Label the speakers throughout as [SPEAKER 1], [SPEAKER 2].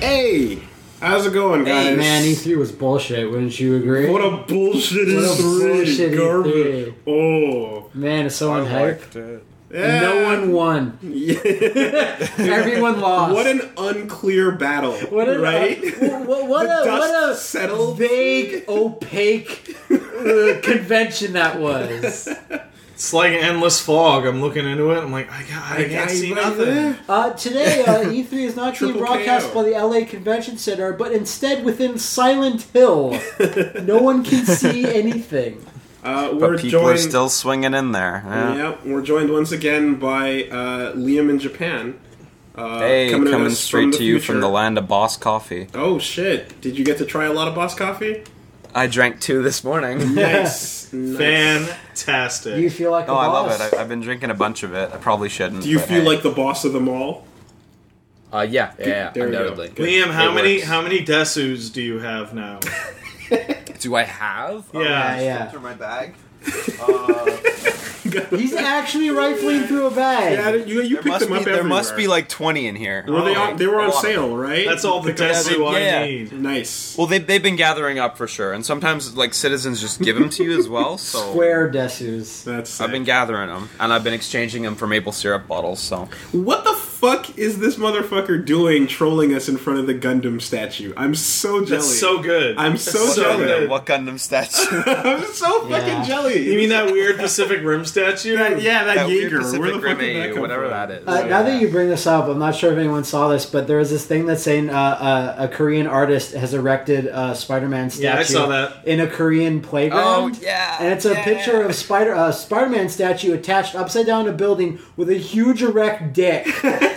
[SPEAKER 1] Hey, how's it going, guys?
[SPEAKER 2] Hey Uh, man, E3 was bullshit, wouldn't you agree?
[SPEAKER 1] What a bullshit
[SPEAKER 2] What a
[SPEAKER 1] is three
[SPEAKER 2] bullshit E3.
[SPEAKER 1] garbage. Oh,
[SPEAKER 2] man, it's so unhyped.
[SPEAKER 3] it.
[SPEAKER 1] Yeah.
[SPEAKER 2] No one won. Everyone lost.
[SPEAKER 1] What an unclear battle.
[SPEAKER 2] What a-
[SPEAKER 1] right?
[SPEAKER 2] wh- wh- what
[SPEAKER 1] The
[SPEAKER 2] a-
[SPEAKER 1] dust
[SPEAKER 2] what a
[SPEAKER 1] settled.
[SPEAKER 2] vague, opaque uh, convention that was.
[SPEAKER 3] It's like an endless fog. I'm looking into it. I'm like, I, ca- I can't see nothing.
[SPEAKER 2] Uh, today, uh, E3 is not being
[SPEAKER 1] Triple
[SPEAKER 2] broadcast
[SPEAKER 1] KO.
[SPEAKER 2] by the LA Convention Center, but instead within Silent Hill. No one can see anything.
[SPEAKER 1] Uh,
[SPEAKER 4] But
[SPEAKER 1] we're
[SPEAKER 4] people
[SPEAKER 1] joined.
[SPEAKER 4] are still swinging in there. Yeah.
[SPEAKER 1] Yep, we're joined once again by uh, Liam in Japan. Uh,
[SPEAKER 4] Hey, coming,
[SPEAKER 1] at us from
[SPEAKER 4] straight
[SPEAKER 1] the
[SPEAKER 4] to you
[SPEAKER 1] future.
[SPEAKER 4] from the land of Boss Coffee.
[SPEAKER 1] Oh shit! Did you get to try a lot of Boss Coffee?
[SPEAKER 4] I drank two this morning.
[SPEAKER 1] Nice. nice.
[SPEAKER 3] Fantastic.
[SPEAKER 2] You feel like a
[SPEAKER 4] oh, I love
[SPEAKER 2] boss.
[SPEAKER 4] it. I, I've been drinking a bunch of it. I probably shouldn't.
[SPEAKER 1] Do you
[SPEAKER 4] but
[SPEAKER 1] feel
[SPEAKER 4] hey.
[SPEAKER 1] like the boss of the mall?
[SPEAKER 5] Uh, yeah, yeah, yeah,
[SPEAKER 1] There we go.
[SPEAKER 5] undoubtedly.
[SPEAKER 1] Good.
[SPEAKER 3] Liam, how
[SPEAKER 5] It
[SPEAKER 3] many
[SPEAKER 5] works.
[SPEAKER 3] how many desus do you have now?
[SPEAKER 5] Do I have?
[SPEAKER 2] yeah, yeah.
[SPEAKER 4] through my bag?
[SPEAKER 2] He's actually rifling through
[SPEAKER 1] Yeah,
[SPEAKER 2] a bag.
[SPEAKER 1] you, you
[SPEAKER 4] There,
[SPEAKER 1] picked
[SPEAKER 4] must
[SPEAKER 1] them
[SPEAKER 4] be,
[SPEAKER 1] up
[SPEAKER 4] there
[SPEAKER 1] everywhere.
[SPEAKER 4] must be like 20 in here.
[SPEAKER 1] Were they, on, they were on
[SPEAKER 4] Oh,
[SPEAKER 1] sale, right?
[SPEAKER 3] That's all the
[SPEAKER 1] Pick up-
[SPEAKER 3] desu I
[SPEAKER 4] yeah.
[SPEAKER 3] need.
[SPEAKER 1] Nice.
[SPEAKER 4] Well, they, they've been gathering up for sure, and sometimes like citizens just give them to you as well. So
[SPEAKER 2] Square Uh, Desus.
[SPEAKER 1] That's sick.
[SPEAKER 4] I've been gathering them, and I've been exchanging them for maple syrup bottles. So
[SPEAKER 1] What the fuck is this motherfucker doing trolling us in front of the Gundam statue? I'm so jelly.
[SPEAKER 3] That's so good.
[SPEAKER 1] I'm
[SPEAKER 3] That's
[SPEAKER 1] so jelly.
[SPEAKER 3] good.
[SPEAKER 4] what Gundam statue?
[SPEAKER 1] I'm so fucking
[SPEAKER 2] Yeah.
[SPEAKER 1] jelly.
[SPEAKER 3] You mean that weird Pacific Rim statue?
[SPEAKER 1] That- yeah, that,
[SPEAKER 4] that weird
[SPEAKER 1] Jaeger.
[SPEAKER 4] Pacific
[SPEAKER 1] Where the fuck
[SPEAKER 4] Rim
[SPEAKER 1] did that
[SPEAKER 4] AU,
[SPEAKER 1] come
[SPEAKER 4] whatever
[SPEAKER 1] from?
[SPEAKER 4] that is.
[SPEAKER 3] Oh,
[SPEAKER 2] Uh, now that you bring this up, I'm not sure if anyone saw this, but there was this thing that's saying uh, uh, a Korean artist has erected a Spider-Man statue
[SPEAKER 3] Yeah, I saw that.
[SPEAKER 2] in a Korean playground.
[SPEAKER 4] Oh, yeah,
[SPEAKER 2] and it's a
[SPEAKER 4] yeah.
[SPEAKER 2] picture of Spider uh, Spider-Man statue attached upside down to a building with a huge erect dick.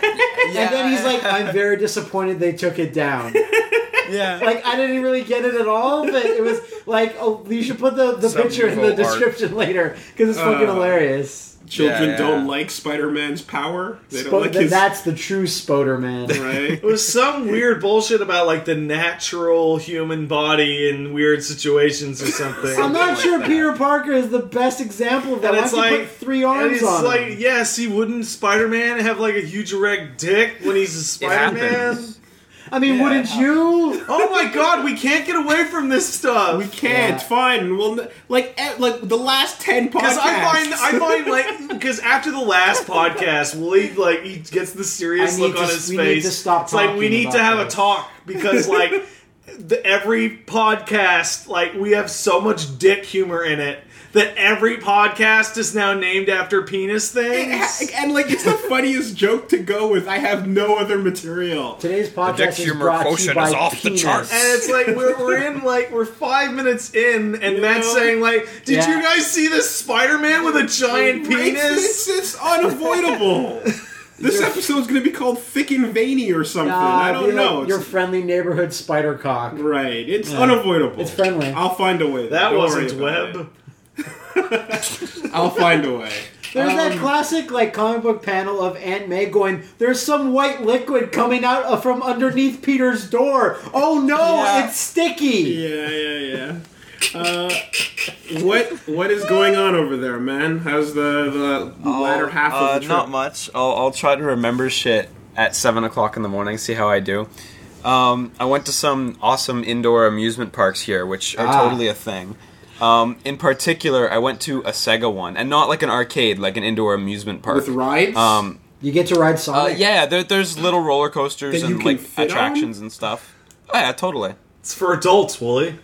[SPEAKER 2] And then he's like, "I'm very disappointed they took it down."
[SPEAKER 4] yeah.
[SPEAKER 2] Like I didn't really get it at all, but it was like, "Oh, you should put the, the
[SPEAKER 4] Some
[SPEAKER 2] picture in the
[SPEAKER 4] evil art.
[SPEAKER 2] description later because it's fucking
[SPEAKER 1] Uh,
[SPEAKER 2] hilarious."
[SPEAKER 1] Children
[SPEAKER 4] Yeah, yeah.
[SPEAKER 1] don't like Spider-Man's power. They don't
[SPEAKER 2] Spo-
[SPEAKER 1] like
[SPEAKER 2] th-
[SPEAKER 1] his
[SPEAKER 2] that's the true Spoderman.
[SPEAKER 1] right.
[SPEAKER 3] It was some weird bullshit about like the natural human body in weird situations or something.
[SPEAKER 2] I'm not
[SPEAKER 4] like
[SPEAKER 2] sure
[SPEAKER 4] that.
[SPEAKER 2] Peter Parker is the best example of that.
[SPEAKER 3] and
[SPEAKER 2] Why
[SPEAKER 3] it's
[SPEAKER 2] don't you
[SPEAKER 3] like
[SPEAKER 2] put three arms
[SPEAKER 3] and it's
[SPEAKER 2] on
[SPEAKER 3] like,
[SPEAKER 2] him?
[SPEAKER 3] yes, he wouldn't Spider-Man have like a huge erect dick when he's a Spider-Man.
[SPEAKER 4] happens.
[SPEAKER 2] I mean,
[SPEAKER 4] Yeah.
[SPEAKER 2] wouldn't you?
[SPEAKER 3] Oh my god, we can't get away from this
[SPEAKER 1] We
[SPEAKER 3] stuff.
[SPEAKER 1] can't.
[SPEAKER 2] Yeah.
[SPEAKER 1] Fine. Well, n- like eh, like the last ten podcasts.
[SPEAKER 3] Because I find, I find like, because after the last podcast, Willie like he gets the serious
[SPEAKER 2] I need
[SPEAKER 3] look on
[SPEAKER 2] to-
[SPEAKER 3] his
[SPEAKER 2] we need
[SPEAKER 3] face.
[SPEAKER 2] to stop
[SPEAKER 3] it's like we
[SPEAKER 2] talking
[SPEAKER 3] need to
[SPEAKER 2] about
[SPEAKER 3] have a
[SPEAKER 2] this.
[SPEAKER 3] talk because like the, every podcast, like we have so much dick humor in it that every podcast is now named after penis things.
[SPEAKER 1] and like it's the funniest joke to go with. I have no other material.
[SPEAKER 2] Today's
[SPEAKER 4] dick
[SPEAKER 2] podcast is
[SPEAKER 4] humor
[SPEAKER 2] brought to you
[SPEAKER 4] quotient
[SPEAKER 2] by
[SPEAKER 4] is off the
[SPEAKER 2] penis.
[SPEAKER 4] charts.
[SPEAKER 3] And it's like we're, we're in like we're five minutes in, and
[SPEAKER 1] You
[SPEAKER 3] Matt's
[SPEAKER 1] know?
[SPEAKER 3] saying like, "Did
[SPEAKER 2] Yeah.
[SPEAKER 3] you guys see this Spider-Man with a giant penis?"
[SPEAKER 1] This is unavoidable. this episode's gonna be called Thick and Veiny or something.
[SPEAKER 2] Nah,
[SPEAKER 1] I
[SPEAKER 2] be
[SPEAKER 1] don't
[SPEAKER 2] like
[SPEAKER 1] know.
[SPEAKER 2] your
[SPEAKER 1] It's-
[SPEAKER 2] friendly neighborhood spider cock.
[SPEAKER 1] right. It's unavoidable.
[SPEAKER 2] It's friendly.
[SPEAKER 1] I'll find a way.
[SPEAKER 3] That
[SPEAKER 1] Don't
[SPEAKER 3] wasn't
[SPEAKER 1] worry about
[SPEAKER 3] web.
[SPEAKER 1] it. I'll find a way.
[SPEAKER 2] There's
[SPEAKER 4] Um,
[SPEAKER 2] that classic like comic book panel of Aunt May going, "There's some white liquid coming out of- from underneath Peter's door. Oh no,
[SPEAKER 4] Yeah.
[SPEAKER 2] it's sticky."
[SPEAKER 1] Yeah, yeah, yeah. Uh, what what is going on over there, man? How's the, the latter half
[SPEAKER 4] uh,
[SPEAKER 1] of the trip?
[SPEAKER 4] Not much. I'll, I'll try to remember shit at seven o'clock in the morning. See how I do. Um, I went to some awesome indoor amusement parks here, which are
[SPEAKER 2] Ah.
[SPEAKER 4] totally a thing. Um, in particular, I went to a Sega one, and not like an arcade, like an indoor amusement park.
[SPEAKER 1] With rides.
[SPEAKER 4] um,
[SPEAKER 2] You get to ride
[SPEAKER 4] uh,
[SPEAKER 2] Sonic.
[SPEAKER 4] yeah, there, there's little roller coasters
[SPEAKER 1] That you
[SPEAKER 4] and
[SPEAKER 1] can
[SPEAKER 4] like
[SPEAKER 1] fit
[SPEAKER 4] attractions and stuff. Oh, yeah, totally.
[SPEAKER 3] It's for adults, Wooly.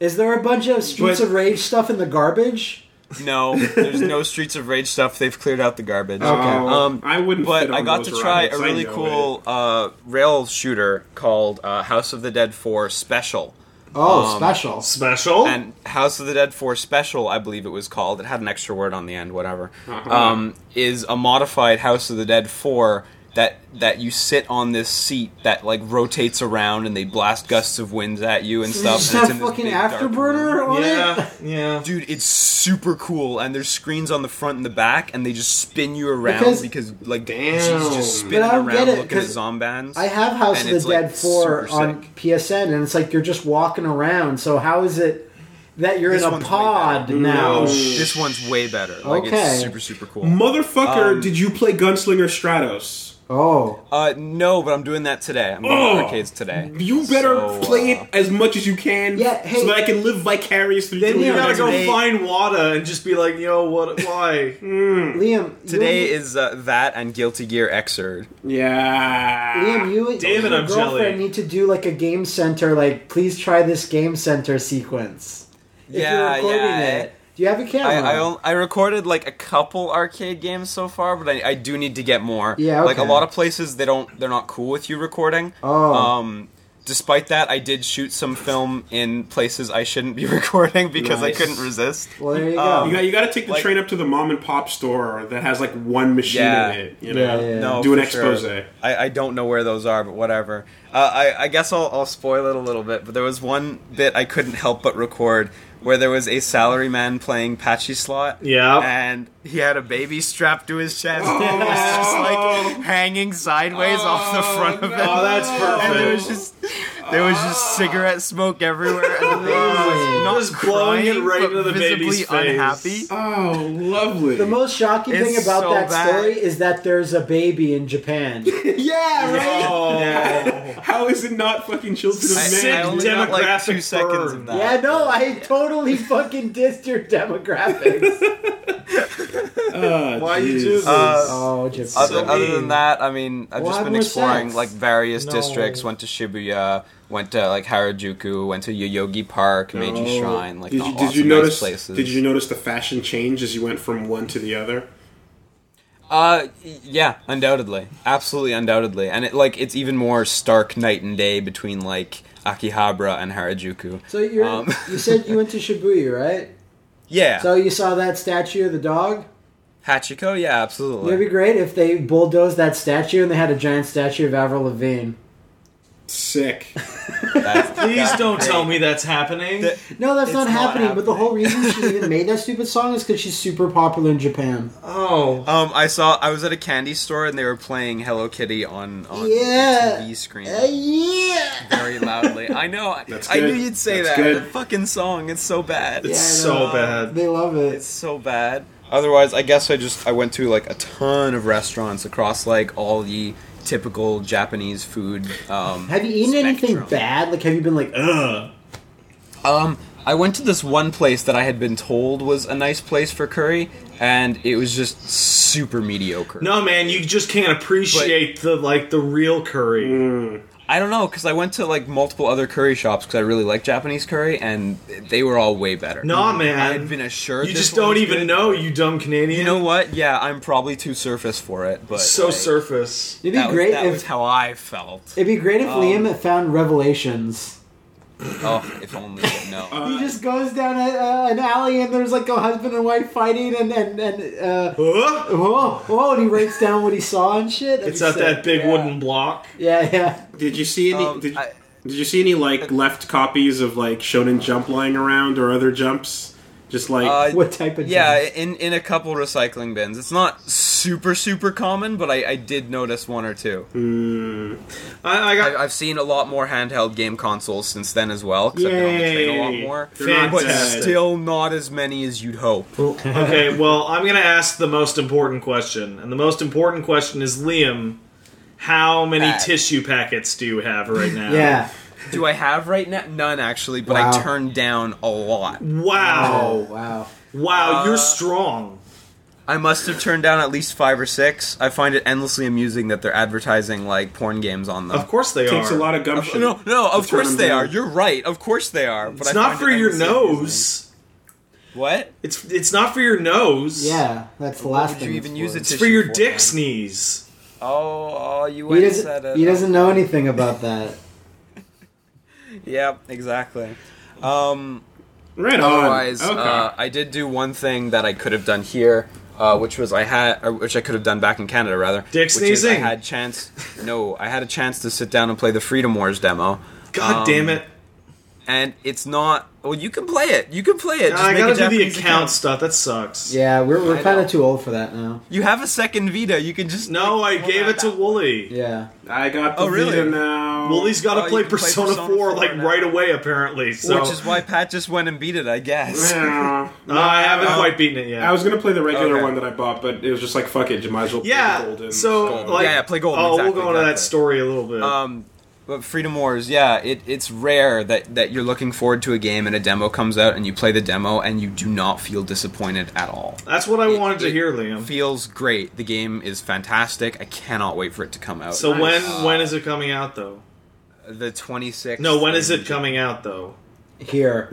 [SPEAKER 2] Is there a bunch of Streets
[SPEAKER 1] But-
[SPEAKER 2] of Rage stuff in the garbage?
[SPEAKER 4] No, there's no Streets of Rage stuff. They've cleared out the garbage.
[SPEAKER 1] Oh,
[SPEAKER 4] Um,
[SPEAKER 1] I wouldn't.
[SPEAKER 4] but
[SPEAKER 1] fit
[SPEAKER 4] I
[SPEAKER 1] on
[SPEAKER 4] got to
[SPEAKER 1] those
[SPEAKER 4] try
[SPEAKER 1] rides,
[SPEAKER 4] a
[SPEAKER 1] I
[SPEAKER 4] really
[SPEAKER 1] know
[SPEAKER 4] cool uh, rail shooter called uh, House of the Dead 4 Special. Um,
[SPEAKER 2] Oh, special.
[SPEAKER 3] Special.
[SPEAKER 4] And House of the Dead 4 Special, I believe it was called, it had an extra word on the end, whatever, um, is a modified House of the Dead 4 that that you sit on this seat that like rotates around and they blast gusts of winds at you and stuff.
[SPEAKER 2] Just
[SPEAKER 4] and it's
[SPEAKER 2] have
[SPEAKER 4] in this
[SPEAKER 2] fucking
[SPEAKER 4] big dark room.
[SPEAKER 2] afterburner on it.
[SPEAKER 3] yeah, yeah.
[SPEAKER 4] Dude, it's super cool, and there's screens on the front and the back, and they just spin you around
[SPEAKER 2] Because-
[SPEAKER 4] because, like,
[SPEAKER 1] Damn.
[SPEAKER 4] she's just spinning
[SPEAKER 2] But I don't
[SPEAKER 4] around
[SPEAKER 2] get it,
[SPEAKER 4] looking at
[SPEAKER 2] 'cause
[SPEAKER 4] zombands.
[SPEAKER 2] I have House
[SPEAKER 4] And
[SPEAKER 2] of
[SPEAKER 4] it's,
[SPEAKER 2] the
[SPEAKER 4] like,
[SPEAKER 2] Dead Four
[SPEAKER 4] super
[SPEAKER 2] on
[SPEAKER 4] sick.
[SPEAKER 2] PSN, and it's like you're just walking around. So how is it that you're
[SPEAKER 4] This
[SPEAKER 2] in a
[SPEAKER 4] one's way
[SPEAKER 2] pod
[SPEAKER 4] better.
[SPEAKER 2] now?
[SPEAKER 4] Oh, this one's way better. Like,
[SPEAKER 2] Okay.
[SPEAKER 4] it's super, super cool.
[SPEAKER 1] Motherfucker,
[SPEAKER 4] Um,
[SPEAKER 1] did you play Gunslinger Stratos?
[SPEAKER 2] Oh,
[SPEAKER 4] Uh, no, but I'm doing that today. I'm going
[SPEAKER 1] Oh.
[SPEAKER 4] to arcades today.
[SPEAKER 1] You better
[SPEAKER 4] So,
[SPEAKER 1] play
[SPEAKER 4] uh,
[SPEAKER 1] it as much as you can,
[SPEAKER 2] Yeah, hey.
[SPEAKER 1] so that I can live vicariously
[SPEAKER 3] Then
[SPEAKER 1] through
[SPEAKER 3] you
[SPEAKER 1] you.
[SPEAKER 3] gotta go
[SPEAKER 4] Today-
[SPEAKER 3] find Wada and just be like, yo, what? Why?
[SPEAKER 1] Mm.
[SPEAKER 2] Liam.
[SPEAKER 4] Today
[SPEAKER 2] you,
[SPEAKER 4] is uh, that and Guilty Gear Xrd.
[SPEAKER 1] Yeah.
[SPEAKER 2] Liam. You and
[SPEAKER 3] Ah, Damn it,
[SPEAKER 2] your
[SPEAKER 3] I'm
[SPEAKER 2] girlfriend
[SPEAKER 3] jelly.
[SPEAKER 2] need to do like a game center. Like, please try this game center sequence. If
[SPEAKER 4] Yeah,
[SPEAKER 2] you're recording
[SPEAKER 4] yeah.
[SPEAKER 2] it, do you have a camera?
[SPEAKER 4] I, I, on- I recorded like a couple arcade games so far, but I, I do need to get more.
[SPEAKER 2] Yeah,
[SPEAKER 4] like a
[SPEAKER 2] okay.
[SPEAKER 4] lot of places they don't they're not cool with you recording.
[SPEAKER 2] Oh.
[SPEAKER 4] Um, despite that, I did shoot some film in places I shouldn't be recording because
[SPEAKER 1] Nice.
[SPEAKER 4] I couldn't resist.
[SPEAKER 2] well, there you go.
[SPEAKER 4] Um,
[SPEAKER 1] You got, you got to take the
[SPEAKER 4] Like-
[SPEAKER 1] train up to the mom and pop store that has like one machine
[SPEAKER 4] Yeah.
[SPEAKER 1] in it. You
[SPEAKER 2] Yeah,
[SPEAKER 1] know,
[SPEAKER 2] yeah.
[SPEAKER 4] No,
[SPEAKER 1] do an
[SPEAKER 4] for sure.
[SPEAKER 1] expose.
[SPEAKER 4] I, I don't know where those are, but whatever. Uh, I, I guess I'll, I'll spoil it a little bit, but there was one bit I couldn't help but record where there was a salaryman playing Patchy Slot.
[SPEAKER 3] Yeah. Oh,
[SPEAKER 4] And he had a baby strapped to his chest and it was just like hanging sideways off the front of it.
[SPEAKER 3] Oh, that's
[SPEAKER 4] And there was
[SPEAKER 3] perfect.
[SPEAKER 4] just there was just cigarette smoke everywhere, and the baby
[SPEAKER 2] Amazing.
[SPEAKER 4] was not
[SPEAKER 3] Just blowing Oh. it
[SPEAKER 4] crying,
[SPEAKER 3] right
[SPEAKER 4] but
[SPEAKER 3] into the
[SPEAKER 4] visibly
[SPEAKER 3] baby's face.
[SPEAKER 4] unhappy.
[SPEAKER 1] Oh, lovely.
[SPEAKER 2] the most shocking
[SPEAKER 4] It's
[SPEAKER 2] thing about
[SPEAKER 4] so
[SPEAKER 2] that
[SPEAKER 4] bad.
[SPEAKER 2] story is that there's a baby in Japan.
[SPEAKER 1] yeah, right.
[SPEAKER 3] Oh.
[SPEAKER 1] How is it not fucking children of
[SPEAKER 4] I-
[SPEAKER 1] men?
[SPEAKER 4] I only got like two
[SPEAKER 3] demographic
[SPEAKER 4] seconds
[SPEAKER 3] burn.
[SPEAKER 4] of that.
[SPEAKER 2] yeah, no, I totally fucking dissed your demographics.
[SPEAKER 1] Oh,
[SPEAKER 3] Why you
[SPEAKER 1] jeez.
[SPEAKER 3] do this?
[SPEAKER 4] Uh,
[SPEAKER 2] oh, Japan.
[SPEAKER 4] Other,
[SPEAKER 3] So
[SPEAKER 4] other
[SPEAKER 3] mean.
[SPEAKER 4] than that, I mean, I've
[SPEAKER 2] We'll
[SPEAKER 4] just
[SPEAKER 2] have
[SPEAKER 4] been
[SPEAKER 2] more
[SPEAKER 4] exploring
[SPEAKER 2] sex.
[SPEAKER 4] like various
[SPEAKER 3] No.
[SPEAKER 4] districts. Went to Shibuya, went to like Harajuku, went to Yoyogi Park, Meiji
[SPEAKER 1] Oh.
[SPEAKER 4] Shrine. Like,
[SPEAKER 1] did
[SPEAKER 4] not
[SPEAKER 1] you,
[SPEAKER 4] lots
[SPEAKER 1] did you
[SPEAKER 4] of
[SPEAKER 1] notice?
[SPEAKER 4] nice places.
[SPEAKER 1] Did you notice the fashion change as you went from one to the other?
[SPEAKER 4] Uh, y- yeah, undoubtedly, absolutely, undoubtedly, and it like it's even more stark night and day between like Akihabara and Harajuku.
[SPEAKER 2] so you're,
[SPEAKER 4] Um.
[SPEAKER 2] you said you went to Shibuya, right?
[SPEAKER 4] Yeah,
[SPEAKER 2] So you saw that statue of the dog?
[SPEAKER 4] Hachiko. Yeah, absolutely.
[SPEAKER 2] It'd be great if they bulldozed that statue and they had a giant statue of Avril Lavigne.
[SPEAKER 1] Sick.
[SPEAKER 4] That's-
[SPEAKER 3] Please
[SPEAKER 4] that's
[SPEAKER 3] don't
[SPEAKER 4] great.
[SPEAKER 3] tell me that's happening.
[SPEAKER 4] Th-
[SPEAKER 2] No, that's
[SPEAKER 4] It's
[SPEAKER 2] not,
[SPEAKER 4] not
[SPEAKER 2] happening, But the
[SPEAKER 4] happening.
[SPEAKER 2] whole reason she even made that stupid song is because she's super popular in Japan.
[SPEAKER 3] oh.
[SPEAKER 4] Um, I saw I was at a candy store and they were playing Hello Kitty on on
[SPEAKER 2] Yeah.
[SPEAKER 4] the TV screen.
[SPEAKER 2] Uh, yeah.
[SPEAKER 4] very loudly. I know. I-
[SPEAKER 1] That's
[SPEAKER 4] I
[SPEAKER 1] good.
[SPEAKER 4] knew you'd say
[SPEAKER 1] That's
[SPEAKER 4] that.
[SPEAKER 1] good.
[SPEAKER 4] The fucking song. It's so bad.
[SPEAKER 3] It's
[SPEAKER 2] Yeah, I
[SPEAKER 3] so
[SPEAKER 4] know.
[SPEAKER 3] bad.
[SPEAKER 2] They love
[SPEAKER 4] It's
[SPEAKER 2] it.
[SPEAKER 4] so bad. Otherwise, I guess I just I went to like a ton of restaurants across like all the typical Japanese food. Um,
[SPEAKER 2] Have you eaten anything
[SPEAKER 4] spectrum.
[SPEAKER 2] bad? Like, have you been like, ugh?
[SPEAKER 4] Um, I went to this one place that I had been told was a nice place for curry, and it was just super mediocre.
[SPEAKER 3] No, man, you just can't appreciate the like the real curry.
[SPEAKER 4] I don't know because I went to like multiple other curry shops because I really like Japanese curry, and they were all way better.
[SPEAKER 3] Nah,
[SPEAKER 4] I
[SPEAKER 3] man.
[SPEAKER 4] had been assured.
[SPEAKER 3] You
[SPEAKER 4] this
[SPEAKER 3] just
[SPEAKER 4] one
[SPEAKER 3] don't
[SPEAKER 4] was
[SPEAKER 3] even
[SPEAKER 4] good.
[SPEAKER 3] know, you dumb Canadian.
[SPEAKER 4] You know what? Yeah, I'm probably too surface for it, but
[SPEAKER 3] so
[SPEAKER 4] like,
[SPEAKER 3] surface.
[SPEAKER 2] It'd be
[SPEAKER 4] That, was-
[SPEAKER 2] great
[SPEAKER 4] that
[SPEAKER 2] if
[SPEAKER 4] was how I felt.
[SPEAKER 2] it'd be great if Liam found Revelations.
[SPEAKER 4] oh, if only no.
[SPEAKER 2] He just goes down a, uh, an alley and there's like a husband and wife fighting and and and uh,
[SPEAKER 3] Huh?
[SPEAKER 2] whoa whoa and he writes down what he saw and shit. That'd
[SPEAKER 3] It's
[SPEAKER 2] be
[SPEAKER 3] not
[SPEAKER 2] sick.
[SPEAKER 3] that big
[SPEAKER 2] yeah.
[SPEAKER 3] wooden block.
[SPEAKER 2] Yeah, yeah.
[SPEAKER 1] Did you see any?
[SPEAKER 4] Um,
[SPEAKER 1] did,
[SPEAKER 4] I-
[SPEAKER 1] did you see any like left copies of like Shonen Jump lying around or other jumps? Just like
[SPEAKER 4] Uh,
[SPEAKER 2] What type of
[SPEAKER 4] yeah,
[SPEAKER 2] jumps?
[SPEAKER 4] in in a couple recycling bins. It's not super super common, but I, I did notice one or two.
[SPEAKER 2] Mm.
[SPEAKER 3] I, I
[SPEAKER 4] I,
[SPEAKER 3] got
[SPEAKER 4] I've seen a lot more handheld game consoles since then as well. Because I've been on the train a lot
[SPEAKER 1] Yay.
[SPEAKER 4] more,
[SPEAKER 1] They're not
[SPEAKER 4] but
[SPEAKER 1] dead.
[SPEAKER 4] still not as many as you'd hope.
[SPEAKER 3] okay. Well, I'm gonna ask the most important question, and the most important question is Liam. How many
[SPEAKER 4] Bad.
[SPEAKER 3] tissue packets do you have right now?
[SPEAKER 2] yeah.
[SPEAKER 4] Do I have right now? None actually, but
[SPEAKER 2] Wow.
[SPEAKER 4] I turned down a lot.
[SPEAKER 2] Oh
[SPEAKER 3] Wow.
[SPEAKER 2] wow.
[SPEAKER 3] Wow. You're
[SPEAKER 4] Uh,
[SPEAKER 3] strong.
[SPEAKER 4] I must have turned down at least five or six. I find it endlessly amusing that they're advertising like porn games on them.
[SPEAKER 3] Of course they
[SPEAKER 1] takes
[SPEAKER 3] are.
[SPEAKER 1] a lot of gumption.
[SPEAKER 4] No, no, of
[SPEAKER 1] to turn
[SPEAKER 4] course
[SPEAKER 1] them
[SPEAKER 4] they
[SPEAKER 1] down.
[SPEAKER 4] are. You're right. Of course they are. But
[SPEAKER 3] It's
[SPEAKER 4] I
[SPEAKER 3] not
[SPEAKER 4] find
[SPEAKER 3] for
[SPEAKER 4] it
[SPEAKER 3] your
[SPEAKER 4] endlessly amusing.
[SPEAKER 3] nose.
[SPEAKER 4] What?
[SPEAKER 3] It's it's not for your nose.
[SPEAKER 2] Yeah, that's the last
[SPEAKER 4] would
[SPEAKER 2] thing.
[SPEAKER 4] you
[SPEAKER 2] it's
[SPEAKER 4] even use
[SPEAKER 2] for.
[SPEAKER 4] it
[SPEAKER 3] It's
[SPEAKER 4] to-
[SPEAKER 3] for your
[SPEAKER 4] Tissue
[SPEAKER 3] dick
[SPEAKER 4] for-
[SPEAKER 3] sneeze.
[SPEAKER 4] Oh, oh you
[SPEAKER 2] He
[SPEAKER 4] went and said
[SPEAKER 2] doesn't.
[SPEAKER 4] it.
[SPEAKER 2] He doesn't know anything about that.
[SPEAKER 4] Yep, exactly. Um,
[SPEAKER 1] right
[SPEAKER 3] Oh,
[SPEAKER 1] on.
[SPEAKER 4] otherwise,
[SPEAKER 1] okay.
[SPEAKER 4] uh, I did do one thing that I could have done here, uh, which was I had, or which I could have done back in Canada rather.
[SPEAKER 3] Dick
[SPEAKER 4] which is I
[SPEAKER 3] sneezing.
[SPEAKER 4] had chance. No, I had a chance to sit down and play the Freedom Wars demo.
[SPEAKER 3] God
[SPEAKER 4] Um,
[SPEAKER 3] damn it.
[SPEAKER 4] and it's not. Well, you can play it. You can play it. Just
[SPEAKER 3] I
[SPEAKER 4] make a
[SPEAKER 3] gotta do the
[SPEAKER 4] Japanese
[SPEAKER 3] account, stuff. That sucks.
[SPEAKER 2] Yeah, we're we're
[SPEAKER 4] I
[SPEAKER 2] kind of
[SPEAKER 4] know.
[SPEAKER 2] too old for that now.
[SPEAKER 4] You have a second Vita. You can just
[SPEAKER 3] No, I
[SPEAKER 4] Like,
[SPEAKER 3] gave
[SPEAKER 4] hold
[SPEAKER 3] it to
[SPEAKER 4] on.
[SPEAKER 3] Wooly.
[SPEAKER 2] Yeah.
[SPEAKER 1] I got the
[SPEAKER 4] Oh, really?
[SPEAKER 1] Vita now.
[SPEAKER 4] So
[SPEAKER 3] Wooly's got to
[SPEAKER 4] uh, you
[SPEAKER 3] play,
[SPEAKER 4] can
[SPEAKER 3] Persona 4 like
[SPEAKER 4] now.
[SPEAKER 3] right away apparently. So
[SPEAKER 4] Which is why Pat just went and beat it, I guess.
[SPEAKER 1] Yeah.
[SPEAKER 3] No, I haven't quite beaten it yet.
[SPEAKER 1] I was gonna play the regular
[SPEAKER 4] Okay.
[SPEAKER 1] one that I bought, but it was just like fuck it, you might as well play
[SPEAKER 3] yeah.
[SPEAKER 1] the golden.
[SPEAKER 3] so like
[SPEAKER 4] Yeah, yeah, play Golden,
[SPEAKER 3] Oh,
[SPEAKER 4] exactly,
[SPEAKER 3] we'll go into that
[SPEAKER 4] exactly.
[SPEAKER 3] story a little bit.
[SPEAKER 4] Um, but Freedom Wars, yeah, it, it's rare that, that you're looking forward to a game and a demo comes out and you play the demo and you do not feel disappointed at all.
[SPEAKER 3] That's what I
[SPEAKER 4] it-
[SPEAKER 3] wanted to
[SPEAKER 4] it
[SPEAKER 3] hear, Liam.
[SPEAKER 4] Feels great. The game is fantastic. I cannot wait for it to come out.
[SPEAKER 3] So
[SPEAKER 1] Nice.
[SPEAKER 3] when when is it coming out though?
[SPEAKER 4] the 26th.
[SPEAKER 3] No, when is it coming out though?
[SPEAKER 2] Here,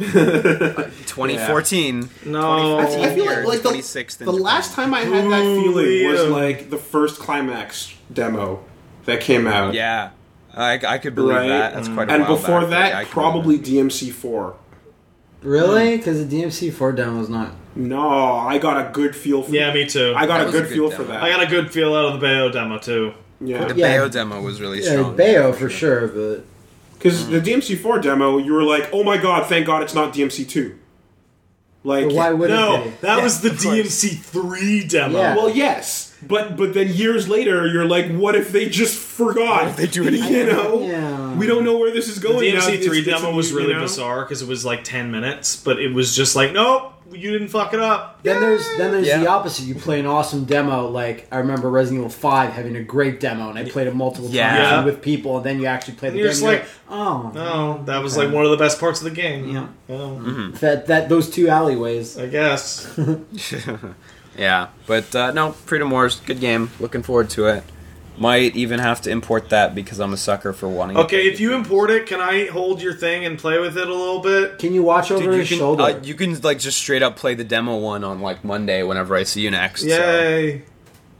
[SPEAKER 4] 2014.
[SPEAKER 3] No.
[SPEAKER 1] I feel like-
[SPEAKER 4] years,
[SPEAKER 1] like, Oh, the-
[SPEAKER 4] 26th and
[SPEAKER 1] the last time I had that feeling was
[SPEAKER 3] Liam.
[SPEAKER 1] like the first climax demo that came out.
[SPEAKER 4] Yeah. I, I could believe
[SPEAKER 1] Right.
[SPEAKER 4] that. That's quite a
[SPEAKER 1] and
[SPEAKER 4] while
[SPEAKER 1] before
[SPEAKER 4] back, but
[SPEAKER 1] that,
[SPEAKER 4] yeah, I could
[SPEAKER 1] probably DMC four.
[SPEAKER 2] really? Because the DMC four demo is not.
[SPEAKER 1] No, I got a good feel. For
[SPEAKER 3] Yeah, me too.
[SPEAKER 1] I got
[SPEAKER 4] That
[SPEAKER 1] a
[SPEAKER 4] was a
[SPEAKER 1] good
[SPEAKER 4] good
[SPEAKER 1] feel
[SPEAKER 4] demo.
[SPEAKER 1] for that.
[SPEAKER 3] I got a good feel out of the Bayo demo too.
[SPEAKER 1] yeah,
[SPEAKER 4] believe it. The
[SPEAKER 2] Yeah.
[SPEAKER 4] Bayo demo was really
[SPEAKER 2] Yeah,
[SPEAKER 4] strong.
[SPEAKER 2] Bayo for sure, but
[SPEAKER 1] because the DMC four demo, you were like, oh my god, thank God it's not DMC two. Like,
[SPEAKER 2] But why would it
[SPEAKER 3] No,
[SPEAKER 2] be?
[SPEAKER 3] that
[SPEAKER 4] Yeah,
[SPEAKER 3] was the
[SPEAKER 4] of course.
[SPEAKER 3] DMC three demo.
[SPEAKER 2] Yeah.
[SPEAKER 1] Well, yes, but but then years later, you're like, what if they just forgot?
[SPEAKER 4] they do it again?
[SPEAKER 1] You know,
[SPEAKER 2] Yeah.
[SPEAKER 1] we don't know where this is
[SPEAKER 3] The
[SPEAKER 1] going. now.
[SPEAKER 3] DMC
[SPEAKER 1] It's-
[SPEAKER 3] three
[SPEAKER 1] it's-
[SPEAKER 3] demo was
[SPEAKER 1] you
[SPEAKER 3] really
[SPEAKER 1] know?
[SPEAKER 3] bizarre because it was like ten minutes, but it was just like, nope, you didn't fuck it up.
[SPEAKER 2] Then there's then there's the
[SPEAKER 4] Yeah.
[SPEAKER 2] opposite. You play an awesome demo, like I remember Resident Evil Five having a great demo, and I played it multiple
[SPEAKER 4] Yeah.
[SPEAKER 2] times
[SPEAKER 3] Yeah.
[SPEAKER 2] with people, and then you actually play the
[SPEAKER 3] You're
[SPEAKER 2] game.
[SPEAKER 3] just
[SPEAKER 2] and you're
[SPEAKER 3] like,
[SPEAKER 2] oh,
[SPEAKER 3] No, that was like one of the best parts of the game.
[SPEAKER 2] Yeah.
[SPEAKER 3] Oh,
[SPEAKER 2] that that those two alleyways.
[SPEAKER 3] I guess.
[SPEAKER 4] yeah. But uh, no, Freedom Wars, good game. Looking forward to it. Might even have to import that because I'm a sucker for wanting. to
[SPEAKER 3] Okay,
[SPEAKER 4] play
[SPEAKER 3] if you import it, can I hold your thing and play with it a little bit?
[SPEAKER 2] Can you watch over
[SPEAKER 4] Dude, you
[SPEAKER 2] his
[SPEAKER 4] can,
[SPEAKER 2] shoulder?
[SPEAKER 4] uh, you can like just straight up play the demo one on like Monday whenever I see you next. so-
[SPEAKER 3] Yay!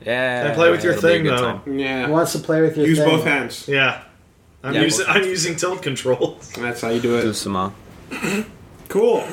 [SPEAKER 4] yeah.
[SPEAKER 3] Can I play with your
[SPEAKER 4] it'll be a
[SPEAKER 3] thing,
[SPEAKER 4] good
[SPEAKER 3] though?
[SPEAKER 4] time.
[SPEAKER 2] He
[SPEAKER 1] Yeah,
[SPEAKER 2] wants to play with your
[SPEAKER 1] use
[SPEAKER 2] thing.
[SPEAKER 1] both hands.
[SPEAKER 3] Yeah, I'm
[SPEAKER 4] Yeah,
[SPEAKER 3] using
[SPEAKER 4] well-
[SPEAKER 3] I'm using tilt control.
[SPEAKER 1] That's how you do
[SPEAKER 4] Do
[SPEAKER 1] it.
[SPEAKER 4] some, uh,
[SPEAKER 1] Cool.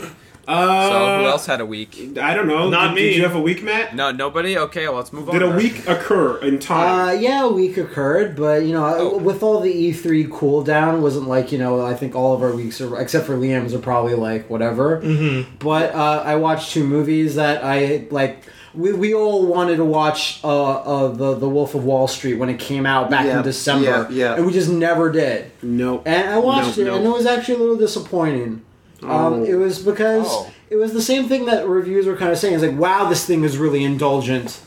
[SPEAKER 1] Uh,
[SPEAKER 4] So who else had a week?
[SPEAKER 1] I don't know.
[SPEAKER 3] Not
[SPEAKER 1] did,
[SPEAKER 3] me.
[SPEAKER 1] Did you have a week, Matt?
[SPEAKER 4] No, nobody. Okay, well, let's move on.
[SPEAKER 1] Did a
[SPEAKER 4] then.
[SPEAKER 1] week occur in time?
[SPEAKER 2] Uh, yeah, a week occurred, but you know,
[SPEAKER 4] Oh.
[SPEAKER 2] with all the E3 cooldown, wasn't like you know. I think all of our weeks are, except for Liam's, are probably like whatever. Mm-hmm. But uh, I watched two movies that I like. We, we all wanted to watch uh, uh, the the Wolf of Wall Street when it came out back
[SPEAKER 1] Yeah,
[SPEAKER 2] in December,
[SPEAKER 1] yeah, yeah.
[SPEAKER 2] and we just never did.
[SPEAKER 1] no.
[SPEAKER 2] And I watched
[SPEAKER 1] No,
[SPEAKER 2] it,
[SPEAKER 1] no.
[SPEAKER 2] and it was actually a little disappointing. Um,
[SPEAKER 1] Oh.
[SPEAKER 2] it was because
[SPEAKER 4] Oh.
[SPEAKER 2] it was the same thing that reviews were kind of saying. It's like, wow, this thing is really indulgent.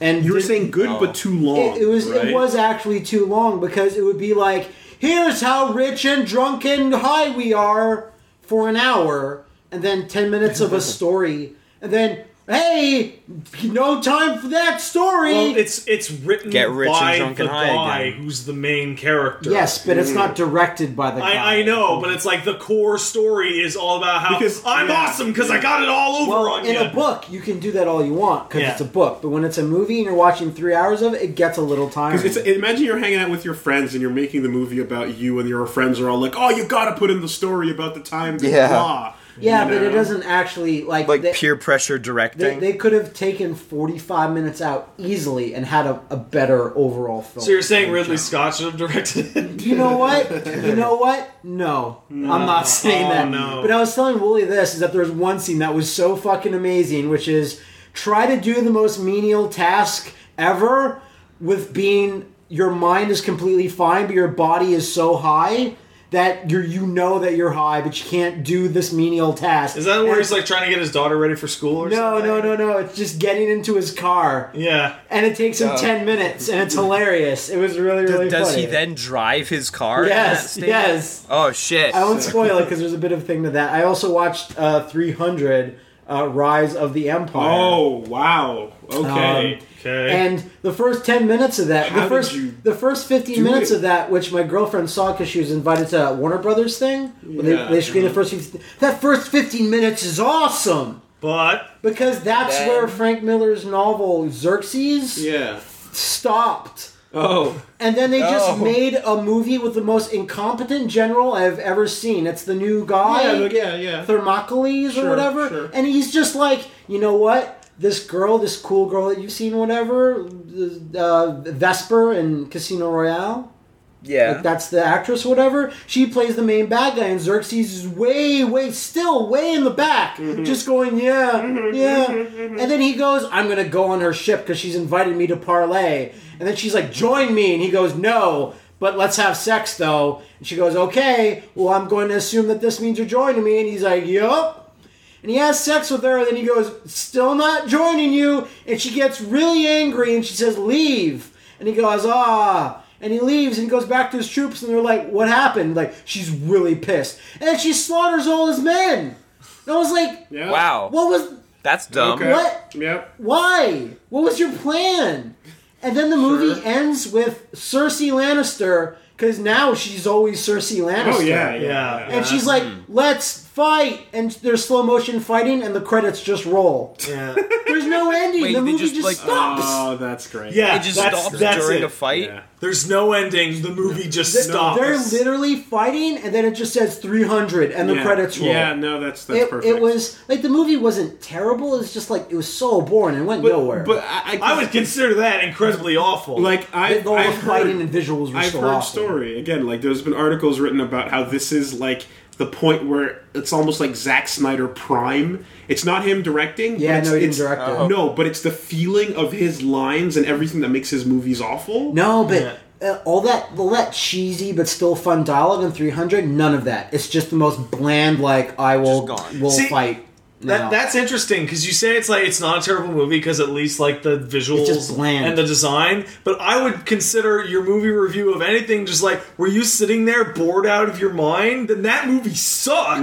[SPEAKER 2] And
[SPEAKER 1] you were
[SPEAKER 2] didn't-
[SPEAKER 1] saying good,
[SPEAKER 4] Oh.
[SPEAKER 1] but too long.
[SPEAKER 2] it, it was
[SPEAKER 1] right?
[SPEAKER 2] it was actually too long because it would be like, here's how rich and drunk and high we are for an hour, and then ten minutes of a story, and then hey, no time for that story.
[SPEAKER 3] Well, it's it's written
[SPEAKER 4] Get rich and
[SPEAKER 3] by
[SPEAKER 4] drunk
[SPEAKER 3] the
[SPEAKER 4] and high
[SPEAKER 3] guy
[SPEAKER 4] again.
[SPEAKER 3] who's the main character.
[SPEAKER 2] yes, but it's not directed by the guy.
[SPEAKER 3] Mm. I, I know, but it's like the core story is all about how
[SPEAKER 1] Because-
[SPEAKER 3] I'm
[SPEAKER 1] yeah.
[SPEAKER 3] awesome because I got it all over
[SPEAKER 2] Well,
[SPEAKER 3] on
[SPEAKER 2] in
[SPEAKER 3] you.
[SPEAKER 2] a book, you can do that all you want because
[SPEAKER 3] Yeah.
[SPEAKER 2] it's a book. But when it's a movie and you're watching three hours of it, it gets a little tiring.
[SPEAKER 1] 'Cause It's, imagine you're hanging out with your friends and you're making the movie about you, and your friends are all like, "Oh, you got to put in the story about the time." that
[SPEAKER 4] Yeah.
[SPEAKER 1] blah,"
[SPEAKER 2] yeah,
[SPEAKER 1] you
[SPEAKER 2] but
[SPEAKER 1] know?
[SPEAKER 2] it doesn't actually like
[SPEAKER 4] Like
[SPEAKER 2] they,
[SPEAKER 4] peer pressure
[SPEAKER 2] they,
[SPEAKER 4] directing.
[SPEAKER 2] they could have taken 45 minutes out easily and had a, a better overall film.
[SPEAKER 3] so you're saying Ridley Scott should have directed it?
[SPEAKER 2] You know what? You know what? No, I'm not saying
[SPEAKER 3] Oh,
[SPEAKER 2] that.
[SPEAKER 3] no.
[SPEAKER 2] But I was telling Wooly this is that there was one scene that was so fucking amazing, which is try to do the most menial task ever with being your mind is completely fine, but your body is so high that you you know that you're high, but you can't do this menial task.
[SPEAKER 3] Is that where
[SPEAKER 2] And-
[SPEAKER 3] he's like trying to get his daughter ready for school or
[SPEAKER 2] No,
[SPEAKER 3] something?
[SPEAKER 2] no, no, no. It's just getting into his car.
[SPEAKER 3] Yeah.
[SPEAKER 2] And it takes him
[SPEAKER 4] Yeah.
[SPEAKER 2] 10 minutes, and it's hilarious. It was really, really
[SPEAKER 4] Does
[SPEAKER 2] funny.
[SPEAKER 4] he then drive his car? in that
[SPEAKER 2] Yes,
[SPEAKER 4] state?
[SPEAKER 2] yes.
[SPEAKER 4] Oh shit!
[SPEAKER 2] I won't spoil it because there's a bit of thing to that. I also watched uh, 300 uh, Rise of the Empire.
[SPEAKER 1] Oh wow! Okay.
[SPEAKER 2] Um,
[SPEAKER 3] Okay.
[SPEAKER 2] And the first 10 minutes of that,
[SPEAKER 1] How
[SPEAKER 2] the
[SPEAKER 1] did
[SPEAKER 2] first
[SPEAKER 1] you
[SPEAKER 2] the first 15
[SPEAKER 1] do
[SPEAKER 2] minutes
[SPEAKER 1] it?
[SPEAKER 2] of that, which my girlfriend saw because she was invited to that Warner Brothers thing, where they,
[SPEAKER 1] Yeah.
[SPEAKER 2] they screened the first 15, that first 15 minutes is awesome
[SPEAKER 3] but
[SPEAKER 2] because that's
[SPEAKER 4] Then-
[SPEAKER 2] where Frank Miller's novel Xerxes
[SPEAKER 1] yeah.
[SPEAKER 2] stopped.
[SPEAKER 1] Oh.
[SPEAKER 2] And then they
[SPEAKER 4] Oh.
[SPEAKER 2] just made a movie with the most incompetent general I've ever seen. It's the new guy.
[SPEAKER 1] Yeah. look, Yeah. Yeah.
[SPEAKER 2] Thermocles or
[SPEAKER 1] Sure,
[SPEAKER 2] whatever.
[SPEAKER 1] sure.
[SPEAKER 2] And he's just like, you know what? This girl, this cool girl that you've seen, whatever, uh, Vesper in Casino Royale. Like,
[SPEAKER 4] yeah.
[SPEAKER 2] that's the actress, whatever. She plays the main bad guy, and Xerxes is way, way, still way in the back, just going, yeah, yeah. And then he goes, I'm gonna go on her ship because she's invited me to parlay. And then she's like, join me, and he goes, no. but let's have sex though. And she goes, okay, well, I'm going to assume that this means you're joining me. And he's like, yup. And he has sex with her, and then he goes, still not joining you. And she gets really angry and she says, leave. And he goes, ah. And he leaves and he goes back to his troops, and they're like, what happened? Like, she's really pissed. And then she slaughters all his men. And I was like,
[SPEAKER 1] Yeah.
[SPEAKER 4] Wow.
[SPEAKER 2] what was.
[SPEAKER 4] That's dumb.
[SPEAKER 1] Okay.
[SPEAKER 2] What?
[SPEAKER 1] Yep.
[SPEAKER 2] Why? What was your plan? And then the movie
[SPEAKER 1] Sure.
[SPEAKER 2] ends with Cersei Lannister because now she's always Cersei Lannister.
[SPEAKER 1] Oh yeah, yeah.
[SPEAKER 3] Yeah.
[SPEAKER 2] And she's like, "Let's fight!" And there's slow motion fighting, and the credits just roll.
[SPEAKER 3] Yeah.
[SPEAKER 2] There's no ending.
[SPEAKER 4] Wait,
[SPEAKER 2] the
[SPEAKER 4] they
[SPEAKER 2] movie just,
[SPEAKER 4] just, like-
[SPEAKER 2] stops.
[SPEAKER 1] Oh, that's great.
[SPEAKER 3] Yeah.
[SPEAKER 4] It just
[SPEAKER 3] That's-
[SPEAKER 4] stops
[SPEAKER 3] that's
[SPEAKER 4] during
[SPEAKER 3] it.
[SPEAKER 4] a fight.
[SPEAKER 1] Yeah.
[SPEAKER 3] There's no ending. The movie just stops.
[SPEAKER 2] They're literally fighting, and then it just says 300, and the
[SPEAKER 1] yeah.
[SPEAKER 2] credits roll.
[SPEAKER 1] Yeah, no, that's that's
[SPEAKER 2] it,
[SPEAKER 1] perfect.
[SPEAKER 2] it was like the movie wasn't terrible. It was just like it was so boring and went
[SPEAKER 1] but,
[SPEAKER 2] nowhere.
[SPEAKER 1] But I,
[SPEAKER 3] I would consider that incredibly awful.
[SPEAKER 1] like I,
[SPEAKER 2] the whole
[SPEAKER 1] I've
[SPEAKER 2] fighting
[SPEAKER 1] heard,
[SPEAKER 2] and visuals were
[SPEAKER 1] I've
[SPEAKER 2] so
[SPEAKER 1] heard
[SPEAKER 2] awful.
[SPEAKER 1] story again. Like there's been articles written about how this is like the point where it's almost like Zack Snyder prime. It's not him directing. but
[SPEAKER 2] Yeah,
[SPEAKER 1] it's,
[SPEAKER 2] no, he didn't
[SPEAKER 1] it's-
[SPEAKER 2] direct it.
[SPEAKER 1] No, but it's the feeling of his lines and everything that makes his movies awful.
[SPEAKER 2] No, but uh, all that all that cheesy but still fun dialogue in 300, none of that. It's just the most bland. Like I will,
[SPEAKER 4] Just gone.
[SPEAKER 2] will
[SPEAKER 3] See,
[SPEAKER 2] fight. now.
[SPEAKER 3] That, that's interesting because you say it's like it's not a terrible movie because at least like the visuals
[SPEAKER 2] just bland.
[SPEAKER 3] and the design. But I would consider your movie review of anything just like were you sitting there bored out of your mind? Then that movie sucks.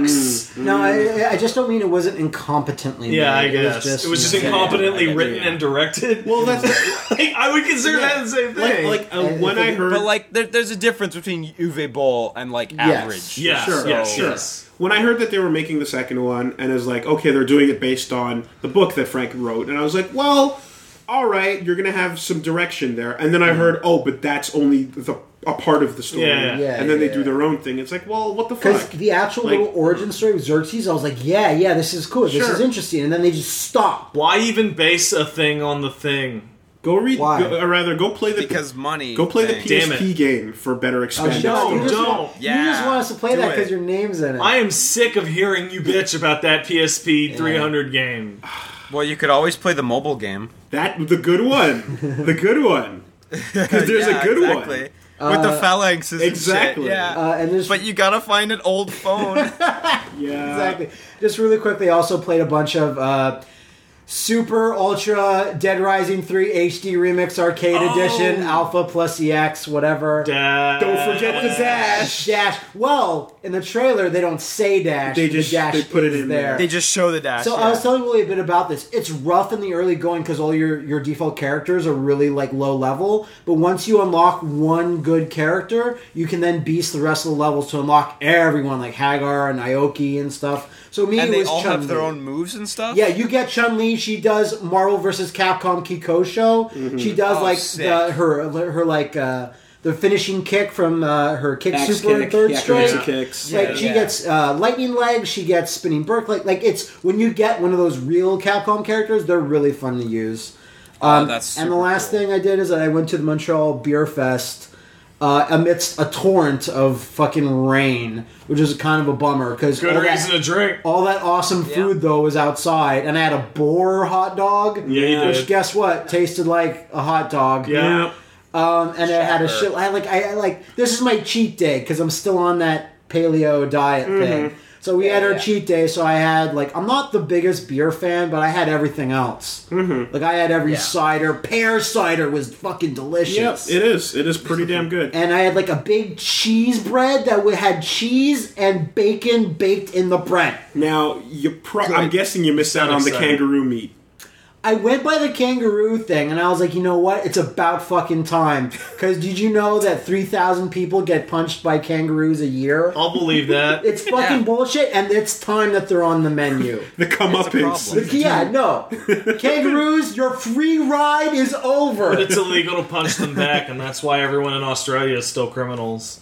[SPEAKER 1] Mm.
[SPEAKER 2] no. I, I just don't mean it wasn't incompetently.
[SPEAKER 3] Mm. Yeah, I
[SPEAKER 2] made.
[SPEAKER 3] guess it was just,
[SPEAKER 2] yeah.
[SPEAKER 3] incompetently
[SPEAKER 4] yeah, yeah.
[SPEAKER 3] written and directed.
[SPEAKER 1] Well, that's
[SPEAKER 3] Like, I would consider that the same
[SPEAKER 1] like,
[SPEAKER 3] thing.
[SPEAKER 1] like uh,
[SPEAKER 2] I- I
[SPEAKER 1] when
[SPEAKER 2] think
[SPEAKER 1] I
[SPEAKER 2] it-
[SPEAKER 1] heard
[SPEAKER 4] But like, there, there's a difference between Uwe Boll and like average.
[SPEAKER 3] yes,
[SPEAKER 1] Sure,
[SPEAKER 3] yes,
[SPEAKER 1] sure.
[SPEAKER 3] yes.
[SPEAKER 1] When I heard that they were making the second one, and it was like, okay, they're doing it based on the book that Frank wrote, and I was like, well, all right, you're gonna have some direction there. And then I
[SPEAKER 2] Mm-hmm.
[SPEAKER 1] heard, oh, but that's only the a part of the story.
[SPEAKER 3] Yeah.
[SPEAKER 2] Yeah,
[SPEAKER 1] and then they
[SPEAKER 2] yeah.
[SPEAKER 1] do their own thing. It's like, well, what the
[SPEAKER 2] Because
[SPEAKER 1] fuck?
[SPEAKER 2] the actual
[SPEAKER 1] Like-
[SPEAKER 2] little origin story of Xerxes, I was like, yeah, yeah, this is cool. This
[SPEAKER 1] Sure.
[SPEAKER 2] is interesting. And then they just stop.
[SPEAKER 3] Why even base a thing on the thing?
[SPEAKER 1] go read,
[SPEAKER 2] Why?
[SPEAKER 1] go, or rather, go play the
[SPEAKER 4] Because money.
[SPEAKER 1] go play the
[SPEAKER 4] thing.
[SPEAKER 3] Damn
[SPEAKER 1] PSP game for better expansion.
[SPEAKER 3] no,
[SPEAKER 2] You just
[SPEAKER 3] don't.
[SPEAKER 2] want-
[SPEAKER 4] Yeah.
[SPEAKER 2] You just want us to play
[SPEAKER 4] Do
[SPEAKER 2] that
[SPEAKER 4] it.
[SPEAKER 2] because your name's in it.
[SPEAKER 3] I am sick of hearing you bitch about that PSP 300 game.
[SPEAKER 4] Well, you could always play the mobile game.
[SPEAKER 1] That the good one, the good one. Because there's
[SPEAKER 4] Yeah,
[SPEAKER 1] a good
[SPEAKER 4] exactly.
[SPEAKER 1] one.
[SPEAKER 4] With the phalanxes. and shit,
[SPEAKER 1] exactly.
[SPEAKER 4] yeah.
[SPEAKER 2] uh, and there's
[SPEAKER 4] but you gotta find an old phone.
[SPEAKER 1] Yeah,
[SPEAKER 2] exactly. Just really quick, they also played a bunch of uh, Super Ultra Dead Rising 3 HD Remix Arcade
[SPEAKER 3] Oh.
[SPEAKER 2] Edition, Alpha plus EX, whatever.
[SPEAKER 3] Dad.
[SPEAKER 1] Don't forget the dash.
[SPEAKER 2] Dash. Well, in the trailer, they don't say dash.
[SPEAKER 1] They
[SPEAKER 2] the
[SPEAKER 1] just-
[SPEAKER 2] dash
[SPEAKER 1] they put it
[SPEAKER 2] is
[SPEAKER 1] in
[SPEAKER 2] there.
[SPEAKER 1] there.
[SPEAKER 4] they just show the dash.
[SPEAKER 2] So I was telling Willie a bit about this. It's rough in the early going because all your your default characters are really like low level. But once you unlock one good character, you can then beast the rest of the levels to unlock everyone like Hagar and Aoki and stuff. So me
[SPEAKER 4] and
[SPEAKER 2] it
[SPEAKER 4] they
[SPEAKER 2] was
[SPEAKER 4] all have their
[SPEAKER 2] Chun-Li.
[SPEAKER 4] own moves and stuff.
[SPEAKER 2] Yeah, you get Chun Li. She does Marvel versus Capcom Kikosho.
[SPEAKER 1] Mm-hmm.
[SPEAKER 2] She does
[SPEAKER 4] Oh,
[SPEAKER 2] like
[SPEAKER 4] sick.
[SPEAKER 2] the, her her like uh, the finishing kick from uh, her kick
[SPEAKER 1] Axe
[SPEAKER 2] super
[SPEAKER 1] kick,
[SPEAKER 2] and third
[SPEAKER 1] yeah,
[SPEAKER 2] strike.
[SPEAKER 1] crazy kicks,
[SPEAKER 2] Like
[SPEAKER 1] yeah.
[SPEAKER 2] she
[SPEAKER 4] Yeah.
[SPEAKER 2] gets uh, lightning legs. She gets spinning Burke. Like like it's when you get one of those real Capcom characters, they're really fun to use. Um,
[SPEAKER 4] Oh, that's
[SPEAKER 2] and the
[SPEAKER 4] super
[SPEAKER 2] last
[SPEAKER 4] cool.
[SPEAKER 2] thing I did is that I went to the Montreal Beer Fest uh, amidst a torrent of fucking rain, which is kind of a bummer because
[SPEAKER 3] Good reason to drink.
[SPEAKER 2] all that awesome food though was outside, and I had a boar hot dog.
[SPEAKER 3] Yeah, you
[SPEAKER 2] which
[SPEAKER 3] did.
[SPEAKER 2] guess what? Tasted like a hot dog.
[SPEAKER 3] Yeah.
[SPEAKER 2] Um, and I had a shit. I like. I, I like. This is my cheat day because I'm still on that paleo diet thing. So we had our cheat day. So I had like. I'm not the biggest beer fan, but I had everything else. Mm-hmm. Like I had every cider. Pear cider was fucking
[SPEAKER 1] Yep,
[SPEAKER 2] delicious.
[SPEAKER 1] it is. It is pretty damn good.
[SPEAKER 2] and I had like a big cheese bread that w- had cheese and bacon baked in the bread.
[SPEAKER 1] Now you pro- I'm guessing you missed out on the
[SPEAKER 3] excited.
[SPEAKER 1] kangaroo meat.
[SPEAKER 2] I went by the kangaroo thing and I was like, you know what? It's about fucking time. Because did you know that 3,000 people get punched by kangaroos a year?
[SPEAKER 3] I'll believe that.
[SPEAKER 2] It's fucking
[SPEAKER 4] Yeah.
[SPEAKER 2] bullshit and it's time that they're on the menu.
[SPEAKER 1] The comeuppance.
[SPEAKER 4] problem.
[SPEAKER 2] yeah, no. Kangaroos, your free ride is over.
[SPEAKER 3] it's illegal to punch them back, and that's why everyone in Australia is still criminals.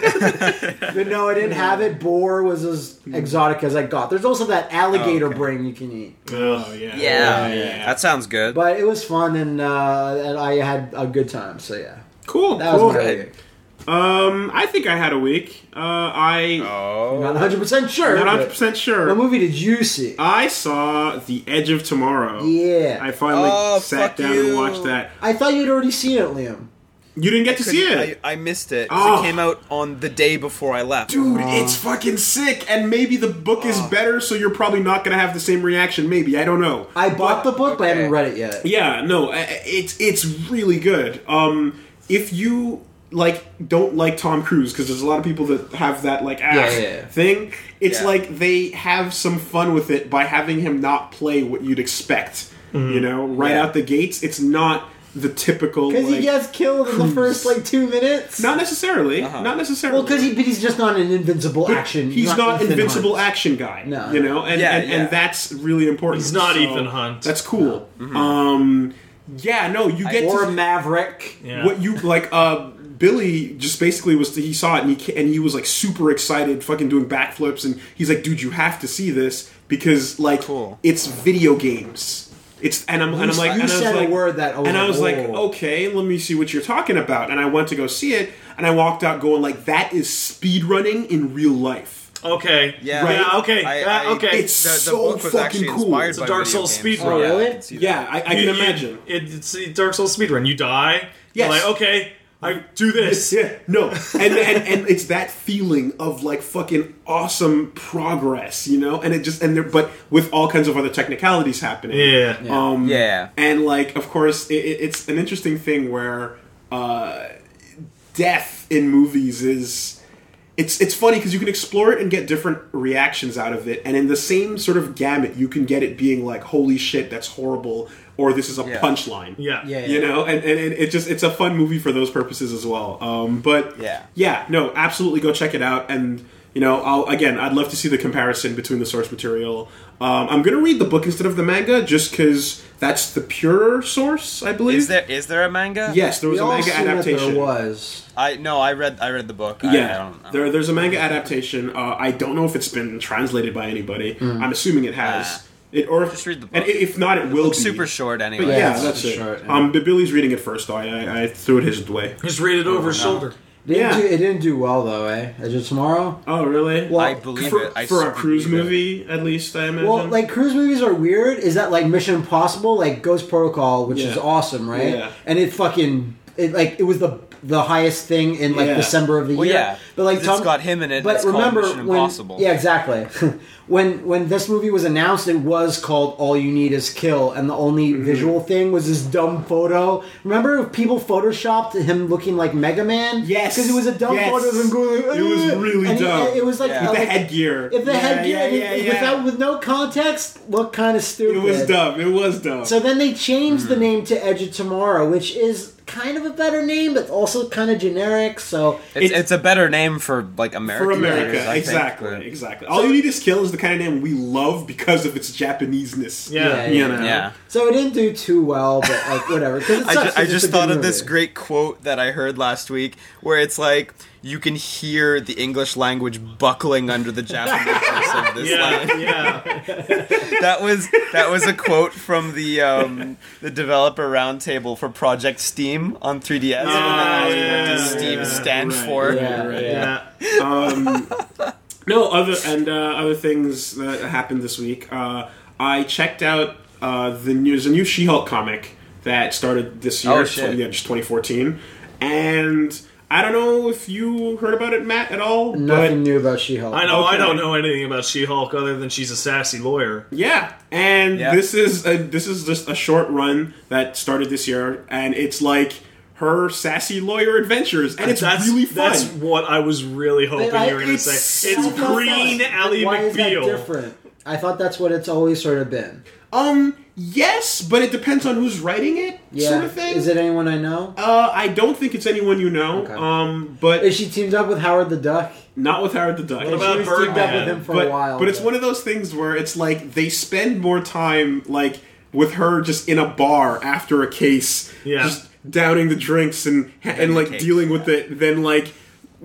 [SPEAKER 2] But no, I didn't have it. Boar was as
[SPEAKER 1] Hmm.
[SPEAKER 2] exotic as I got. There's also that alligator brain you can eat.
[SPEAKER 3] Oh yeah.
[SPEAKER 4] Yeah. That sounds good.
[SPEAKER 2] But it was fun and, uh, and I had a good time, so yeah.
[SPEAKER 1] Cool.
[SPEAKER 2] That was
[SPEAKER 1] cool.
[SPEAKER 2] my
[SPEAKER 4] Right.
[SPEAKER 2] week.
[SPEAKER 1] Um, I think I had a week. Uh, I
[SPEAKER 4] oh.
[SPEAKER 2] Not 100% sure.
[SPEAKER 1] not 100
[SPEAKER 2] but-
[SPEAKER 1] percent
[SPEAKER 2] What
[SPEAKER 1] sure.
[SPEAKER 2] movie did you see?
[SPEAKER 1] I saw The Edge of Tomorrow.
[SPEAKER 2] Yeah.
[SPEAKER 1] I finally
[SPEAKER 4] Oh,
[SPEAKER 1] sat
[SPEAKER 4] fuck
[SPEAKER 1] down and
[SPEAKER 4] you.
[SPEAKER 1] watched that.
[SPEAKER 2] I thought you'd already seen it, Liam.
[SPEAKER 1] You didn't get to see it.
[SPEAKER 4] I, I missed it. 'cause
[SPEAKER 1] Oh.
[SPEAKER 4] It came out on the day before I left.
[SPEAKER 1] Dude, it's fucking sick, and maybe the book is better, so you're probably not gonna have the same reaction. Maybe I don't know.
[SPEAKER 2] I bought the book, but I haven't
[SPEAKER 4] okay.
[SPEAKER 2] read it yet.
[SPEAKER 1] Yeah, no, I- I- it's it's really good. Um, if you like don't like Tom Cruise because there's a lot of people that have that like ass
[SPEAKER 2] yeah, yeah.
[SPEAKER 1] thing. It's
[SPEAKER 4] Yeah.
[SPEAKER 1] like they have some fun with it by having him not play what you'd expect.
[SPEAKER 2] Mm-hmm.
[SPEAKER 1] You know, right
[SPEAKER 4] Yeah.
[SPEAKER 1] out the gates, it's not the typical.
[SPEAKER 2] Because
[SPEAKER 1] like-
[SPEAKER 2] he gets killed in the first like two minutes.
[SPEAKER 1] not necessarily, not necessarily.
[SPEAKER 2] well, because he, but he's just not an invincible
[SPEAKER 1] But
[SPEAKER 2] action.
[SPEAKER 1] He's not,
[SPEAKER 2] Ethan
[SPEAKER 1] invincible
[SPEAKER 2] Hunt.
[SPEAKER 1] action guy.
[SPEAKER 2] No.
[SPEAKER 1] you know, and
[SPEAKER 4] Yeah,
[SPEAKER 1] and,
[SPEAKER 4] yeah.
[SPEAKER 1] and that's really important.
[SPEAKER 3] He's not
[SPEAKER 1] So,
[SPEAKER 3] Ethan Hunt.
[SPEAKER 1] That's cool. Um, yeah, no, you get
[SPEAKER 2] Mm-hmm. or
[SPEAKER 1] to,
[SPEAKER 2] Maverick.
[SPEAKER 3] Yeah.
[SPEAKER 1] what you like. Uh, Billy just basically was he saw it and he ca- and he was like super excited, fucking doing backflips, and he's like, dude, you have to see this because like
[SPEAKER 4] Cool.
[SPEAKER 1] it's video games. It's and I'm and I'm like and
[SPEAKER 2] you
[SPEAKER 1] I was
[SPEAKER 2] said a
[SPEAKER 1] like-
[SPEAKER 2] word that oh. I was
[SPEAKER 1] and I
[SPEAKER 2] like,
[SPEAKER 1] was like,
[SPEAKER 2] "Whoa."
[SPEAKER 1] okay, let me see what you're talking about. And I went to go see it, and I walked out going like, that is speed running in real life.
[SPEAKER 3] Okay.
[SPEAKER 4] Yeah.
[SPEAKER 1] Right.
[SPEAKER 3] Yeah, okay.
[SPEAKER 4] I-
[SPEAKER 3] yeah,
[SPEAKER 4] I-
[SPEAKER 3] okay.
[SPEAKER 1] It's so fucking cool. Uh, It's a
[SPEAKER 4] by
[SPEAKER 3] Dark
[SPEAKER 4] video
[SPEAKER 3] Souls
[SPEAKER 4] games,
[SPEAKER 3] speedrun.
[SPEAKER 4] so yeah,
[SPEAKER 2] Oh, really?
[SPEAKER 4] I can see that.
[SPEAKER 1] Yeah, I, I
[SPEAKER 3] You-
[SPEAKER 1] can
[SPEAKER 3] you-
[SPEAKER 1] imagine.
[SPEAKER 3] it- it's a Dark Souls speedrun. You die.
[SPEAKER 1] Yes.
[SPEAKER 3] You're like, okay, I do this.
[SPEAKER 1] Yeah, no, and, and and it's that feeling of like fucking awesome progress, you know, and it just and there, but with all kinds of other technicalities happening.
[SPEAKER 3] Yeah.
[SPEAKER 1] Um,
[SPEAKER 4] Yeah.
[SPEAKER 1] and like of course, it, it- it's an interesting thing where uh, death in movies is. It's, it's funny because you can explore it and get different reactions out of it, and in the same sort of gamut, you can get it being like, "Holy shit, that's horrible," or "This is a
[SPEAKER 4] Yeah.
[SPEAKER 1] punchline."
[SPEAKER 3] Yeah.
[SPEAKER 2] Yeah.
[SPEAKER 1] you know and, and, and it just it's a fun movie for those purposes as well um, but
[SPEAKER 4] Yeah.
[SPEAKER 1] yeah no absolutely go check it out and you know i'll again i'd love to see the comparison between the source material um, i'm gonna read the book instead of the manga just because that's the purer source i believe
[SPEAKER 4] Is there is there a manga?
[SPEAKER 1] yes there
[SPEAKER 2] We
[SPEAKER 1] was a
[SPEAKER 2] all
[SPEAKER 1] manga
[SPEAKER 2] assume that
[SPEAKER 1] adaptation
[SPEAKER 2] there was.
[SPEAKER 4] I no, I read I read the book. I,
[SPEAKER 1] yeah,
[SPEAKER 4] I don't know.
[SPEAKER 1] there, there's a manga adaptation. Uh, I don't know if it's been translated by anybody. I'm assuming it has.
[SPEAKER 4] Ah.
[SPEAKER 1] it or if,
[SPEAKER 4] Mm. Just read the book.
[SPEAKER 1] And i- if not, it, will
[SPEAKER 4] Looks
[SPEAKER 1] be
[SPEAKER 4] super short anyway.
[SPEAKER 1] But yeah,
[SPEAKER 2] it's
[SPEAKER 1] that's
[SPEAKER 2] just
[SPEAKER 1] it.
[SPEAKER 2] short, yeah.
[SPEAKER 1] Um, but Billy's reading it first. Though I, I, I threw it his way.
[SPEAKER 3] Just read it
[SPEAKER 4] Oh,
[SPEAKER 3] over his shoulder.
[SPEAKER 2] It didn't,
[SPEAKER 1] Yeah.
[SPEAKER 2] do, it didn't do well though, eh? Is it tomorrow?
[SPEAKER 1] Oh, really?
[SPEAKER 2] Well,
[SPEAKER 4] I believe
[SPEAKER 1] for,
[SPEAKER 4] it. I
[SPEAKER 1] for a
[SPEAKER 4] certainly
[SPEAKER 1] cruise
[SPEAKER 4] believe it.
[SPEAKER 1] movie, at least I imagine.
[SPEAKER 2] Well, like cruise movies are weird. Is that like Mission Impossible, like Ghost Protocol, which is
[SPEAKER 1] Yeah.
[SPEAKER 2] awesome, right?
[SPEAKER 1] Yeah.
[SPEAKER 2] And it fucking it like it was the the highest thing in like
[SPEAKER 1] Yeah.
[SPEAKER 2] December of the
[SPEAKER 4] Well,
[SPEAKER 2] year.
[SPEAKER 4] yeah,
[SPEAKER 2] but like
[SPEAKER 4] 'cause
[SPEAKER 2] Tom,
[SPEAKER 4] it's got him in it.
[SPEAKER 2] But
[SPEAKER 4] it's called
[SPEAKER 2] remember
[SPEAKER 4] Mission
[SPEAKER 2] when?
[SPEAKER 4] Impossible.
[SPEAKER 2] Yeah, exactly. when when this movie was announced, it was called "All You Need Is Kill," and the only
[SPEAKER 1] Mm-hmm.
[SPEAKER 2] visual thing was this dumb photo. Remember, people photoshopped him looking like Mega Man.
[SPEAKER 1] Yes.
[SPEAKER 2] because it was a dumb
[SPEAKER 1] Yes.
[SPEAKER 2] photo of him going.
[SPEAKER 1] It was
[SPEAKER 2] "Eh,"
[SPEAKER 1] really
[SPEAKER 2] and he-
[SPEAKER 1] dumb.
[SPEAKER 2] it was like
[SPEAKER 4] Yeah.
[SPEAKER 2] a,
[SPEAKER 1] with the
[SPEAKER 2] like-
[SPEAKER 1] headgear.
[SPEAKER 2] if the
[SPEAKER 1] Yeah,
[SPEAKER 2] headgear
[SPEAKER 1] yeah, yeah, yeah.
[SPEAKER 2] without with no context looked kind of stupid.
[SPEAKER 1] it was dumb. Mm-hmm. It was dumb.
[SPEAKER 2] So then they changed the name to Edge of Tomorrow, which is kind of a better name, but also kind of generic. So
[SPEAKER 4] It's,
[SPEAKER 1] It's-
[SPEAKER 4] it's a better name for like American.
[SPEAKER 1] for
[SPEAKER 4] writers,
[SPEAKER 1] America,
[SPEAKER 4] I think,
[SPEAKER 1] exactly,
[SPEAKER 4] but-
[SPEAKER 1] exactly. All you need is kill is the kind of name we love because of its Japaneseness.
[SPEAKER 3] Yeah.
[SPEAKER 1] you know.
[SPEAKER 4] Yeah.
[SPEAKER 2] So it didn't do too well, but like whatever. 'cause it
[SPEAKER 4] I
[SPEAKER 2] sucks,
[SPEAKER 4] just, I
[SPEAKER 2] 'cause it's
[SPEAKER 4] just
[SPEAKER 2] a
[SPEAKER 4] thought
[SPEAKER 2] good
[SPEAKER 4] of this
[SPEAKER 2] movie.
[SPEAKER 4] great quote that I heard last week where it's like, you can hear the English language buckling under the Japanese of this line.
[SPEAKER 3] Yeah. yeah.
[SPEAKER 4] That was that was a quote from the um, the developer roundtable for Project Steam on 3DS. and I was like, what does
[SPEAKER 3] Ah, yeah,
[SPEAKER 4] Steam
[SPEAKER 3] yeah,
[SPEAKER 4] stand
[SPEAKER 1] right,
[SPEAKER 4] for?
[SPEAKER 2] Yeah,
[SPEAKER 1] Right,
[SPEAKER 2] yeah.
[SPEAKER 3] Yeah.
[SPEAKER 1] No, other and uh, other things that happened this week. Uh, I checked out uh, the news, a new She-Hulk comic that started this year,
[SPEAKER 4] Oh, shit.
[SPEAKER 1] tw- yeah, just 2014, and I don't know if you heard about it, Matt, at all. but
[SPEAKER 2] Nothing new about She-Hulk.
[SPEAKER 3] I know.
[SPEAKER 1] Okay.
[SPEAKER 3] I don't know anything about She-Hulk other than she's a sassy lawyer.
[SPEAKER 1] Yeah, and
[SPEAKER 4] Yeah.
[SPEAKER 1] this is a, this is just a short run that started this year, and it's like her sassy lawyer adventures, and it's
[SPEAKER 3] that's
[SPEAKER 1] really fun.
[SPEAKER 3] That's what I was really hoping
[SPEAKER 2] I-
[SPEAKER 3] you were going to
[SPEAKER 1] it's
[SPEAKER 3] say.
[SPEAKER 1] so
[SPEAKER 3] uh, It's
[SPEAKER 1] fun.
[SPEAKER 3] Green Alley
[SPEAKER 2] Why is that
[SPEAKER 3] McBeal.
[SPEAKER 2] different? I thought that's what it's always sort of been.
[SPEAKER 1] um, yes, but it depends on who's writing it,
[SPEAKER 2] Yeah.
[SPEAKER 1] sort of thing.
[SPEAKER 2] Is it anyone I know?
[SPEAKER 1] Uh, I don't think it's anyone you know. Um, but
[SPEAKER 2] Is she teamed up with Howard the Duck?
[SPEAKER 1] not with Howard the Duck.
[SPEAKER 3] What
[SPEAKER 2] She
[SPEAKER 3] about
[SPEAKER 2] was teamed up with
[SPEAKER 3] Birdman?
[SPEAKER 2] him for
[SPEAKER 1] but,
[SPEAKER 2] a while.
[SPEAKER 1] But it's one of those things where it's like they spend more time like with her just in a bar after a case,
[SPEAKER 3] Yeah.
[SPEAKER 1] just downing the drinks and and like
[SPEAKER 4] case,
[SPEAKER 1] dealing with it. Then like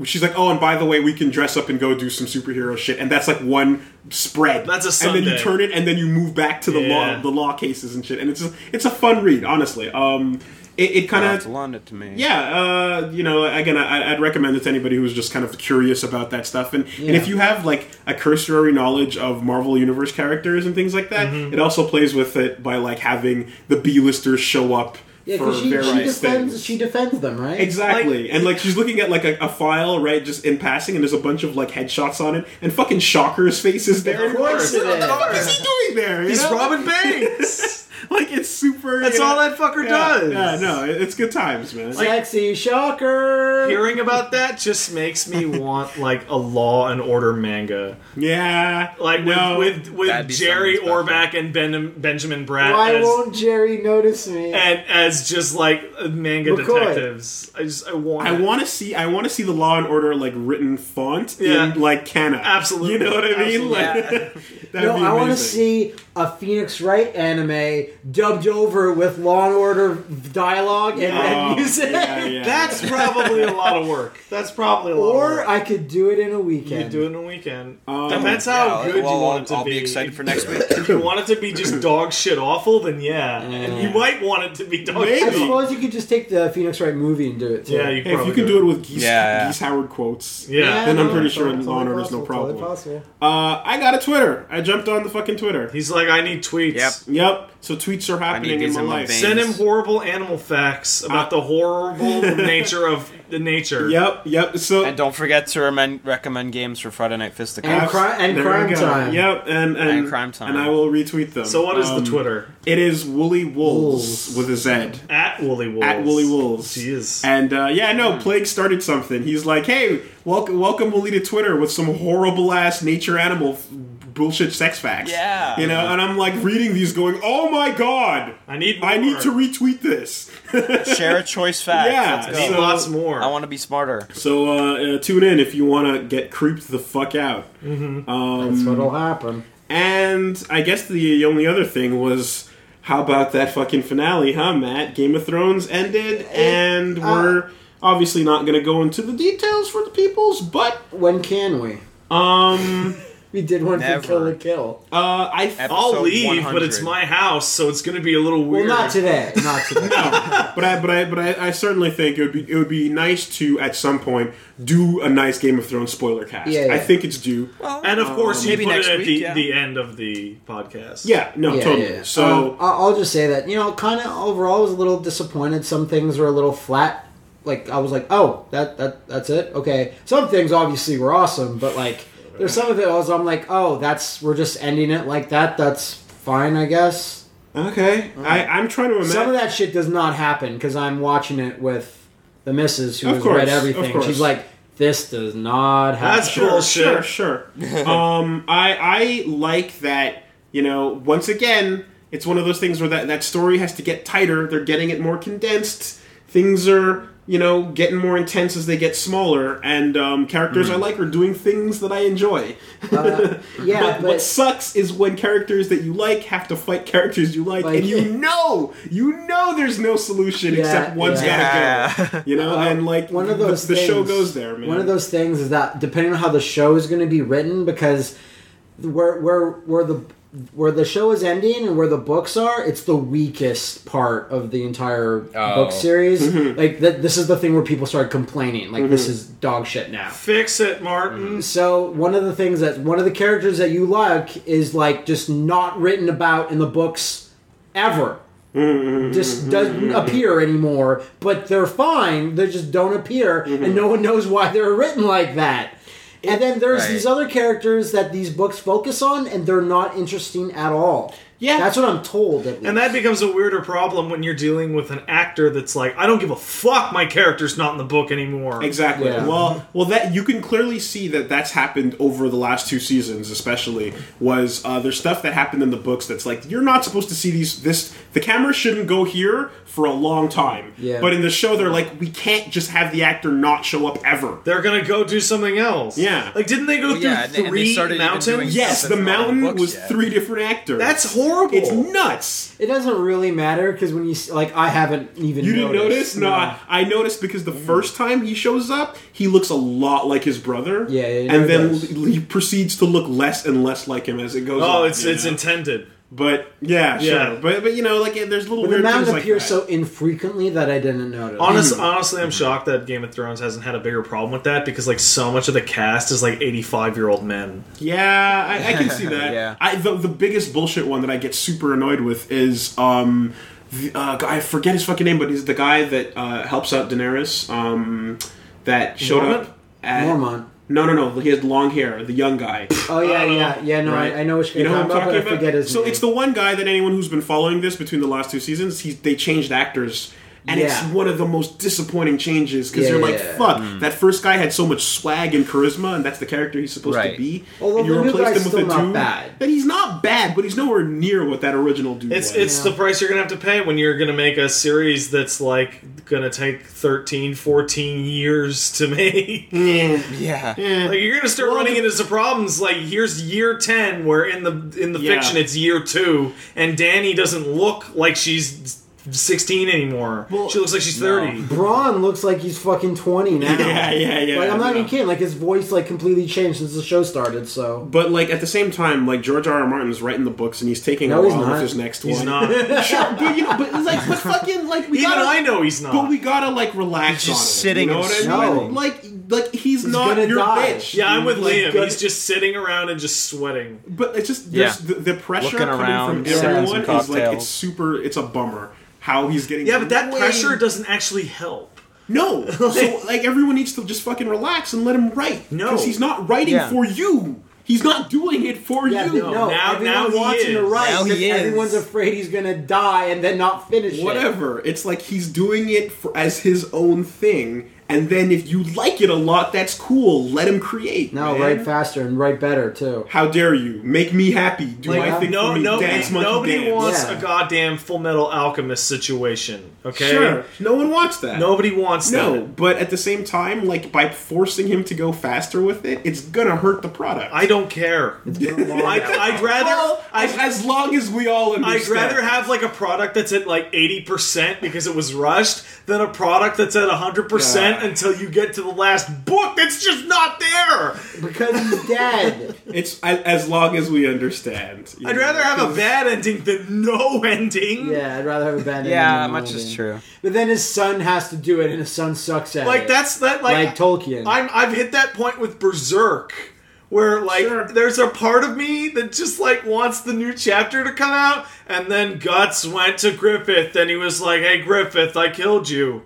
[SPEAKER 1] she's like, oh, and by the way, we can dress up and go do some superhero shit, and that's like one spread.
[SPEAKER 3] That's a
[SPEAKER 1] And then you
[SPEAKER 3] Sunday.
[SPEAKER 1] turn it, and then you move back to the law
[SPEAKER 3] Yeah.
[SPEAKER 1] the law cases and shit, and it's just, it's a fun read, honestly. Um, it, it kind
[SPEAKER 4] You'll have
[SPEAKER 1] of
[SPEAKER 4] to loan it to me.
[SPEAKER 1] yeah, uh, you know, again, I, I'd recommend it to anybody who's just kind of curious about that stuff. And, and if you have like a cursory knowledge of Marvel Universe
[SPEAKER 3] Mm-hmm.
[SPEAKER 1] characters and things like that, it also plays with it by like having the B listers show up
[SPEAKER 2] Yeah,
[SPEAKER 1] for
[SPEAKER 2] because she, she
[SPEAKER 1] various
[SPEAKER 2] defends
[SPEAKER 1] things.
[SPEAKER 2] she defends them, right?
[SPEAKER 1] Exactly, and like she's looking at like a, a file, right, just in passing, and there's a bunch of like headshots on it, and fucking Shocker's face is there.
[SPEAKER 2] Of course it
[SPEAKER 1] what the fuck
[SPEAKER 2] is.
[SPEAKER 1] is he doing there? you
[SPEAKER 3] He's
[SPEAKER 1] know?
[SPEAKER 3] Robin Banks.
[SPEAKER 1] Like it's super.
[SPEAKER 3] That's
[SPEAKER 1] yeah.
[SPEAKER 3] all that fucker
[SPEAKER 1] yeah,
[SPEAKER 3] does.
[SPEAKER 1] Yeah, no, it- it's good times, man.
[SPEAKER 2] Sexy shocker.
[SPEAKER 3] Hearing about that just makes me want like a Law and Order manga,
[SPEAKER 1] yeah,
[SPEAKER 3] like
[SPEAKER 1] no.
[SPEAKER 3] with with,
[SPEAKER 5] That'd
[SPEAKER 3] with
[SPEAKER 5] be
[SPEAKER 3] Jerry
[SPEAKER 5] something special.
[SPEAKER 3] Orbach and ben, Benjamin Bratt
[SPEAKER 2] Why
[SPEAKER 3] as,
[SPEAKER 2] won't Jerry notice me?
[SPEAKER 3] and as just like manga
[SPEAKER 2] McCoy.
[SPEAKER 3] detectives. I just I want.
[SPEAKER 1] I
[SPEAKER 3] it.
[SPEAKER 1] want to see. I want to see the Law and Order like written font
[SPEAKER 3] Yeah.
[SPEAKER 1] in like Canna.
[SPEAKER 3] Absolutely.
[SPEAKER 1] you know what I mean.
[SPEAKER 3] Absolutely.
[SPEAKER 1] Like, that'd
[SPEAKER 2] no,
[SPEAKER 1] be
[SPEAKER 2] I want to
[SPEAKER 1] amazing.
[SPEAKER 2] see a Phoenix Wright anime dubbed over with Law and Order dialogue and
[SPEAKER 1] Oh,
[SPEAKER 2] red music.
[SPEAKER 1] yeah, yeah.
[SPEAKER 3] That's probably a lot of work. That's probably a lot. of
[SPEAKER 2] Or
[SPEAKER 3] work.
[SPEAKER 2] I could do it in a
[SPEAKER 3] you
[SPEAKER 2] weekend.
[SPEAKER 3] could do it in a weekend.
[SPEAKER 1] Um,
[SPEAKER 3] and that's how
[SPEAKER 4] Yeah,
[SPEAKER 3] good
[SPEAKER 4] well,
[SPEAKER 3] you want it to
[SPEAKER 4] I'll, I'll be excited for next week.
[SPEAKER 3] If you want it to be just dog shit awful, then yeah, and you might want it to be dog
[SPEAKER 1] Maybe.
[SPEAKER 2] I
[SPEAKER 3] shit. awful.
[SPEAKER 2] suppose you could just take the Phoenix Wright movie and do it too.
[SPEAKER 3] Yeah, you
[SPEAKER 1] Hey, if
[SPEAKER 3] probably
[SPEAKER 1] you can do it with Geese,
[SPEAKER 4] Yeah, yeah.
[SPEAKER 1] Geese Howard quotes,
[SPEAKER 3] Yeah.
[SPEAKER 1] then I'm
[SPEAKER 2] no,
[SPEAKER 1] pretty
[SPEAKER 2] it's
[SPEAKER 1] sure
[SPEAKER 2] all- it's
[SPEAKER 1] Law and
[SPEAKER 2] all
[SPEAKER 1] Order is no
[SPEAKER 2] possible, it's all
[SPEAKER 1] problem.
[SPEAKER 2] possible.
[SPEAKER 1] Uh, I got a Twitter. I jumped on the fucking Twitter.
[SPEAKER 3] He's like, I need tweets.
[SPEAKER 4] Yep.
[SPEAKER 1] Yep. So tweets are happening in
[SPEAKER 4] these
[SPEAKER 1] my
[SPEAKER 4] in my
[SPEAKER 1] life.
[SPEAKER 4] veins.
[SPEAKER 3] Send him horrible animal facts about the horrible nature of the nature.
[SPEAKER 1] Yep. Yep. So
[SPEAKER 4] And don't forget to remen- recommend games for Friday Night Fistic.
[SPEAKER 2] And cri- and
[SPEAKER 1] There we
[SPEAKER 2] crime
[SPEAKER 1] go.
[SPEAKER 2] time.
[SPEAKER 1] Yep. And, and
[SPEAKER 4] And crime time.
[SPEAKER 1] And I will retweet them.
[SPEAKER 3] So what is
[SPEAKER 1] Um,
[SPEAKER 3] the Twitter?
[SPEAKER 1] It is Woolly Wolves
[SPEAKER 2] Wolves.
[SPEAKER 1] with a Z.
[SPEAKER 3] At Wooly Wolves.
[SPEAKER 1] At Woolly Wolves.
[SPEAKER 3] Jeez.
[SPEAKER 1] And uh, yeah,
[SPEAKER 4] Hmm.
[SPEAKER 1] no, Plague started something. He's like, hey, welcome, welcome Wooly to Twitter with some horrible ass nature animal f- bullshit sex facts.
[SPEAKER 4] Yeah.
[SPEAKER 1] You know, and I'm like reading these going, oh my god,
[SPEAKER 3] I need. More.
[SPEAKER 1] I need to retweet this.
[SPEAKER 4] Share a choice fact.
[SPEAKER 1] Yeah,
[SPEAKER 4] Let's
[SPEAKER 3] I
[SPEAKER 4] go.
[SPEAKER 3] need
[SPEAKER 1] So-
[SPEAKER 3] lots more.
[SPEAKER 4] I want to be smarter.
[SPEAKER 1] So uh, uh, tune in if you want to get creeped the fuck out. Um,
[SPEAKER 2] That's what'll happen.
[SPEAKER 1] And I guess the only other thing was how about that fucking finale, huh, Matt? Game of Thrones ended,
[SPEAKER 4] uh,
[SPEAKER 1] and we're obviously not going to go into the details for the peoples, but
[SPEAKER 2] When can we?
[SPEAKER 1] um,
[SPEAKER 2] We did one
[SPEAKER 4] Never.
[SPEAKER 2] for Kill a Kill.
[SPEAKER 1] uh, I th-
[SPEAKER 4] Episode
[SPEAKER 3] I'll leave, but
[SPEAKER 4] 100.
[SPEAKER 3] it's my house, so it's going to be a little
[SPEAKER 2] Well,
[SPEAKER 3] weird.
[SPEAKER 2] not today. Not today.
[SPEAKER 1] but I but I but I, I certainly think it would be it would be nice to at some point do a nice Game of Thrones spoiler cast.
[SPEAKER 2] Yeah, yeah.
[SPEAKER 1] I think it's due.
[SPEAKER 3] And of course, you
[SPEAKER 4] Um, maybe
[SPEAKER 3] put it
[SPEAKER 4] next
[SPEAKER 3] at
[SPEAKER 4] week,
[SPEAKER 3] the,
[SPEAKER 4] yeah.
[SPEAKER 3] the end of the podcast.
[SPEAKER 1] Yeah, no,
[SPEAKER 2] Yeah,
[SPEAKER 1] totally.
[SPEAKER 2] yeah, yeah.
[SPEAKER 1] So
[SPEAKER 2] Um, I- I'll just say that you know, kind of overall, I was a little disappointed. Some things were a little flat. Like I was like, oh, that that that's it. Okay. Some things obviously were awesome, but like there's some of it I was I'm like, oh, that's we're just ending it like that. That's fine, I guess.
[SPEAKER 1] okay, I, I'm trying to imagine.
[SPEAKER 2] Um, uh-huh. Some of that shit does not happen because I'm watching it with the missus who
[SPEAKER 1] Of
[SPEAKER 2] has
[SPEAKER 1] course,
[SPEAKER 2] read
[SPEAKER 1] of
[SPEAKER 2] everything.
[SPEAKER 1] course.
[SPEAKER 2] She's like, this does not happen.
[SPEAKER 3] That's
[SPEAKER 1] sure,
[SPEAKER 3] bullshit.
[SPEAKER 1] Sure, sure. um, I I like that. You know, once again, it's one of those things where that that story has to get tighter. They're getting it more condensed. Things are you know getting more intense as they get smaller, and um, characters
[SPEAKER 2] Hmm.
[SPEAKER 1] I like are doing things that I enjoy.
[SPEAKER 2] yeah,
[SPEAKER 1] But, what
[SPEAKER 2] but
[SPEAKER 1] sucks is when characters that you like have to fight characters you like,
[SPEAKER 2] Like-
[SPEAKER 1] and you know, you know, there's no solution
[SPEAKER 2] Yeah,
[SPEAKER 1] except one's
[SPEAKER 4] yeah.
[SPEAKER 1] gotta go. You know, and like
[SPEAKER 2] one of
[SPEAKER 1] the-
[SPEAKER 2] those
[SPEAKER 1] the,
[SPEAKER 2] things,
[SPEAKER 1] show goes there, man.
[SPEAKER 2] One of those things is that depending on how the show is going to be written, because where where where the where the show is ending and where the books are, it's the weakest part of the entire book series.
[SPEAKER 1] Mm-hmm.
[SPEAKER 2] Like th- this is the thing where people start complaining, like this is dog shit now.
[SPEAKER 3] Fix it, Martin.
[SPEAKER 1] Mm-hmm.
[SPEAKER 2] So one of the things that one of the characters that you like is like just not written about in the books ever.
[SPEAKER 1] Mm-hmm.
[SPEAKER 2] Just doesn't appear anymore, but they're fine. They just don't appear,
[SPEAKER 1] Mm-hmm.
[SPEAKER 2] and no one knows why they're written like that. And then there's
[SPEAKER 5] Right.
[SPEAKER 2] these other characters that these books focus on, and they're not interesting at all.
[SPEAKER 1] Yeah.
[SPEAKER 2] that's what I'm told. At least.
[SPEAKER 3] And that becomes a weirder problem when you're dealing with an actor that's like, I don't give a fuck, my character's not in the book anymore.
[SPEAKER 1] Exactly.
[SPEAKER 2] Yeah.
[SPEAKER 1] Well, well, that you can clearly see that that's happened over the last two seasons, especially. Was uh, there's stuff that happened in the books that's like you're not supposed to see these. This the camera shouldn't go here for a long time.
[SPEAKER 2] Yeah.
[SPEAKER 1] But in the show, they're like, we can't just have the actor not show up ever.
[SPEAKER 3] They're gonna go do something else.
[SPEAKER 1] Yeah.
[SPEAKER 3] Like, didn't they go through
[SPEAKER 5] yeah, and they- and they
[SPEAKER 3] three
[SPEAKER 5] started even
[SPEAKER 3] mountains?
[SPEAKER 5] doing-
[SPEAKER 1] Yes,
[SPEAKER 5] That's not
[SPEAKER 1] the
[SPEAKER 5] in the
[SPEAKER 1] mountain
[SPEAKER 5] books
[SPEAKER 1] was
[SPEAKER 5] yet.
[SPEAKER 1] three different actors.
[SPEAKER 3] That's horrible.
[SPEAKER 1] it's nuts.
[SPEAKER 2] it doesn't really matter because when you s- like, I haven't even
[SPEAKER 1] You didn't
[SPEAKER 2] noticed.
[SPEAKER 1] notice? No, I, I noticed because the first time he shows up, he looks a lot like his brother.
[SPEAKER 2] Yeah, yeah,
[SPEAKER 1] and then
[SPEAKER 2] he does.
[SPEAKER 1] l- he proceeds to look less and less like him as it goes.
[SPEAKER 3] Oh,
[SPEAKER 1] on,
[SPEAKER 3] it's
[SPEAKER 1] you
[SPEAKER 3] it's
[SPEAKER 1] know?
[SPEAKER 3] intended.
[SPEAKER 1] But yeah,
[SPEAKER 3] Yeah.
[SPEAKER 1] sure. But but you know, like there's little
[SPEAKER 2] But the
[SPEAKER 1] weird
[SPEAKER 2] mountain
[SPEAKER 1] things like
[SPEAKER 2] appears
[SPEAKER 1] that.
[SPEAKER 2] so infrequently that I didn't notice.
[SPEAKER 3] Honest,
[SPEAKER 1] Mm-hmm.
[SPEAKER 3] Honestly, I'm shocked that Game of Thrones hasn't had a bigger problem with that because like so much of the cast is like 85 year old men.
[SPEAKER 1] yeah, I, I can see that.
[SPEAKER 4] Yeah.
[SPEAKER 1] I, the the biggest bullshit one that I get super annoyed with is um the, uh, I forget his fucking name, but he's the guy that uh, helps out Daenerys. Um, that showed
[SPEAKER 3] Mormont?
[SPEAKER 1] up. At,
[SPEAKER 2] Mormon.
[SPEAKER 1] No, no, no. He had long hair. The young guy.
[SPEAKER 2] Oh yeah, yeah, yeah. No,
[SPEAKER 1] Right.
[SPEAKER 2] I, I know which
[SPEAKER 1] You know who I'm
[SPEAKER 2] I'm
[SPEAKER 1] talking
[SPEAKER 2] I
[SPEAKER 1] about?
[SPEAKER 2] forget his
[SPEAKER 1] so
[SPEAKER 2] name.
[SPEAKER 1] it's the one guy that anyone who's been following this between the last two seasons, he, they changed actors. And it's
[SPEAKER 2] Yeah.
[SPEAKER 1] one of the most disappointing changes because
[SPEAKER 2] Yeah,
[SPEAKER 1] you're
[SPEAKER 2] yeah,
[SPEAKER 1] like,
[SPEAKER 2] yeah.
[SPEAKER 1] fuck, that first guy had so much swag and charisma, and that's the character he's supposed to
[SPEAKER 5] Right.
[SPEAKER 1] be.
[SPEAKER 2] Although
[SPEAKER 1] and you
[SPEAKER 2] the new
[SPEAKER 1] replaced
[SPEAKER 2] guy's
[SPEAKER 1] him with
[SPEAKER 2] still
[SPEAKER 1] a
[SPEAKER 2] not
[SPEAKER 1] dude
[SPEAKER 2] bad.
[SPEAKER 1] that he's not bad, but he's nowhere near what that original dude
[SPEAKER 3] It's
[SPEAKER 1] was.
[SPEAKER 3] it's the price you're going to have to pay when you're going to make a series that's like going to take 13, 14 years to make.
[SPEAKER 1] Yeah.
[SPEAKER 4] Yeah.
[SPEAKER 3] Like you're going to start
[SPEAKER 1] Well,
[SPEAKER 3] running
[SPEAKER 1] the-
[SPEAKER 3] into some problems like here's year 10 where in the in the
[SPEAKER 1] Yeah.
[SPEAKER 3] fiction it's year 2 and Danny doesn't look like she's 16 anymore.
[SPEAKER 1] Well,
[SPEAKER 3] she looks like she's 30.
[SPEAKER 2] Braun looks like he's fucking twenty now.
[SPEAKER 1] Yeah, yeah, yeah,
[SPEAKER 2] Like I'm not
[SPEAKER 1] yeah.
[SPEAKER 2] even kidding. Like his voice like completely changed since the show started. So
[SPEAKER 1] But like at the same time, like George R. R. Martin's writing the books and he's taking
[SPEAKER 2] No,
[SPEAKER 1] a
[SPEAKER 2] he's
[SPEAKER 1] while with
[SPEAKER 2] not.
[SPEAKER 1] his next
[SPEAKER 3] He's
[SPEAKER 1] one.
[SPEAKER 3] not. Even
[SPEAKER 1] sure, but you know, but like, but fucking like we gotta,
[SPEAKER 3] I know he's not.
[SPEAKER 1] But we gotta like relax.
[SPEAKER 4] He's
[SPEAKER 1] on
[SPEAKER 4] just
[SPEAKER 1] it,
[SPEAKER 4] sitting
[SPEAKER 1] You know
[SPEAKER 4] and
[SPEAKER 1] what I mean?
[SPEAKER 2] sweating.
[SPEAKER 1] Like, like he's, not
[SPEAKER 2] gonna
[SPEAKER 1] your
[SPEAKER 2] die.
[SPEAKER 1] bitch.
[SPEAKER 3] yeah, I'm with
[SPEAKER 1] Like,
[SPEAKER 3] Liam.
[SPEAKER 1] gonna-
[SPEAKER 3] He's just sitting around and just sweating.
[SPEAKER 1] But it's just
[SPEAKER 4] Yeah.
[SPEAKER 1] there's the, the pressure
[SPEAKER 4] Looking
[SPEAKER 1] coming
[SPEAKER 4] around,
[SPEAKER 1] from
[SPEAKER 4] sipping some
[SPEAKER 1] everyone is like it's
[SPEAKER 4] cocktails.
[SPEAKER 1] super. It's a bummer how he's getting.
[SPEAKER 3] Yeah, but that
[SPEAKER 1] way-
[SPEAKER 3] pressure doesn't actually help.
[SPEAKER 1] No, so like everyone needs to just fucking relax and let him write.
[SPEAKER 3] No.
[SPEAKER 1] because he's not writing
[SPEAKER 4] Yeah. Oh,
[SPEAKER 1] for you. He's not doing it for
[SPEAKER 2] yeah,
[SPEAKER 1] you.
[SPEAKER 2] no.
[SPEAKER 3] now-
[SPEAKER 2] everyone
[SPEAKER 3] now he
[SPEAKER 2] wants him to
[SPEAKER 3] is.
[SPEAKER 2] write.
[SPEAKER 4] Now he
[SPEAKER 2] because
[SPEAKER 4] is.
[SPEAKER 2] Everyone's afraid he's gonna die and then not finish it.
[SPEAKER 1] whatever. It's like he's doing it for, as his own thing, and then if you like it a lot, that's cool. Let him create.
[SPEAKER 2] No,
[SPEAKER 1] man.
[SPEAKER 2] write faster and write better too.
[SPEAKER 1] How dare you make me happy? Do
[SPEAKER 3] Like,
[SPEAKER 1] I think
[SPEAKER 3] no,
[SPEAKER 1] for me,
[SPEAKER 3] nobody,
[SPEAKER 1] dance monkey
[SPEAKER 3] nobody
[SPEAKER 1] dance.
[SPEAKER 3] wants
[SPEAKER 2] Yeah.
[SPEAKER 3] a goddamn Full Metal Alchemist situation. Okay,
[SPEAKER 1] Sure, no one wants that.
[SPEAKER 3] nobody wants
[SPEAKER 1] No,
[SPEAKER 3] that.
[SPEAKER 1] but at the same time, like by forcing him to go faster with it, it's gonna hurt the product.
[SPEAKER 3] I don't care. I, I'd rather
[SPEAKER 1] Well, as,
[SPEAKER 3] I'd,
[SPEAKER 1] as long as we all understand.
[SPEAKER 3] I'd rather have like a product that's at like eighty percent because it was rushed than a product that's at hundred percent
[SPEAKER 1] Yeah.
[SPEAKER 3] until you get to the last book. That's just not there.
[SPEAKER 2] Because he's dead.
[SPEAKER 1] it's I, as long as we understand. you
[SPEAKER 3] I'd
[SPEAKER 1] know,
[SPEAKER 3] rather have a
[SPEAKER 1] 'cause-
[SPEAKER 3] bad ending than no ending.
[SPEAKER 2] yeah, I'd rather have a bad.
[SPEAKER 4] Yeah,
[SPEAKER 2] ending than a
[SPEAKER 4] much
[SPEAKER 2] normal
[SPEAKER 4] is
[SPEAKER 2] ending.
[SPEAKER 4] true.
[SPEAKER 2] But then his son has to do it, and his son sucks at it.
[SPEAKER 3] Like that's that like,
[SPEAKER 2] Like Tolkien.
[SPEAKER 3] I'm I've hit that point with Berserk where like
[SPEAKER 1] Sure.
[SPEAKER 3] there's a part of me that just like wants the new chapter to come out and then Guts went to Griffith and he was like, "Hey Griffith, I killed you."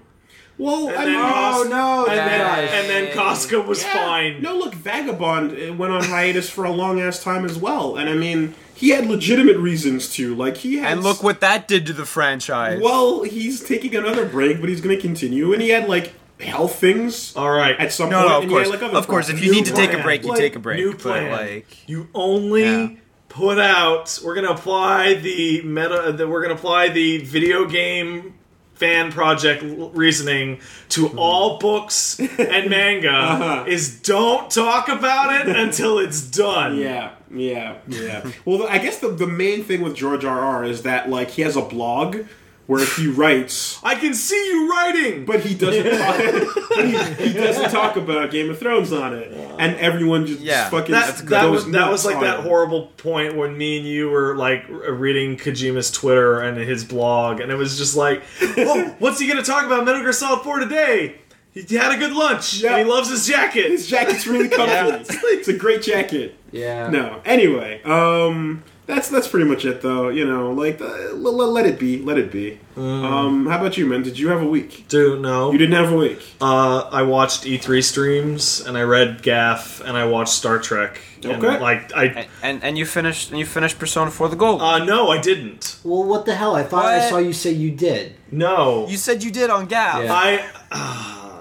[SPEAKER 1] Well, I
[SPEAKER 3] then
[SPEAKER 1] mean,
[SPEAKER 3] Ross-
[SPEAKER 2] Oh no!
[SPEAKER 3] And then,
[SPEAKER 2] guys.
[SPEAKER 3] and then Costco was
[SPEAKER 1] Yeah.
[SPEAKER 3] fine.
[SPEAKER 1] No, look, Vagabond uh, went on hiatus for a long ass time as well, and I mean, he had legitimate reasons to. Like he had.
[SPEAKER 4] And look what that did to the franchise.
[SPEAKER 1] Well, he's taking another break, but he's going to continue, and he had like health things. uh,
[SPEAKER 3] All right.
[SPEAKER 1] At some
[SPEAKER 4] No,
[SPEAKER 1] point,
[SPEAKER 4] no, of
[SPEAKER 1] and he had,
[SPEAKER 4] course,
[SPEAKER 1] like, other
[SPEAKER 4] of course. If
[SPEAKER 1] problems.
[SPEAKER 4] you
[SPEAKER 3] New
[SPEAKER 4] need to take a
[SPEAKER 3] plan.
[SPEAKER 4] break, you
[SPEAKER 1] Like,
[SPEAKER 4] take a break.
[SPEAKER 3] New
[SPEAKER 4] but,
[SPEAKER 3] plan.
[SPEAKER 4] like,
[SPEAKER 3] you only
[SPEAKER 4] Yeah.
[SPEAKER 3] put out. We're gonna apply the meta. That we're gonna apply the video game fan project l- reasoning to
[SPEAKER 4] Hmm.
[SPEAKER 3] all books and manga.
[SPEAKER 4] Uh-huh.
[SPEAKER 3] Is don't talk about it until it's done.
[SPEAKER 1] Yeah, yeah, yeah. well, I guess the the main thing with George R. R. is that like he has a blog where he writes.
[SPEAKER 3] I can see you writing.
[SPEAKER 1] But he doesn't. Talk, but he, he doesn't talk about Game of Thrones on it, and everyone just
[SPEAKER 4] Yeah,
[SPEAKER 1] fucking
[SPEAKER 3] that,
[SPEAKER 1] goes
[SPEAKER 3] that was that
[SPEAKER 1] nuts
[SPEAKER 3] was like
[SPEAKER 1] on
[SPEAKER 3] that
[SPEAKER 1] it.
[SPEAKER 3] horrible point when me and you were like r- reading Kojima's Twitter and his blog, and it was just like, "Whoa, what's he gonna talk about Metal Gear Solid 4 today? He had a good lunch.
[SPEAKER 1] Yeah.
[SPEAKER 3] And he loves his jacket.
[SPEAKER 1] His jacket's really comfy.
[SPEAKER 4] Yeah.
[SPEAKER 1] It's a great jacket.
[SPEAKER 2] yeah.
[SPEAKER 1] No. Anyway, um, that's that's pretty much it, though. You know, like uh, l- l- let it be, let it be. Um, how about you, man? Did you have a week?
[SPEAKER 3] Dude, no.
[SPEAKER 1] You didn't have a week.
[SPEAKER 3] Uh, I watched E3 streams and I read Gaff and I watched Star Trek. And,
[SPEAKER 1] Okay.
[SPEAKER 3] like I,
[SPEAKER 4] and and you finished and you finished Persona 4 the Gold.
[SPEAKER 3] uh, no, I didn't.
[SPEAKER 2] Well, what the hell? I thought I
[SPEAKER 4] What?
[SPEAKER 2] saw you say you did.
[SPEAKER 3] No,
[SPEAKER 4] you said you did on Gav.
[SPEAKER 2] Yeah.
[SPEAKER 3] I, uh,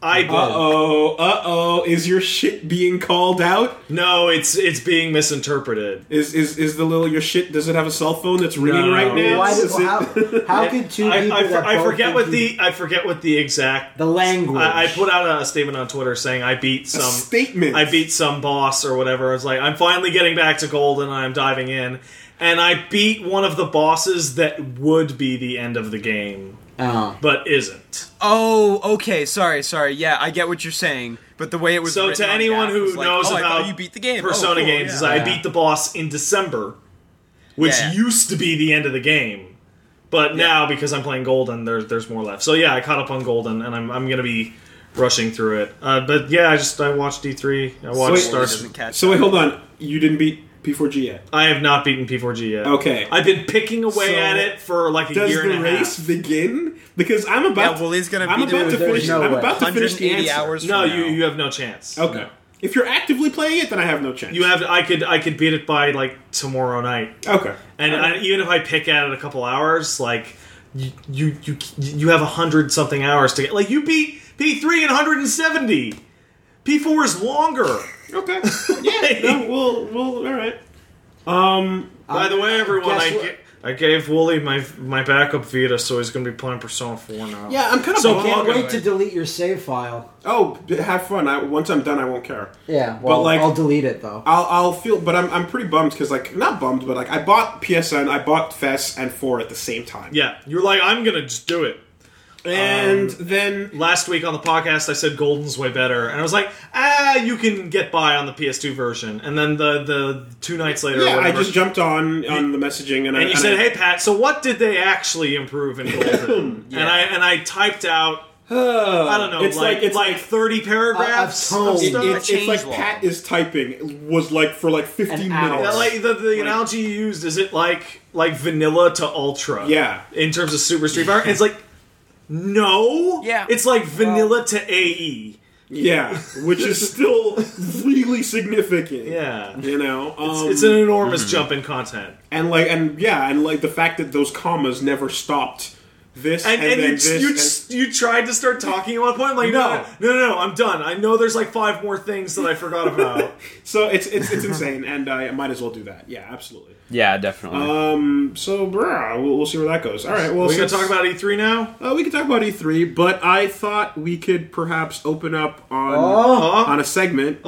[SPEAKER 3] I did.
[SPEAKER 1] Uh oh, uh oh. Is your shit being called out?
[SPEAKER 3] No, it's it's being misinterpreted.
[SPEAKER 1] Is is is the little your shit? Does it have a cell phone that's ringing
[SPEAKER 3] No.
[SPEAKER 1] right now?
[SPEAKER 2] Why did,
[SPEAKER 1] Is it-
[SPEAKER 2] how, how could two
[SPEAKER 3] I,
[SPEAKER 2] people
[SPEAKER 3] I,
[SPEAKER 2] that
[SPEAKER 3] I
[SPEAKER 2] both
[SPEAKER 3] forget
[SPEAKER 2] think
[SPEAKER 3] what
[SPEAKER 2] you-
[SPEAKER 3] the I forget what the exact
[SPEAKER 2] the language?
[SPEAKER 3] I, I put out a statement on Twitter saying I beat
[SPEAKER 1] a
[SPEAKER 3] some
[SPEAKER 1] statement?
[SPEAKER 3] I beat some boss or whatever. I was like I'm finally getting back to gold and I'm diving in, and I beat one of the bosses that would be the end of the game
[SPEAKER 2] Oh.
[SPEAKER 3] but isn't.
[SPEAKER 4] Oh, okay. Sorry, sorry. Yeah, I get what you're saying, but the way it was.
[SPEAKER 3] So
[SPEAKER 4] written
[SPEAKER 3] to
[SPEAKER 4] on
[SPEAKER 3] anyone
[SPEAKER 4] Gav
[SPEAKER 3] who
[SPEAKER 4] was like,
[SPEAKER 3] knows
[SPEAKER 4] oh, I thought
[SPEAKER 3] about
[SPEAKER 4] you beat the game, Oh,
[SPEAKER 3] Persona
[SPEAKER 4] cool,
[SPEAKER 3] games,
[SPEAKER 4] yeah.
[SPEAKER 3] is I
[SPEAKER 2] Yeah.
[SPEAKER 3] beat the boss in December, which
[SPEAKER 4] Yeah.
[SPEAKER 3] used to be the end of the game. But now because I'm playing Golden, there's there's more left. So yeah, I caught up on Golden, and I'm I'm gonna be rushing through it. Uh, but yeah, I just I watched D3. I watched
[SPEAKER 1] Wait,
[SPEAKER 3] Star.
[SPEAKER 4] doesn't catch
[SPEAKER 1] so wait, hold on. You didn't beat P4G yet?
[SPEAKER 3] I have not beaten P4G yet.
[SPEAKER 1] Okay.
[SPEAKER 3] I've been picking away
[SPEAKER 1] So,
[SPEAKER 3] at it for like a
[SPEAKER 1] Does
[SPEAKER 3] year and
[SPEAKER 1] the
[SPEAKER 3] a
[SPEAKER 1] race
[SPEAKER 3] half.
[SPEAKER 1] begin? Because I'm about.
[SPEAKER 4] Yeah, well, he's gonna
[SPEAKER 1] I'm
[SPEAKER 4] be doing-
[SPEAKER 1] about to
[SPEAKER 2] there's
[SPEAKER 1] finish.
[SPEAKER 2] no
[SPEAKER 1] I'm
[SPEAKER 2] way.
[SPEAKER 1] about to finish the
[SPEAKER 4] 180
[SPEAKER 1] answer.
[SPEAKER 4] hours.
[SPEAKER 3] No,
[SPEAKER 4] from
[SPEAKER 3] you
[SPEAKER 4] now.
[SPEAKER 3] you have no chance.
[SPEAKER 1] Okay. If you're actively playing it, then I have no chance.
[SPEAKER 3] You have I could I could beat it by like tomorrow night.
[SPEAKER 1] Okay.
[SPEAKER 3] And I, even if I pick at it a couple hours, like you you you, you have a hundred something hours to get. Like you beat P three in hundred and seventy. P four is longer.
[SPEAKER 1] Okay. Yeah. no, we'll. We'll. All right.
[SPEAKER 3] By the way, everyone, I,
[SPEAKER 2] guess
[SPEAKER 3] ga- I gave Wooly my my backup Vita, so he's going to be playing Persona Four now.
[SPEAKER 1] Yeah, I'm kind of.
[SPEAKER 3] So
[SPEAKER 1] bummed.
[SPEAKER 2] Can't
[SPEAKER 3] Okay.
[SPEAKER 2] wait to delete your save file.
[SPEAKER 1] Oh, b- have fun. I, once I'm done, I won't care.
[SPEAKER 2] Yeah, well,
[SPEAKER 1] like-
[SPEAKER 2] I'll delete it though.
[SPEAKER 1] I'll, I'll feel, but I'm, I'm pretty bummed because like not bummed, but like I bought PSN, I bought FES and four at the same time.
[SPEAKER 3] yeah. Um, You're like, I'm going to just do it.
[SPEAKER 1] and then
[SPEAKER 3] Last week on the podcast, I said Golden's way better, and I was like, ah, you can get by on the PS2 version. And then the the two nights later, or
[SPEAKER 1] yeah, I
[SPEAKER 3] whatever,
[SPEAKER 1] just jumped on on the messaging and, I
[SPEAKER 3] and you
[SPEAKER 1] and
[SPEAKER 3] said,
[SPEAKER 1] I-
[SPEAKER 3] hey Pat, so what did they actually improve in Golden? And I and I typed out. I don't know.
[SPEAKER 1] It's
[SPEAKER 3] like,
[SPEAKER 1] like- it's
[SPEAKER 3] like,
[SPEAKER 1] like-
[SPEAKER 3] thirty paragraphs.
[SPEAKER 2] A- a tone.
[SPEAKER 3] of
[SPEAKER 1] It-
[SPEAKER 3] stuff.
[SPEAKER 1] it's, it's like
[SPEAKER 4] Change log.
[SPEAKER 1] Pat is typing was like for like 15
[SPEAKER 2] An hour.
[SPEAKER 1] minutes.
[SPEAKER 3] Yeah, like the, the analogy you used is it like like vanilla to ultra?
[SPEAKER 1] Yeah.
[SPEAKER 3] In terms of Super Street Fighter, it's like no.
[SPEAKER 4] Yeah.
[SPEAKER 3] It's like vanilla to E. AE.
[SPEAKER 1] yeah, which is still really significant.
[SPEAKER 3] Yeah.
[SPEAKER 1] you know, um,
[SPEAKER 3] it's an enormous jump in content,
[SPEAKER 1] and like and yeah, and like the fact that those commas never stopped. This
[SPEAKER 3] and,
[SPEAKER 1] and,
[SPEAKER 3] and,
[SPEAKER 1] then
[SPEAKER 3] you,
[SPEAKER 1] this
[SPEAKER 3] you
[SPEAKER 1] and-
[SPEAKER 3] you tried to start talking at one point. I'm like,
[SPEAKER 1] No.
[SPEAKER 3] no, no, no, no, I'm done. I know there's like five more things that I forgot about.
[SPEAKER 1] so it's it's it's insane, and I might as well do that. Yeah, absolutely.
[SPEAKER 4] yeah, definitely.
[SPEAKER 1] So, bruh, we'll, we'll see where that goes. All right, well,
[SPEAKER 3] We're gonna
[SPEAKER 1] since-
[SPEAKER 3] talk about E3 now.
[SPEAKER 1] uh, we can talk about E3, but I thought we could perhaps open up on
[SPEAKER 2] Oh.
[SPEAKER 1] on a segment.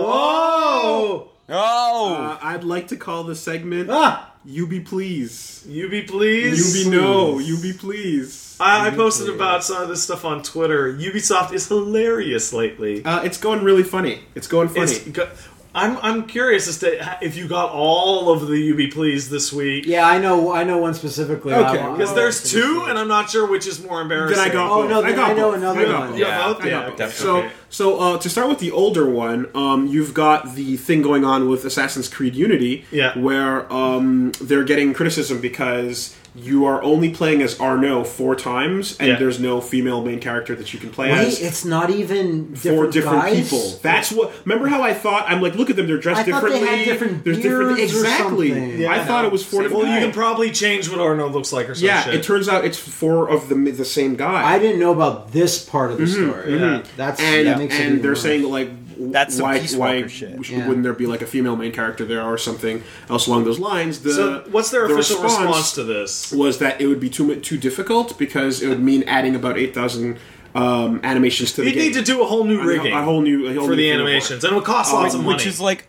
[SPEAKER 3] Oh,
[SPEAKER 4] oh,
[SPEAKER 1] Uh, I'd like to call the segment
[SPEAKER 2] Ah,
[SPEAKER 1] "You Be Please."
[SPEAKER 3] you be pleased.
[SPEAKER 1] You be no. You be please.
[SPEAKER 3] I, I posted about some of this stuff on Twitter. Ubisoft is hilarious lately.
[SPEAKER 1] Uh, it's going really funny. It's going funny.
[SPEAKER 3] It's go- I'm I'm curious as to if you got all of the UB please this week.
[SPEAKER 2] yeah, I know. I know one specifically. I
[SPEAKER 1] Oh, Okay,
[SPEAKER 2] want.
[SPEAKER 3] Because there's two, and I'm not sure which is more
[SPEAKER 1] Then
[SPEAKER 3] embarrassing.
[SPEAKER 1] I got
[SPEAKER 2] Oh,
[SPEAKER 1] both.
[SPEAKER 2] no,
[SPEAKER 1] I
[SPEAKER 2] then
[SPEAKER 1] got
[SPEAKER 2] I know
[SPEAKER 1] both.
[SPEAKER 2] another
[SPEAKER 1] I got
[SPEAKER 2] one.
[SPEAKER 1] both.
[SPEAKER 3] You
[SPEAKER 4] Yeah,
[SPEAKER 3] got both?
[SPEAKER 1] I
[SPEAKER 3] Yeah,
[SPEAKER 1] got both.
[SPEAKER 3] okay.
[SPEAKER 1] So, so uh, to start with the older one, um, you've got the thing going on with Assassin's Creed Unity,
[SPEAKER 3] Yeah.
[SPEAKER 1] where um, they're getting criticism because you are only playing as Arno four times, and
[SPEAKER 3] Yeah.
[SPEAKER 1] there's no female main character that you can play
[SPEAKER 2] Wait,
[SPEAKER 1] as.
[SPEAKER 2] it's not even
[SPEAKER 1] Four
[SPEAKER 2] different
[SPEAKER 1] different
[SPEAKER 2] guys?
[SPEAKER 1] people. That's what. Remember how I thought? I'm like, look at them. They're dressed
[SPEAKER 2] I thought they
[SPEAKER 1] differently.
[SPEAKER 2] had different
[SPEAKER 1] There's different.
[SPEAKER 2] beards or
[SPEAKER 1] Exactly.
[SPEAKER 2] something.
[SPEAKER 1] I thought it was four.
[SPEAKER 4] Same
[SPEAKER 1] different
[SPEAKER 3] Well, you
[SPEAKER 1] guys.
[SPEAKER 3] can probably change what Arno looks like or some
[SPEAKER 1] Yeah.
[SPEAKER 3] shit.
[SPEAKER 1] It turns out it's four of the the same guy.
[SPEAKER 2] I didn't know about this part of the
[SPEAKER 3] Mm-hmm,
[SPEAKER 2] story.
[SPEAKER 3] Yeah.
[SPEAKER 2] That's
[SPEAKER 1] and
[SPEAKER 2] that makes it
[SPEAKER 1] and
[SPEAKER 2] even
[SPEAKER 1] they're
[SPEAKER 2] worse.
[SPEAKER 1] saying like w-
[SPEAKER 4] That's some
[SPEAKER 1] why
[SPEAKER 4] Peace
[SPEAKER 1] why
[SPEAKER 4] Walker shit.
[SPEAKER 1] sh-
[SPEAKER 2] Yeah.
[SPEAKER 1] wouldn't there be like a female main character there or something else along those lines? The,
[SPEAKER 3] so, what's their
[SPEAKER 1] the
[SPEAKER 3] official response, to this?
[SPEAKER 1] Was that it would be too mu- too difficult because it would mean adding about eight thousand um, animations to the
[SPEAKER 3] You'd
[SPEAKER 1] game.
[SPEAKER 3] need to do a whole new
[SPEAKER 1] a,
[SPEAKER 3] rigging
[SPEAKER 1] a whole new Uh, a whole
[SPEAKER 3] for
[SPEAKER 1] new
[SPEAKER 3] the
[SPEAKER 1] thing of work.
[SPEAKER 3] animations, and it would cost lots of money.
[SPEAKER 4] which is like,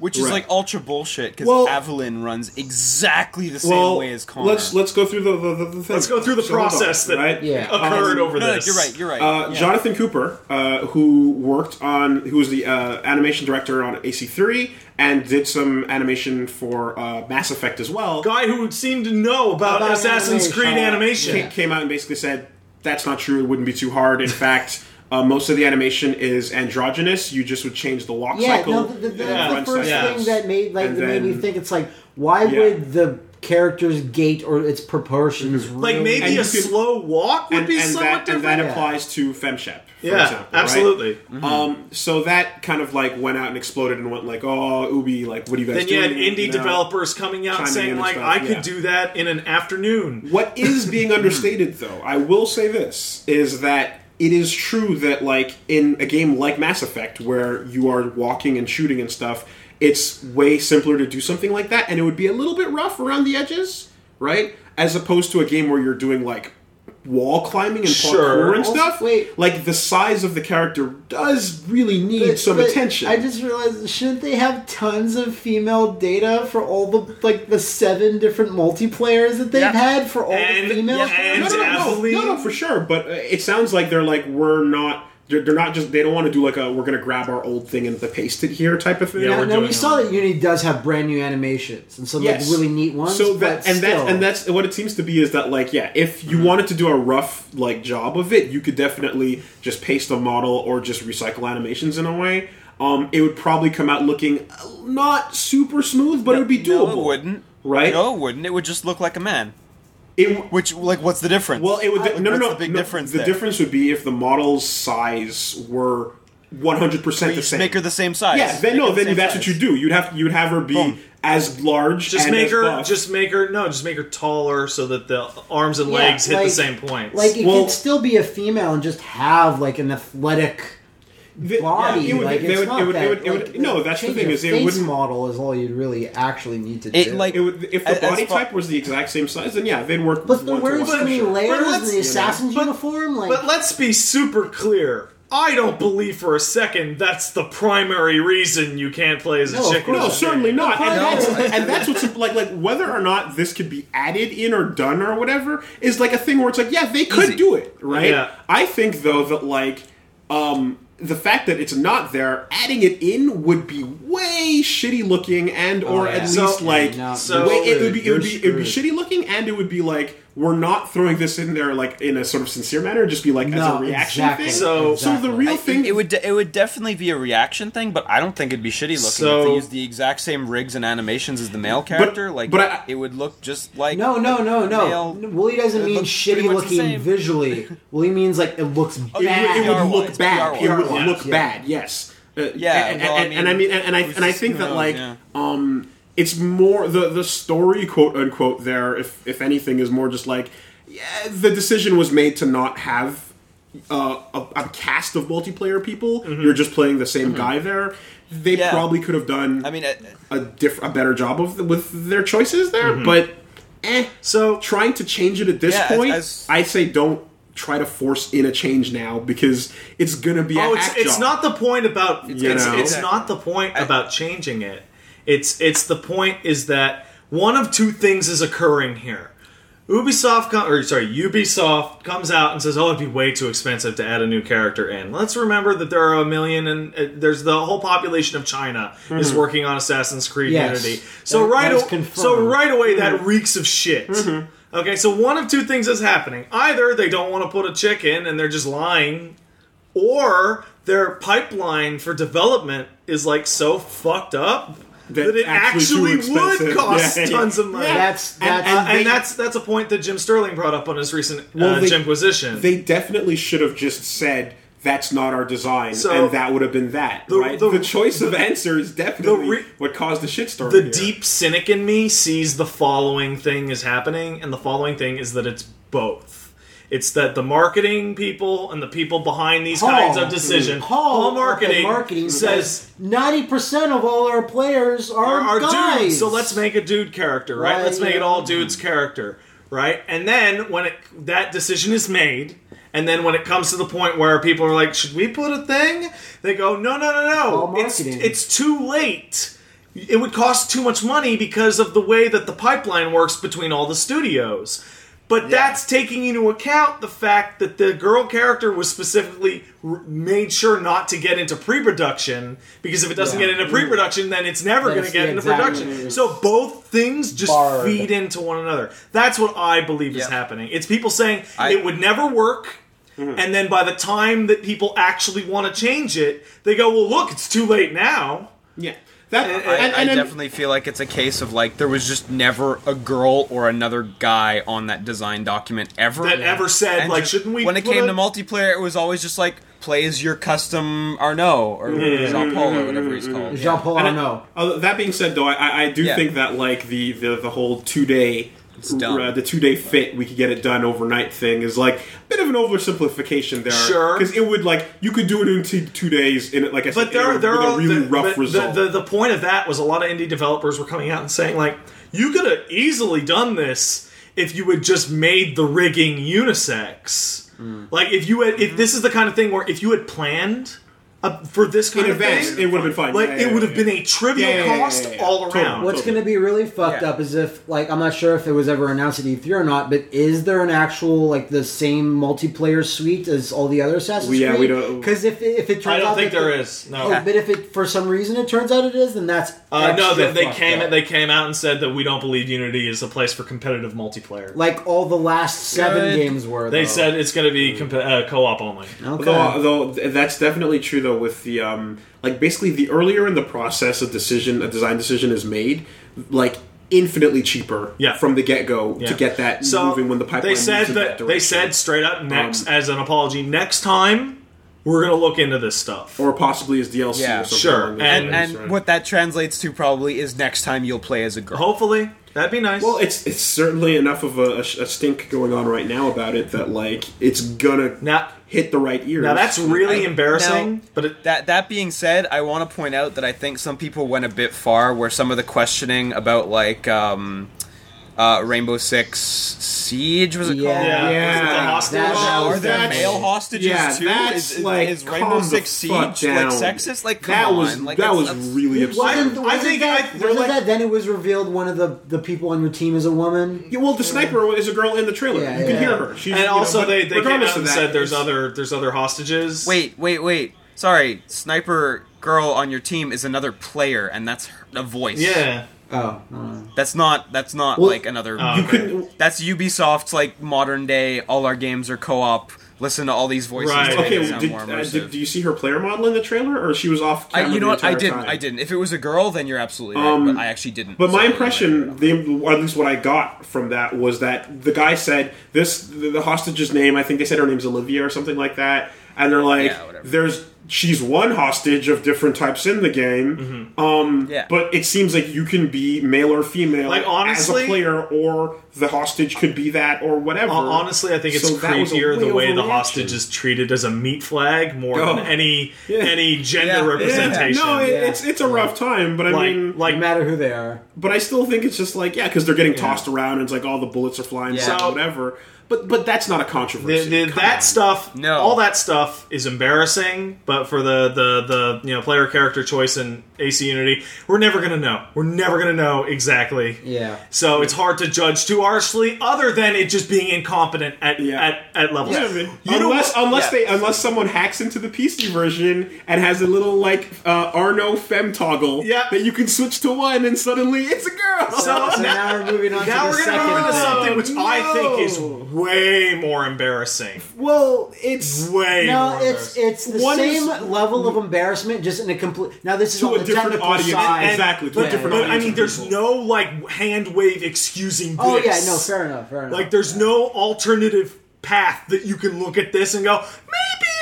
[SPEAKER 4] which is
[SPEAKER 1] Right.
[SPEAKER 4] like ultra bullshit because
[SPEAKER 1] Well-
[SPEAKER 4] Avalyn runs exactly the same
[SPEAKER 1] Well,
[SPEAKER 4] way as Connor.
[SPEAKER 1] let's let's go through the, the, the, the thing.
[SPEAKER 3] Let's go through the
[SPEAKER 1] So hold on,
[SPEAKER 3] process that
[SPEAKER 1] right?
[SPEAKER 2] Yeah.
[SPEAKER 3] occurred
[SPEAKER 1] Um,
[SPEAKER 3] over
[SPEAKER 4] no, no,
[SPEAKER 3] this.
[SPEAKER 4] you're right. You're right.
[SPEAKER 1] Uh,
[SPEAKER 4] Yeah.
[SPEAKER 1] Jonathan Cooper, uh, who worked on, who was the uh, animation director on AC3 and did some animation for uh, Mass Effect as well,
[SPEAKER 3] Guy who seemed to know about,
[SPEAKER 2] About
[SPEAKER 3] Assassin's
[SPEAKER 2] animation.
[SPEAKER 3] Creed animation.
[SPEAKER 1] ca- came out and basically said, that's not true, it wouldn't be too hard. In fact, uh, most of the animation is androgynous, you just would change the walk
[SPEAKER 2] yeah,
[SPEAKER 1] cycle.
[SPEAKER 2] no, the, the,
[SPEAKER 1] and
[SPEAKER 2] the,
[SPEAKER 1] run
[SPEAKER 2] first
[SPEAKER 1] cycles.
[SPEAKER 2] thing that made like
[SPEAKER 1] And
[SPEAKER 2] that made me
[SPEAKER 1] then-
[SPEAKER 2] think it's like why
[SPEAKER 1] Yeah.
[SPEAKER 2] would the character's gait or its proportions
[SPEAKER 3] Mm-hmm. Like
[SPEAKER 2] really-
[SPEAKER 3] maybe
[SPEAKER 1] And
[SPEAKER 3] a
[SPEAKER 1] you could-
[SPEAKER 3] slow walk would
[SPEAKER 1] and,
[SPEAKER 3] be
[SPEAKER 1] and
[SPEAKER 3] somewhat
[SPEAKER 1] that, and
[SPEAKER 3] different.
[SPEAKER 1] that applies to FemShep. For
[SPEAKER 3] yeah,
[SPEAKER 1] example, right?
[SPEAKER 3] absolutely.
[SPEAKER 2] Mm-hmm.
[SPEAKER 1] Um, so that kind of like went out and exploded and went like, oh, Ubi, like, what do you guys
[SPEAKER 3] Then you had
[SPEAKER 1] doing?
[SPEAKER 3] indie
[SPEAKER 1] know?
[SPEAKER 3] developers coming out
[SPEAKER 1] chiming in
[SPEAKER 3] saying
[SPEAKER 1] and
[SPEAKER 3] like,
[SPEAKER 1] stuff,
[SPEAKER 3] "I could
[SPEAKER 1] yeah.
[SPEAKER 3] do that in an afternoon."
[SPEAKER 1] What is being understated, though, I will say this, is that it is true that, like, in a game like Mass Effect, where you are walking and shooting and stuff, it's way simpler to do something like that, and it would be a little bit rough around the edges, right? As opposed to a game where you're doing, like, wall climbing and parkour
[SPEAKER 3] Sure.
[SPEAKER 1] and stuff.
[SPEAKER 2] Wait.
[SPEAKER 1] Like, the size of the character does really need
[SPEAKER 2] But-
[SPEAKER 1] some
[SPEAKER 2] but
[SPEAKER 1] attention.
[SPEAKER 2] I just realized shouldn't they have tons of female data for all the like the seven different multiplayers that they've
[SPEAKER 4] Yeah.
[SPEAKER 2] had for all
[SPEAKER 3] And-
[SPEAKER 2] the female
[SPEAKER 3] yeah,
[SPEAKER 1] no,
[SPEAKER 2] characters?
[SPEAKER 1] no, no, no,
[SPEAKER 3] Dazzling.
[SPEAKER 1] no, no, for sure. But uh, it sounds like they're like we're not. They're, they're not just. They don't want to do like a we're gonna grab our old thing and the paste it here type of thing.
[SPEAKER 3] Yeah, we're
[SPEAKER 2] now we
[SPEAKER 3] doing
[SPEAKER 2] saw
[SPEAKER 3] them.
[SPEAKER 2] that Unity does have brand new animations and some
[SPEAKER 1] Yes.
[SPEAKER 2] like really neat ones.
[SPEAKER 1] So
[SPEAKER 2] but
[SPEAKER 1] that and
[SPEAKER 2] still.
[SPEAKER 1] that and that's what it seems to be is that like yeah, if
[SPEAKER 4] Mm-hmm.
[SPEAKER 1] you wanted to do a rough like job of it, you could definitely just paste a model or just recycle animations in a way. um, it would probably come out looking uh, not super smooth, but it would be
[SPEAKER 4] No,
[SPEAKER 1] doable.
[SPEAKER 4] it wouldn't.
[SPEAKER 1] right?
[SPEAKER 4] No, it wouldn't. It would just look like a man.
[SPEAKER 1] It,
[SPEAKER 4] Which, like, what's the difference?
[SPEAKER 1] Well, it would.
[SPEAKER 4] Like,
[SPEAKER 1] no, no,
[SPEAKER 4] what's
[SPEAKER 1] no.
[SPEAKER 4] The big
[SPEAKER 1] no,
[SPEAKER 4] difference.
[SPEAKER 1] The
[SPEAKER 4] there?
[SPEAKER 1] difference would be if the model's size were one hundred percent the
[SPEAKER 4] Just
[SPEAKER 1] same.
[SPEAKER 4] Make her the same size.
[SPEAKER 1] yeah. Then
[SPEAKER 4] Make her
[SPEAKER 1] no.
[SPEAKER 4] the
[SPEAKER 1] Then
[SPEAKER 4] same
[SPEAKER 1] that's
[SPEAKER 4] size.
[SPEAKER 1] what you do. You'd have you'd have her be
[SPEAKER 4] Boom.
[SPEAKER 1] as large.
[SPEAKER 3] Just
[SPEAKER 1] and
[SPEAKER 3] make
[SPEAKER 1] as
[SPEAKER 3] her,
[SPEAKER 1] buff.
[SPEAKER 3] just make her, no, just make her taller so that the arms and
[SPEAKER 2] Yeah,
[SPEAKER 3] legs hit
[SPEAKER 2] like-
[SPEAKER 3] the same points.
[SPEAKER 2] Like it
[SPEAKER 1] Well-
[SPEAKER 2] could still be a female and just have like an athletic
[SPEAKER 1] The-
[SPEAKER 2] body.
[SPEAKER 1] yeah, it would-
[SPEAKER 2] like
[SPEAKER 1] they
[SPEAKER 2] it's
[SPEAKER 1] would-
[SPEAKER 2] not
[SPEAKER 1] it would-
[SPEAKER 2] that,
[SPEAKER 1] it would- it would-
[SPEAKER 2] like,
[SPEAKER 1] no,
[SPEAKER 2] the
[SPEAKER 1] that's the
[SPEAKER 2] change
[SPEAKER 1] thing
[SPEAKER 2] of
[SPEAKER 1] is it
[SPEAKER 2] face
[SPEAKER 1] wouldn't-
[SPEAKER 2] model is all you really actually need to
[SPEAKER 4] It
[SPEAKER 2] do.
[SPEAKER 4] like
[SPEAKER 1] It would, if the
[SPEAKER 4] as- as
[SPEAKER 1] body
[SPEAKER 4] far-
[SPEAKER 1] type was the exact same size, then yeah, they'd work.
[SPEAKER 2] but they're
[SPEAKER 1] one to
[SPEAKER 2] wearing
[SPEAKER 1] one,
[SPEAKER 2] so many
[SPEAKER 1] sure.
[SPEAKER 2] layers in
[SPEAKER 3] let's-
[SPEAKER 2] the assassin's uniform. Like
[SPEAKER 3] But let's be super clear. I don't believe for a second that's the primary reason you can't play as a
[SPEAKER 2] No, of
[SPEAKER 3] chick. in
[SPEAKER 2] course
[SPEAKER 1] No,
[SPEAKER 3] this
[SPEAKER 1] certainly
[SPEAKER 3] game.
[SPEAKER 1] not.
[SPEAKER 2] No.
[SPEAKER 1] And that's, and that's what's like, like whether or not this could be added in or done or whatever is like a thing where it's like, yeah, they could
[SPEAKER 4] Easy.
[SPEAKER 1] do it, right?
[SPEAKER 3] Yeah.
[SPEAKER 1] I think though that like um, the fact that it's not there, adding it in would be way shitty looking, and or
[SPEAKER 2] Oh, yeah.
[SPEAKER 1] at
[SPEAKER 3] So-
[SPEAKER 1] least like
[SPEAKER 2] No,
[SPEAKER 3] so-
[SPEAKER 1] way- it would be it would be, it would
[SPEAKER 2] You're
[SPEAKER 1] be
[SPEAKER 2] screwed.
[SPEAKER 1] shitty looking, and it would be like we're not throwing this in there like in a sort of sincere manner, just be like as
[SPEAKER 2] No,
[SPEAKER 1] a reaction
[SPEAKER 2] exactly,
[SPEAKER 1] thing.
[SPEAKER 3] So-
[SPEAKER 1] so
[SPEAKER 2] exactly.
[SPEAKER 1] the real
[SPEAKER 4] I
[SPEAKER 1] thing
[SPEAKER 4] think it would de- it would definitely be a reaction thing, but I don't think it'd be shitty looking if
[SPEAKER 3] So-
[SPEAKER 4] they used the exact same rigs and animations as the male character. like,
[SPEAKER 1] but I-
[SPEAKER 4] it would look just like
[SPEAKER 2] No, no, no, no.
[SPEAKER 4] Male-
[SPEAKER 2] Wooly doesn't
[SPEAKER 4] it
[SPEAKER 2] mean
[SPEAKER 4] looks pretty
[SPEAKER 2] shitty
[SPEAKER 4] much the
[SPEAKER 2] looking
[SPEAKER 4] same.
[SPEAKER 2] visually. Wooly means like it looks
[SPEAKER 4] would-
[SPEAKER 2] bad.
[SPEAKER 1] it would look
[SPEAKER 4] PR-wise,
[SPEAKER 1] bad. It would
[SPEAKER 2] PR-wise,
[SPEAKER 1] look
[SPEAKER 2] yeah.
[SPEAKER 1] bad. Yes. Uh,
[SPEAKER 4] Yeah,
[SPEAKER 1] And,
[SPEAKER 4] well, I
[SPEAKER 1] and- and I
[SPEAKER 4] mean,
[SPEAKER 1] mean, and, and I
[SPEAKER 4] it was
[SPEAKER 1] and I
[SPEAKER 4] just,
[SPEAKER 1] think
[SPEAKER 4] you
[SPEAKER 1] that
[SPEAKER 4] know,
[SPEAKER 1] like
[SPEAKER 4] yeah.
[SPEAKER 1] um, it's more the the story quote unquote there. If if anything, is more just like yeah, the decision was made to not have. Uh, a, a cast of multiplayer people. You're just playing the same guy there. They
[SPEAKER 4] Mm-hmm. Yeah.
[SPEAKER 1] probably could have done.
[SPEAKER 4] I mean, uh,
[SPEAKER 1] a diff- a better job of with their choices there, but eh.
[SPEAKER 3] Mm-hmm. So-
[SPEAKER 1] trying to change it at this
[SPEAKER 4] Yeah, as-
[SPEAKER 1] point,
[SPEAKER 4] as-
[SPEAKER 1] I say don't try to force in a change now because it's gonna be.
[SPEAKER 3] Oh,
[SPEAKER 1] a
[SPEAKER 3] it's,
[SPEAKER 1] hack
[SPEAKER 3] it's
[SPEAKER 1] job.
[SPEAKER 3] not the point about it's,
[SPEAKER 1] You
[SPEAKER 3] it's,
[SPEAKER 1] know?
[SPEAKER 3] not the point about changing it. It's it's the point is that one of two things is occurring here. Ubisoft com- or sorry, Ubisoft comes out and says, "Oh, it'd be way too expensive to add a new character in." Let's remember that there are a million and uh, there's the whole population of China is working on Assassin's Creed
[SPEAKER 2] Mm-hmm. Yes.
[SPEAKER 3] Unity. So
[SPEAKER 2] That-
[SPEAKER 3] right
[SPEAKER 2] that is
[SPEAKER 3] o-
[SPEAKER 2] confirmed. Mm-hmm.
[SPEAKER 3] so right away that reeks of shit. Okay, so one of two things is happening. Either they don't want to put a chick in and they're just lying or their pipeline for development is like so fucked up that,
[SPEAKER 1] That
[SPEAKER 3] it
[SPEAKER 1] actually
[SPEAKER 3] actually,
[SPEAKER 1] too
[SPEAKER 3] would
[SPEAKER 1] expensive.
[SPEAKER 3] cost
[SPEAKER 1] Yeah.
[SPEAKER 3] tons of money.
[SPEAKER 1] Yeah.
[SPEAKER 2] That's that's
[SPEAKER 3] and,
[SPEAKER 1] they-
[SPEAKER 3] that's that's a point that Jim Sterling brought up on his recent uh,
[SPEAKER 1] Well, they-
[SPEAKER 3] Jimquisition.
[SPEAKER 1] They definitely should have just said that's not our design,
[SPEAKER 3] So-
[SPEAKER 1] and that would have been that. right?
[SPEAKER 3] the-
[SPEAKER 1] The, choice of answer is definitely
[SPEAKER 3] re-
[SPEAKER 1] what caused the shitstorm.
[SPEAKER 3] the
[SPEAKER 1] here.
[SPEAKER 3] deep cynic in me sees the following thing is happening, and the following thing is that it's both. It's that the marketing people and the people behind these kinds of decisions,
[SPEAKER 2] Paul, marketing,
[SPEAKER 3] marketing,
[SPEAKER 2] marketing
[SPEAKER 3] says
[SPEAKER 2] says ninety percent of all our players are,
[SPEAKER 3] are, are
[SPEAKER 2] guys.
[SPEAKER 3] dudes. So let's make a dude character, right?
[SPEAKER 2] Right,
[SPEAKER 3] Let's make it
[SPEAKER 2] yeah.
[SPEAKER 3] all dudes character, right? And then when it, that decision is made, and then when it comes to the point where people are like, "Should we put a thing?" They go, "No, no, no,
[SPEAKER 2] All
[SPEAKER 3] no! It's
[SPEAKER 2] marketing.
[SPEAKER 3] it's too late." It would cost too much money because of the way that the pipeline works between all the studios. But that's taking into account the fact that the girl character was specifically r- made sure not to get into pre-production because if it doesn't
[SPEAKER 2] Yeah.
[SPEAKER 3] get into pre-production, then it's never
[SPEAKER 2] That's
[SPEAKER 3] going to get
[SPEAKER 2] the
[SPEAKER 3] into
[SPEAKER 2] exact-
[SPEAKER 3] production. So both things just
[SPEAKER 2] Barred.
[SPEAKER 3] feed into one another. That's what I believe is
[SPEAKER 4] Yeah.
[SPEAKER 3] happening. It's people saying
[SPEAKER 4] I-
[SPEAKER 3] it would never work.
[SPEAKER 2] Mm-hmm.
[SPEAKER 3] And then by the time that people actually want to change it, they go, "Well, look, it's too late now."
[SPEAKER 1] yeah. That
[SPEAKER 4] I,
[SPEAKER 1] and,
[SPEAKER 4] I
[SPEAKER 1] and-
[SPEAKER 4] definitely feel like it's a case of like there was just never a girl or another guy on that design document ever
[SPEAKER 3] That ever said, like,
[SPEAKER 4] just-
[SPEAKER 3] "Shouldn't we
[SPEAKER 4] When it
[SPEAKER 3] put
[SPEAKER 4] came
[SPEAKER 3] a-"
[SPEAKER 4] to multiplayer, it was always just like play as your custom Arnaud or Jean Paul or whatever he's called.
[SPEAKER 2] Jean Paul
[SPEAKER 1] And I-
[SPEAKER 2] Arnaud.
[SPEAKER 1] although that being said, though, I- I, I do
[SPEAKER 4] Yeah.
[SPEAKER 1] think that like the the, the whole two day.
[SPEAKER 4] dumb.
[SPEAKER 1] the two day fit we could get it done overnight thing is like a bit of an oversimplification there.
[SPEAKER 3] Sure.
[SPEAKER 1] because it would like you could do it in two, two days in like I said,
[SPEAKER 3] But there,
[SPEAKER 1] in a-
[SPEAKER 3] there
[SPEAKER 1] with
[SPEAKER 3] are
[SPEAKER 1] a really
[SPEAKER 3] the,
[SPEAKER 1] rough
[SPEAKER 3] but the-
[SPEAKER 1] result.
[SPEAKER 3] The, the point of that was a lot of indie developers were coming out and saying, like, you could have easily done this if you had just made the rigging unisex.
[SPEAKER 1] Hmm.
[SPEAKER 3] Like, if you had, if this is the kind of thing where if you had planned uh, for this kind
[SPEAKER 1] in
[SPEAKER 3] of
[SPEAKER 1] advance,
[SPEAKER 3] thing,
[SPEAKER 1] it would have been fine.
[SPEAKER 3] like
[SPEAKER 1] Yeah, yeah,
[SPEAKER 3] it would have
[SPEAKER 1] yeah.
[SPEAKER 3] been a trivial
[SPEAKER 1] Yeah, yeah, yeah, yeah,
[SPEAKER 3] cost
[SPEAKER 1] yeah.
[SPEAKER 3] all
[SPEAKER 1] Totally.
[SPEAKER 3] around.
[SPEAKER 2] What's going to be really fucked
[SPEAKER 4] Yeah.
[SPEAKER 2] up is if, like, I'm not sure if it was ever announced at E3 or not, but is there an actual like the same multiplayer suite as all the other Assassin's
[SPEAKER 1] Yeah,
[SPEAKER 2] Creed?
[SPEAKER 1] we don't-
[SPEAKER 2] Because if if it turns
[SPEAKER 3] I don't
[SPEAKER 2] out
[SPEAKER 3] think
[SPEAKER 2] that
[SPEAKER 3] there
[SPEAKER 2] the-
[SPEAKER 3] is. No.
[SPEAKER 2] Oh, but if it for some reason it turns out it is, then that's
[SPEAKER 3] Uh, no,
[SPEAKER 2] extra
[SPEAKER 3] they, they
[SPEAKER 2] fucked
[SPEAKER 3] came
[SPEAKER 2] up.
[SPEAKER 3] they came out and said that we don't believe Unity is a place for competitive multiplayer.
[SPEAKER 2] like all the last seven
[SPEAKER 4] Good.
[SPEAKER 2] games were.
[SPEAKER 3] they
[SPEAKER 2] though.
[SPEAKER 3] said it's going to be comp- uh, co-op only.
[SPEAKER 2] okay.
[SPEAKER 1] Although, although th- that's definitely true, though. Nintendo with the um, like basically the earlier in the process a decision a design decision is made, like infinitely cheaper
[SPEAKER 3] Yeah.
[SPEAKER 1] from the get go
[SPEAKER 3] Yeah.
[SPEAKER 1] to get that moving when the pipeline
[SPEAKER 3] they said
[SPEAKER 1] moves in
[SPEAKER 3] that,
[SPEAKER 1] that,
[SPEAKER 3] they
[SPEAKER 1] direction.
[SPEAKER 3] said straight up next
[SPEAKER 1] Um,
[SPEAKER 3] as an apology next time we're gonna look into this stuff
[SPEAKER 1] or possibly as DLC.
[SPEAKER 4] Yeah,
[SPEAKER 1] or something
[SPEAKER 3] sure.
[SPEAKER 1] along those
[SPEAKER 3] And-
[SPEAKER 1] lines,
[SPEAKER 4] And
[SPEAKER 1] right?
[SPEAKER 4] what that translates to probably is next time you'll play as a girl.
[SPEAKER 3] hopefully that'd be nice
[SPEAKER 1] Well, it's it's certainly enough of a, a sh- a stink going on right now about it that like it's gonna
[SPEAKER 3] now
[SPEAKER 1] hit the right ears.
[SPEAKER 3] now that's really embarrassing
[SPEAKER 4] Now-
[SPEAKER 3] but it,
[SPEAKER 4] That that being said, I want to point out that I think some people went a bit far where some of the questioning about like um, uh, Rainbow Six Siege was it
[SPEAKER 2] Yeah.
[SPEAKER 4] called?
[SPEAKER 3] yeah, was it
[SPEAKER 1] Yeah.
[SPEAKER 3] the hostage?
[SPEAKER 2] That- that
[SPEAKER 4] Oh,
[SPEAKER 2] was
[SPEAKER 4] are there
[SPEAKER 2] definitely-
[SPEAKER 4] male hostages
[SPEAKER 1] yeah,
[SPEAKER 4] too?
[SPEAKER 1] that's
[SPEAKER 4] is, is-
[SPEAKER 1] like
[SPEAKER 4] is Rainbow
[SPEAKER 1] calm
[SPEAKER 4] Six
[SPEAKER 1] the
[SPEAKER 4] Siege
[SPEAKER 1] fuck
[SPEAKER 4] like
[SPEAKER 1] down.
[SPEAKER 4] sexist? Like come
[SPEAKER 1] that
[SPEAKER 4] on,
[SPEAKER 1] was
[SPEAKER 4] like,
[SPEAKER 1] that
[SPEAKER 4] that's-
[SPEAKER 1] was
[SPEAKER 4] that's-
[SPEAKER 1] really
[SPEAKER 2] Wasn't,
[SPEAKER 1] absurd.
[SPEAKER 3] I
[SPEAKER 2] wasn't
[SPEAKER 3] think I-
[SPEAKER 2] that,
[SPEAKER 3] they're
[SPEAKER 2] wasn't
[SPEAKER 3] like-
[SPEAKER 2] that then it was revealed one of the, the people on your team is a woman?
[SPEAKER 1] Yeah, well, the sniper is a girl in the trailer.
[SPEAKER 2] Yeah,
[SPEAKER 1] you can
[SPEAKER 2] yeah.
[SPEAKER 1] hear her. She's,
[SPEAKER 3] and
[SPEAKER 1] you know,
[SPEAKER 3] also
[SPEAKER 1] but
[SPEAKER 3] they, they came
[SPEAKER 1] regardless
[SPEAKER 3] out
[SPEAKER 1] of
[SPEAKER 3] and
[SPEAKER 1] that,
[SPEAKER 3] said there's
[SPEAKER 1] it's-
[SPEAKER 3] other there's other hostages
[SPEAKER 4] Wait, wait, wait. Sorry, sniper girl on your team is another player, and that's her, a voice.
[SPEAKER 3] yeah
[SPEAKER 2] Oh, uh,
[SPEAKER 4] that's not that's not
[SPEAKER 1] Well,
[SPEAKER 4] like another.
[SPEAKER 1] You
[SPEAKER 3] okay.
[SPEAKER 1] couldn't.
[SPEAKER 4] That's Ubisoft's like modern day. All our games are co-op. Listen to all these voices.
[SPEAKER 3] Right.
[SPEAKER 4] to make
[SPEAKER 1] Okay,
[SPEAKER 4] it
[SPEAKER 1] well,
[SPEAKER 4] sound
[SPEAKER 1] did,
[SPEAKER 4] more
[SPEAKER 1] uh,
[SPEAKER 4] immersive.
[SPEAKER 1] did, do you see her player model in the trailer, or she was off?
[SPEAKER 4] I,
[SPEAKER 1] Camera
[SPEAKER 4] you know
[SPEAKER 1] the
[SPEAKER 4] what? I
[SPEAKER 1] entire
[SPEAKER 4] didn't.
[SPEAKER 1] time? Um,
[SPEAKER 4] I didn't. If it was a girl, then you're absolutely right. but I actually didn't.
[SPEAKER 1] But my
[SPEAKER 4] So-
[SPEAKER 1] impression, the, or at least what I got from that, was that the guy said this the, the hostage's name. I think they said her name's Olivia or something like that. And they're like,
[SPEAKER 4] Yeah, whatever.
[SPEAKER 1] "There's she's one hostage of different types in the game,
[SPEAKER 3] Mm-hmm.
[SPEAKER 1] um,
[SPEAKER 4] Yeah.
[SPEAKER 1] but it seems like you can be male or female,
[SPEAKER 3] Like, honestly-
[SPEAKER 1] as a player, or the hostage could be that or whatever."
[SPEAKER 3] Hon- Honestly, I think it's
[SPEAKER 1] So that was a
[SPEAKER 3] creepier the
[SPEAKER 1] way
[SPEAKER 3] way the
[SPEAKER 1] overreaction.
[SPEAKER 3] hostage is treated as a meat flag more
[SPEAKER 1] Oh.
[SPEAKER 3] than any
[SPEAKER 1] Yeah.
[SPEAKER 3] any gender
[SPEAKER 4] Yeah.
[SPEAKER 1] yeah.
[SPEAKER 3] representation.
[SPEAKER 1] no, it,
[SPEAKER 2] Yeah.
[SPEAKER 1] it's it's a rough time, but I
[SPEAKER 3] like
[SPEAKER 1] mean,
[SPEAKER 3] like
[SPEAKER 2] no matter who they are.
[SPEAKER 1] But I still think it's just like yeah, because they're getting tossed around and it's like all the bullets are flying,
[SPEAKER 2] Yeah.
[SPEAKER 1] so whatever. But but that's not a
[SPEAKER 3] the,
[SPEAKER 1] controversy.
[SPEAKER 3] the,
[SPEAKER 1] Come
[SPEAKER 3] that
[SPEAKER 1] on.
[SPEAKER 3] stuff,
[SPEAKER 4] No.
[SPEAKER 3] all that stuff is embarrassing. But for the the the you know player character choice in AC Unity, we're never gonna know. We're never gonna know exactly.
[SPEAKER 2] Yeah.
[SPEAKER 3] So it's hard to judge too harshly, other than it just being incompetent at
[SPEAKER 1] Yeah.
[SPEAKER 3] at, at levels.
[SPEAKER 1] Yeah, I mean,
[SPEAKER 3] You know
[SPEAKER 1] unless
[SPEAKER 3] what-
[SPEAKER 1] unless
[SPEAKER 4] yeah.
[SPEAKER 1] they unless someone hacks into the PC version and has a little like uh, Arno fem toggle
[SPEAKER 3] Yeah.
[SPEAKER 1] that you can switch to one and suddenly it's a girl.
[SPEAKER 2] So, so now we're moving on
[SPEAKER 3] now
[SPEAKER 2] to the
[SPEAKER 3] we're gonna
[SPEAKER 2] second
[SPEAKER 3] move into
[SPEAKER 2] thing.
[SPEAKER 3] something which I
[SPEAKER 1] No.
[SPEAKER 3] think is way more embarrassing.
[SPEAKER 1] well, it's
[SPEAKER 3] Way
[SPEAKER 2] No,
[SPEAKER 3] more
[SPEAKER 2] it's
[SPEAKER 3] embarrassing.
[SPEAKER 2] it's the
[SPEAKER 1] One
[SPEAKER 2] same
[SPEAKER 1] is-
[SPEAKER 2] level of embarrassment, just in a complete. Now this is
[SPEAKER 1] To
[SPEAKER 2] on
[SPEAKER 1] a
[SPEAKER 2] the
[SPEAKER 1] different
[SPEAKER 2] technical
[SPEAKER 1] audience,
[SPEAKER 2] side.
[SPEAKER 1] and- exactly, to a
[SPEAKER 2] Yeah,
[SPEAKER 1] different
[SPEAKER 2] yeah.
[SPEAKER 3] But I
[SPEAKER 1] audience
[SPEAKER 3] mean,
[SPEAKER 1] of
[SPEAKER 3] there's
[SPEAKER 1] people.
[SPEAKER 3] no like hand wave excusing.
[SPEAKER 2] Oh yeah,
[SPEAKER 3] this.
[SPEAKER 2] no, fair enough, fair enough.
[SPEAKER 3] Like, there's no alternative path that you can look at this and go, maybe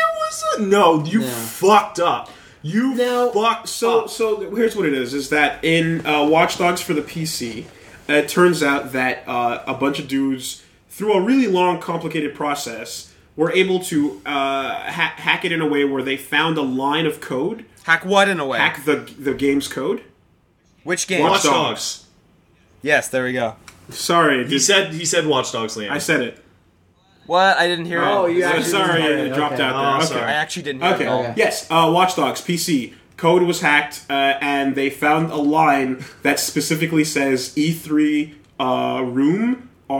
[SPEAKER 3] it was a no. You
[SPEAKER 2] Yeah.
[SPEAKER 3] fucked up. You
[SPEAKER 2] Now-
[SPEAKER 3] fucked
[SPEAKER 1] so
[SPEAKER 3] up.
[SPEAKER 1] so th- here's what it is is that in uh, watch dogs for the pc uh, it turns out that uh, a bunch of dudes through a really long complicated process were able to uh, ha- hack it in a way where they found a line of code
[SPEAKER 4] hack what in a way?
[SPEAKER 1] hack the the game's code
[SPEAKER 4] Which game?
[SPEAKER 1] Watch
[SPEAKER 3] Watch
[SPEAKER 1] Dogs.
[SPEAKER 3] Dogs.
[SPEAKER 4] Yes, there we go.
[SPEAKER 1] sorry
[SPEAKER 3] He
[SPEAKER 1] did-
[SPEAKER 3] said he said Watch Dogs, Liam.
[SPEAKER 1] i said it
[SPEAKER 4] What? I didn't hear.
[SPEAKER 2] Oh,
[SPEAKER 4] it.
[SPEAKER 2] you
[SPEAKER 1] Yeah,
[SPEAKER 2] actually
[SPEAKER 1] sorry
[SPEAKER 2] didn't hear
[SPEAKER 1] it
[SPEAKER 2] it,
[SPEAKER 1] dropped
[SPEAKER 2] okay.
[SPEAKER 1] out there
[SPEAKER 3] Oh,
[SPEAKER 1] okay
[SPEAKER 3] sorry.
[SPEAKER 4] I actually didn't hear
[SPEAKER 1] Okay.
[SPEAKER 4] it Oh, at all.
[SPEAKER 2] Okay.
[SPEAKER 1] Yes. Uh, Watch Dogs PC code was hacked, uh, and they found a line that specifically says E3 uh, room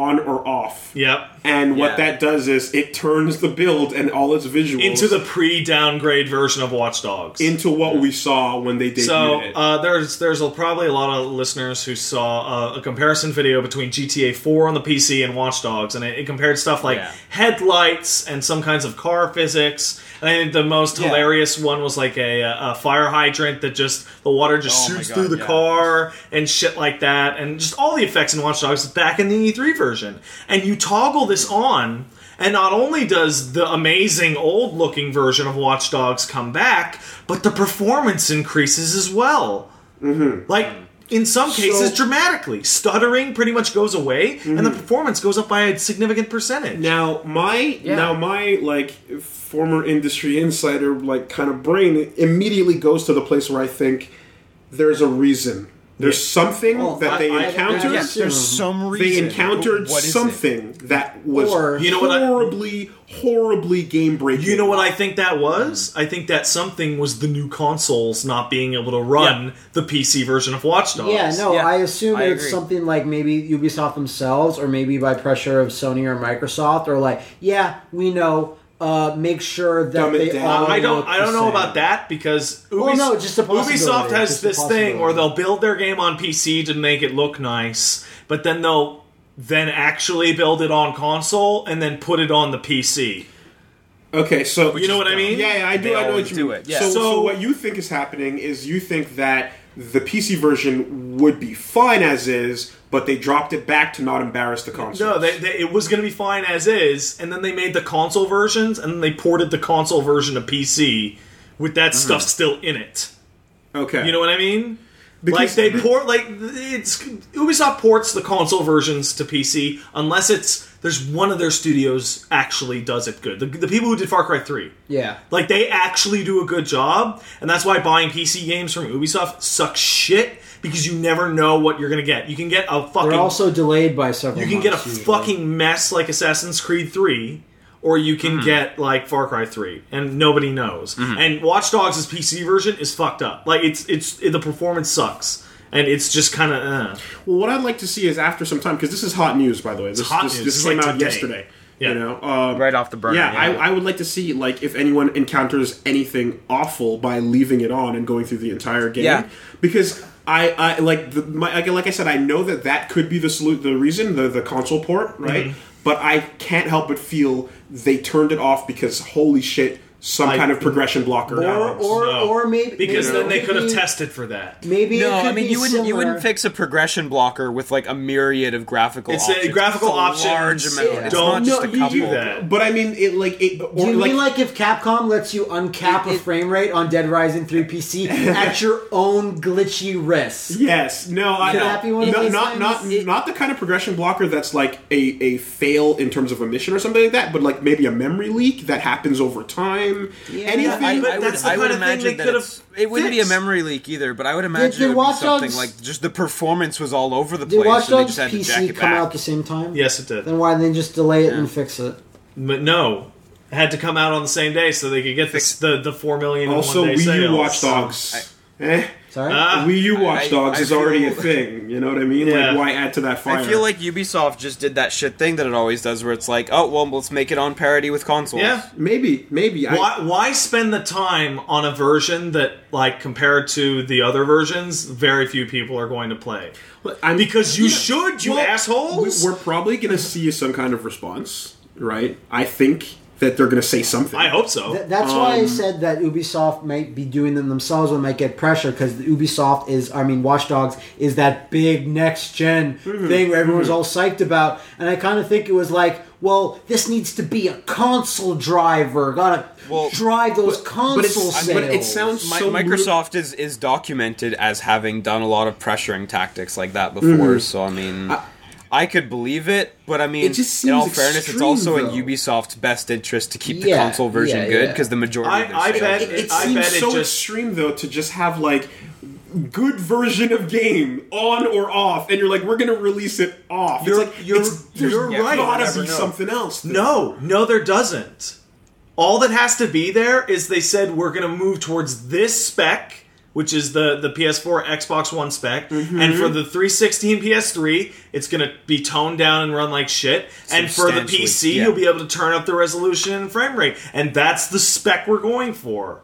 [SPEAKER 1] on or off.
[SPEAKER 3] Yep.
[SPEAKER 1] And what
[SPEAKER 4] Yeah.
[SPEAKER 1] that does is it turns the build and all its visuals
[SPEAKER 3] Into the pre-downgrade version of Watch Dogs.
[SPEAKER 1] into what we saw when they debuted
[SPEAKER 3] so
[SPEAKER 1] it.
[SPEAKER 3] uh, there's there's a, probably a lot of listeners who saw uh, a comparison video between GTA 4 on the PC and Watch Dogs, and it, it compared stuff like
[SPEAKER 4] Yeah.
[SPEAKER 3] headlights and some kinds of car physics. And I think the most hilarious one was like a, a fire hydrant that just the water just
[SPEAKER 4] Oh my
[SPEAKER 3] shoots
[SPEAKER 4] God,
[SPEAKER 3] through the
[SPEAKER 4] yeah.
[SPEAKER 3] car and shit like that, and just all the effects in Watch Dogs back in the E3 version. And you toggle this on. And not only does the amazing old looking version of Watch Dogs come back, but the performance increases as well. Like, in some cases, dramatically. Stuttering pretty much goes away, and the performance goes up by a significant percentage.
[SPEAKER 1] Now my now my like former industry insider like kind of brain immediately goes to the place where I think there's a reason. There's something
[SPEAKER 2] Well,
[SPEAKER 1] that
[SPEAKER 2] I-
[SPEAKER 1] they
[SPEAKER 2] I-
[SPEAKER 1] encountered.
[SPEAKER 2] I-
[SPEAKER 4] Yes, there's some
[SPEAKER 1] they
[SPEAKER 4] reason.
[SPEAKER 1] encountered
[SPEAKER 4] What is it?
[SPEAKER 1] something that was
[SPEAKER 2] Or-
[SPEAKER 1] you know
[SPEAKER 3] what I-
[SPEAKER 1] horribly, horribly game breaking.
[SPEAKER 3] You know what I think that was? I think that something was the new consoles not being able to run
[SPEAKER 4] Yeah.
[SPEAKER 3] the PC version of Watch Dogs.
[SPEAKER 2] Oh, Yeah, no,
[SPEAKER 4] Yeah,
[SPEAKER 2] I assume
[SPEAKER 4] I
[SPEAKER 2] it's
[SPEAKER 4] agree.
[SPEAKER 2] something like maybe Ubisoft themselves, or maybe by pressure of Sony or Microsoft, or like, yeah, we know. Uh, make sure that
[SPEAKER 1] Dumb it
[SPEAKER 2] they
[SPEAKER 1] down.
[SPEAKER 2] all
[SPEAKER 3] I don't.
[SPEAKER 2] look
[SPEAKER 3] I
[SPEAKER 2] the
[SPEAKER 3] don't know
[SPEAKER 2] same.
[SPEAKER 3] about that because Ubis-
[SPEAKER 2] Well, no, just a possibility.
[SPEAKER 3] Ubisoft has
[SPEAKER 2] Just a
[SPEAKER 3] this thing where
[SPEAKER 2] possibility.
[SPEAKER 3] they'll build their game on PC to make it look nice, but then they'll then actually build it on console and then put it on the PC.
[SPEAKER 1] Okay, so
[SPEAKER 3] You know what I mean?
[SPEAKER 1] Yeah, yeah I do.
[SPEAKER 5] They
[SPEAKER 1] I know what
[SPEAKER 5] always
[SPEAKER 1] you
[SPEAKER 5] do
[SPEAKER 1] mean.
[SPEAKER 5] it, yeah.
[SPEAKER 1] So, so
[SPEAKER 3] So-
[SPEAKER 1] what you think is happening is you think that the PC version would be fine as is, but they dropped it back to not embarrass the console.
[SPEAKER 3] No, they, they, it was going to be fine as is, and then they made the console versions, and then they ported the console version to PC with that stuff still in it.
[SPEAKER 1] okay.
[SPEAKER 3] You know what I mean?
[SPEAKER 1] Because-
[SPEAKER 3] like they port like it's Ubisoft ports the console versions to PC unless it's there's one of their studios actually does it good. The, the people who did Far Cry 3.
[SPEAKER 2] Yeah.
[SPEAKER 3] Like they actually do a good job, and that's why buying PC games from Ubisoft sucks shit because you never know what you're going to get. You can get a fucking
[SPEAKER 2] They're also delayed by several.
[SPEAKER 3] you can get a
[SPEAKER 2] months, usually.
[SPEAKER 3] fucking mess like Assassin's Creed 3, or you
[SPEAKER 1] Mm-hmm.
[SPEAKER 3] can get like Far Cry 3, and nobody knows. And Watch Dogs' PC version is fucked up. Like it's it's it, the performance sucks, and it's just kind of uh.
[SPEAKER 1] Well, what I'd like to see is after some time because this is hot news, by the way. This,
[SPEAKER 3] hot
[SPEAKER 1] this,
[SPEAKER 3] news.
[SPEAKER 1] this
[SPEAKER 3] It's
[SPEAKER 1] came
[SPEAKER 3] like
[SPEAKER 1] out
[SPEAKER 3] today.
[SPEAKER 1] yesterday.
[SPEAKER 3] Yeah.
[SPEAKER 1] You know, um,
[SPEAKER 5] right off the burner.
[SPEAKER 1] yeah, I, I would like to see like if anyone encounters anything awful by leaving it on and going through the entire game.
[SPEAKER 4] Yeah.
[SPEAKER 1] Because I, I like the, my, like, like I said, I know that that could be the solu- the reason the the console port, right? But I can't help but feel they turned it off because holy shit, some
[SPEAKER 3] I-
[SPEAKER 1] kind of progression blocker.
[SPEAKER 2] Or
[SPEAKER 1] happens.
[SPEAKER 2] or
[SPEAKER 3] No.
[SPEAKER 2] or maybe
[SPEAKER 3] because
[SPEAKER 2] maybe-
[SPEAKER 3] then they could have
[SPEAKER 2] maybe-
[SPEAKER 3] tested for that.
[SPEAKER 2] Maybe
[SPEAKER 4] No,
[SPEAKER 2] it could
[SPEAKER 4] I mean
[SPEAKER 2] be
[SPEAKER 4] you wouldn't. You
[SPEAKER 2] similar.
[SPEAKER 4] wouldn't fix a progression blocker with like a myriad of graphical.
[SPEAKER 3] It's a
[SPEAKER 4] options.
[SPEAKER 3] graphical
[SPEAKER 4] It's a
[SPEAKER 3] options.
[SPEAKER 4] Large amount. It's
[SPEAKER 3] Don't-
[SPEAKER 4] not just
[SPEAKER 3] no,
[SPEAKER 4] a
[SPEAKER 3] you
[SPEAKER 4] couple.
[SPEAKER 3] do that.
[SPEAKER 1] but I mean, it like it. Or,
[SPEAKER 2] Do you
[SPEAKER 1] like,
[SPEAKER 2] mean like if Capcom lets you uncap a frame rate on Dead Rising 3 PC at your own glitchy risk?
[SPEAKER 1] Yes. No. I
[SPEAKER 2] Could
[SPEAKER 1] no,
[SPEAKER 2] that be one of
[SPEAKER 1] no,
[SPEAKER 2] these
[SPEAKER 1] not not
[SPEAKER 2] things?
[SPEAKER 1] not the kind of progression blocker that's like a a fail in terms of a mission or something like that, but like maybe a memory leak that happens over time. Anything.
[SPEAKER 4] I,
[SPEAKER 3] But
[SPEAKER 4] I would,
[SPEAKER 3] that's the
[SPEAKER 4] I would
[SPEAKER 3] kind of thing
[SPEAKER 4] imagine
[SPEAKER 3] they
[SPEAKER 4] that
[SPEAKER 3] could've
[SPEAKER 4] it's- it wouldn't be a
[SPEAKER 3] fixed.
[SPEAKER 4] memory leak either, but I would imagine
[SPEAKER 2] did
[SPEAKER 4] it would be
[SPEAKER 2] Watch
[SPEAKER 4] something
[SPEAKER 2] Dogs-
[SPEAKER 4] like just the performance was all over the
[SPEAKER 2] Did
[SPEAKER 4] place,
[SPEAKER 2] Watch
[SPEAKER 4] and they
[SPEAKER 2] Dogs
[SPEAKER 4] just had to jack
[SPEAKER 2] PC
[SPEAKER 4] it
[SPEAKER 2] come
[SPEAKER 4] back.
[SPEAKER 2] out the same time?
[SPEAKER 3] Yes, it did,
[SPEAKER 2] Then why didn't they just delay it and fix it?
[SPEAKER 3] but no, it had to come out on the same day so they could get this, the the four million. in
[SPEAKER 1] also,
[SPEAKER 3] one day
[SPEAKER 1] Wii U
[SPEAKER 3] sales.
[SPEAKER 1] Watch Dogs. eh.
[SPEAKER 2] Sorry?
[SPEAKER 3] Ah.
[SPEAKER 1] Wii U Watch Dogs
[SPEAKER 4] uh, I- I
[SPEAKER 1] is already a
[SPEAKER 4] feel-
[SPEAKER 1] thing. You know what I mean?
[SPEAKER 3] Yeah.
[SPEAKER 1] Like, why add to that fire?
[SPEAKER 4] I feel like Ubisoft just did that shit thing that it always does, where it's like, oh well, let's make it on parity with consoles.
[SPEAKER 3] Yeah,
[SPEAKER 1] maybe, maybe. I,
[SPEAKER 3] why, why spend the time on a version that like compared to the other versions very few people are going to play
[SPEAKER 1] I'm-
[SPEAKER 3] because you
[SPEAKER 1] Yeah.
[SPEAKER 3] should you
[SPEAKER 1] Well,
[SPEAKER 3] assholes
[SPEAKER 1] We're probably going to see some kind of response, right? I think that they're going to say something.
[SPEAKER 3] i hope so
[SPEAKER 2] Th- That's why I said that Ubisoft might be doing them themselves and might get pressure because Ubisoft is, I mean, Watch Dogs is that big next general thing where everyone's all psyched about. And I kind of think it was like, well, this needs to be a console driver. Gotta
[SPEAKER 4] Well,
[SPEAKER 2] drive those
[SPEAKER 1] but it's-
[SPEAKER 2] console sales.
[SPEAKER 1] but it sounds
[SPEAKER 4] Mi-
[SPEAKER 1] so
[SPEAKER 4] Microsoft is, is documented as having done a lot of pressuring tactics like that before, so I mean, I, could believe it, but I mean,
[SPEAKER 1] It just
[SPEAKER 4] in all
[SPEAKER 1] seems
[SPEAKER 4] fairness, it's
[SPEAKER 1] extreme,
[SPEAKER 4] also
[SPEAKER 1] though.
[SPEAKER 4] in Ubisoft's best interest to keep the
[SPEAKER 2] Yeah,
[SPEAKER 4] console version
[SPEAKER 2] yeah,
[SPEAKER 4] good
[SPEAKER 2] yeah.
[SPEAKER 4] because the majority of their
[SPEAKER 3] I- I
[SPEAKER 4] sales
[SPEAKER 3] bet
[SPEAKER 4] is-
[SPEAKER 1] it
[SPEAKER 3] I
[SPEAKER 1] seems
[SPEAKER 3] bet it
[SPEAKER 1] so
[SPEAKER 3] just-
[SPEAKER 1] extreme though to just have like good version of game on or off and you're like we're gonna release it off
[SPEAKER 3] You're-
[SPEAKER 1] it's like
[SPEAKER 3] you're-
[SPEAKER 1] it's, there's
[SPEAKER 3] you're right.
[SPEAKER 1] gotta
[SPEAKER 4] Never
[SPEAKER 1] be
[SPEAKER 4] know.
[SPEAKER 1] something else that-
[SPEAKER 3] no no there doesn't all that has to be there is they said we're going to move towards this spec which is the, the PS4 Xbox One spec, and for the 360 and PS3, it's gonna be toned down and run like shit. And for the
[SPEAKER 4] Substantially,
[SPEAKER 3] PC,
[SPEAKER 4] yeah.
[SPEAKER 3] you'll be able to turn up the resolution and frame rate, and that's the spec we're going for.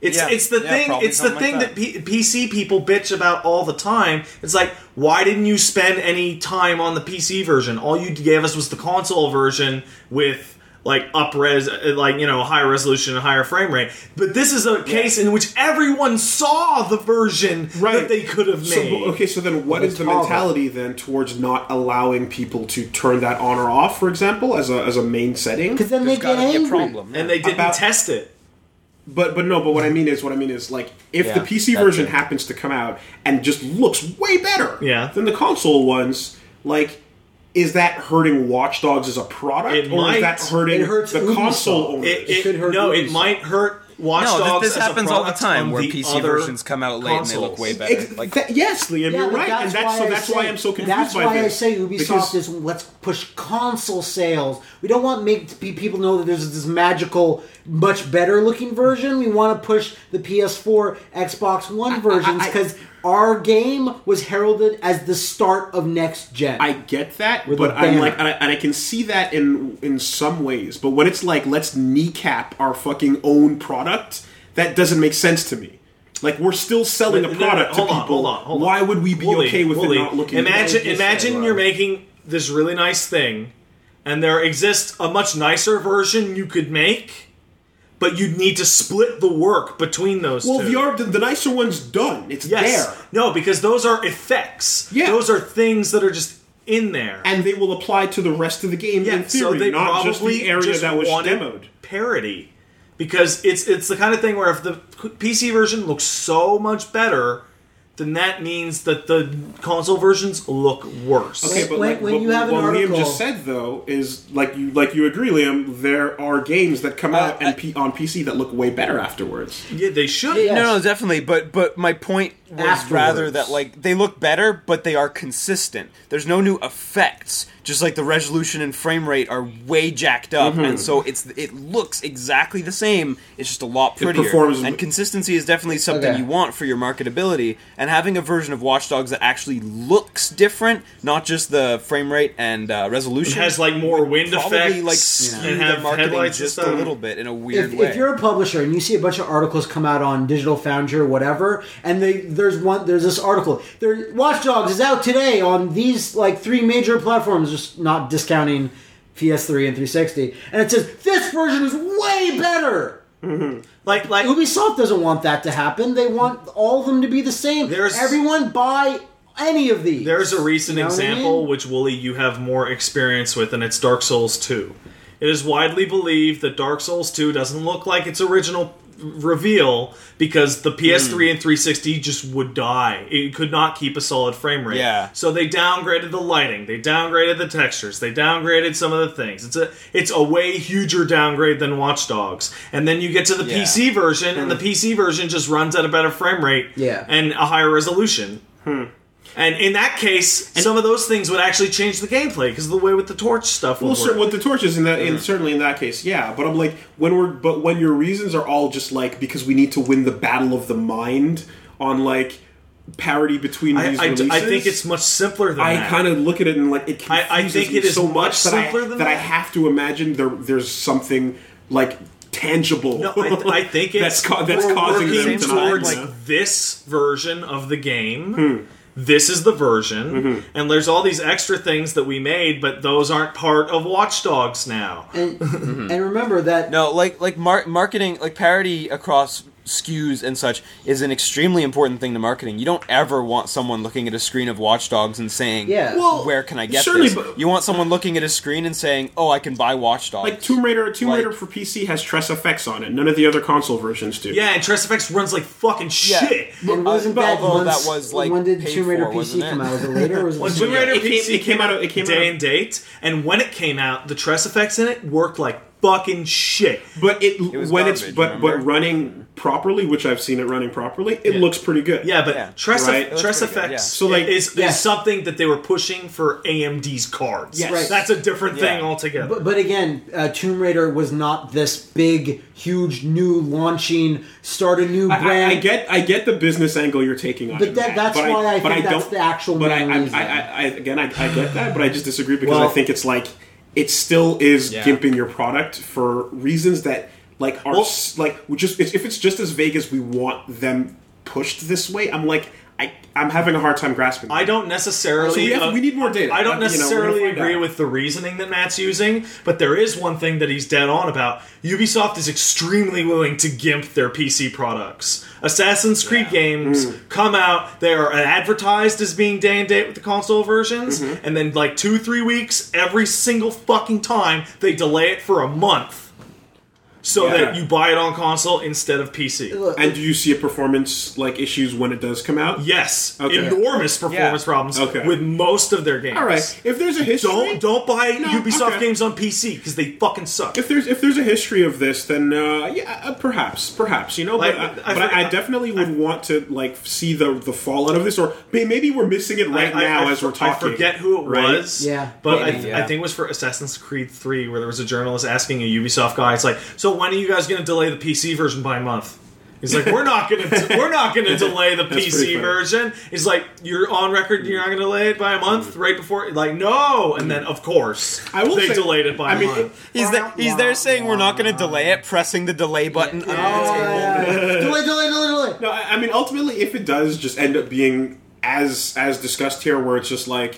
[SPEAKER 3] It's
[SPEAKER 4] Yeah.
[SPEAKER 3] it's the
[SPEAKER 4] Yeah,
[SPEAKER 3] thing
[SPEAKER 4] probably
[SPEAKER 3] it's the
[SPEAKER 4] something
[SPEAKER 3] thing
[SPEAKER 4] like
[SPEAKER 3] that, E, P- PC people bitch about all the time. It's like why didn't you spend any time on the PC version? All you gave us was the console version with like up res uh, like you know higher resolution and higher frame rate. But this is a case in which everyone saw the version
[SPEAKER 1] Right.
[SPEAKER 3] that they could have
[SPEAKER 1] so,
[SPEAKER 3] made.
[SPEAKER 1] okay so then what is the
[SPEAKER 2] taller.
[SPEAKER 1] mentality then towards not allowing people to turn that on or off for example as a, as a main setting
[SPEAKER 2] Because then they
[SPEAKER 4] there's
[SPEAKER 2] get
[SPEAKER 4] gotta be
[SPEAKER 2] angry.
[SPEAKER 4] a problem.
[SPEAKER 3] And they didn't
[SPEAKER 1] About-
[SPEAKER 3] test it.
[SPEAKER 1] But but no, but what I mean is what I mean is like if
[SPEAKER 4] Yeah,
[SPEAKER 1] the PC
[SPEAKER 4] that's
[SPEAKER 1] version
[SPEAKER 4] it.
[SPEAKER 1] happens to come out and just looks way better
[SPEAKER 3] Yeah.
[SPEAKER 1] than the console ones, like is that hurting Watch Dogs as a product
[SPEAKER 3] It
[SPEAKER 1] or is
[SPEAKER 3] might.
[SPEAKER 1] that hurting
[SPEAKER 2] It hurts
[SPEAKER 1] the
[SPEAKER 2] Ubisoft.
[SPEAKER 1] console owners?
[SPEAKER 3] It, it,
[SPEAKER 2] could hurt
[SPEAKER 3] no, it
[SPEAKER 2] Ubisoft.
[SPEAKER 3] might hurt Watch
[SPEAKER 4] no,
[SPEAKER 3] Dogs.
[SPEAKER 4] this, this
[SPEAKER 3] as a
[SPEAKER 4] happens all the
[SPEAKER 3] product
[SPEAKER 4] time
[SPEAKER 3] on
[SPEAKER 4] where
[SPEAKER 3] the
[SPEAKER 4] PC
[SPEAKER 3] other
[SPEAKER 4] versions come out late and they look way
[SPEAKER 3] consoles.
[SPEAKER 4] better.
[SPEAKER 1] Ex-
[SPEAKER 4] like,
[SPEAKER 1] that- yes, Liam,
[SPEAKER 2] Yeah,
[SPEAKER 1] you're
[SPEAKER 2] but
[SPEAKER 1] right, and that's so
[SPEAKER 2] I
[SPEAKER 1] that's why
[SPEAKER 2] say-
[SPEAKER 1] I'm so confused
[SPEAKER 2] That's
[SPEAKER 1] by
[SPEAKER 2] why
[SPEAKER 1] this.
[SPEAKER 2] I say Ubisoft
[SPEAKER 1] because-
[SPEAKER 2] is let's push console sales. We don't want make pe- people know that there's this magical, much better looking version. We want to push the PS4, Xbox One versions
[SPEAKER 1] I-
[SPEAKER 2] because our game was heralded as the start of next gen.
[SPEAKER 1] I get that,
[SPEAKER 2] With
[SPEAKER 1] but
[SPEAKER 2] a
[SPEAKER 1] I'm
[SPEAKER 2] banner.
[SPEAKER 1] like, and I, and I can see that in in some ways. But when it's like, let's kneecap our fucking own product, that doesn't make sense to me. Like we're still selling
[SPEAKER 3] No,
[SPEAKER 1] a
[SPEAKER 3] no, no,
[SPEAKER 1] product
[SPEAKER 3] hold
[SPEAKER 1] to
[SPEAKER 3] on,
[SPEAKER 1] people.
[SPEAKER 3] hold on, hold on.
[SPEAKER 1] Why would we be
[SPEAKER 3] Wooly,
[SPEAKER 1] okay with
[SPEAKER 3] Wooly,
[SPEAKER 1] it not looking?
[SPEAKER 3] Imagine,
[SPEAKER 2] Just
[SPEAKER 3] imagine
[SPEAKER 2] say, well.
[SPEAKER 3] you're making this really nice thing, and there exists a much nicer version you could make, but you'd need to split the work between those
[SPEAKER 1] Well,
[SPEAKER 3] two.
[SPEAKER 1] the, art, the, the nicer one's done. It's
[SPEAKER 3] Yes.
[SPEAKER 1] there.
[SPEAKER 3] No, because those are effects.
[SPEAKER 1] Yeah.
[SPEAKER 3] Those are things that are just in there.
[SPEAKER 1] And they will apply to the rest of the game
[SPEAKER 3] yeah,
[SPEAKER 1] in theory,
[SPEAKER 3] so they
[SPEAKER 1] not
[SPEAKER 3] probably
[SPEAKER 1] just the area
[SPEAKER 3] just
[SPEAKER 1] that was
[SPEAKER 3] wanted
[SPEAKER 1] demoed.
[SPEAKER 3] Parody. Because it's it's the kind of thing where if the PC version looks so much better, then that means that the console versions look worse.
[SPEAKER 1] Okay, but
[SPEAKER 2] When-
[SPEAKER 1] like,
[SPEAKER 2] when
[SPEAKER 1] what,
[SPEAKER 2] you have an
[SPEAKER 1] what
[SPEAKER 2] article-
[SPEAKER 1] Liam just said though is like you like you agree, Liam. There are games that come out and P- on PC that look way better afterwards.
[SPEAKER 3] Yeah, they should.
[SPEAKER 2] Yeah.
[SPEAKER 4] No, no, definitely. But but my point was
[SPEAKER 2] Afterwards.
[SPEAKER 4] rather that like they look better, but they are consistent. There's no new effects. Just like the resolution and frame rate are way jacked up,
[SPEAKER 2] Mm-hmm.
[SPEAKER 4] and so it's it looks exactly the same. It's just a lot prettier.
[SPEAKER 1] performs-
[SPEAKER 4] and consistency is definitely something
[SPEAKER 2] Okay.
[SPEAKER 4] you want for your marketability. And having a version of Watch Dogs that actually looks different, not just the frame rate and uh, resolution,
[SPEAKER 3] It has, like, more
[SPEAKER 4] would
[SPEAKER 3] wind
[SPEAKER 4] probably,
[SPEAKER 3] effects
[SPEAKER 4] like
[SPEAKER 3] and
[SPEAKER 4] skew
[SPEAKER 3] have
[SPEAKER 4] their marketing
[SPEAKER 3] headlights and
[SPEAKER 4] just a
[SPEAKER 3] stuff.
[SPEAKER 4] little bit in a weird
[SPEAKER 2] If,
[SPEAKER 4] way.
[SPEAKER 2] if you're a publisher and you see a bunch of articles come out on Digital Foundry or whatever, and they, there's one, there's this article. There, Watch Dogs is out today on these like three major platforms, just not discounting PS3 and 360, and it says this version is way better.
[SPEAKER 3] Like like
[SPEAKER 2] Ubisoft doesn't want that to happen. They want all of them to be the same.
[SPEAKER 3] There's-
[SPEAKER 2] Everyone buy any of these.
[SPEAKER 3] There's a recent
[SPEAKER 2] You know what I
[SPEAKER 3] example
[SPEAKER 2] mean?
[SPEAKER 3] which Wooly you have more experience with, and it's Dark Souls 2. It is widely believed that Dark Souls 2 doesn't look like its original reveal because the PS3
[SPEAKER 4] Hmm.
[SPEAKER 3] and 360 just would die. It could not keep a solid frame rate.
[SPEAKER 4] Yeah.
[SPEAKER 3] So they downgraded the lighting, they downgraded the textures, they downgraded some of the things. It's a it's a way huger downgrade than Watch Dogs. And then you get to the
[SPEAKER 4] Yeah.
[SPEAKER 3] PC version, and the PC version just runs at a better frame rate
[SPEAKER 2] Hmm. Yeah.
[SPEAKER 3] and a higher resolution. And in that case, some of those things would actually change the gameplay because the way with the torch stuff would
[SPEAKER 1] Well, sir, with
[SPEAKER 3] work.
[SPEAKER 1] the torches in that, in, certainly in that case, yeah. But I'm like, when we're, but when your reasons are all just like because we need to win the battle of the mind on like parity between
[SPEAKER 3] I,
[SPEAKER 1] these
[SPEAKER 3] I- I
[SPEAKER 1] releases.
[SPEAKER 3] think it's much simpler than
[SPEAKER 1] I
[SPEAKER 3] that.
[SPEAKER 1] kind of look at it and like it
[SPEAKER 3] I-
[SPEAKER 1] confuses
[SPEAKER 3] I think
[SPEAKER 1] me
[SPEAKER 3] it is
[SPEAKER 1] so
[SPEAKER 3] much
[SPEAKER 1] much that I,
[SPEAKER 3] simpler than
[SPEAKER 1] that I
[SPEAKER 3] that.
[SPEAKER 1] have to imagine there there's something like tangible.
[SPEAKER 3] No, I, th- I think it's
[SPEAKER 1] that's ca- that's
[SPEAKER 3] we're
[SPEAKER 1] causing
[SPEAKER 3] working
[SPEAKER 1] them to not,
[SPEAKER 3] towards
[SPEAKER 1] you know?
[SPEAKER 3] this version of the game.
[SPEAKER 1] Hmm.
[SPEAKER 3] This is the version,
[SPEAKER 1] Mm-hmm.
[SPEAKER 3] and there's all these extra things that we made, but those aren't part of Watch Dogs now.
[SPEAKER 2] and, and remember that
[SPEAKER 4] No, like like mar- marketing, like parity across skews and such is an extremely important thing to marketing. You don't ever want someone looking at a screen of watchdogs and saying,
[SPEAKER 2] Yeah.
[SPEAKER 1] Well,
[SPEAKER 4] where can I get
[SPEAKER 1] certainly,
[SPEAKER 4] this?"
[SPEAKER 1] but-
[SPEAKER 4] you want someone looking at a screen and saying, "Oh, I can buy watchdogs."
[SPEAKER 1] Like Tomb Raider, Tomb
[SPEAKER 4] Like-
[SPEAKER 1] Raider for PC has Tress effects on it. None of the other console versions do.
[SPEAKER 3] Yeah, and Tress FX runs like fucking
[SPEAKER 4] Yeah.
[SPEAKER 3] shit.
[SPEAKER 2] And wasn't
[SPEAKER 4] Uh,
[SPEAKER 2] that,
[SPEAKER 4] although
[SPEAKER 2] once-
[SPEAKER 4] that was, like,
[SPEAKER 2] when did
[SPEAKER 4] paid
[SPEAKER 2] Tomb Raider
[SPEAKER 4] for,
[SPEAKER 2] PC
[SPEAKER 4] wasn't
[SPEAKER 2] come
[SPEAKER 4] it?
[SPEAKER 2] out? Was it later or was it
[SPEAKER 3] Well,
[SPEAKER 2] this
[SPEAKER 3] Tomb
[SPEAKER 2] year?
[SPEAKER 3] Raider
[SPEAKER 1] It came-
[SPEAKER 3] PC
[SPEAKER 1] it came out- it came
[SPEAKER 3] day
[SPEAKER 1] out-
[SPEAKER 3] and date, and when it came out, the Tress effects in it worked like fucking shit.
[SPEAKER 1] But it,
[SPEAKER 4] was
[SPEAKER 1] when it's
[SPEAKER 4] garbage,
[SPEAKER 1] but but
[SPEAKER 4] remember?
[SPEAKER 1] running properly, which I've seen it running properly, it looks pretty good.
[SPEAKER 3] Yeah, but
[SPEAKER 4] Yeah,
[SPEAKER 3] Tress,
[SPEAKER 1] right. It
[SPEAKER 4] looks
[SPEAKER 3] Tress
[SPEAKER 4] pretty good,
[SPEAKER 3] effects
[SPEAKER 4] yeah.
[SPEAKER 3] so
[SPEAKER 1] So,
[SPEAKER 3] like
[SPEAKER 1] like-
[SPEAKER 3] is,
[SPEAKER 2] Yeah.
[SPEAKER 3] is something that they were pushing for AMD's cards.
[SPEAKER 1] Yes.
[SPEAKER 2] Right.
[SPEAKER 3] that's a different thing
[SPEAKER 4] Yeah.
[SPEAKER 3] altogether.
[SPEAKER 2] But, but again, uh, Tomb Raider was not this big, huge, new launching, start a new
[SPEAKER 1] I-
[SPEAKER 2] brand.
[SPEAKER 1] I, I get I get the business angle you're taking on
[SPEAKER 2] But
[SPEAKER 1] it,
[SPEAKER 2] that-
[SPEAKER 1] Matt,
[SPEAKER 2] that's
[SPEAKER 1] but
[SPEAKER 2] why I
[SPEAKER 1] but
[SPEAKER 2] think that's
[SPEAKER 1] don't-
[SPEAKER 2] the actual
[SPEAKER 1] But I,
[SPEAKER 2] main
[SPEAKER 1] I,
[SPEAKER 2] reason.
[SPEAKER 1] I, I, again I, I get that, but I just disagree because
[SPEAKER 2] Well-
[SPEAKER 1] I think it's like it still is
[SPEAKER 4] Yeah.
[SPEAKER 1] gimping your product for reasons that like are s like we just if if it's just as vague as we want them pushed this way, I'm like I I'm having a hard time grasping.
[SPEAKER 3] I don't necessarily.
[SPEAKER 1] So we have- we need more data.
[SPEAKER 3] I don't
[SPEAKER 1] Uh, you know, we're gonna
[SPEAKER 3] necessarily
[SPEAKER 1] find
[SPEAKER 3] agree
[SPEAKER 1] out.
[SPEAKER 3] with the reasoning that Matt's using, but there is one thing that he's dead on about. Ubisoft is extremely willing to gimp their PC products. Assassin's Creed games
[SPEAKER 1] Mm.
[SPEAKER 3] come out; they are advertised as being day and date with the console versions,
[SPEAKER 1] Mm-hmm.
[SPEAKER 3] and then like two, three weeks every single fucking time they delay it for a month, so
[SPEAKER 1] Yeah.
[SPEAKER 3] that you buy it on console instead of PC.
[SPEAKER 1] And do you see a performance like issues when it does come out?
[SPEAKER 3] Yes,
[SPEAKER 1] Okay.
[SPEAKER 3] enormous performance
[SPEAKER 4] Yeah.
[SPEAKER 3] problems
[SPEAKER 1] Okay.
[SPEAKER 3] with most of their games.
[SPEAKER 1] All right. If there's a history,
[SPEAKER 3] Don't don't buy
[SPEAKER 1] No,
[SPEAKER 3] Ubisoft
[SPEAKER 1] okay.
[SPEAKER 3] games on PC because they fucking suck.
[SPEAKER 1] if there's if there's a history of this, then uh, yeah, uh, perhaps, perhaps you know.
[SPEAKER 3] Like,
[SPEAKER 1] but
[SPEAKER 3] I-
[SPEAKER 1] I, but I,
[SPEAKER 3] I-
[SPEAKER 1] I definitely would want to like see the the fallout of this, or may- maybe we're missing it right
[SPEAKER 3] I- I-
[SPEAKER 1] now
[SPEAKER 3] I-
[SPEAKER 1] as we're talking.
[SPEAKER 3] I forget who it
[SPEAKER 1] right?
[SPEAKER 3] was.
[SPEAKER 2] Yeah.
[SPEAKER 3] but I,
[SPEAKER 2] Maybe,
[SPEAKER 4] yeah.
[SPEAKER 3] I think it was for Assassin's Creed Three, where there was a journalist asking a Ubisoft guy, "It's like, so when are you guys going to delay the PC version by a month?" He's like, "We're not going to, we're not going to delay the
[SPEAKER 1] pretty
[SPEAKER 3] PC
[SPEAKER 1] funny.
[SPEAKER 3] version." He's like, "You're on record, you're not going to delay it by a month, right before?" Like, no, and then of course
[SPEAKER 1] I will
[SPEAKER 3] they
[SPEAKER 1] say-
[SPEAKER 3] delayed it by
[SPEAKER 1] I
[SPEAKER 3] a
[SPEAKER 1] mean,
[SPEAKER 3] month.
[SPEAKER 4] he's there, he's there saying we're not going to delay it, pressing the delay button. Um,
[SPEAKER 2] Oh, yeah. delay, delay, delay, delay.
[SPEAKER 1] No, I, I mean ultimately, if it does just end up being as as discussed here, where it's just like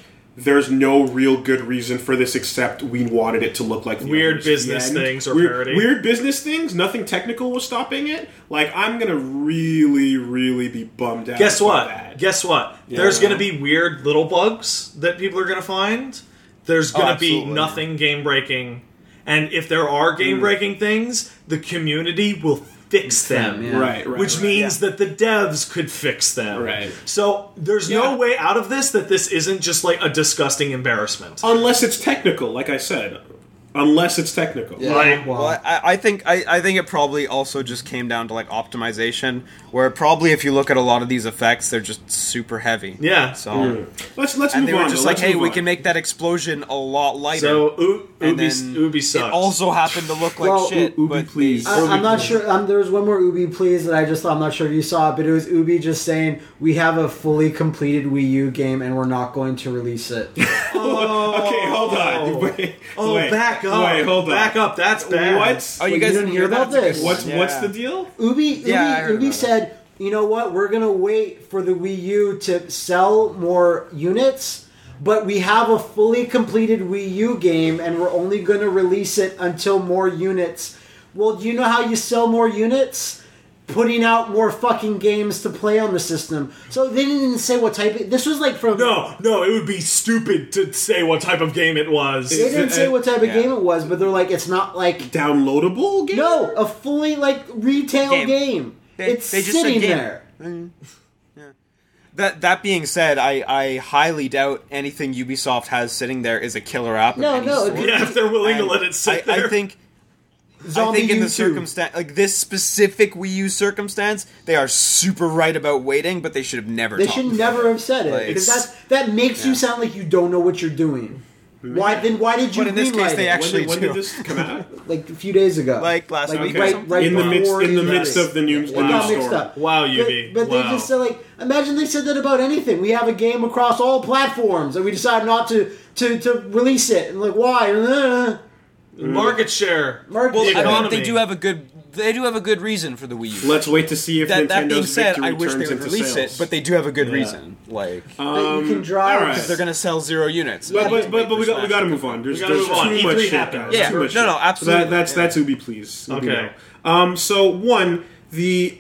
[SPEAKER 1] there's no real good reason for this except we wanted it to look like the
[SPEAKER 3] Weird
[SPEAKER 1] others. The
[SPEAKER 3] business
[SPEAKER 1] end.
[SPEAKER 3] things or
[SPEAKER 1] weird,
[SPEAKER 3] parody.
[SPEAKER 1] Weird business things. Nothing technical was stopping it. Like I'm gonna really, really be bummed out.
[SPEAKER 3] Guess
[SPEAKER 1] about
[SPEAKER 3] what?
[SPEAKER 1] that.
[SPEAKER 3] Guess what? There's going to be weird little bugs that people are going to find. There's
[SPEAKER 1] Oh,
[SPEAKER 3] going to be
[SPEAKER 4] absolutely.
[SPEAKER 3] nothing game breaking. And if there
[SPEAKER 1] Mm.
[SPEAKER 3] are game breaking things, the community will fix them.
[SPEAKER 4] yeah.
[SPEAKER 1] right, right,
[SPEAKER 3] Which
[SPEAKER 1] right.
[SPEAKER 3] means that the devs could fix them.
[SPEAKER 1] Right.
[SPEAKER 3] So there's
[SPEAKER 1] Yeah.
[SPEAKER 3] no way out of this that this isn't just like a disgusting embarrassment.
[SPEAKER 1] unless it's technical, like I said, unless it's technical.
[SPEAKER 3] Like,
[SPEAKER 4] Well, I, I think I, I think it probably also just came down to like optimization, where probably if you look at a lot of these effects, they're just super heavy.
[SPEAKER 3] Yeah.
[SPEAKER 4] So
[SPEAKER 1] Let's let's Mm.
[SPEAKER 4] and
[SPEAKER 1] move
[SPEAKER 4] they were
[SPEAKER 1] on.
[SPEAKER 4] just
[SPEAKER 1] though.
[SPEAKER 4] like,
[SPEAKER 1] Let's
[SPEAKER 4] hey,
[SPEAKER 1] move
[SPEAKER 4] we
[SPEAKER 1] on.
[SPEAKER 4] can make that explosion a lot lighter.
[SPEAKER 3] so U-
[SPEAKER 4] and
[SPEAKER 3] Ubi,
[SPEAKER 4] then
[SPEAKER 3] Ubi
[SPEAKER 4] It
[SPEAKER 3] sucks.
[SPEAKER 4] also happened to look like
[SPEAKER 2] Well,
[SPEAKER 4] shit.
[SPEAKER 1] Ubi,
[SPEAKER 4] but Oh,
[SPEAKER 1] please.
[SPEAKER 4] the-
[SPEAKER 2] I, I'm not sure. Um, there was one more Ubi please that I just thought. I'm not sure if you saw it, but it was Ubi just saying we have a fully completed Wii U game and we're not going to release it.
[SPEAKER 1] Okay, hold on. Wait,
[SPEAKER 3] Oh,
[SPEAKER 1] wait,
[SPEAKER 3] back up.
[SPEAKER 1] Wait, hold on.
[SPEAKER 3] Back up. That's bad.
[SPEAKER 1] What's
[SPEAKER 4] oh, you
[SPEAKER 2] you
[SPEAKER 4] guys
[SPEAKER 2] didn't hear about
[SPEAKER 4] that?
[SPEAKER 2] this?
[SPEAKER 1] what's
[SPEAKER 4] Yeah.
[SPEAKER 1] what's the deal?
[SPEAKER 2] Ubi, Ubi,
[SPEAKER 4] Yeah, I heard
[SPEAKER 2] Ubi
[SPEAKER 4] about
[SPEAKER 2] said, you know what? We're gonna wait for the Wii U to sell more units, but we have a fully completed Wii U game, and we're only gonna release it until more units. Well, do you know how you sell more units? Putting out more fucking games to play on the system. So they didn't even say what type. Of, this was like from
[SPEAKER 3] No, no, it would be stupid to say what type of game it was.
[SPEAKER 2] They didn't say what type of
[SPEAKER 4] Yeah.
[SPEAKER 2] game it was, but they're like, it's not like
[SPEAKER 1] Downloadable game?
[SPEAKER 2] no, a fully like retail game.
[SPEAKER 4] Game.
[SPEAKER 2] it's
[SPEAKER 4] they just said
[SPEAKER 2] sitting
[SPEAKER 4] game.
[SPEAKER 2] there.
[SPEAKER 4] Mm-hmm. That that being said, I, I highly doubt anything Ubisoft has sitting there is a killer app. of
[SPEAKER 2] No,
[SPEAKER 4] any
[SPEAKER 2] no,
[SPEAKER 4] sort.
[SPEAKER 2] it-
[SPEAKER 3] Yeah, if they're willing to
[SPEAKER 4] And
[SPEAKER 3] let it sit
[SPEAKER 4] I,
[SPEAKER 3] there.
[SPEAKER 4] I think I
[SPEAKER 2] Zombie
[SPEAKER 4] think in the
[SPEAKER 2] YouTube.
[SPEAKER 4] circumstance, like this specific Wii U circumstance, they are super right about waiting, but they should have never.
[SPEAKER 2] They
[SPEAKER 4] talked
[SPEAKER 2] should
[SPEAKER 4] about
[SPEAKER 2] never have said it
[SPEAKER 4] Like,
[SPEAKER 2] because that's that makes you sound like you don't know what you're doing. Why then? Why did you?
[SPEAKER 4] But in this
[SPEAKER 2] greenlight
[SPEAKER 4] case, they
[SPEAKER 1] When,
[SPEAKER 2] it?
[SPEAKER 4] actually
[SPEAKER 1] did- when
[SPEAKER 4] do.
[SPEAKER 1] did this come out?
[SPEAKER 2] like a few days ago,
[SPEAKER 4] Like last week or
[SPEAKER 2] right,
[SPEAKER 4] something?
[SPEAKER 2] right
[SPEAKER 1] in the midst
[SPEAKER 2] before
[SPEAKER 1] in the
[SPEAKER 2] you
[SPEAKER 1] midst
[SPEAKER 2] guys-
[SPEAKER 1] of the news
[SPEAKER 2] It got
[SPEAKER 1] news
[SPEAKER 2] mixed
[SPEAKER 1] storm.
[SPEAKER 2] up.
[SPEAKER 3] Wow,
[SPEAKER 2] But-
[SPEAKER 3] UV.
[SPEAKER 2] But,
[SPEAKER 3] Wow.
[SPEAKER 2] they just said like, imagine they said that about anything. We have a game across all platforms, and we decide not to to to release it. And like, why? Uh,
[SPEAKER 3] Market share.
[SPEAKER 2] Market
[SPEAKER 4] Well,
[SPEAKER 2] share.
[SPEAKER 4] I
[SPEAKER 3] economy.
[SPEAKER 4] think they do have a good. They do have a good reason for the Wii U.
[SPEAKER 1] Let's wait to see if
[SPEAKER 4] that, that being
[SPEAKER 1] Nintendo's
[SPEAKER 4] said,
[SPEAKER 1] victory
[SPEAKER 4] I wish
[SPEAKER 1] turns
[SPEAKER 4] they would
[SPEAKER 1] into
[SPEAKER 4] release
[SPEAKER 1] sales. Um,
[SPEAKER 4] it, but they do have a good reason. Like
[SPEAKER 3] Uh,
[SPEAKER 2] that you can drive.
[SPEAKER 1] all right.
[SPEAKER 4] they're gonna sell zero units.
[SPEAKER 1] But,
[SPEAKER 4] Let's
[SPEAKER 1] but, but, but
[SPEAKER 4] wait
[SPEAKER 1] we
[SPEAKER 4] for
[SPEAKER 1] got we
[SPEAKER 4] Smash
[SPEAKER 1] got to
[SPEAKER 4] come
[SPEAKER 1] move on. There's,
[SPEAKER 3] We gotta
[SPEAKER 1] there's
[SPEAKER 3] move on.
[SPEAKER 1] too
[SPEAKER 3] E3
[SPEAKER 1] much shit,
[SPEAKER 3] happened.
[SPEAKER 1] guys.
[SPEAKER 4] Yeah.
[SPEAKER 1] Too much
[SPEAKER 4] No,
[SPEAKER 1] shit.
[SPEAKER 4] no, absolutely.
[SPEAKER 1] That, that's
[SPEAKER 4] Yeah.
[SPEAKER 1] that's Ubi, please. Ubi
[SPEAKER 3] Okay.
[SPEAKER 1] now. Um. So one, the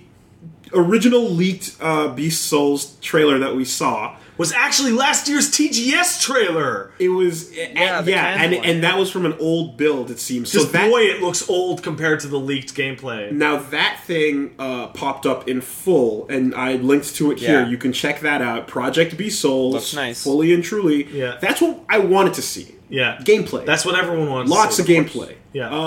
[SPEAKER 1] original leaked uh, Beast Souls trailer that we saw.
[SPEAKER 3] Was actually last year's TGS trailer.
[SPEAKER 1] It was yeah,
[SPEAKER 4] the
[SPEAKER 1] and
[SPEAKER 4] canned one.
[SPEAKER 1] and that was from an old build. It seems so.
[SPEAKER 3] Just
[SPEAKER 1] That
[SPEAKER 3] boy, it looks old compared to the leaked gameplay.
[SPEAKER 1] now that thing uh, popped up in full, and I linked to it here.
[SPEAKER 4] Yeah.
[SPEAKER 1] You can check that out. Project Beast Souls
[SPEAKER 4] Looks nice.
[SPEAKER 1] fully and truly.
[SPEAKER 3] Yeah.
[SPEAKER 1] that's what I wanted to see.
[SPEAKER 3] Yeah,
[SPEAKER 1] Gameplay.
[SPEAKER 3] That's what everyone wants. to
[SPEAKER 1] Lots
[SPEAKER 3] see.
[SPEAKER 1] of gameplay.
[SPEAKER 3] Yeah.
[SPEAKER 1] Uh,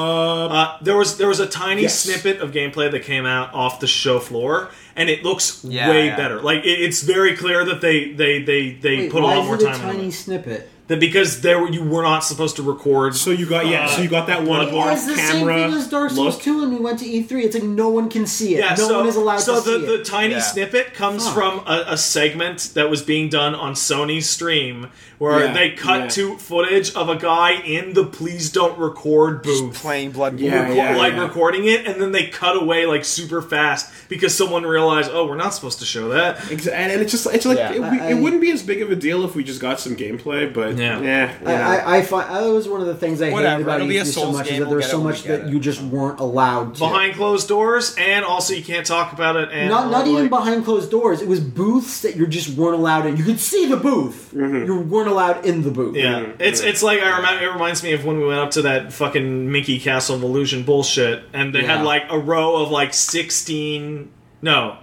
[SPEAKER 3] Uh, there was there was a tiny
[SPEAKER 1] Yes.
[SPEAKER 3] snippet of gameplay that came out off the show floor, and it looks
[SPEAKER 4] Yeah,
[SPEAKER 3] way
[SPEAKER 4] yeah.
[SPEAKER 3] better. Like it, it's very clear that they they they they
[SPEAKER 2] Wait,
[SPEAKER 3] put a
[SPEAKER 2] why
[SPEAKER 3] lot
[SPEAKER 2] is
[SPEAKER 3] more
[SPEAKER 2] it a
[SPEAKER 3] time. on
[SPEAKER 2] tiny
[SPEAKER 3] it.
[SPEAKER 2] snippet.
[SPEAKER 3] That because there were, you were not supposed to record.
[SPEAKER 1] So you got yeah.
[SPEAKER 3] Uh,
[SPEAKER 1] so you got that one
[SPEAKER 3] Bloodborne.
[SPEAKER 2] It
[SPEAKER 1] off
[SPEAKER 2] was the same
[SPEAKER 1] camera
[SPEAKER 2] thing as Dark Souls
[SPEAKER 1] look.
[SPEAKER 2] 2 when we went to E3. It's like no one can see it.
[SPEAKER 3] Yeah,
[SPEAKER 2] no
[SPEAKER 3] so,
[SPEAKER 2] one is allowed
[SPEAKER 3] so
[SPEAKER 2] to
[SPEAKER 3] the,
[SPEAKER 2] see
[SPEAKER 3] the
[SPEAKER 2] it.
[SPEAKER 3] tiny
[SPEAKER 4] Yeah.
[SPEAKER 3] snippet comes
[SPEAKER 2] Fuck.
[SPEAKER 3] from a, a segment that was being done on Sony's stream where
[SPEAKER 1] Yeah,
[SPEAKER 3] they cut
[SPEAKER 1] yeah.
[SPEAKER 3] to footage of a guy in the please don't record booth.
[SPEAKER 4] Playing Bloodborne.
[SPEAKER 1] Yeah,
[SPEAKER 3] reco-
[SPEAKER 1] yeah,
[SPEAKER 3] like
[SPEAKER 1] yeah.
[SPEAKER 3] recording it and then they cut away like super fast because someone realized oh we're not supposed to show that
[SPEAKER 1] Exa- And and it's just it's like
[SPEAKER 4] Yeah.
[SPEAKER 1] it, we,
[SPEAKER 2] I-
[SPEAKER 1] it wouldn't be as big of a deal if we just got some gameplay, but
[SPEAKER 3] Yeah.
[SPEAKER 1] yeah, yeah.
[SPEAKER 2] I, I, I find that was one of the things I
[SPEAKER 4] Whatever,
[SPEAKER 2] hated about
[SPEAKER 4] it'll be a
[SPEAKER 2] E3 so
[SPEAKER 4] Souls
[SPEAKER 2] much
[SPEAKER 4] game,
[SPEAKER 2] is that
[SPEAKER 4] we'll
[SPEAKER 2] there was
[SPEAKER 4] get
[SPEAKER 2] so
[SPEAKER 4] it when
[SPEAKER 2] much
[SPEAKER 4] we get
[SPEAKER 2] that
[SPEAKER 4] it.
[SPEAKER 2] you just weren't allowed to.
[SPEAKER 3] behind closed doors and also you can't talk about it and
[SPEAKER 2] not not
[SPEAKER 3] like-
[SPEAKER 2] even behind closed doors. It was booths that you just weren't allowed in. You could see the booth. You weren't allowed in the booth.
[SPEAKER 3] Yeah, it's
[SPEAKER 2] mm.
[SPEAKER 3] it's like I remember. It reminds me of when we went up to that fucking Mickey Castle of Illusion bullshit, and they had
[SPEAKER 2] Yeah.
[SPEAKER 3] like a row of like sixteen, no,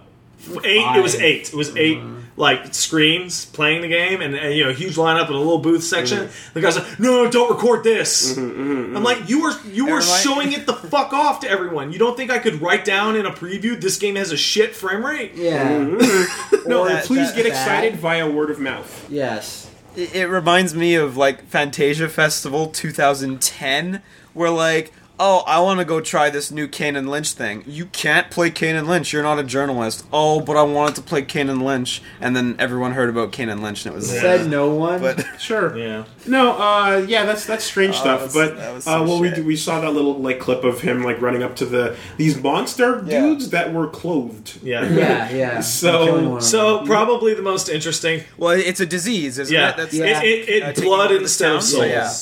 [SPEAKER 3] eight. It was
[SPEAKER 2] Five. Mm-hmm.
[SPEAKER 3] eight. It was 8 like screens playing the game, and, and you know huge lineup and a little booth section.
[SPEAKER 2] Mm.
[SPEAKER 3] The guy's like, "No, don't
[SPEAKER 2] Mm-hmm,
[SPEAKER 3] record this." I'm like, "You were you were
[SPEAKER 4] remind-
[SPEAKER 3] showing it the fuck off to everyone. You don't think I could write down in a preview this game has a shit frame rate?"
[SPEAKER 2] Yeah.
[SPEAKER 1] no,
[SPEAKER 2] Or
[SPEAKER 4] that-
[SPEAKER 1] please
[SPEAKER 4] that-
[SPEAKER 1] get
[SPEAKER 2] that-
[SPEAKER 1] excited via word of mouth.
[SPEAKER 2] Yes.
[SPEAKER 4] it, it reminds me of like Fantasia Festival 2010, where like "Oh, I want to go try this new Kane and Lynch thing." You can't play Kane and Lynch. You're not a journalist. Oh, but I wanted to play Kane and Lynch, and then everyone heard about Kane and Lynch, and it was
[SPEAKER 2] Said no one.
[SPEAKER 4] But
[SPEAKER 1] Sure.
[SPEAKER 3] Yeah.
[SPEAKER 1] No, uh, yeah, that's that's strange stuff.
[SPEAKER 4] that's-
[SPEAKER 1] But
[SPEAKER 4] Oh, that was
[SPEAKER 1] uh,
[SPEAKER 4] some
[SPEAKER 1] well, we
[SPEAKER 4] shit.
[SPEAKER 1] d- we saw that little like clip of him like running up to the these monster
[SPEAKER 4] Yeah.
[SPEAKER 1] dudes that were clothed.
[SPEAKER 3] Yeah.
[SPEAKER 2] yeah, yeah.
[SPEAKER 1] So-
[SPEAKER 2] I'm killing one of them.
[SPEAKER 3] So probably the most interesting.
[SPEAKER 4] well, it's a disease, isn't
[SPEAKER 3] Yeah,
[SPEAKER 4] it? That's
[SPEAKER 2] Yeah.
[SPEAKER 3] it, it,
[SPEAKER 4] Uh,
[SPEAKER 3] it
[SPEAKER 4] taking
[SPEAKER 3] blood
[SPEAKER 4] over the
[SPEAKER 3] instead of
[SPEAKER 4] town,
[SPEAKER 3] souls.
[SPEAKER 4] yeah.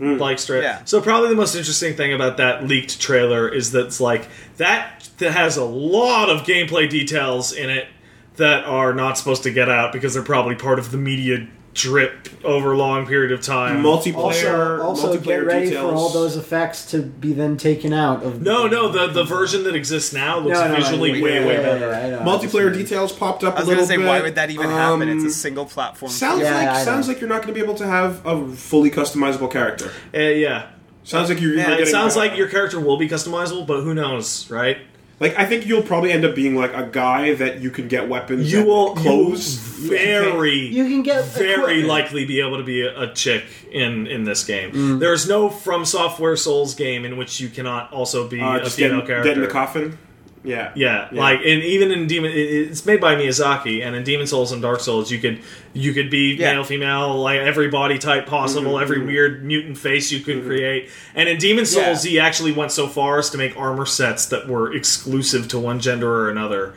[SPEAKER 3] Like straight.
[SPEAKER 4] Yeah.
[SPEAKER 3] So probably the most interesting thing about that leaked trailer is that it's like that that has a lot of gameplay details in it that are not supposed to get out because they're probably part of the media drip over a long period of time.
[SPEAKER 1] Multiplayer,
[SPEAKER 2] also, also
[SPEAKER 1] multiplayer
[SPEAKER 2] get ready
[SPEAKER 1] details.
[SPEAKER 2] for all those effects to be then taken out of.
[SPEAKER 3] no, no, the the version that exists now looks
[SPEAKER 2] No, no,
[SPEAKER 3] visually
[SPEAKER 2] yeah,
[SPEAKER 3] way
[SPEAKER 2] yeah,
[SPEAKER 3] way
[SPEAKER 2] yeah,
[SPEAKER 3] better.
[SPEAKER 2] yeah, I know.
[SPEAKER 1] multiplayer details popped up.
[SPEAKER 4] I was
[SPEAKER 1] a little
[SPEAKER 4] gonna say,
[SPEAKER 1] bit.
[SPEAKER 4] why would that even happen?
[SPEAKER 1] Um,
[SPEAKER 4] It's a single platform.
[SPEAKER 1] Sounds
[SPEAKER 2] Yeah,
[SPEAKER 1] like
[SPEAKER 2] I know.
[SPEAKER 1] sounds like you're not going to be able to have a fully customizable character.
[SPEAKER 3] Uh, yeah.
[SPEAKER 1] Sounds like you're.
[SPEAKER 4] Man,
[SPEAKER 1] you're
[SPEAKER 3] It
[SPEAKER 1] getting-
[SPEAKER 3] sounds like your character will be customizable, but who knows, right?
[SPEAKER 1] Like I think you'll probably end up being like a guy that you can get weapons.
[SPEAKER 3] You
[SPEAKER 1] and
[SPEAKER 3] will
[SPEAKER 1] clothes.
[SPEAKER 3] you will very
[SPEAKER 2] You can get
[SPEAKER 3] very
[SPEAKER 2] equipment.
[SPEAKER 3] likely be able to be a, a chick in in this game.
[SPEAKER 1] Mm.
[SPEAKER 3] There is no From Software Souls game in which you cannot also be
[SPEAKER 1] uh,
[SPEAKER 3] a
[SPEAKER 1] just get,
[SPEAKER 3] female
[SPEAKER 1] get
[SPEAKER 3] character.
[SPEAKER 1] in the coffin. Yeah.
[SPEAKER 3] Yeah,
[SPEAKER 1] Yeah.
[SPEAKER 3] like and even in Demon, it- it's made by Miyazaki, and in Demon Souls and Dark Souls, you could you could be
[SPEAKER 4] Yeah. Mm-hmm,
[SPEAKER 3] male, female, like every body type possible, every weird mutant face you could create. And in
[SPEAKER 4] Yeah.
[SPEAKER 3] Demon Souls, he actually went so far as to make armor sets that were exclusive to one gender or another.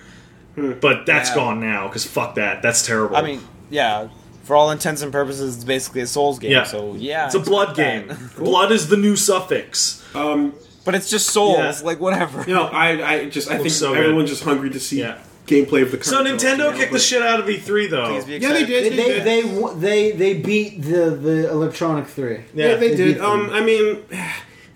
[SPEAKER 4] Hmm.
[SPEAKER 3] But that's
[SPEAKER 4] Yeah.
[SPEAKER 3] gone now because fuck that, that's terrible.
[SPEAKER 4] I mean, yeah. For all intents and purposes, it's basically a Souls game.
[SPEAKER 3] Yeah.
[SPEAKER 4] So yeah,
[SPEAKER 3] it's a blood game.
[SPEAKER 4] that.
[SPEAKER 3] Blood is the new suffix.
[SPEAKER 1] Um.
[SPEAKER 4] But it's just Souls.
[SPEAKER 3] Yeah.
[SPEAKER 4] Like whatever.
[SPEAKER 1] You know, I I just I think
[SPEAKER 3] so good.
[SPEAKER 1] everyone's just hungry to see
[SPEAKER 3] Yeah.
[SPEAKER 1] gameplay of the. current
[SPEAKER 3] So
[SPEAKER 1] generation, you
[SPEAKER 3] Nintendo
[SPEAKER 1] know,
[SPEAKER 3] kicked
[SPEAKER 1] but-
[SPEAKER 3] the shit out of E3 though.
[SPEAKER 4] Please be
[SPEAKER 1] Yeah, they
[SPEAKER 4] excited.
[SPEAKER 1] did.
[SPEAKER 2] They they,
[SPEAKER 1] did.
[SPEAKER 2] they wa- they they beat the the electronic three.
[SPEAKER 1] Yeah, they
[SPEAKER 2] They
[SPEAKER 1] did.
[SPEAKER 2] beat
[SPEAKER 1] Um,
[SPEAKER 2] them.
[SPEAKER 1] I mean,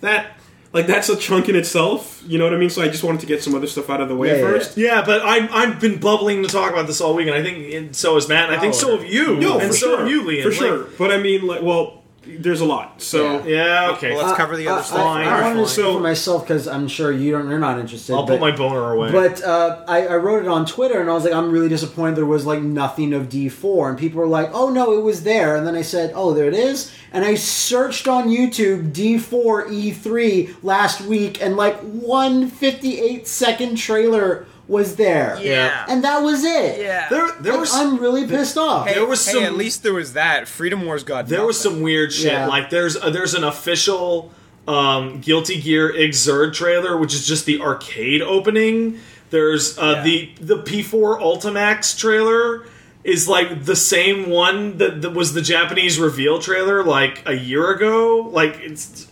[SPEAKER 1] that like that's a chunk in itself. You know what I mean? So I just wanted to get some other stuff out of the way
[SPEAKER 2] Yeah, yeah,
[SPEAKER 1] first.
[SPEAKER 3] Yeah, but I'm, I've been bubbling to talk about this all week, and I think and so is Matt, and I think so have you,
[SPEAKER 1] No,
[SPEAKER 3] and
[SPEAKER 1] Oh, for
[SPEAKER 3] so
[SPEAKER 1] sure,
[SPEAKER 3] have you, Liam.
[SPEAKER 1] for
[SPEAKER 3] Like,
[SPEAKER 1] sure. But I mean, like, well, there's a lot. So
[SPEAKER 3] Yeah, okay.
[SPEAKER 4] Well, let's cover the
[SPEAKER 2] I-
[SPEAKER 4] other
[SPEAKER 2] I-
[SPEAKER 4] stuff.
[SPEAKER 2] I,
[SPEAKER 3] Fine,
[SPEAKER 2] wanted to
[SPEAKER 3] fine.
[SPEAKER 2] speak
[SPEAKER 1] So-
[SPEAKER 2] for myself because I'm sure you don't. You're not interested.
[SPEAKER 3] I'll put
[SPEAKER 2] but-
[SPEAKER 3] my boner away.
[SPEAKER 2] But uh, I, I wrote it on Twitter, and I was like, I'm really disappointed. There was like nothing of D4, and people were like, Oh no, it was there. And then I said, Oh, there it is. And I searched on YouTube D4 E3 last week, and like one 58 second trailer was there.
[SPEAKER 3] Yeah.
[SPEAKER 2] and that was it.
[SPEAKER 5] Yeah.
[SPEAKER 3] there, there was
[SPEAKER 2] I'm really pissed off.
[SPEAKER 3] there was
[SPEAKER 4] Hey,
[SPEAKER 3] some
[SPEAKER 4] at least there was that. Freedom Wars got
[SPEAKER 3] there was some weird shit.
[SPEAKER 2] Yeah.
[SPEAKER 3] Like there's uh, there's an official um, Guilty Gear Exerd trailer, which is just the arcade opening. There's uh,
[SPEAKER 4] Yeah.
[SPEAKER 3] the the P4 Ultimax trailer is like the same one that, that was the Japanese reveal trailer like a year ago. Like it's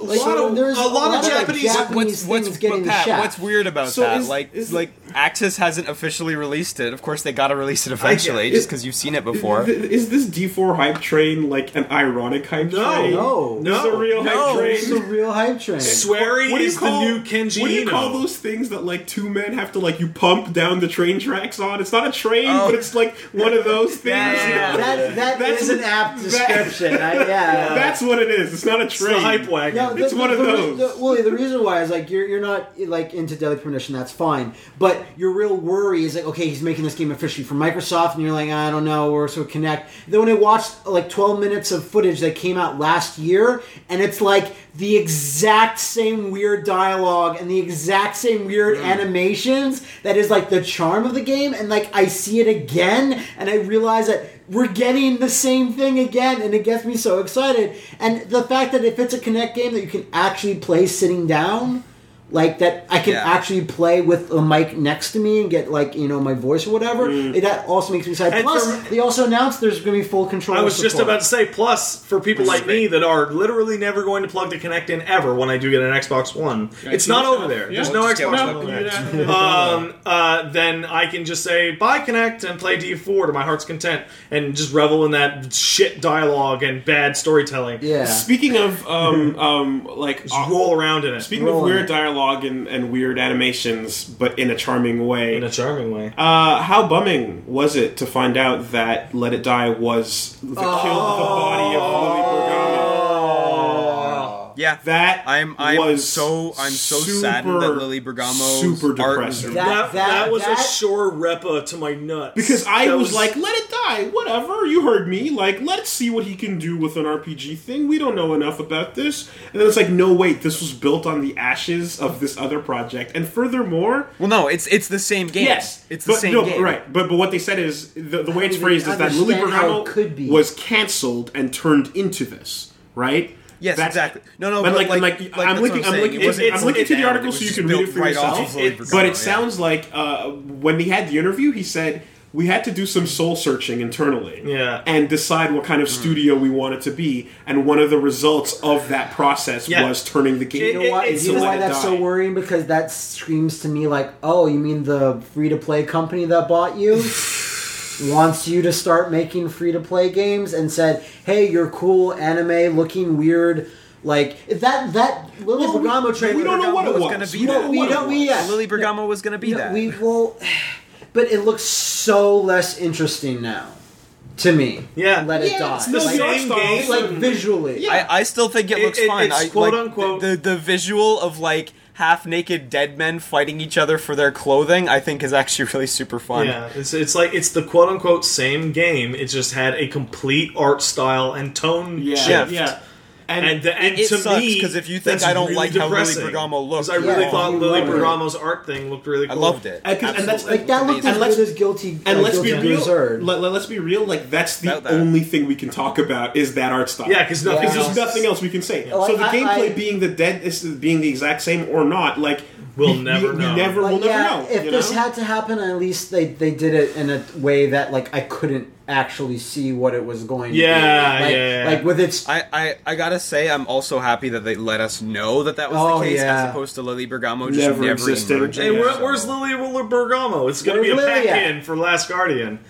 [SPEAKER 2] Like,
[SPEAKER 3] lot of-
[SPEAKER 2] there's
[SPEAKER 3] a lot of
[SPEAKER 2] like,
[SPEAKER 3] Japanese-
[SPEAKER 4] What's, what's,
[SPEAKER 2] things getting
[SPEAKER 4] but Pat,
[SPEAKER 2] shaft.
[SPEAKER 4] what's weird about
[SPEAKER 1] So
[SPEAKER 4] that?
[SPEAKER 1] is-
[SPEAKER 4] like,
[SPEAKER 1] is-
[SPEAKER 4] like Axis hasn't officially released it. Of course, they got to release it eventually,
[SPEAKER 1] it-
[SPEAKER 4] just because you've seen it before.
[SPEAKER 1] Th- Is this D4 hype train like an ironic hype
[SPEAKER 3] No.
[SPEAKER 1] train?
[SPEAKER 2] No.
[SPEAKER 1] This is a real
[SPEAKER 4] No.
[SPEAKER 1] hype train.
[SPEAKER 2] It's a real hype train.
[SPEAKER 3] Swery
[SPEAKER 1] do you
[SPEAKER 3] is
[SPEAKER 1] call-
[SPEAKER 3] the new Kenji
[SPEAKER 1] What do you
[SPEAKER 3] Eno.
[SPEAKER 1] call those things that like two men have to like you pump down the train tracks on? It's not a train,
[SPEAKER 4] Oh.
[SPEAKER 1] but it's like one of those things.
[SPEAKER 4] Yeah, yeah,
[SPEAKER 1] you know?
[SPEAKER 4] yeah.
[SPEAKER 2] That,
[SPEAKER 1] That's-
[SPEAKER 2] that's an apt
[SPEAKER 1] that-
[SPEAKER 2] description. I, uh, yeah.
[SPEAKER 1] That's what it is. It's not a
[SPEAKER 3] It's
[SPEAKER 1] train.
[SPEAKER 3] the hype wagon.
[SPEAKER 2] No, the,
[SPEAKER 1] It's one
[SPEAKER 2] the,
[SPEAKER 1] of
[SPEAKER 2] the,
[SPEAKER 1] those.
[SPEAKER 2] The, Willie, the reason why is like you're you're not like into deadly premonition. That's fine, but your real worry is like, okay, he's making this game officially for Microsoft, and you're like, "Ah, I don't know, or so connect. Then when I watched like 12 minutes of footage that came out last year, and it's like the exact same weird dialogue and the exact same weird
[SPEAKER 3] Mm.
[SPEAKER 2] animations that is like the charm of the game, and like I see it again, and I realize that we're getting the same thing again and it gets me so excited and the fact that if it's a connect game that you can actually play sitting down like that i can
[SPEAKER 4] Yeah.
[SPEAKER 2] actually play with a mic next to me and get like you know my voice or whatever it, that also makes me excited
[SPEAKER 3] Mm. And
[SPEAKER 2] plus
[SPEAKER 3] for-
[SPEAKER 2] they also announced there's going to be full control
[SPEAKER 3] I was just
[SPEAKER 2] support.
[SPEAKER 3] about to say, plus for people like me that are literally never going to plug the Kinect in ever when I do get an Xbox One, it's not over there. There's no
[SPEAKER 4] We'll just get
[SPEAKER 3] Xbox
[SPEAKER 4] one.
[SPEAKER 3] One.
[SPEAKER 4] No.
[SPEAKER 3] over there.
[SPEAKER 1] Yeah.
[SPEAKER 3] Um, uh, then I can just say bye Kinect and play D4 to my heart's content and just revel in that shit dialogue and bad storytelling.
[SPEAKER 2] yeah
[SPEAKER 1] Speaking of um um like
[SPEAKER 3] Just roll around in it
[SPEAKER 1] speaking of
[SPEAKER 2] Rolling.
[SPEAKER 1] weird dialogue and, and weird animations, but in a charming way.
[SPEAKER 3] in a charming way.
[SPEAKER 1] Uh, how bumming was it to find out that Let It Die was the kill the body of Willy Bergamo?
[SPEAKER 4] yeah,
[SPEAKER 1] That
[SPEAKER 4] I'm. I'm
[SPEAKER 1] was
[SPEAKER 4] so. I'm so
[SPEAKER 1] super-
[SPEAKER 4] saddened that Lily Bergamo's
[SPEAKER 1] super
[SPEAKER 4] art
[SPEAKER 1] depressing.
[SPEAKER 2] That-
[SPEAKER 4] was
[SPEAKER 3] that, that, was
[SPEAKER 2] that-
[SPEAKER 3] a sure repa to my nuts
[SPEAKER 1] Because I
[SPEAKER 3] That
[SPEAKER 1] was, like, Let It hi, whatever, you heard me. Like, let's see what he can do with an RPG thing. We don't know enough about this. And then it's like, no, wait, this was built on the ashes of this other project. And furthermore,
[SPEAKER 4] Well, no, it's it's the same game.
[SPEAKER 1] Yes,
[SPEAKER 4] it's the
[SPEAKER 1] but,
[SPEAKER 4] same
[SPEAKER 1] no,
[SPEAKER 4] game.
[SPEAKER 1] Right, but but what they said is the, the way it's
[SPEAKER 2] even
[SPEAKER 1] phrased is that Lily
[SPEAKER 2] understand how it
[SPEAKER 1] Perhamel
[SPEAKER 2] could be.
[SPEAKER 1] was canceled and turned into this, right?
[SPEAKER 4] Yes, exactly. No, no,
[SPEAKER 1] but,
[SPEAKER 4] but
[SPEAKER 1] like,
[SPEAKER 4] like-
[SPEAKER 1] like,
[SPEAKER 4] like,
[SPEAKER 1] I'm
[SPEAKER 4] that's what
[SPEAKER 1] looking,
[SPEAKER 4] I'm
[SPEAKER 1] I'm
[SPEAKER 4] saying.
[SPEAKER 1] looking,
[SPEAKER 4] It wasn't-
[SPEAKER 1] I'm
[SPEAKER 3] it's-
[SPEAKER 1] looking to the
[SPEAKER 4] it's-
[SPEAKER 1] article
[SPEAKER 4] it
[SPEAKER 1] so
[SPEAKER 4] was
[SPEAKER 1] you
[SPEAKER 4] just
[SPEAKER 1] can read it
[SPEAKER 4] built
[SPEAKER 1] for
[SPEAKER 4] right off
[SPEAKER 1] yourself.
[SPEAKER 4] of Lily
[SPEAKER 3] It-
[SPEAKER 4] Pergamon,
[SPEAKER 1] But
[SPEAKER 4] yeah.
[SPEAKER 1] it sounds like uh, when he had the interview, he said we had to do some soul searching internally,
[SPEAKER 3] Yeah.
[SPEAKER 1] and decide what
[SPEAKER 4] Mm.
[SPEAKER 1] kind of studio we want it to be. And one of the results of that process
[SPEAKER 3] Yeah.
[SPEAKER 1] was turning the game.
[SPEAKER 3] It-
[SPEAKER 2] You know why,
[SPEAKER 3] it's
[SPEAKER 2] you know
[SPEAKER 3] the
[SPEAKER 2] why
[SPEAKER 3] way
[SPEAKER 1] to
[SPEAKER 2] that's
[SPEAKER 1] die.
[SPEAKER 2] so worrying? Because that screams to me like, oh, you mean the free to play company that bought you wants you to start making free to play games and said, hey, you're cool anime looking weird. Like that that Lily
[SPEAKER 1] Well, we-
[SPEAKER 2] Bergamo
[SPEAKER 1] we
[SPEAKER 2] trailer.
[SPEAKER 1] don't know what it
[SPEAKER 4] was
[SPEAKER 1] was.
[SPEAKER 4] gonna be
[SPEAKER 1] We don't
[SPEAKER 4] that.
[SPEAKER 1] know
[SPEAKER 2] We
[SPEAKER 1] what it
[SPEAKER 2] don't- we-
[SPEAKER 1] was.
[SPEAKER 2] yeah.
[SPEAKER 4] Lily Bergamo was going to be
[SPEAKER 2] No,
[SPEAKER 4] that.
[SPEAKER 2] We will, but it looks so less interesting now to me.
[SPEAKER 3] Yeah.
[SPEAKER 2] let it
[SPEAKER 1] Yeah,
[SPEAKER 2] die.
[SPEAKER 1] it's the
[SPEAKER 2] like,
[SPEAKER 1] same game.
[SPEAKER 2] like visually.
[SPEAKER 1] Yeah.
[SPEAKER 4] I, I still think it,
[SPEAKER 3] It-
[SPEAKER 4] looks
[SPEAKER 3] it-
[SPEAKER 4] fun.
[SPEAKER 3] it's
[SPEAKER 4] I,
[SPEAKER 3] quote
[SPEAKER 4] like,
[SPEAKER 3] unquote-
[SPEAKER 4] the, the visual of like half naked dead men fighting each other for their clothing. I think is actually really super fun.
[SPEAKER 3] Yeah, it's, it's like it's the quote unquote same game. It just had a complete art style and tone
[SPEAKER 1] yeah,
[SPEAKER 3] shift.
[SPEAKER 1] yeah.
[SPEAKER 3] And, the, and
[SPEAKER 4] It
[SPEAKER 3] to
[SPEAKER 4] sucks,
[SPEAKER 3] me,
[SPEAKER 4] 'cause if you think
[SPEAKER 3] that's
[SPEAKER 4] I don't
[SPEAKER 3] really
[SPEAKER 4] like how Lily
[SPEAKER 3] depressing,
[SPEAKER 4] Bergamo looks,
[SPEAKER 3] 'cause I really
[SPEAKER 4] yeah.
[SPEAKER 3] thought
[SPEAKER 2] You
[SPEAKER 3] Lily
[SPEAKER 2] love it.
[SPEAKER 3] Bergamo's art thing looked really
[SPEAKER 4] I
[SPEAKER 3] cool.
[SPEAKER 4] loved it.
[SPEAKER 1] And, 'cause- and that's
[SPEAKER 4] Absolutely.
[SPEAKER 2] Like that looked as
[SPEAKER 1] And let's-
[SPEAKER 2] good as guilty.
[SPEAKER 1] and
[SPEAKER 2] uh,
[SPEAKER 1] let's be
[SPEAKER 2] Guilty
[SPEAKER 1] real.
[SPEAKER 2] Reserve.
[SPEAKER 1] Let, us be real. Like that's the
[SPEAKER 4] About that.
[SPEAKER 1] only thing we can talk about is that art style.
[SPEAKER 3] Yeah, because nothing
[SPEAKER 2] Yeah.
[SPEAKER 1] Because
[SPEAKER 3] else
[SPEAKER 1] there's nothing else we can say.
[SPEAKER 2] Like,
[SPEAKER 1] so the
[SPEAKER 2] I-
[SPEAKER 1] gameplay
[SPEAKER 2] I-
[SPEAKER 1] being the dead is being the exact same or not, like
[SPEAKER 3] We'll
[SPEAKER 1] we,
[SPEAKER 3] never
[SPEAKER 1] we,
[SPEAKER 3] know.
[SPEAKER 1] We never,
[SPEAKER 2] But
[SPEAKER 1] we'll
[SPEAKER 2] yeah,
[SPEAKER 1] never know.
[SPEAKER 2] if
[SPEAKER 1] you
[SPEAKER 2] this
[SPEAKER 1] know?
[SPEAKER 2] had to happen, at least they, they did it in a way that like I couldn't actually see what it was going.
[SPEAKER 3] Yeah,
[SPEAKER 2] to be. Like,
[SPEAKER 3] yeah, yeah.
[SPEAKER 2] Like with its
[SPEAKER 4] I, I, I gotta say I'm also happy that they let us know that that was
[SPEAKER 2] Oh,
[SPEAKER 4] the case
[SPEAKER 2] yeah.
[SPEAKER 4] as opposed to Lily Bergamo just
[SPEAKER 1] Never
[SPEAKER 4] never,
[SPEAKER 1] existed.
[SPEAKER 4] emerging.
[SPEAKER 3] Hey,
[SPEAKER 1] Yeah.
[SPEAKER 3] where, where's Lily Willer Bergamo? It's going to be a
[SPEAKER 2] Where's
[SPEAKER 3] pack
[SPEAKER 2] Lily at?
[SPEAKER 3] in for Last Guardian.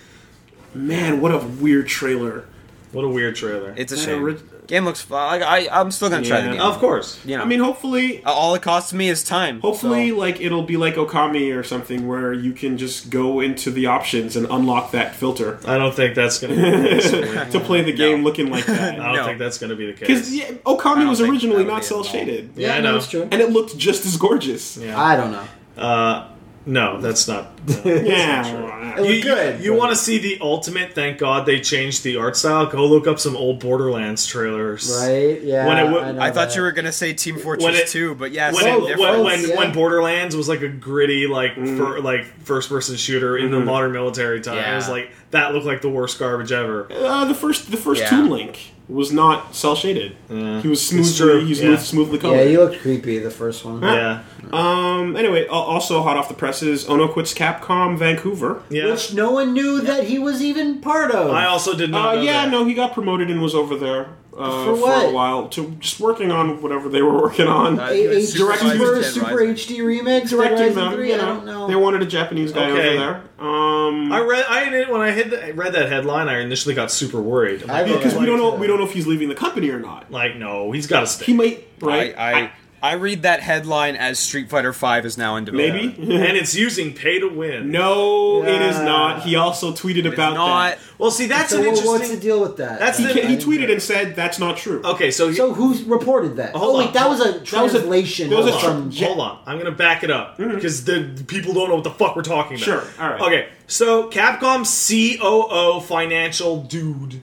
[SPEAKER 1] Man, what a weird trailer.
[SPEAKER 3] What a weird trailer.
[SPEAKER 4] It's a
[SPEAKER 1] That
[SPEAKER 4] shame.
[SPEAKER 1] orig-
[SPEAKER 4] game looks fun. I, I I'm still gonna try
[SPEAKER 1] Yeah.
[SPEAKER 4] the game.
[SPEAKER 3] of course.
[SPEAKER 4] You know,
[SPEAKER 1] I mean, hopefully,
[SPEAKER 4] all it costs me is time.
[SPEAKER 1] hopefully,
[SPEAKER 4] so-
[SPEAKER 1] like it'll be like Okami or something where you can just go into the options and unlock that filter
[SPEAKER 3] I don't think that's going to be the case. I
[SPEAKER 1] to play the game looking like
[SPEAKER 3] don't
[SPEAKER 1] that.
[SPEAKER 4] No.
[SPEAKER 3] think that's going to be the case.
[SPEAKER 1] Because yeah, Okami
[SPEAKER 4] don't
[SPEAKER 1] was
[SPEAKER 4] think
[SPEAKER 1] originally
[SPEAKER 4] that'll be
[SPEAKER 1] not
[SPEAKER 4] it at
[SPEAKER 1] cell
[SPEAKER 4] all.
[SPEAKER 1] shaded,
[SPEAKER 3] Yeah, I know.
[SPEAKER 2] That's true.
[SPEAKER 1] and it looked just as gorgeous.
[SPEAKER 2] I don't know.
[SPEAKER 3] Uh, no, that's not. no.
[SPEAKER 1] Yeah.
[SPEAKER 2] It
[SPEAKER 3] You,
[SPEAKER 2] looked good.
[SPEAKER 3] you,
[SPEAKER 2] but-
[SPEAKER 3] want to see the ultimate? Thank God they changed the art style. Go look up some old Borderlands trailers.
[SPEAKER 2] right? Yeah.
[SPEAKER 3] When it w-
[SPEAKER 2] know
[SPEAKER 4] I thought
[SPEAKER 2] that.
[SPEAKER 4] you were gonna say Team
[SPEAKER 3] When
[SPEAKER 4] Fortress
[SPEAKER 3] it-
[SPEAKER 4] 2, but yeah,
[SPEAKER 3] When,
[SPEAKER 4] same
[SPEAKER 3] it,
[SPEAKER 4] difference.
[SPEAKER 3] when, when,
[SPEAKER 2] yeah.
[SPEAKER 3] when Borderlands was like a gritty like fir- like first person shooter in the modern military time, it was
[SPEAKER 5] Yeah.
[SPEAKER 3] like that looked like the worst garbage ever.
[SPEAKER 1] Uh, the first the first
[SPEAKER 5] Yeah.
[SPEAKER 1] Toon Link was not cell shaded. He was
[SPEAKER 3] true,
[SPEAKER 1] smoothly he was
[SPEAKER 3] yeah.
[SPEAKER 1] smoothly
[SPEAKER 2] Yeah,
[SPEAKER 1] colored.
[SPEAKER 2] you looked creepy the first one.
[SPEAKER 3] Yeah,
[SPEAKER 1] um. Anyway, al- also hot off the presses, Ono quits Capcom Vancouver.
[SPEAKER 3] yeah.
[SPEAKER 2] Which no one knew that he was even part of.
[SPEAKER 3] I also did not.
[SPEAKER 1] Uh,
[SPEAKER 3] know
[SPEAKER 1] yeah,
[SPEAKER 3] that.
[SPEAKER 1] no, he got promoted and was over there uh,
[SPEAKER 2] For
[SPEAKER 1] for,
[SPEAKER 2] what?
[SPEAKER 1] a while, to just working on whatever they were working on.
[SPEAKER 4] Uh,
[SPEAKER 2] A- a super,
[SPEAKER 1] Directed
[SPEAKER 2] super,
[SPEAKER 1] Dead
[SPEAKER 2] HD remix, Dead
[SPEAKER 1] Directing
[SPEAKER 2] Rising
[SPEAKER 1] them,
[SPEAKER 2] 3,
[SPEAKER 1] you
[SPEAKER 2] I don't know.
[SPEAKER 1] They wanted a Japanese guy
[SPEAKER 3] Okay.
[SPEAKER 1] over there. Um,
[SPEAKER 3] I read. I didn't- when I hit the, read that headline, I initially got super worried. I'm
[SPEAKER 2] I
[SPEAKER 3] like,
[SPEAKER 2] read
[SPEAKER 1] because
[SPEAKER 2] that.
[SPEAKER 1] we don't know we don't know if he's leaving the company or not.
[SPEAKER 3] like, no, he's got to stay.
[SPEAKER 1] He might, right?
[SPEAKER 4] I, I I read that headline as Street Fighter 5 is now in development.
[SPEAKER 1] maybe.
[SPEAKER 3] and it's using pay to win.
[SPEAKER 1] no, it is
[SPEAKER 2] Yeah.
[SPEAKER 1] not. He also tweeted about
[SPEAKER 4] Not
[SPEAKER 3] Well, see, that's
[SPEAKER 2] so
[SPEAKER 3] an
[SPEAKER 2] what- what's the
[SPEAKER 3] interesting.
[SPEAKER 2] deal with that?
[SPEAKER 3] That's
[SPEAKER 1] that.
[SPEAKER 3] the-
[SPEAKER 1] He, he tweeted and said that's not true.
[SPEAKER 3] Okay, so,
[SPEAKER 2] so who reported that?
[SPEAKER 3] Hold
[SPEAKER 2] oh wait,
[SPEAKER 3] on.
[SPEAKER 2] that was a
[SPEAKER 1] was a-
[SPEAKER 2] translation.
[SPEAKER 1] that was a
[SPEAKER 2] of
[SPEAKER 1] tr-
[SPEAKER 2] some-
[SPEAKER 1] j- Mm-hmm.
[SPEAKER 3] hold on. I'm gonna back it up because the people don't know what the fuck we're talking about.
[SPEAKER 1] Sure, all right.
[SPEAKER 3] Okay, so Capcom COO financial dude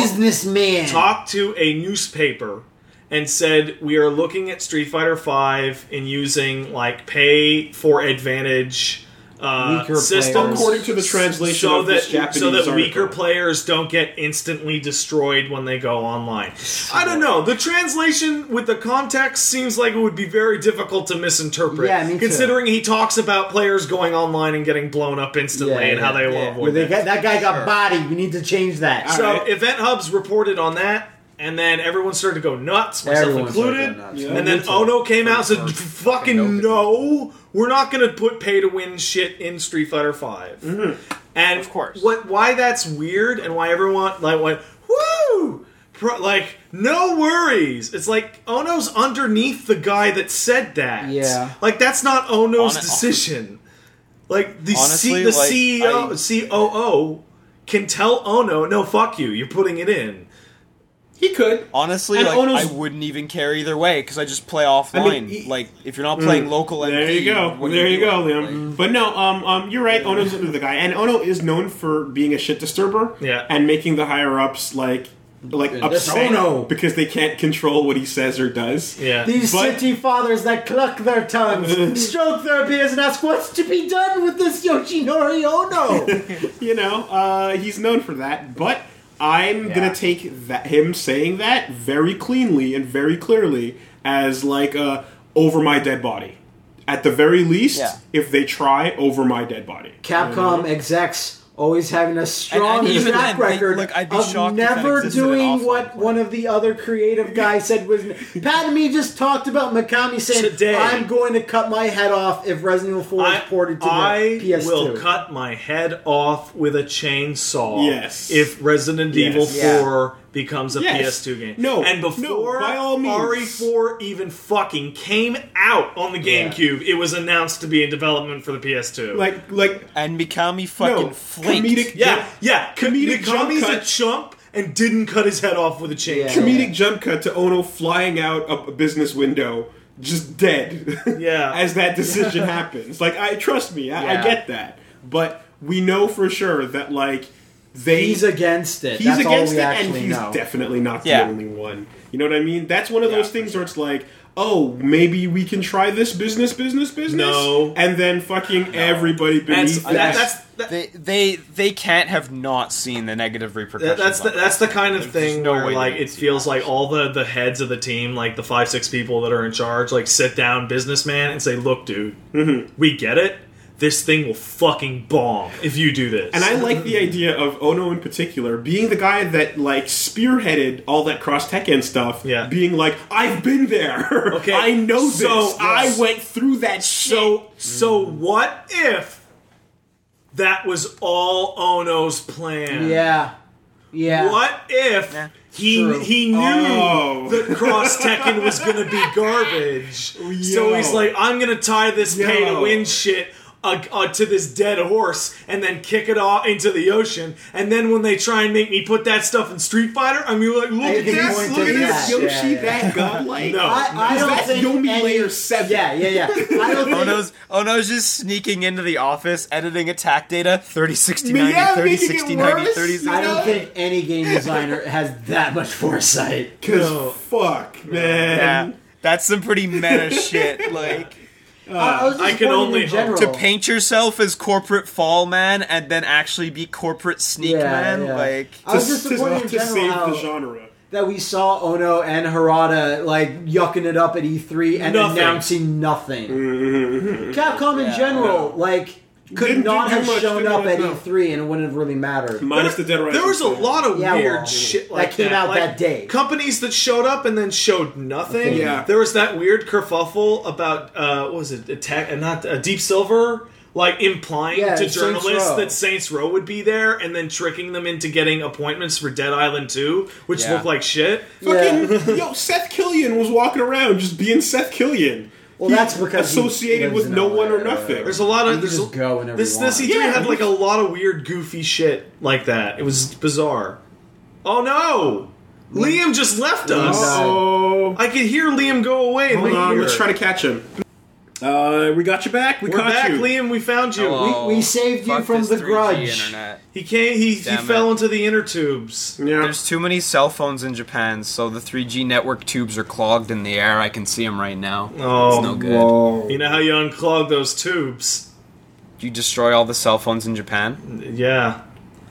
[SPEAKER 2] businessman.
[SPEAKER 3] talked to a newspaper and said we are looking at Street Fighter Five and using like pay for advantage uh,
[SPEAKER 2] Weaker
[SPEAKER 3] systems.
[SPEAKER 2] players.
[SPEAKER 1] According to the translation
[SPEAKER 3] so
[SPEAKER 1] of
[SPEAKER 3] that
[SPEAKER 1] this Japanese
[SPEAKER 3] so that weaker
[SPEAKER 1] article.
[SPEAKER 3] players don't get instantly destroyed when they go online. I don't know. The translation with the context seems like it would be very difficult to misinterpret.
[SPEAKER 2] Yeah, me too.
[SPEAKER 3] Considering he talks about players going online and getting blown up instantly
[SPEAKER 2] Yeah,
[SPEAKER 3] and how
[SPEAKER 2] yeah,
[SPEAKER 3] they will
[SPEAKER 4] yeah.
[SPEAKER 2] Where
[SPEAKER 3] avoid
[SPEAKER 2] they
[SPEAKER 3] that.
[SPEAKER 2] got, that guy got bodied. We need to change that.
[SPEAKER 1] All
[SPEAKER 3] So
[SPEAKER 1] right.
[SPEAKER 3] Event Hubs reported on that, and then everyone started to go nuts, myself
[SPEAKER 2] Everyone started
[SPEAKER 3] included.
[SPEAKER 2] going nuts.
[SPEAKER 1] Yeah.
[SPEAKER 3] And then
[SPEAKER 2] Me too.
[SPEAKER 3] Ono came out and said, "Fucking
[SPEAKER 5] Fucking
[SPEAKER 3] no, we're not going to put pay to win shit in Street Fighter 5
[SPEAKER 2] Mm-hmm.
[SPEAKER 3] And of
[SPEAKER 4] course.
[SPEAKER 3] what why that's weird and why everyone like went woo. Pro- like no worries. It's like Ono's underneath the guy that said that.
[SPEAKER 2] Yeah.
[SPEAKER 3] Like that's not Ono's
[SPEAKER 4] Hon-
[SPEAKER 3] decision. Like the
[SPEAKER 4] Honestly,
[SPEAKER 3] C- E the
[SPEAKER 4] like, I-
[SPEAKER 3] oh, CEO COO can tell Ono, no, fuck you, you're putting it in.
[SPEAKER 1] He could.
[SPEAKER 4] Honestly,
[SPEAKER 1] And
[SPEAKER 4] like,
[SPEAKER 1] Ono's-
[SPEAKER 4] I wouldn't even care either way because I just play offline.
[SPEAKER 1] mean, he- Mm.
[SPEAKER 4] like if you're not playing local,
[SPEAKER 1] There
[SPEAKER 4] MP,
[SPEAKER 1] you go.
[SPEAKER 4] what are
[SPEAKER 1] there you
[SPEAKER 4] doing?
[SPEAKER 1] go,
[SPEAKER 4] Like,
[SPEAKER 1] Liam. But no, um, um, you're right. Ono's the guy, and Ono is known for being a shit disturber.
[SPEAKER 3] Yeah.
[SPEAKER 1] and making the higher ups like like upset
[SPEAKER 2] Ono.
[SPEAKER 1] because they can't control what he says or does.
[SPEAKER 3] Yeah.
[SPEAKER 2] These
[SPEAKER 1] But-
[SPEAKER 2] city fathers that cluck their tongues, stroke their beards, and ask what's to be done with this Yoshinori Ono.
[SPEAKER 1] you know, uh, he's known for that. But I'm gonna take that him saying that very cleanly and very clearly as like uh, over my dead body. At the very least,
[SPEAKER 4] Yeah.
[SPEAKER 1] if they try over my dead body.
[SPEAKER 2] Capcom execs always having a strong
[SPEAKER 4] And- and even
[SPEAKER 2] track
[SPEAKER 4] then, they-
[SPEAKER 2] record
[SPEAKER 4] look, I'd be
[SPEAKER 2] of
[SPEAKER 4] shocked if that
[SPEAKER 2] never
[SPEAKER 4] existed at
[SPEAKER 2] doing
[SPEAKER 4] offline
[SPEAKER 2] what
[SPEAKER 4] play.
[SPEAKER 2] one of the other creative guys said was. Pat and me just talked about Mikami saying,
[SPEAKER 3] Today.
[SPEAKER 2] "I'm going to cut my head off if Resident Evil 4 is ported to
[SPEAKER 3] I
[SPEAKER 2] the PS2."
[SPEAKER 3] will cut my head off with a chainsaw.
[SPEAKER 1] Yes.
[SPEAKER 3] If Resident
[SPEAKER 1] Yes.
[SPEAKER 3] Evil
[SPEAKER 1] Yeah.
[SPEAKER 3] 4 becomes a
[SPEAKER 1] Yes.
[SPEAKER 3] PS2 game.
[SPEAKER 1] No,
[SPEAKER 3] And
[SPEAKER 1] no,
[SPEAKER 3] before
[SPEAKER 1] by all means.
[SPEAKER 3] RE4 even fucking came out on the GameCube, it was announced to be in development for the PS2.
[SPEAKER 1] Like, like,
[SPEAKER 4] And Mikami
[SPEAKER 1] no,
[SPEAKER 4] fucking flinked.
[SPEAKER 1] comedic,
[SPEAKER 3] yeah, yeah.
[SPEAKER 1] Comedic
[SPEAKER 3] Comedic Mikami's
[SPEAKER 1] jump
[SPEAKER 3] a
[SPEAKER 1] cut.
[SPEAKER 3] chump and didn't cut his head off with a chainsaw.
[SPEAKER 2] Yeah.
[SPEAKER 1] comedic jump cut to Ono flying out up a business window, just dead.
[SPEAKER 3] Yeah.
[SPEAKER 1] as that decision happens, like, I trust me, I, I
[SPEAKER 5] Yeah.
[SPEAKER 1] get that, but we know for sure that like they
[SPEAKER 2] He's against it.
[SPEAKER 1] he's
[SPEAKER 2] That's all
[SPEAKER 1] against
[SPEAKER 2] we
[SPEAKER 1] it, and
[SPEAKER 2] actually
[SPEAKER 1] he's
[SPEAKER 2] know.
[SPEAKER 1] definitely not the
[SPEAKER 4] Yeah.
[SPEAKER 1] only one. You know what I mean? That's one of
[SPEAKER 4] Yeah,
[SPEAKER 1] those things where it's like, oh, maybe we can try this business, business, business,
[SPEAKER 3] No.
[SPEAKER 1] and then fucking everybody
[SPEAKER 3] That's,
[SPEAKER 1] beneath
[SPEAKER 3] that,
[SPEAKER 1] that.
[SPEAKER 3] that's, that,
[SPEAKER 4] They they they can't have not seen the negative repercussions.
[SPEAKER 3] That's the,
[SPEAKER 4] of
[SPEAKER 3] that's the kind of
[SPEAKER 4] there's
[SPEAKER 3] thing
[SPEAKER 4] no
[SPEAKER 3] where
[SPEAKER 4] way
[SPEAKER 3] like
[SPEAKER 4] they
[SPEAKER 3] it
[SPEAKER 4] see
[SPEAKER 3] feels
[SPEAKER 4] that.
[SPEAKER 3] like all the the heads of the team, like the five six people that are in charge, like sit down businessman and say, "Look, dude, we get it. This thing will fucking bomb if you do this."
[SPEAKER 1] and I like the idea of Ono in particular being the guy that like spearheaded all that cross Tekken stuff.
[SPEAKER 3] Yeah.
[SPEAKER 1] Being like, I've been there.
[SPEAKER 3] Okay.
[SPEAKER 1] I know
[SPEAKER 3] So,
[SPEAKER 1] this. I
[SPEAKER 3] yes.
[SPEAKER 1] went through that.
[SPEAKER 3] so so what if that was all Ono's plan?
[SPEAKER 2] Yeah. Yeah.
[SPEAKER 3] What if he
[SPEAKER 2] True.
[SPEAKER 3] he knew
[SPEAKER 1] Oh.
[SPEAKER 3] that Cross Tekken was gonna be garbage? So
[SPEAKER 1] Yo.
[SPEAKER 3] he's like, I'm gonna tie this pay to
[SPEAKER 1] Yo.
[SPEAKER 3] win shit. Uh, uh, to this dead horse, and then kick it off into the ocean. And then when they try and make me put that stuff in Street Fighter, I'm gonna be like, look at
[SPEAKER 2] think he
[SPEAKER 3] this,
[SPEAKER 2] pointed
[SPEAKER 3] look at
[SPEAKER 1] Look at
[SPEAKER 2] Yeah,
[SPEAKER 1] this
[SPEAKER 3] this.
[SPEAKER 1] Yoshi
[SPEAKER 2] yeah, yeah.
[SPEAKER 1] that godlike.
[SPEAKER 3] No.
[SPEAKER 2] I, I don't
[SPEAKER 1] That's
[SPEAKER 2] think
[SPEAKER 1] Yomi
[SPEAKER 2] any-
[SPEAKER 1] Layer 7.
[SPEAKER 2] Yeah, yeah, yeah. I don't think
[SPEAKER 4] Ono's Ono's just sneaking into the office, editing attack data 30, 60,
[SPEAKER 1] Yeah,
[SPEAKER 4] 90, 30,
[SPEAKER 1] making it
[SPEAKER 4] 60, 90,
[SPEAKER 1] worse.
[SPEAKER 4] 30,
[SPEAKER 2] I
[SPEAKER 4] 60.
[SPEAKER 2] don't think any game designer has that much foresight.
[SPEAKER 1] Because
[SPEAKER 3] No.
[SPEAKER 1] fuck, man.
[SPEAKER 4] Yeah, that's some pretty meta shit. Like
[SPEAKER 2] I, was
[SPEAKER 1] uh,
[SPEAKER 3] I
[SPEAKER 2] just
[SPEAKER 3] can
[SPEAKER 2] wondering
[SPEAKER 3] only
[SPEAKER 2] in
[SPEAKER 3] hope
[SPEAKER 2] general.
[SPEAKER 4] to paint yourself as corporate fall man and then actually be corporate sneak
[SPEAKER 2] Yeah,
[SPEAKER 4] man.
[SPEAKER 2] yeah.
[SPEAKER 4] Like
[SPEAKER 2] I was
[SPEAKER 1] To-
[SPEAKER 2] disappointed in
[SPEAKER 1] to, to
[SPEAKER 2] general
[SPEAKER 1] save
[SPEAKER 2] how
[SPEAKER 1] the genre.
[SPEAKER 2] that we saw Ono and Harada like yucking it up at E3 and
[SPEAKER 3] Nothing.
[SPEAKER 2] announcing nothing. Capcom in general like could
[SPEAKER 1] Mm-hmm. Didn't
[SPEAKER 2] not
[SPEAKER 1] do
[SPEAKER 2] have
[SPEAKER 1] much,
[SPEAKER 2] shown
[SPEAKER 1] didn't
[SPEAKER 2] up
[SPEAKER 1] do
[SPEAKER 2] at
[SPEAKER 1] much, no.
[SPEAKER 2] E3 and it wouldn't have really mattered.
[SPEAKER 1] Minus the Dead Rising.
[SPEAKER 3] There was a
[SPEAKER 1] two.
[SPEAKER 3] lot of
[SPEAKER 2] Yeah,
[SPEAKER 3] weird
[SPEAKER 2] well,
[SPEAKER 3] shit
[SPEAKER 2] that
[SPEAKER 3] like that
[SPEAKER 2] came out
[SPEAKER 3] Like,
[SPEAKER 2] that day.
[SPEAKER 3] Companies that showed up and then showed nothing.
[SPEAKER 1] Yeah.
[SPEAKER 3] there was that weird kerfuffle about uh, what was it? Attack and not uh, Deep Silver. Like implying
[SPEAKER 2] Yeah,
[SPEAKER 3] to
[SPEAKER 2] Saints
[SPEAKER 3] journalists
[SPEAKER 2] Row.
[SPEAKER 3] that Saints Row would be there, and then tricking them into getting appointments for Dead Island Two, which
[SPEAKER 4] Yeah.
[SPEAKER 3] looked like shit.
[SPEAKER 1] Fucking, yo, Seth Killian was walking around just being Seth Killian.
[SPEAKER 2] Well, that's because he
[SPEAKER 1] associated
[SPEAKER 2] lives
[SPEAKER 1] with
[SPEAKER 2] in
[SPEAKER 1] no
[SPEAKER 2] LA
[SPEAKER 1] one or
[SPEAKER 2] or-
[SPEAKER 1] nothing.
[SPEAKER 3] There's a lot of
[SPEAKER 2] You
[SPEAKER 3] there's
[SPEAKER 2] just
[SPEAKER 3] a-
[SPEAKER 2] go whenever
[SPEAKER 3] this
[SPEAKER 2] you
[SPEAKER 3] this
[SPEAKER 2] want.
[SPEAKER 3] E3
[SPEAKER 1] Yeah.
[SPEAKER 3] had like a lot of weird goofy shit like that. It was bizarre. Oh no, Liam just left us.
[SPEAKER 1] oh,
[SPEAKER 3] I could hear Liam go away. in
[SPEAKER 1] hold
[SPEAKER 3] my
[SPEAKER 1] on.
[SPEAKER 3] ear.
[SPEAKER 1] um, Let's try to catch him. Uh, we got you back. We
[SPEAKER 3] We're
[SPEAKER 1] caught
[SPEAKER 3] back,
[SPEAKER 1] you.
[SPEAKER 3] Liam. We found you.
[SPEAKER 2] Hello. we saved you
[SPEAKER 4] Oh, fuck
[SPEAKER 2] from
[SPEAKER 4] this
[SPEAKER 2] the
[SPEAKER 4] 3G
[SPEAKER 2] grudge.
[SPEAKER 4] Internet.
[SPEAKER 3] We- he came. He, he
[SPEAKER 4] Damn
[SPEAKER 3] fell
[SPEAKER 4] it.
[SPEAKER 3] into the inner tubes.
[SPEAKER 1] Yeah.
[SPEAKER 4] There's too many cell phones in Japan, so the 3G network tubes are clogged in the air. I can see them right now.
[SPEAKER 3] Oh.
[SPEAKER 4] it's no good.
[SPEAKER 3] You know how you unclog those tubes?
[SPEAKER 4] You destroy all the cell phones in Japan,
[SPEAKER 3] Yeah.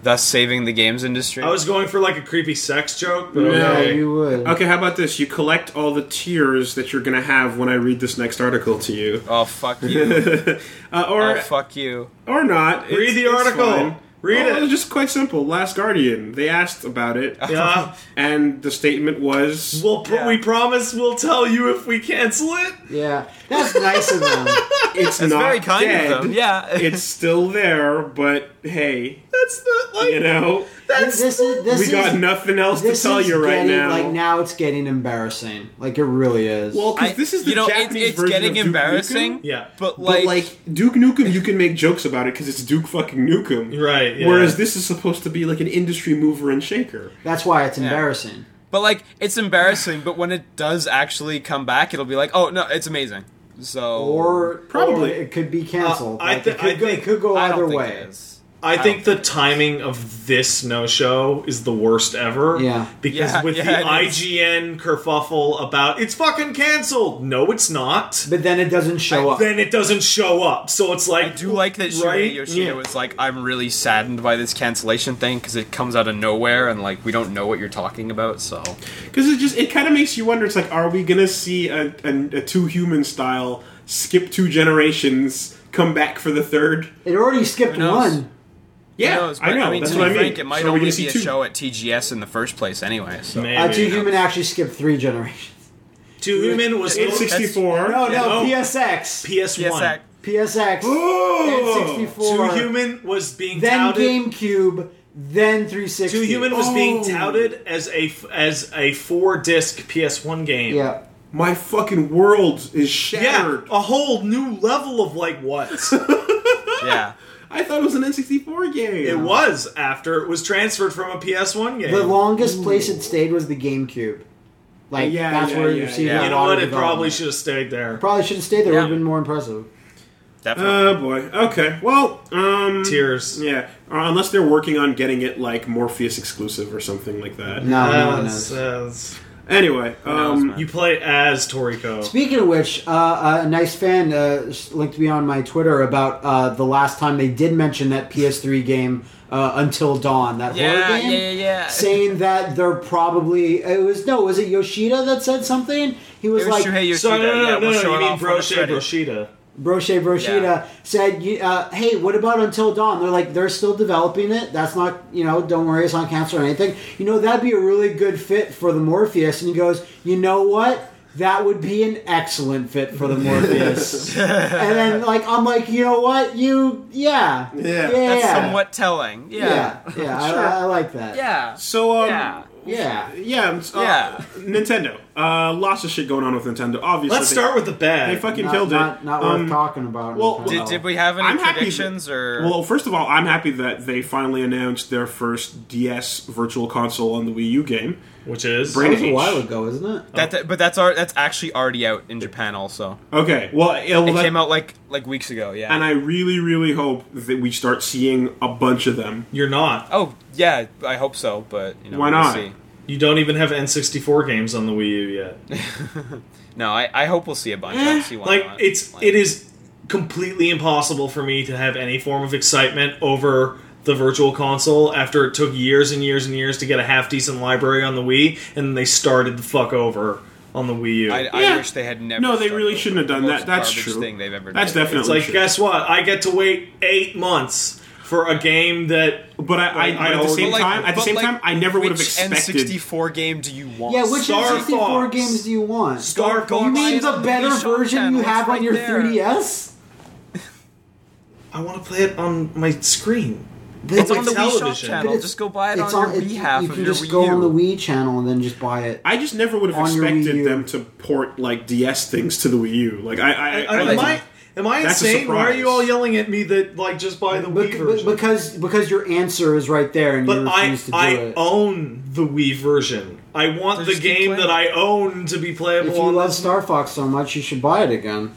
[SPEAKER 4] thus saving the games industry.
[SPEAKER 3] I was going for like a creepy sex joke, but
[SPEAKER 1] No,
[SPEAKER 2] Yeah,
[SPEAKER 3] okay.
[SPEAKER 2] you would.
[SPEAKER 1] Okay, how about this? You collect all the tears that you're gonna have when I read this next article to you,
[SPEAKER 4] oh fuck you!
[SPEAKER 1] uh, or
[SPEAKER 4] oh fuck you!
[SPEAKER 1] or not.
[SPEAKER 3] Read
[SPEAKER 1] It's-
[SPEAKER 3] the
[SPEAKER 1] it's
[SPEAKER 3] article.
[SPEAKER 1] fine.
[SPEAKER 3] Read
[SPEAKER 1] Oh,
[SPEAKER 3] it.
[SPEAKER 1] was just quite simple. Last Guardian. They asked about it,
[SPEAKER 3] Yeah.
[SPEAKER 1] and the statement was,
[SPEAKER 3] We'll pr-
[SPEAKER 4] Yeah.
[SPEAKER 3] we promise we'll tell you if we cancel it.
[SPEAKER 2] Yeah, that's nice of them.
[SPEAKER 1] "It's
[SPEAKER 4] That's
[SPEAKER 1] not
[SPEAKER 4] very kind
[SPEAKER 1] dead.
[SPEAKER 4] of them. Yeah,
[SPEAKER 1] it's still there, but hey,
[SPEAKER 3] That's the like
[SPEAKER 1] you know,
[SPEAKER 3] that's
[SPEAKER 2] This is this
[SPEAKER 1] we got
[SPEAKER 2] is,
[SPEAKER 1] nothing else to
[SPEAKER 2] this
[SPEAKER 1] tell
[SPEAKER 2] is
[SPEAKER 1] you right
[SPEAKER 2] getting,
[SPEAKER 1] now."
[SPEAKER 2] Like now, it's getting embarrassing. Like it really is.
[SPEAKER 1] well,
[SPEAKER 4] I-
[SPEAKER 1] because this is the
[SPEAKER 4] you know, it's,
[SPEAKER 1] Japanese
[SPEAKER 4] it's
[SPEAKER 1] version
[SPEAKER 4] getting
[SPEAKER 1] of Duke
[SPEAKER 4] embarrassing.
[SPEAKER 1] Nukem.
[SPEAKER 3] Yeah.
[SPEAKER 4] but
[SPEAKER 1] But
[SPEAKER 4] like,
[SPEAKER 1] like Duke Nukem, you can make jokes about it because it's Duke fucking Nukem,
[SPEAKER 3] Right, yeah.
[SPEAKER 1] Whereas this is supposed to be like an industry mover and shaker.
[SPEAKER 2] that's why it's embarrassing.
[SPEAKER 4] But like, it's embarrassing. But when it does actually come back, it'll be like, oh no, it's amazing. So
[SPEAKER 2] or
[SPEAKER 1] Probably.
[SPEAKER 2] or it could be canceled.
[SPEAKER 3] Uh, I
[SPEAKER 2] Like,
[SPEAKER 3] thi-
[SPEAKER 2] it, could
[SPEAKER 3] I
[SPEAKER 2] go,
[SPEAKER 3] think-
[SPEAKER 2] it could go
[SPEAKER 4] I don't
[SPEAKER 2] either
[SPEAKER 4] think
[SPEAKER 2] way.
[SPEAKER 4] it is.
[SPEAKER 3] I think
[SPEAKER 4] don't
[SPEAKER 3] the timing of this no show is the worst ever.
[SPEAKER 2] Yeah.
[SPEAKER 3] Because
[SPEAKER 4] Yeah,
[SPEAKER 3] with
[SPEAKER 4] yeah,
[SPEAKER 3] the
[SPEAKER 4] it is.
[SPEAKER 3] IGN kerfuffle about it's fucking canceled. No, it's not.
[SPEAKER 2] But then it doesn't show up.
[SPEAKER 3] Then it doesn't show up. So it's like
[SPEAKER 4] I do like that Shuei Yoshida was like, I'm really saddened by this cancellation thing because it comes out of nowhere and like we don't know what you're talking about. So
[SPEAKER 1] because it just it kind of makes you wonder. It's like, are we gonna see a, a, a two human style skip two generations, come back for the third?
[SPEAKER 2] It already skipped
[SPEAKER 4] knows?
[SPEAKER 2] one.
[SPEAKER 1] Yeah,
[SPEAKER 4] Who knows?
[SPEAKER 1] I
[SPEAKER 4] But,
[SPEAKER 1] know.
[SPEAKER 4] I mean,
[SPEAKER 1] that's
[SPEAKER 4] to
[SPEAKER 1] what I
[SPEAKER 4] be
[SPEAKER 1] mean.
[SPEAKER 4] frank, it
[SPEAKER 1] so
[SPEAKER 4] might
[SPEAKER 1] are we
[SPEAKER 4] only
[SPEAKER 1] gonna
[SPEAKER 4] be
[SPEAKER 1] see
[SPEAKER 4] a
[SPEAKER 1] two?
[SPEAKER 4] show at TGS in the first place anyway. So
[SPEAKER 3] Maybe.
[SPEAKER 2] Uh, Two Human actually skipped three generations.
[SPEAKER 3] Two Human was
[SPEAKER 1] Eight sixty four.
[SPEAKER 2] No,
[SPEAKER 4] Yeah.
[SPEAKER 2] no,
[SPEAKER 3] Oh.
[SPEAKER 2] PSX.
[SPEAKER 3] PS1.
[SPEAKER 4] yes, that-
[SPEAKER 2] PSX.
[SPEAKER 1] Oh,
[SPEAKER 3] Two
[SPEAKER 2] 64.
[SPEAKER 3] Human was being
[SPEAKER 2] Then
[SPEAKER 3] touted.
[SPEAKER 2] GameCube. Then 360.
[SPEAKER 3] Two Human was being
[SPEAKER 1] Oh.
[SPEAKER 3] touted as a f- as a four disc PS1 game.
[SPEAKER 2] Yeah.
[SPEAKER 1] my fucking world is
[SPEAKER 3] Yeah,
[SPEAKER 1] shattered.
[SPEAKER 3] a whole new level of like what?
[SPEAKER 4] yeah.
[SPEAKER 1] I thought it was an N sixty four game.
[SPEAKER 3] it was after it was transferred from a PS1 game.
[SPEAKER 2] The longest place it stayed was the GameCube. Like
[SPEAKER 1] Yeah,
[SPEAKER 2] that's
[SPEAKER 1] yeah,
[SPEAKER 2] where
[SPEAKER 1] yeah,
[SPEAKER 2] you see
[SPEAKER 1] yeah.
[SPEAKER 2] a
[SPEAKER 3] you know
[SPEAKER 2] lot of
[SPEAKER 3] what? It probably
[SPEAKER 2] development.
[SPEAKER 3] should have stayed there.
[SPEAKER 2] Probably should have stayed there. It
[SPEAKER 4] Yeah.
[SPEAKER 2] would have been more impressive.
[SPEAKER 4] Definitely.
[SPEAKER 1] Oh boy. Okay. Well, um,
[SPEAKER 3] Tears.
[SPEAKER 1] yeah. Or unless they're working on getting it like Morpheus exclusive or something like that.
[SPEAKER 2] No, no one knows.
[SPEAKER 3] As- as-
[SPEAKER 1] Anyway, um,
[SPEAKER 4] man?
[SPEAKER 3] you play as Toriko.
[SPEAKER 2] Speaking of which, uh, uh, a nice fan uh, s- linked me on my Twitter about uh, the last time they did mention that PS3 game uh, Until Dawn, that
[SPEAKER 4] Yeah,
[SPEAKER 2] horror game,
[SPEAKER 4] yeah, yeah, yeah.
[SPEAKER 2] saying that they're probably it was no, was it Yoshida that said something? He was,
[SPEAKER 4] It
[SPEAKER 2] like
[SPEAKER 4] was Shuhei Yoshida.
[SPEAKER 3] So no, no, no,
[SPEAKER 4] yeah,
[SPEAKER 3] no,
[SPEAKER 4] we'll
[SPEAKER 3] no,
[SPEAKER 4] show
[SPEAKER 3] you
[SPEAKER 4] it
[SPEAKER 3] mean
[SPEAKER 4] off on the
[SPEAKER 3] Brochet
[SPEAKER 4] Reddit.
[SPEAKER 3] Broshida.
[SPEAKER 2] Brochet Broshida
[SPEAKER 4] Yeah.
[SPEAKER 2] said, you- uh, "Hey, what about Until Dawn?" They're like, "They're still developing it. That's not, you know, don't worry, it's not canceled or anything. You know, that'd be a really good fit for the Morpheus." And he goes, "You know what?" That would be an excellent fit for the Morpheus. and then, like, I'm like, you know what? You, yeah.
[SPEAKER 1] Yeah, that's
[SPEAKER 4] That's somewhat telling.
[SPEAKER 2] Yeah,
[SPEAKER 4] Yeah.
[SPEAKER 2] yeah, I- I, I like that.
[SPEAKER 4] Yeah.
[SPEAKER 1] so um,
[SPEAKER 4] Yeah.
[SPEAKER 2] Yeah.
[SPEAKER 1] Yeah, um, s- uh,
[SPEAKER 4] Yeah.
[SPEAKER 1] Nintendo. Uh, lots of shit going on with Nintendo. Obviously,
[SPEAKER 3] Let's
[SPEAKER 1] they-
[SPEAKER 3] start with the
[SPEAKER 1] They
[SPEAKER 3] bad.
[SPEAKER 1] fucking
[SPEAKER 2] Not,
[SPEAKER 1] killed
[SPEAKER 2] not,
[SPEAKER 1] it.
[SPEAKER 2] not
[SPEAKER 1] Um,
[SPEAKER 2] worth talking about.
[SPEAKER 1] well,
[SPEAKER 2] Until
[SPEAKER 4] Did,
[SPEAKER 2] Dawn.
[SPEAKER 4] did we have any
[SPEAKER 1] I'm happy that-
[SPEAKER 4] predictions or?
[SPEAKER 1] Well, first of all, I'm happy that they finally announced their first DS Virtual Console on the Wii U game.
[SPEAKER 3] which is
[SPEAKER 2] That
[SPEAKER 1] Brain-
[SPEAKER 2] was a while ago, isn't it?
[SPEAKER 4] that, that- but that's our, that's actually already out in Japan also.
[SPEAKER 1] Okay, well, it, well,
[SPEAKER 4] It
[SPEAKER 1] that-
[SPEAKER 4] came out like like weeks ago. Yeah.
[SPEAKER 1] and I really, really hope that we start seeing a bunch of them.
[SPEAKER 3] You're not.
[SPEAKER 4] oh yeah, I hope so. But you know,
[SPEAKER 1] Why
[SPEAKER 4] we'll
[SPEAKER 1] not?
[SPEAKER 4] see.
[SPEAKER 3] You don't even have N64 games on the Wii U yet.
[SPEAKER 4] No, I, I hope we'll see a bunch.
[SPEAKER 1] Eh,
[SPEAKER 4] I don't see why
[SPEAKER 3] like
[SPEAKER 4] not.
[SPEAKER 3] it's
[SPEAKER 4] Like-
[SPEAKER 3] it is completely impossible for me to have any form of excitement over the virtual console after it took years and years and years to get a half decent library on the Wii and then they started the fuck over on the Wii U.
[SPEAKER 4] I,
[SPEAKER 1] Yeah.
[SPEAKER 4] I wish they had never.
[SPEAKER 1] No, they
[SPEAKER 4] started
[SPEAKER 1] really
[SPEAKER 4] with
[SPEAKER 1] shouldn't have
[SPEAKER 4] the
[SPEAKER 1] done that.
[SPEAKER 4] most
[SPEAKER 1] That's
[SPEAKER 4] garbage
[SPEAKER 1] true.
[SPEAKER 4] Thing they've ever
[SPEAKER 1] That's
[SPEAKER 4] done.
[SPEAKER 1] definitely
[SPEAKER 3] it's like
[SPEAKER 1] true.
[SPEAKER 3] guess what? I get to wait 8 months for a game that
[SPEAKER 1] But I, I,
[SPEAKER 3] I
[SPEAKER 1] but at the
[SPEAKER 3] already-
[SPEAKER 1] same
[SPEAKER 4] But like-
[SPEAKER 1] time, at the
[SPEAKER 4] but
[SPEAKER 1] same
[SPEAKER 4] like,
[SPEAKER 1] time, I never would have
[SPEAKER 4] which
[SPEAKER 1] expected.
[SPEAKER 4] N64 game do you want?
[SPEAKER 2] Yeah, which
[SPEAKER 3] Star
[SPEAKER 2] N64
[SPEAKER 3] Fox.
[SPEAKER 2] games do you want?
[SPEAKER 3] Star
[SPEAKER 4] Go
[SPEAKER 2] You
[SPEAKER 3] Fox.
[SPEAKER 4] buy
[SPEAKER 2] mean
[SPEAKER 4] it
[SPEAKER 2] the
[SPEAKER 4] on
[SPEAKER 2] better
[SPEAKER 4] Wii Shop
[SPEAKER 2] version you
[SPEAKER 4] channel,
[SPEAKER 2] have
[SPEAKER 4] it's
[SPEAKER 2] on
[SPEAKER 4] right
[SPEAKER 2] your
[SPEAKER 4] there.
[SPEAKER 2] 3DS?
[SPEAKER 3] I want to play it on my screen.
[SPEAKER 2] It's
[SPEAKER 3] my
[SPEAKER 4] on the Wii Shop
[SPEAKER 3] television.
[SPEAKER 4] channel.
[SPEAKER 2] it's-
[SPEAKER 4] Just go buy it
[SPEAKER 2] It's
[SPEAKER 4] on,
[SPEAKER 2] on,
[SPEAKER 4] your
[SPEAKER 2] it's-
[SPEAKER 4] Wii half
[SPEAKER 2] you
[SPEAKER 4] of
[SPEAKER 2] can
[SPEAKER 4] your
[SPEAKER 2] just
[SPEAKER 4] Wii
[SPEAKER 2] go
[SPEAKER 4] U.
[SPEAKER 2] on the Wii channel and then just buy it.
[SPEAKER 1] I just never would have
[SPEAKER 2] On your Wii
[SPEAKER 1] expected
[SPEAKER 2] U.
[SPEAKER 1] them to port like DS things to the Wii U. Like I, I,
[SPEAKER 3] I- am I am I
[SPEAKER 1] That's a
[SPEAKER 3] insane? Why are
[SPEAKER 1] surprise.
[SPEAKER 3] you all yelling at me that like just buy the
[SPEAKER 2] Bec-
[SPEAKER 3] Wii
[SPEAKER 2] be-
[SPEAKER 3] version?
[SPEAKER 2] because because your answer is right there and
[SPEAKER 3] But
[SPEAKER 2] you
[SPEAKER 3] I
[SPEAKER 2] refuse to
[SPEAKER 3] I
[SPEAKER 2] do it.
[SPEAKER 3] own the Wii version. I want
[SPEAKER 4] So
[SPEAKER 3] the
[SPEAKER 4] just keep
[SPEAKER 3] game
[SPEAKER 4] playing
[SPEAKER 3] that
[SPEAKER 4] it.
[SPEAKER 3] I own to be playable
[SPEAKER 2] if you
[SPEAKER 3] on
[SPEAKER 2] love
[SPEAKER 3] this.
[SPEAKER 2] Star Fox so much, you should buy it again.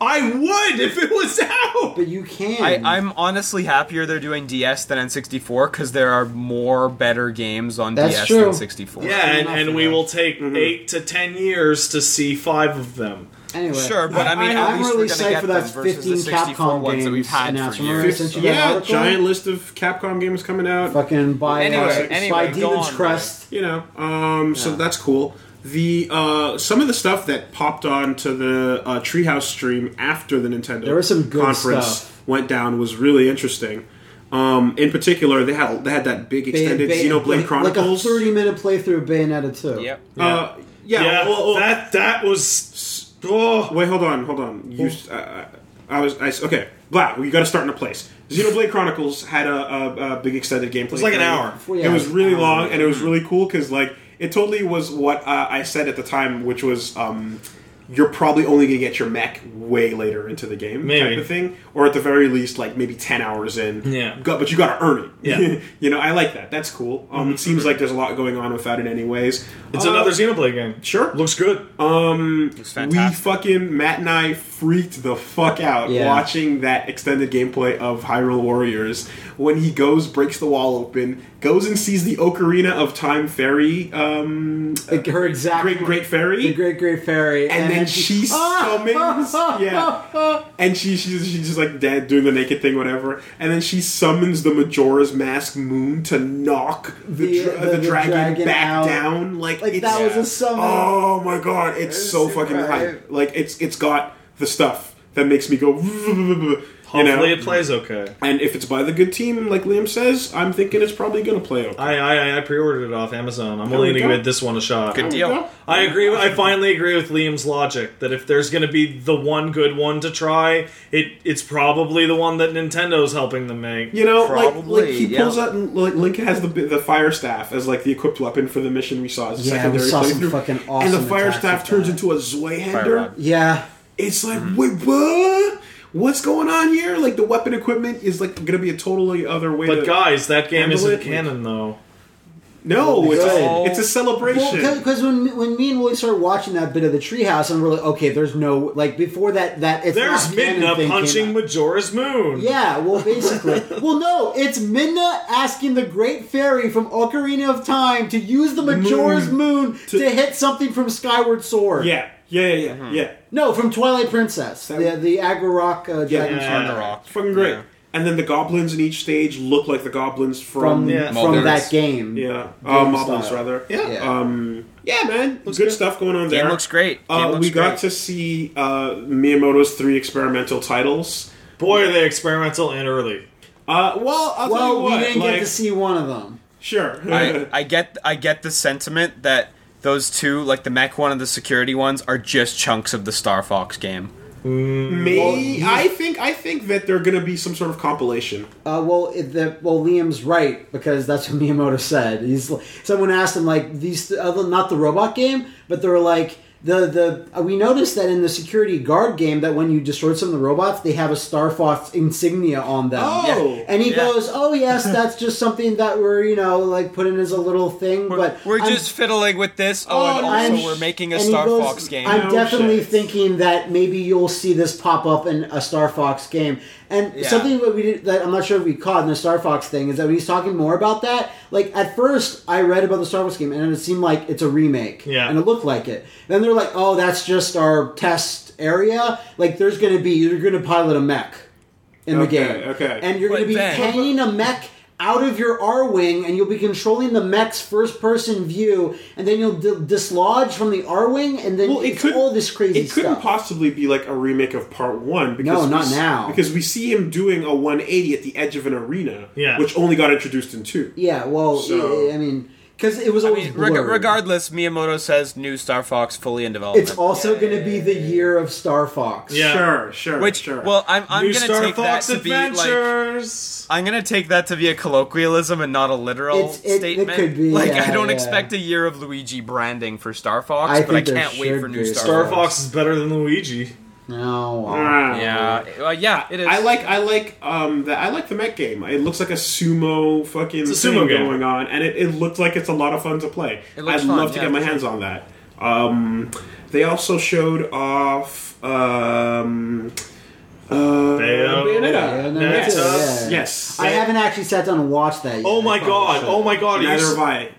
[SPEAKER 3] I would if it was out.
[SPEAKER 2] But you can.
[SPEAKER 4] I, I'm honestly happier they're doing DS than N64 because there are more better games on
[SPEAKER 2] That's
[SPEAKER 4] DS
[SPEAKER 2] true.
[SPEAKER 4] than 64.
[SPEAKER 3] Yeah, and,
[SPEAKER 2] enough
[SPEAKER 3] and
[SPEAKER 2] of
[SPEAKER 3] we
[SPEAKER 2] that.
[SPEAKER 3] will take
[SPEAKER 1] Mm-hmm.
[SPEAKER 3] eight to ten years to see five of them.
[SPEAKER 2] anyway.
[SPEAKER 4] Sure, but I mean,
[SPEAKER 2] I,
[SPEAKER 4] at
[SPEAKER 2] am
[SPEAKER 4] least
[SPEAKER 2] really
[SPEAKER 4] we're gonna
[SPEAKER 2] psyched
[SPEAKER 4] get
[SPEAKER 2] for
[SPEAKER 4] them
[SPEAKER 2] that
[SPEAKER 4] versus
[SPEAKER 2] 15
[SPEAKER 4] the 64
[SPEAKER 2] Capcom
[SPEAKER 4] ones
[SPEAKER 2] games
[SPEAKER 4] that we've had for
[SPEAKER 2] announced. Remember,
[SPEAKER 4] years.
[SPEAKER 2] since you got
[SPEAKER 1] yeah,
[SPEAKER 2] article?
[SPEAKER 1] giant list of Capcom games coming out.
[SPEAKER 2] Fucking buy it.
[SPEAKER 4] Anyway,
[SPEAKER 2] Buy
[SPEAKER 4] anyway, go
[SPEAKER 2] Demon's
[SPEAKER 4] on,
[SPEAKER 2] Crest.
[SPEAKER 1] you know um, so that's cool the uh, some of the stuff that popped on to the uh, treehouse stream after the nintendo
[SPEAKER 2] There was some good
[SPEAKER 1] conference
[SPEAKER 2] stuff.
[SPEAKER 1] went down was really interesting um, in particular they had they had that big extended
[SPEAKER 2] Bay- Bay-
[SPEAKER 1] xenoblade
[SPEAKER 2] like-
[SPEAKER 1] chronicles
[SPEAKER 2] Like a 30 minute playthrough of Bayonetta 2.
[SPEAKER 4] Yep.
[SPEAKER 1] uh, yeah,
[SPEAKER 3] Yeah,
[SPEAKER 1] well, well,
[SPEAKER 3] that that was. Oh,
[SPEAKER 1] wait hold on hold on you s- uh, i was I s okay wow we got to start in a place xenoblade chronicles had a, a, a big extended gameplay it was
[SPEAKER 3] like an hour. Mm-hmm.
[SPEAKER 1] it was really
[SPEAKER 2] Yeah.
[SPEAKER 1] long and it was really cool because like it totally was what uh, I said at the time, which was um, you're probably only gonna get your mech way later into the game
[SPEAKER 3] Maybe.
[SPEAKER 1] type of thing, or at the very least, like maybe ten hours in.
[SPEAKER 3] Yeah.
[SPEAKER 1] Go- but you gotta earn it.
[SPEAKER 3] Yeah. Mm-hmm.
[SPEAKER 1] you know, I like that. That's cool. Um, It seems like there's a lot going on without it, anyways.
[SPEAKER 3] It's
[SPEAKER 1] Uh,
[SPEAKER 3] another Xenoblade game.
[SPEAKER 1] Sure.
[SPEAKER 3] Looks good.
[SPEAKER 4] It's
[SPEAKER 1] we
[SPEAKER 4] fantastic.
[SPEAKER 1] fucking Matt and I freaked the fuck out
[SPEAKER 2] Yeah.
[SPEAKER 1] watching that extended gameplay of Hyrule Warriors when he goes breaks the wall open, goes and sees the Ocarina of Time fairy, um,
[SPEAKER 2] Like her exact
[SPEAKER 1] great great fairy,
[SPEAKER 2] the great great fairy, Ah!
[SPEAKER 1] and, then she summons, yeah, and she she's, she's just like dead doing the naked thing, whatever, and then she summons the Majora's Mask Moon to knock the
[SPEAKER 2] The-
[SPEAKER 1] dra-
[SPEAKER 2] the-
[SPEAKER 1] the,
[SPEAKER 2] the
[SPEAKER 1] dragon,
[SPEAKER 2] dragon
[SPEAKER 1] back
[SPEAKER 2] out.
[SPEAKER 1] down, like,
[SPEAKER 2] Like,
[SPEAKER 1] it's-
[SPEAKER 2] that was a summon.
[SPEAKER 1] Oh my god, it's so fucking hype! Like it's it's got the stuff that makes me go, you
[SPEAKER 3] Hopefully
[SPEAKER 1] know.
[SPEAKER 3] it plays okay.
[SPEAKER 1] And if it's by the good team, like Liam says, I'm thinking it's probably gonna play okay.
[SPEAKER 3] I I, I pre-ordered it off Amazon. I'm willing
[SPEAKER 1] we
[SPEAKER 3] to
[SPEAKER 1] go.
[SPEAKER 3] give it this one a shot.
[SPEAKER 4] Good deal.
[SPEAKER 3] I agree. with- I finally agree with Liam's logic that if there's going to be the one good one to try, it it's probably the one that Nintendo's helping them make.
[SPEAKER 1] You know, like,
[SPEAKER 4] Probably,
[SPEAKER 1] like he
[SPEAKER 4] yeah.
[SPEAKER 1] pulls out and like Link has the the fire staff as like the equipped weapon for the mission we saw as a
[SPEAKER 2] Yeah, we
[SPEAKER 1] secondary
[SPEAKER 2] saw some
[SPEAKER 1] playthrough.
[SPEAKER 2] fucking
[SPEAKER 1] and the
[SPEAKER 2] awesome
[SPEAKER 1] fire
[SPEAKER 2] attacks
[SPEAKER 1] staff turns
[SPEAKER 2] with that.
[SPEAKER 1] into a
[SPEAKER 4] Fire rod.
[SPEAKER 1] Zweihander.
[SPEAKER 4] Mm-hmm.
[SPEAKER 2] yeah.
[SPEAKER 1] It's like, wait, what? What's going on here? Like the weapon equipment is like going to be a totally other way.
[SPEAKER 3] But
[SPEAKER 1] to,
[SPEAKER 3] guys, that game
[SPEAKER 1] uh, Handle
[SPEAKER 3] isn't
[SPEAKER 1] it.
[SPEAKER 3] canon though.
[SPEAKER 1] no, it's a,
[SPEAKER 4] Good.
[SPEAKER 1] it's a celebration.
[SPEAKER 2] Well, because when when me and Willie started watching that bit of the treehouse, and we're like, okay, there's no like before that that it's
[SPEAKER 3] There's
[SPEAKER 2] not canon
[SPEAKER 3] Midna
[SPEAKER 2] thing came
[SPEAKER 3] punching
[SPEAKER 2] out.
[SPEAKER 3] Majora's Moon.
[SPEAKER 2] Yeah, well, basically. well, no, it's Minna asking the Great Fairy from Ocarina of Time to use the Majora's Moon, to, hit something from Skyward Sword.
[SPEAKER 1] yeah, yeah, yeah, yeah.
[SPEAKER 4] Mm-hmm.
[SPEAKER 1] yeah.
[SPEAKER 2] No, from Twilight Princess, the, the Aggro Rock uh, Dragon
[SPEAKER 3] yeah.
[SPEAKER 2] Song.
[SPEAKER 4] On the rock.
[SPEAKER 1] It's fucking great.
[SPEAKER 4] Yeah.
[SPEAKER 1] And then the goblins in each stage look like the goblins
[SPEAKER 2] From,
[SPEAKER 1] from,
[SPEAKER 3] Yeah.
[SPEAKER 2] from
[SPEAKER 4] Molders.
[SPEAKER 2] that game.
[SPEAKER 1] yeah, uh,
[SPEAKER 2] Game
[SPEAKER 1] Moblins
[SPEAKER 2] style.
[SPEAKER 1] rather.
[SPEAKER 3] Yeah.
[SPEAKER 2] Yeah.
[SPEAKER 1] Um, yeah, man, good, stuff going on there.
[SPEAKER 4] Game looks great. Game
[SPEAKER 1] Uh,
[SPEAKER 4] looks
[SPEAKER 1] we got
[SPEAKER 4] great.
[SPEAKER 1] to see uh, Miyamoto's three experimental titles.
[SPEAKER 3] Boy, are they experimental and early.
[SPEAKER 1] Uh, well, I'll tell you
[SPEAKER 2] Well,
[SPEAKER 1] what,
[SPEAKER 2] we didn't
[SPEAKER 1] like,
[SPEAKER 2] get to see one of them.
[SPEAKER 1] Sure,
[SPEAKER 4] I, I get I get the sentiment that those two, like the mech one and the security ones, are just chunks of the Star Fox game.
[SPEAKER 1] May I think I think that they're going to be some sort of compilation.
[SPEAKER 2] Uh, well, it, the, well, Liam's right because that's what Miyamoto said. He's l- someone asked him like these other not the robot game, but they were like the the uh, we noticed that in the security guard game that when you destroyed some of the robots, they have a Star Fox insignia on them.
[SPEAKER 1] Oh!
[SPEAKER 2] and he
[SPEAKER 4] Yeah.
[SPEAKER 2] goes, "Oh yes, that's just something that we're you know like put in as a little thing." but
[SPEAKER 4] We're
[SPEAKER 2] I'm-
[SPEAKER 4] just fiddling with this. Oh, and
[SPEAKER 1] Oh,
[SPEAKER 4] also
[SPEAKER 2] I'm-
[SPEAKER 4] we're making a
[SPEAKER 2] and he
[SPEAKER 4] Star
[SPEAKER 2] goes,
[SPEAKER 4] Fox game.
[SPEAKER 2] I'm
[SPEAKER 1] No
[SPEAKER 2] definitely
[SPEAKER 1] shit.
[SPEAKER 2] thinking that maybe you'll see this pop up in a Star Fox game. And
[SPEAKER 4] Yeah.
[SPEAKER 2] something that we did, that I'm not sure if we caught in the Star Fox thing is that when he's talking more about that, like at first I read about the Star Fox game and it seemed like it's a remake.
[SPEAKER 3] Yeah.
[SPEAKER 2] And it looked like it. Then they're like, oh, that's just our test area. Like there's going to be, you're going to pilot a mech in
[SPEAKER 1] Okay,
[SPEAKER 2] the game.
[SPEAKER 1] okay.
[SPEAKER 2] And you're going to
[SPEAKER 4] But
[SPEAKER 2] be
[SPEAKER 4] then-
[SPEAKER 2] hanging a mech out of your R wing, and you'll be controlling the mech's first person view, and then you'll di- dislodge from the R wing, and then
[SPEAKER 1] Well, it
[SPEAKER 2] it's
[SPEAKER 1] could
[SPEAKER 2] all this crazy
[SPEAKER 1] It couldn't
[SPEAKER 2] stuff.
[SPEAKER 1] possibly be like a remake of Part One because
[SPEAKER 2] No,
[SPEAKER 1] we
[SPEAKER 2] not
[SPEAKER 1] s-
[SPEAKER 2] now.
[SPEAKER 1] because we see him doing a 180 at the edge of an arena,
[SPEAKER 3] Yeah.
[SPEAKER 1] which only got introduced in two.
[SPEAKER 2] yeah, well,
[SPEAKER 1] So-
[SPEAKER 2] I- I mean, because it was
[SPEAKER 4] I
[SPEAKER 2] always
[SPEAKER 4] mean, reg-
[SPEAKER 2] blurred.
[SPEAKER 4] regardless, Miyamoto says new Star Fox fully in development.
[SPEAKER 2] It's also going to be the year of Star Fox.
[SPEAKER 3] Yeah.
[SPEAKER 1] Sure, sure,
[SPEAKER 4] which,
[SPEAKER 1] sure.
[SPEAKER 4] well, I'm, I'm
[SPEAKER 3] New
[SPEAKER 4] gonna
[SPEAKER 3] Star
[SPEAKER 4] take
[SPEAKER 3] Fox
[SPEAKER 4] that to be like.
[SPEAKER 3] Adventures.
[SPEAKER 4] I'm gonna take that to be a colloquialism and not a literal
[SPEAKER 2] It's- it- it
[SPEAKER 4] statement.
[SPEAKER 2] could be,
[SPEAKER 4] like
[SPEAKER 2] yeah,
[SPEAKER 4] I don't
[SPEAKER 2] yeah.
[SPEAKER 4] expect a year of Luigi branding for Star Fox,
[SPEAKER 2] I
[SPEAKER 4] but I
[SPEAKER 2] think there
[SPEAKER 4] can't wait
[SPEAKER 2] should
[SPEAKER 4] for
[SPEAKER 2] be.
[SPEAKER 4] new Star,
[SPEAKER 3] Star
[SPEAKER 4] Fox.
[SPEAKER 3] Fox is better than Luigi.
[SPEAKER 2] No. Oh, well,
[SPEAKER 1] Ah.
[SPEAKER 4] Yeah, well, yeah, it is.
[SPEAKER 1] I like I like um the I like the mech game. It looks like a sumo fucking
[SPEAKER 3] a sumo
[SPEAKER 1] thing
[SPEAKER 3] game.
[SPEAKER 1] going on, and it, it looks like it's a lot of fun to play.
[SPEAKER 4] It looks
[SPEAKER 1] I'd
[SPEAKER 4] fun,
[SPEAKER 1] love to
[SPEAKER 4] yeah,
[SPEAKER 1] get my
[SPEAKER 4] for
[SPEAKER 1] hands on that. Um, they also showed off um, uh, Bayonetta.
[SPEAKER 2] Bayonetta,
[SPEAKER 1] Yes.
[SPEAKER 2] yeah.
[SPEAKER 1] yes.
[SPEAKER 2] I haven't actually sat down and watched that yet.
[SPEAKER 3] Oh my god! Oh my god! Are
[SPEAKER 1] Neither have
[SPEAKER 3] you,
[SPEAKER 1] I.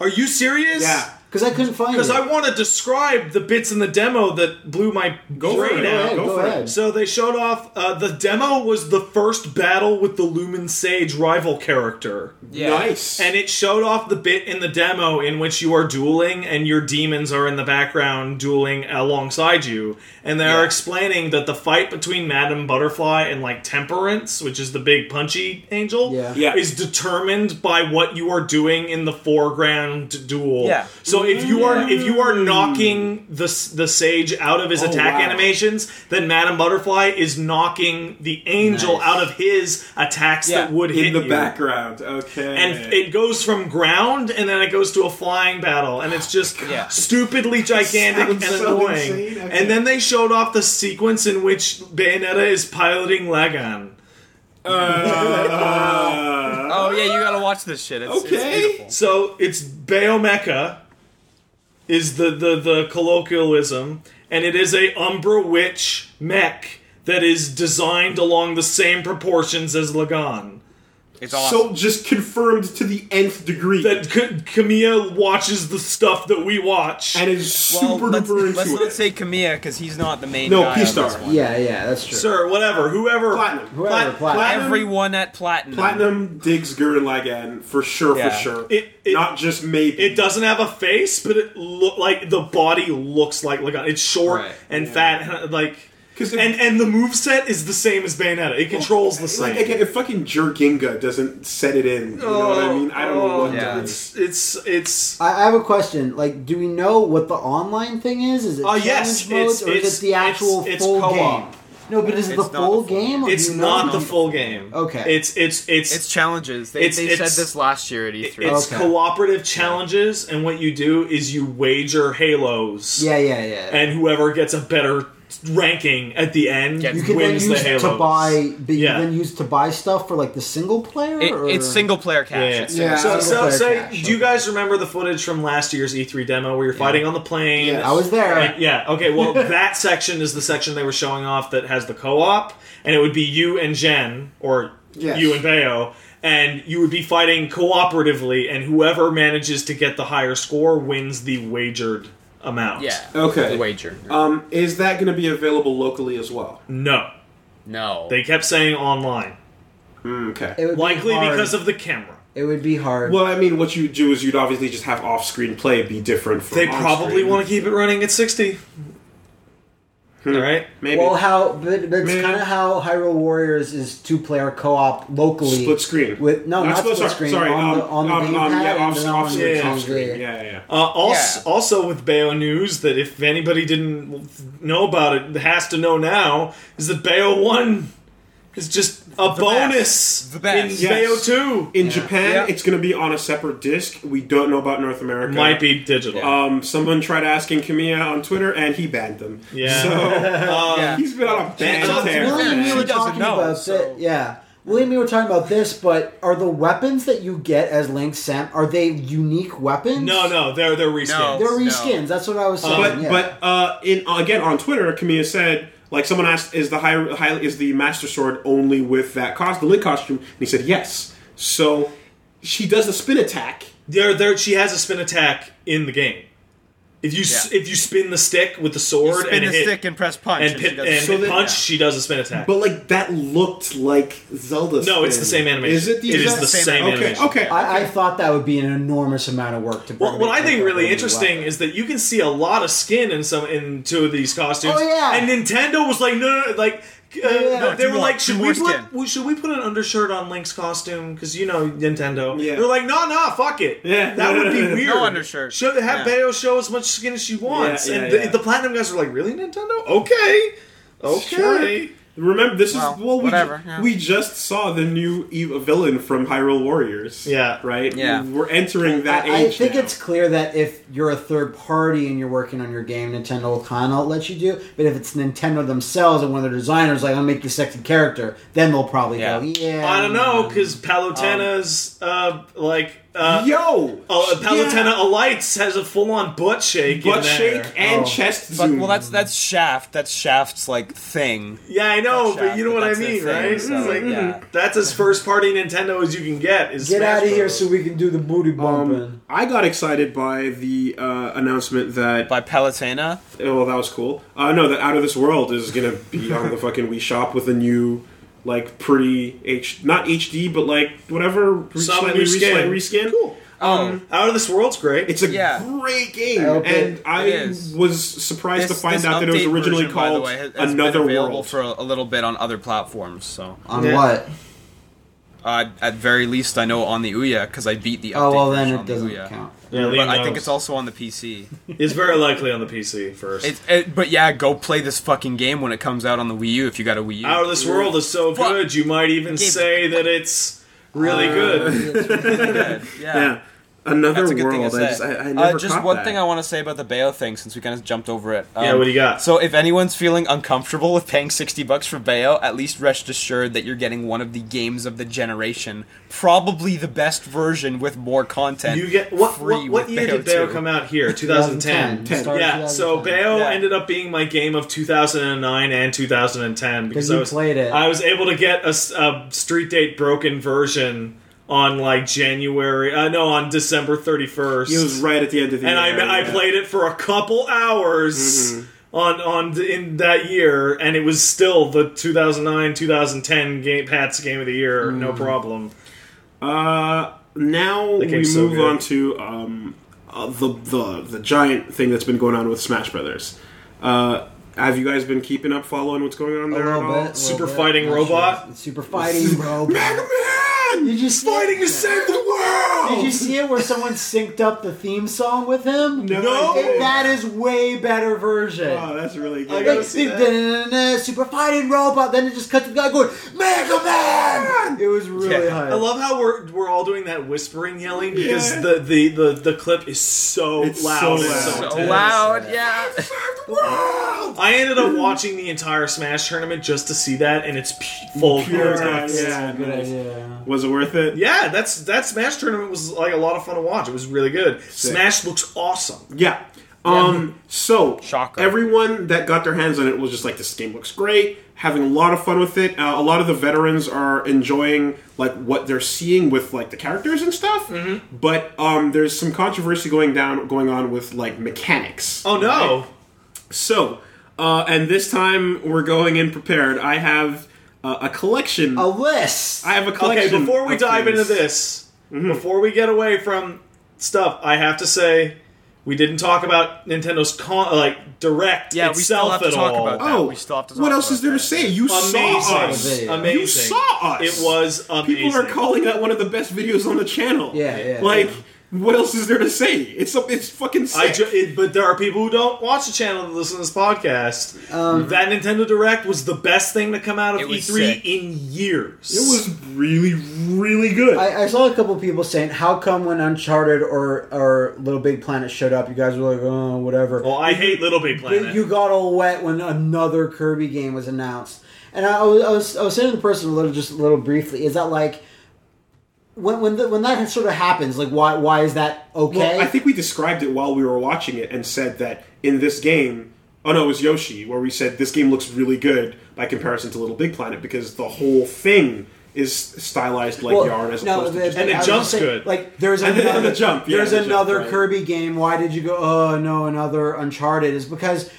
[SPEAKER 3] are you serious?
[SPEAKER 1] Yeah.
[SPEAKER 2] Because I couldn't find
[SPEAKER 3] Because
[SPEAKER 2] it.
[SPEAKER 3] I want to describe the bits in the demo that blew my
[SPEAKER 1] Go for
[SPEAKER 3] brain
[SPEAKER 1] it.
[SPEAKER 3] out.
[SPEAKER 2] ahead,
[SPEAKER 1] Go,
[SPEAKER 2] go
[SPEAKER 1] for
[SPEAKER 2] ahead.
[SPEAKER 1] it.
[SPEAKER 3] So they showed off uh, the demo was the first battle with the Lumen Sage rival character.
[SPEAKER 4] yeah.
[SPEAKER 1] Nice.
[SPEAKER 3] And it showed off the bit in the demo in which you are dueling and your demons are in the background dueling alongside you. And they are explaining that the fight between Madame Butterfly and like Temperance, which is the big punchy angel,
[SPEAKER 2] Yeah.
[SPEAKER 1] Yeah.
[SPEAKER 3] is determined by what you are doing in the foreground duel.
[SPEAKER 4] Yeah.
[SPEAKER 3] So So if you are if you are
[SPEAKER 1] Mm.
[SPEAKER 3] knocking the s- the sage out of his attack
[SPEAKER 1] wow.
[SPEAKER 3] animations, then Madam Butterfly is knocking the angel
[SPEAKER 5] Nice.
[SPEAKER 3] out of his attacks that
[SPEAKER 4] Yeah,
[SPEAKER 3] would hit
[SPEAKER 1] in the
[SPEAKER 3] you.
[SPEAKER 1] background. Okay,
[SPEAKER 3] And it goes from ground, and then it goes to a flying battle, and it's just
[SPEAKER 4] Yeah.
[SPEAKER 3] stupidly gigantic and
[SPEAKER 1] Sounds so
[SPEAKER 3] annoying.
[SPEAKER 1] insane. Okay.
[SPEAKER 3] And then they showed off the sequence in which Bayonetta is piloting Lagan.
[SPEAKER 4] Oh yeah, you gotta watch this shit. It's, it's
[SPEAKER 1] Okay.
[SPEAKER 4] beautiful.
[SPEAKER 3] So it's Bayomecha is the, the, the colloquialism, and it is a Umbra Witch mech that is designed along the same proportions as Lagan.
[SPEAKER 4] It's awesome.
[SPEAKER 1] so just confirmed to the nth degree,
[SPEAKER 3] That K- Kamiya watches the stuff that we watch.
[SPEAKER 1] and is super
[SPEAKER 4] well, let's,
[SPEAKER 1] duper into
[SPEAKER 4] let's
[SPEAKER 1] it.
[SPEAKER 4] not say Kamiya because he's not the main.
[SPEAKER 1] No,
[SPEAKER 4] guy on
[SPEAKER 1] P-Star.
[SPEAKER 4] this one.
[SPEAKER 2] Yeah, yeah, that's true.
[SPEAKER 3] Sir, whatever, whoever.
[SPEAKER 1] platinum,
[SPEAKER 2] Whoever,
[SPEAKER 1] Plat-
[SPEAKER 2] platinum.
[SPEAKER 4] Everyone at platinum.
[SPEAKER 1] platinum digs Gurren Lagann for sure,
[SPEAKER 4] Yeah.
[SPEAKER 1] for sure.
[SPEAKER 3] It- it-
[SPEAKER 1] not just maybe.
[SPEAKER 3] It doesn't have a face, but it look like the body looks like Lagan. It's short
[SPEAKER 5] Right.
[SPEAKER 3] and fat, and, uh, like.
[SPEAKER 1] 'Cause if-
[SPEAKER 3] and and the moveset is the same as Bayonetta. It controls the same.
[SPEAKER 1] Like again, if fucking Jerginga doesn't set it in, you know what I mean? I don't know what
[SPEAKER 3] Oh,
[SPEAKER 4] yeah.
[SPEAKER 1] does.
[SPEAKER 3] It's it's it's.
[SPEAKER 2] I I have a question. Like, do we know what the online thing is? Is it
[SPEAKER 3] Uh,
[SPEAKER 2] challenge
[SPEAKER 3] yes,
[SPEAKER 2] modes
[SPEAKER 3] it's-
[SPEAKER 2] or
[SPEAKER 3] it's-
[SPEAKER 2] is it the actual
[SPEAKER 3] it's- it's
[SPEAKER 2] full
[SPEAKER 3] co-op.
[SPEAKER 2] game? No, but is it the
[SPEAKER 4] It's not the
[SPEAKER 2] full
[SPEAKER 4] full
[SPEAKER 2] game?
[SPEAKER 4] game.
[SPEAKER 2] or
[SPEAKER 3] It's
[SPEAKER 2] do you
[SPEAKER 3] not
[SPEAKER 2] know?
[SPEAKER 3] the full game.
[SPEAKER 2] Okay.
[SPEAKER 3] It's it's it's
[SPEAKER 5] It's
[SPEAKER 3] it's,
[SPEAKER 5] challenges. They,
[SPEAKER 3] It's-
[SPEAKER 5] they
[SPEAKER 3] it's-
[SPEAKER 5] said this last year at
[SPEAKER 4] E
[SPEAKER 5] E3.
[SPEAKER 2] Okay.
[SPEAKER 3] cooperative challenges, and what you do is you wager halos,
[SPEAKER 2] Yeah, yeah, yeah.
[SPEAKER 3] and whoever gets a better ranking at the end
[SPEAKER 5] Gets-
[SPEAKER 2] you can then
[SPEAKER 3] wins
[SPEAKER 2] use
[SPEAKER 3] the halos.
[SPEAKER 2] to buy. But you
[SPEAKER 3] Yeah.
[SPEAKER 2] can then use to buy stuff for like the single player.
[SPEAKER 4] It-
[SPEAKER 2] or?
[SPEAKER 4] it's single player cash.
[SPEAKER 3] Yeah, yeah.
[SPEAKER 4] It's
[SPEAKER 1] Yeah. Single
[SPEAKER 3] So, so,
[SPEAKER 2] player
[SPEAKER 3] so
[SPEAKER 2] cash,
[SPEAKER 3] do you guys remember the footage from last year's E3 demo where you're fighting on the plane?
[SPEAKER 1] Yes.
[SPEAKER 2] I was there.
[SPEAKER 3] And- yeah. Okay. Well, that section is the section they were showing off that has the co-op, and it would be you and Jen, or
[SPEAKER 1] Yes.
[SPEAKER 3] you and Bayo, and you would be fighting cooperatively, and whoever manages to get the higher score wins the wagered amount.
[SPEAKER 5] yeah.
[SPEAKER 1] Okay.
[SPEAKER 5] The wager.
[SPEAKER 1] Um, is that going to be available locally as well?
[SPEAKER 3] No,
[SPEAKER 5] no.
[SPEAKER 3] they kept saying online,
[SPEAKER 1] Hmm, Okay.
[SPEAKER 2] It would be
[SPEAKER 3] likely
[SPEAKER 2] hard.
[SPEAKER 3] because of the camera.
[SPEAKER 2] it would be hard.
[SPEAKER 1] Well, I mean, what you do is you'd obviously just have off-screen play be different. From
[SPEAKER 3] They probably want to keep it running at sixty.
[SPEAKER 2] Hmm.
[SPEAKER 3] All right.
[SPEAKER 1] maybe
[SPEAKER 2] Well, how but that's
[SPEAKER 1] Man.
[SPEAKER 2] kind of how Hyrule Warriors is two-player co-op locally,
[SPEAKER 1] split screen
[SPEAKER 2] With no, not, split, screen.
[SPEAKER 1] Sorry,
[SPEAKER 2] on
[SPEAKER 1] um,
[SPEAKER 2] the on the
[SPEAKER 1] um, um,
[SPEAKER 2] gamepad
[SPEAKER 1] yeah,
[SPEAKER 2] and
[SPEAKER 1] off,
[SPEAKER 2] then on
[SPEAKER 1] off,
[SPEAKER 2] the-
[SPEAKER 1] screen,
[SPEAKER 2] on
[SPEAKER 1] off
[SPEAKER 2] the-
[SPEAKER 1] screen. Yeah, yeah.
[SPEAKER 3] Uh, also,
[SPEAKER 5] Yeah.
[SPEAKER 3] also with Bayo news that if anybody didn't know about it, has to know now is that Bayo one is just a bonus
[SPEAKER 5] The best.
[SPEAKER 3] in
[SPEAKER 1] Yes.
[SPEAKER 3] Bayo two.
[SPEAKER 1] In Japan,
[SPEAKER 4] Yeah.
[SPEAKER 1] it's going to be on a separate disc. We don't know about North America.
[SPEAKER 3] Might be digital. Uh,
[SPEAKER 1] Um, someone tried asking Kamiya on Twitter, and he banned them.
[SPEAKER 3] Yeah.
[SPEAKER 1] So
[SPEAKER 4] Yeah.
[SPEAKER 1] he's been on a ban
[SPEAKER 4] Well,
[SPEAKER 1] tear. Um,
[SPEAKER 4] William,
[SPEAKER 2] Willie and me
[SPEAKER 4] She
[SPEAKER 2] were
[SPEAKER 1] man.
[SPEAKER 4] doesn't
[SPEAKER 2] talking
[SPEAKER 4] know,
[SPEAKER 2] about
[SPEAKER 4] so-
[SPEAKER 2] thi- Yeah, Willie and me were talking about this, but are the weapons that you get as Link Sam are they unique weapons?
[SPEAKER 3] no, no, they're they're
[SPEAKER 5] No.
[SPEAKER 3] reskins.
[SPEAKER 2] they're
[SPEAKER 5] No.
[SPEAKER 2] reskins. That's what I was saying.
[SPEAKER 1] But
[SPEAKER 2] yeah.
[SPEAKER 1] but uh, in again on Twitter, Kamiya said like someone asked, "Is the high, high is the Master Sword only with that cost the link costume?" And he said, "Yes." So she does the spin attack.
[SPEAKER 3] They're, they're, she has a spin attack in the game. If you s
[SPEAKER 4] Yeah.
[SPEAKER 3] if you spin the stick with the sword
[SPEAKER 4] Spin
[SPEAKER 3] and
[SPEAKER 4] the
[SPEAKER 3] hit,
[SPEAKER 4] stick and press punch.
[SPEAKER 3] and,
[SPEAKER 4] she
[SPEAKER 3] pit,
[SPEAKER 4] does-
[SPEAKER 3] and
[SPEAKER 1] So that-
[SPEAKER 3] punch, she does a spin attack.
[SPEAKER 1] But like that looked like Zelda.
[SPEAKER 3] no, it's
[SPEAKER 1] spin.
[SPEAKER 3] the same animation.
[SPEAKER 1] Is it the
[SPEAKER 3] it is
[SPEAKER 1] exact
[SPEAKER 3] the same
[SPEAKER 1] Okay,
[SPEAKER 3] animation.
[SPEAKER 1] okay.
[SPEAKER 2] I, I thought that would be an enormous amount of work to. Bring
[SPEAKER 3] Well, what
[SPEAKER 2] it
[SPEAKER 3] I
[SPEAKER 2] to
[SPEAKER 3] think
[SPEAKER 2] a
[SPEAKER 3] really
[SPEAKER 2] new
[SPEAKER 3] interesting
[SPEAKER 2] weapon.
[SPEAKER 3] is that you can see a lot of skin in some in two of these costumes.
[SPEAKER 2] Oh, yeah.
[SPEAKER 3] And Nintendo was like, no, no, no like. Uh,
[SPEAKER 2] No,
[SPEAKER 4] do
[SPEAKER 3] they were
[SPEAKER 4] more-
[SPEAKER 3] like,
[SPEAKER 4] do
[SPEAKER 3] should
[SPEAKER 4] more
[SPEAKER 3] we put
[SPEAKER 4] skin."
[SPEAKER 3] we- should we put an undershirt on Link's costume? Because you know Nintendo.
[SPEAKER 1] Yeah.
[SPEAKER 3] They're like, no, no, fuck it.
[SPEAKER 1] Yeah.
[SPEAKER 3] that would be
[SPEAKER 1] No
[SPEAKER 3] weird.
[SPEAKER 4] undershirt.
[SPEAKER 3] Show, have
[SPEAKER 4] Yeah.
[SPEAKER 3] Bayo show as much skin as she wants,
[SPEAKER 1] Yeah, yeah,
[SPEAKER 3] and the,
[SPEAKER 1] yeah.
[SPEAKER 3] the platinum guys are like, really, Nintendo? Okay, okay.
[SPEAKER 1] Sure. Remember, this
[SPEAKER 4] Well,
[SPEAKER 1] is well, we,
[SPEAKER 4] whatever,
[SPEAKER 1] ju-
[SPEAKER 4] yeah.
[SPEAKER 1] we just saw the new evil villain from Hyrule Warriors.
[SPEAKER 3] Yeah.
[SPEAKER 1] right.
[SPEAKER 4] Yeah.
[SPEAKER 1] we're entering that
[SPEAKER 2] I, I
[SPEAKER 1] age.
[SPEAKER 2] think
[SPEAKER 1] now.
[SPEAKER 2] it's clear that if you're a third party and you're working on your game, Nintendo will kind of let you do. But if it's Nintendo themselves and one of their designers, like, "I'll make you a sexy character," then they'll probably
[SPEAKER 4] Yeah.
[SPEAKER 2] go, "Yeah."
[SPEAKER 3] I don't know because Palutana's uh, like uh,
[SPEAKER 1] Um, yo
[SPEAKER 3] uh, Palutena
[SPEAKER 1] yeah.
[SPEAKER 3] alights has a full on butt shake. in
[SPEAKER 1] butt
[SPEAKER 3] there.
[SPEAKER 1] shake and
[SPEAKER 2] Oh.
[SPEAKER 1] chest
[SPEAKER 4] But,
[SPEAKER 1] zoom.
[SPEAKER 4] well, that's that's Shaft. That's Shaft's like thing.
[SPEAKER 3] Yeah, I know,
[SPEAKER 4] Shot,
[SPEAKER 3] but you know
[SPEAKER 4] but
[SPEAKER 3] what I
[SPEAKER 4] that's their
[SPEAKER 3] mean,
[SPEAKER 4] thing,
[SPEAKER 3] right?
[SPEAKER 4] so,
[SPEAKER 3] It's like,
[SPEAKER 4] yeah.
[SPEAKER 3] That's as first party Nintendo as you can get. Is
[SPEAKER 2] Get
[SPEAKER 3] Smash
[SPEAKER 2] out of here
[SPEAKER 3] Bros.
[SPEAKER 2] so we can do the booty bumping.
[SPEAKER 1] Um, I got excited by the uh, announcement that
[SPEAKER 4] By Palutena.
[SPEAKER 1] well, that was cool. Uh, no, that Out of This World is gonna be on the fucking Wii Shop with a new, like, pretty H, not HD, but like whatever re-
[SPEAKER 3] Some
[SPEAKER 1] slightly
[SPEAKER 3] new
[SPEAKER 1] re-
[SPEAKER 3] skin.
[SPEAKER 1] slight reskin. Cool.
[SPEAKER 4] Um,
[SPEAKER 3] Out of this world's great.
[SPEAKER 1] It's a
[SPEAKER 4] Yeah.
[SPEAKER 1] great game,
[SPEAKER 2] I hope
[SPEAKER 1] and
[SPEAKER 2] it-
[SPEAKER 1] I
[SPEAKER 4] it is.
[SPEAKER 1] was surprised
[SPEAKER 4] this-
[SPEAKER 1] to find
[SPEAKER 4] this
[SPEAKER 1] out that it was
[SPEAKER 4] update
[SPEAKER 1] originally
[SPEAKER 4] version, by the
[SPEAKER 1] called
[SPEAKER 4] way, has- has been
[SPEAKER 1] Another
[SPEAKER 4] available
[SPEAKER 1] World.
[SPEAKER 4] for a, a little bit on other platforms. So
[SPEAKER 2] On
[SPEAKER 3] Yeah.
[SPEAKER 2] what?
[SPEAKER 4] Uh, at very least, I know on the Ouya because I beat the update.
[SPEAKER 2] Oh well, then
[SPEAKER 4] version
[SPEAKER 2] it
[SPEAKER 4] on the
[SPEAKER 2] doesn't
[SPEAKER 4] Ouya.
[SPEAKER 2] count.
[SPEAKER 3] Yeah,
[SPEAKER 4] But
[SPEAKER 3] Liam
[SPEAKER 4] I think
[SPEAKER 3] knows.
[SPEAKER 4] it's also on the PC.
[SPEAKER 3] It's very likely on the PC first.
[SPEAKER 4] It's, it, but yeah, go play this fucking game when it comes out on the Wii U if you got a Wii U.
[SPEAKER 3] Out
[SPEAKER 1] Oh,
[SPEAKER 3] of this world is so
[SPEAKER 4] Fuck. Uh,
[SPEAKER 3] good, you might even
[SPEAKER 4] Game-
[SPEAKER 3] say that it's really good.
[SPEAKER 4] yeah.
[SPEAKER 1] Yeah. Another
[SPEAKER 4] That's a good
[SPEAKER 1] world.
[SPEAKER 4] thing to say.
[SPEAKER 1] I just, I, I never
[SPEAKER 4] uh, just
[SPEAKER 1] caught
[SPEAKER 4] one
[SPEAKER 1] that.
[SPEAKER 4] thing I want to say about the Bayo thing, since we kind of jumped over it. Um,
[SPEAKER 3] Yeah, what do you got?
[SPEAKER 4] So, if anyone's feeling uncomfortable with paying sixty bucks for Bayo, at least rest assured that you're getting one of the games of the generation, probably the best version with more content.
[SPEAKER 3] You get what?
[SPEAKER 4] free
[SPEAKER 3] What, what
[SPEAKER 4] with
[SPEAKER 3] year did Bayo
[SPEAKER 4] 2.
[SPEAKER 3] come out here? 2010.
[SPEAKER 2] 2010. Start
[SPEAKER 3] Yeah.
[SPEAKER 2] of
[SPEAKER 3] So
[SPEAKER 2] 2010.
[SPEAKER 3] Bayo
[SPEAKER 4] Yeah.
[SPEAKER 3] ended up being my game of 2009 and 2010 because
[SPEAKER 2] you
[SPEAKER 3] I was
[SPEAKER 2] played it.
[SPEAKER 3] I was able to get a, s- a street date broken version on like January. Uh, no, on December 31st.
[SPEAKER 1] It was right at the end of the
[SPEAKER 3] and
[SPEAKER 1] year.
[SPEAKER 3] I, I
[SPEAKER 1] yeah.
[SPEAKER 3] played it for a couple hours on on th- in that year, and it was still the 2009 2010 game, Pat's game of the year, no problem.
[SPEAKER 1] Uh, now we move
[SPEAKER 3] game's so good.
[SPEAKER 1] on to um, uh, the the the giant thing that's been going on with Smash Brothers. Uh, have you guys been keeping up, following what's going on
[SPEAKER 2] A
[SPEAKER 1] there
[SPEAKER 2] little
[SPEAKER 1] at
[SPEAKER 2] bit.
[SPEAKER 1] all?
[SPEAKER 2] little
[SPEAKER 3] Super
[SPEAKER 2] bit.
[SPEAKER 3] fighting
[SPEAKER 2] Not sure.
[SPEAKER 3] robot?
[SPEAKER 2] Super fighting robot.
[SPEAKER 1] Man,
[SPEAKER 2] Did you see it?
[SPEAKER 1] save the world.
[SPEAKER 2] Did you see it where someone synced up the theme song with him?
[SPEAKER 1] No.
[SPEAKER 2] I think that is way better version.
[SPEAKER 1] Oh, that's really
[SPEAKER 3] I
[SPEAKER 1] good.
[SPEAKER 3] gotta
[SPEAKER 2] Like,
[SPEAKER 3] see
[SPEAKER 2] dun-
[SPEAKER 3] Uh, that.
[SPEAKER 2] dun- dun- dun, super fighting robot. Then it just cuts the guy going Mega Man. It was really
[SPEAKER 4] Yeah.
[SPEAKER 2] high.
[SPEAKER 3] I love how we're we're all doing that whispering yelling because
[SPEAKER 1] Yeah.
[SPEAKER 3] the, the, the, the clip is so
[SPEAKER 1] It's
[SPEAKER 3] loud.
[SPEAKER 1] so
[SPEAKER 3] and
[SPEAKER 1] loud.
[SPEAKER 4] So
[SPEAKER 3] intense.
[SPEAKER 4] loud, yeah.
[SPEAKER 3] I ended up watching the entire Smash tournament just to see that, and it's p- full
[SPEAKER 1] Pure
[SPEAKER 3] context.
[SPEAKER 1] text.
[SPEAKER 3] Yeah.
[SPEAKER 1] Yeah,
[SPEAKER 2] Good
[SPEAKER 1] nice.
[SPEAKER 2] idea.
[SPEAKER 1] Was it worth it?
[SPEAKER 3] that's that Smash tournament was like a lot of fun to watch. It was really good. Smash looks awesome.
[SPEAKER 1] Yeah. Um, so
[SPEAKER 4] Shocker.
[SPEAKER 1] everyone that got their hands on it was just like, this game looks great, having a lot of fun with it. Uh, a lot of the veterans are enjoying like what they're seeing with like the characters and stuff.
[SPEAKER 3] Mm-hmm.
[SPEAKER 1] But um, there's some controversy going down going on with like mechanics.
[SPEAKER 3] Oh no.
[SPEAKER 1] So, uh, and this time we're going in prepared. I have uh, a collection.
[SPEAKER 2] A list.
[SPEAKER 1] I have a
[SPEAKER 3] Oh, Okay,
[SPEAKER 1] collection. Mm-hmm.
[SPEAKER 3] before we
[SPEAKER 1] of
[SPEAKER 3] dive
[SPEAKER 1] things.
[SPEAKER 3] into this, before we get away from stuff, I have to say we didn't talk about Nintendo's con- like direct
[SPEAKER 4] Yeah, we still
[SPEAKER 3] itself
[SPEAKER 4] have to
[SPEAKER 3] at
[SPEAKER 4] talk
[SPEAKER 3] all.
[SPEAKER 4] about that.
[SPEAKER 1] Oh,
[SPEAKER 4] We still have to talk
[SPEAKER 1] what else
[SPEAKER 4] about
[SPEAKER 1] is there
[SPEAKER 4] that.
[SPEAKER 1] to say? You
[SPEAKER 3] Amazing,
[SPEAKER 1] saw us.
[SPEAKER 2] video.
[SPEAKER 3] amazing.
[SPEAKER 1] You saw us.
[SPEAKER 3] It was amazing.
[SPEAKER 1] People are calling that one of the best videos on the channel.
[SPEAKER 2] Yeah, yeah,
[SPEAKER 1] Like,
[SPEAKER 2] yeah.
[SPEAKER 1] what else is there to say? It's up. It's fucking sick.
[SPEAKER 3] I ju- it, but there are people who don't watch the channel that listen to this podcast.
[SPEAKER 1] Um,
[SPEAKER 3] that Nintendo Direct was the best thing to come out of
[SPEAKER 4] It
[SPEAKER 3] E3
[SPEAKER 4] was sick.
[SPEAKER 3] in years.
[SPEAKER 1] it was really, really good.
[SPEAKER 2] I, I saw a couple people saying, "How come when Uncharted or or Little Big Planet showed up, you guys were like, oh, whatever."
[SPEAKER 3] Well, I hate Little Big
[SPEAKER 2] But
[SPEAKER 3] Planet.
[SPEAKER 2] you got all wet when another Kirby game was announced. And I was, I was, I was saying to the person a little, just a little briefly, is that like when when, the, when that sort of happens, like why why is that okay?
[SPEAKER 1] Well, I think we described it while we were watching it and said that in this game, oh no, it was Yoshi, where we said this game looks really good by comparison to Little Big Planet because the whole thing is stylized like
[SPEAKER 2] Well,
[SPEAKER 1] yarn as
[SPEAKER 2] no,
[SPEAKER 1] opposed to
[SPEAKER 2] the-
[SPEAKER 1] just
[SPEAKER 2] the-
[SPEAKER 3] And it
[SPEAKER 2] I was
[SPEAKER 3] jumps
[SPEAKER 2] gonna say,
[SPEAKER 3] good.
[SPEAKER 2] Like there's
[SPEAKER 1] And the-
[SPEAKER 2] another
[SPEAKER 1] and the jump, yeah,
[SPEAKER 2] there's
[SPEAKER 1] the jump,
[SPEAKER 2] another
[SPEAKER 1] right.
[SPEAKER 2] Kirby game. Why did you go? Oh no, another Uncharted is because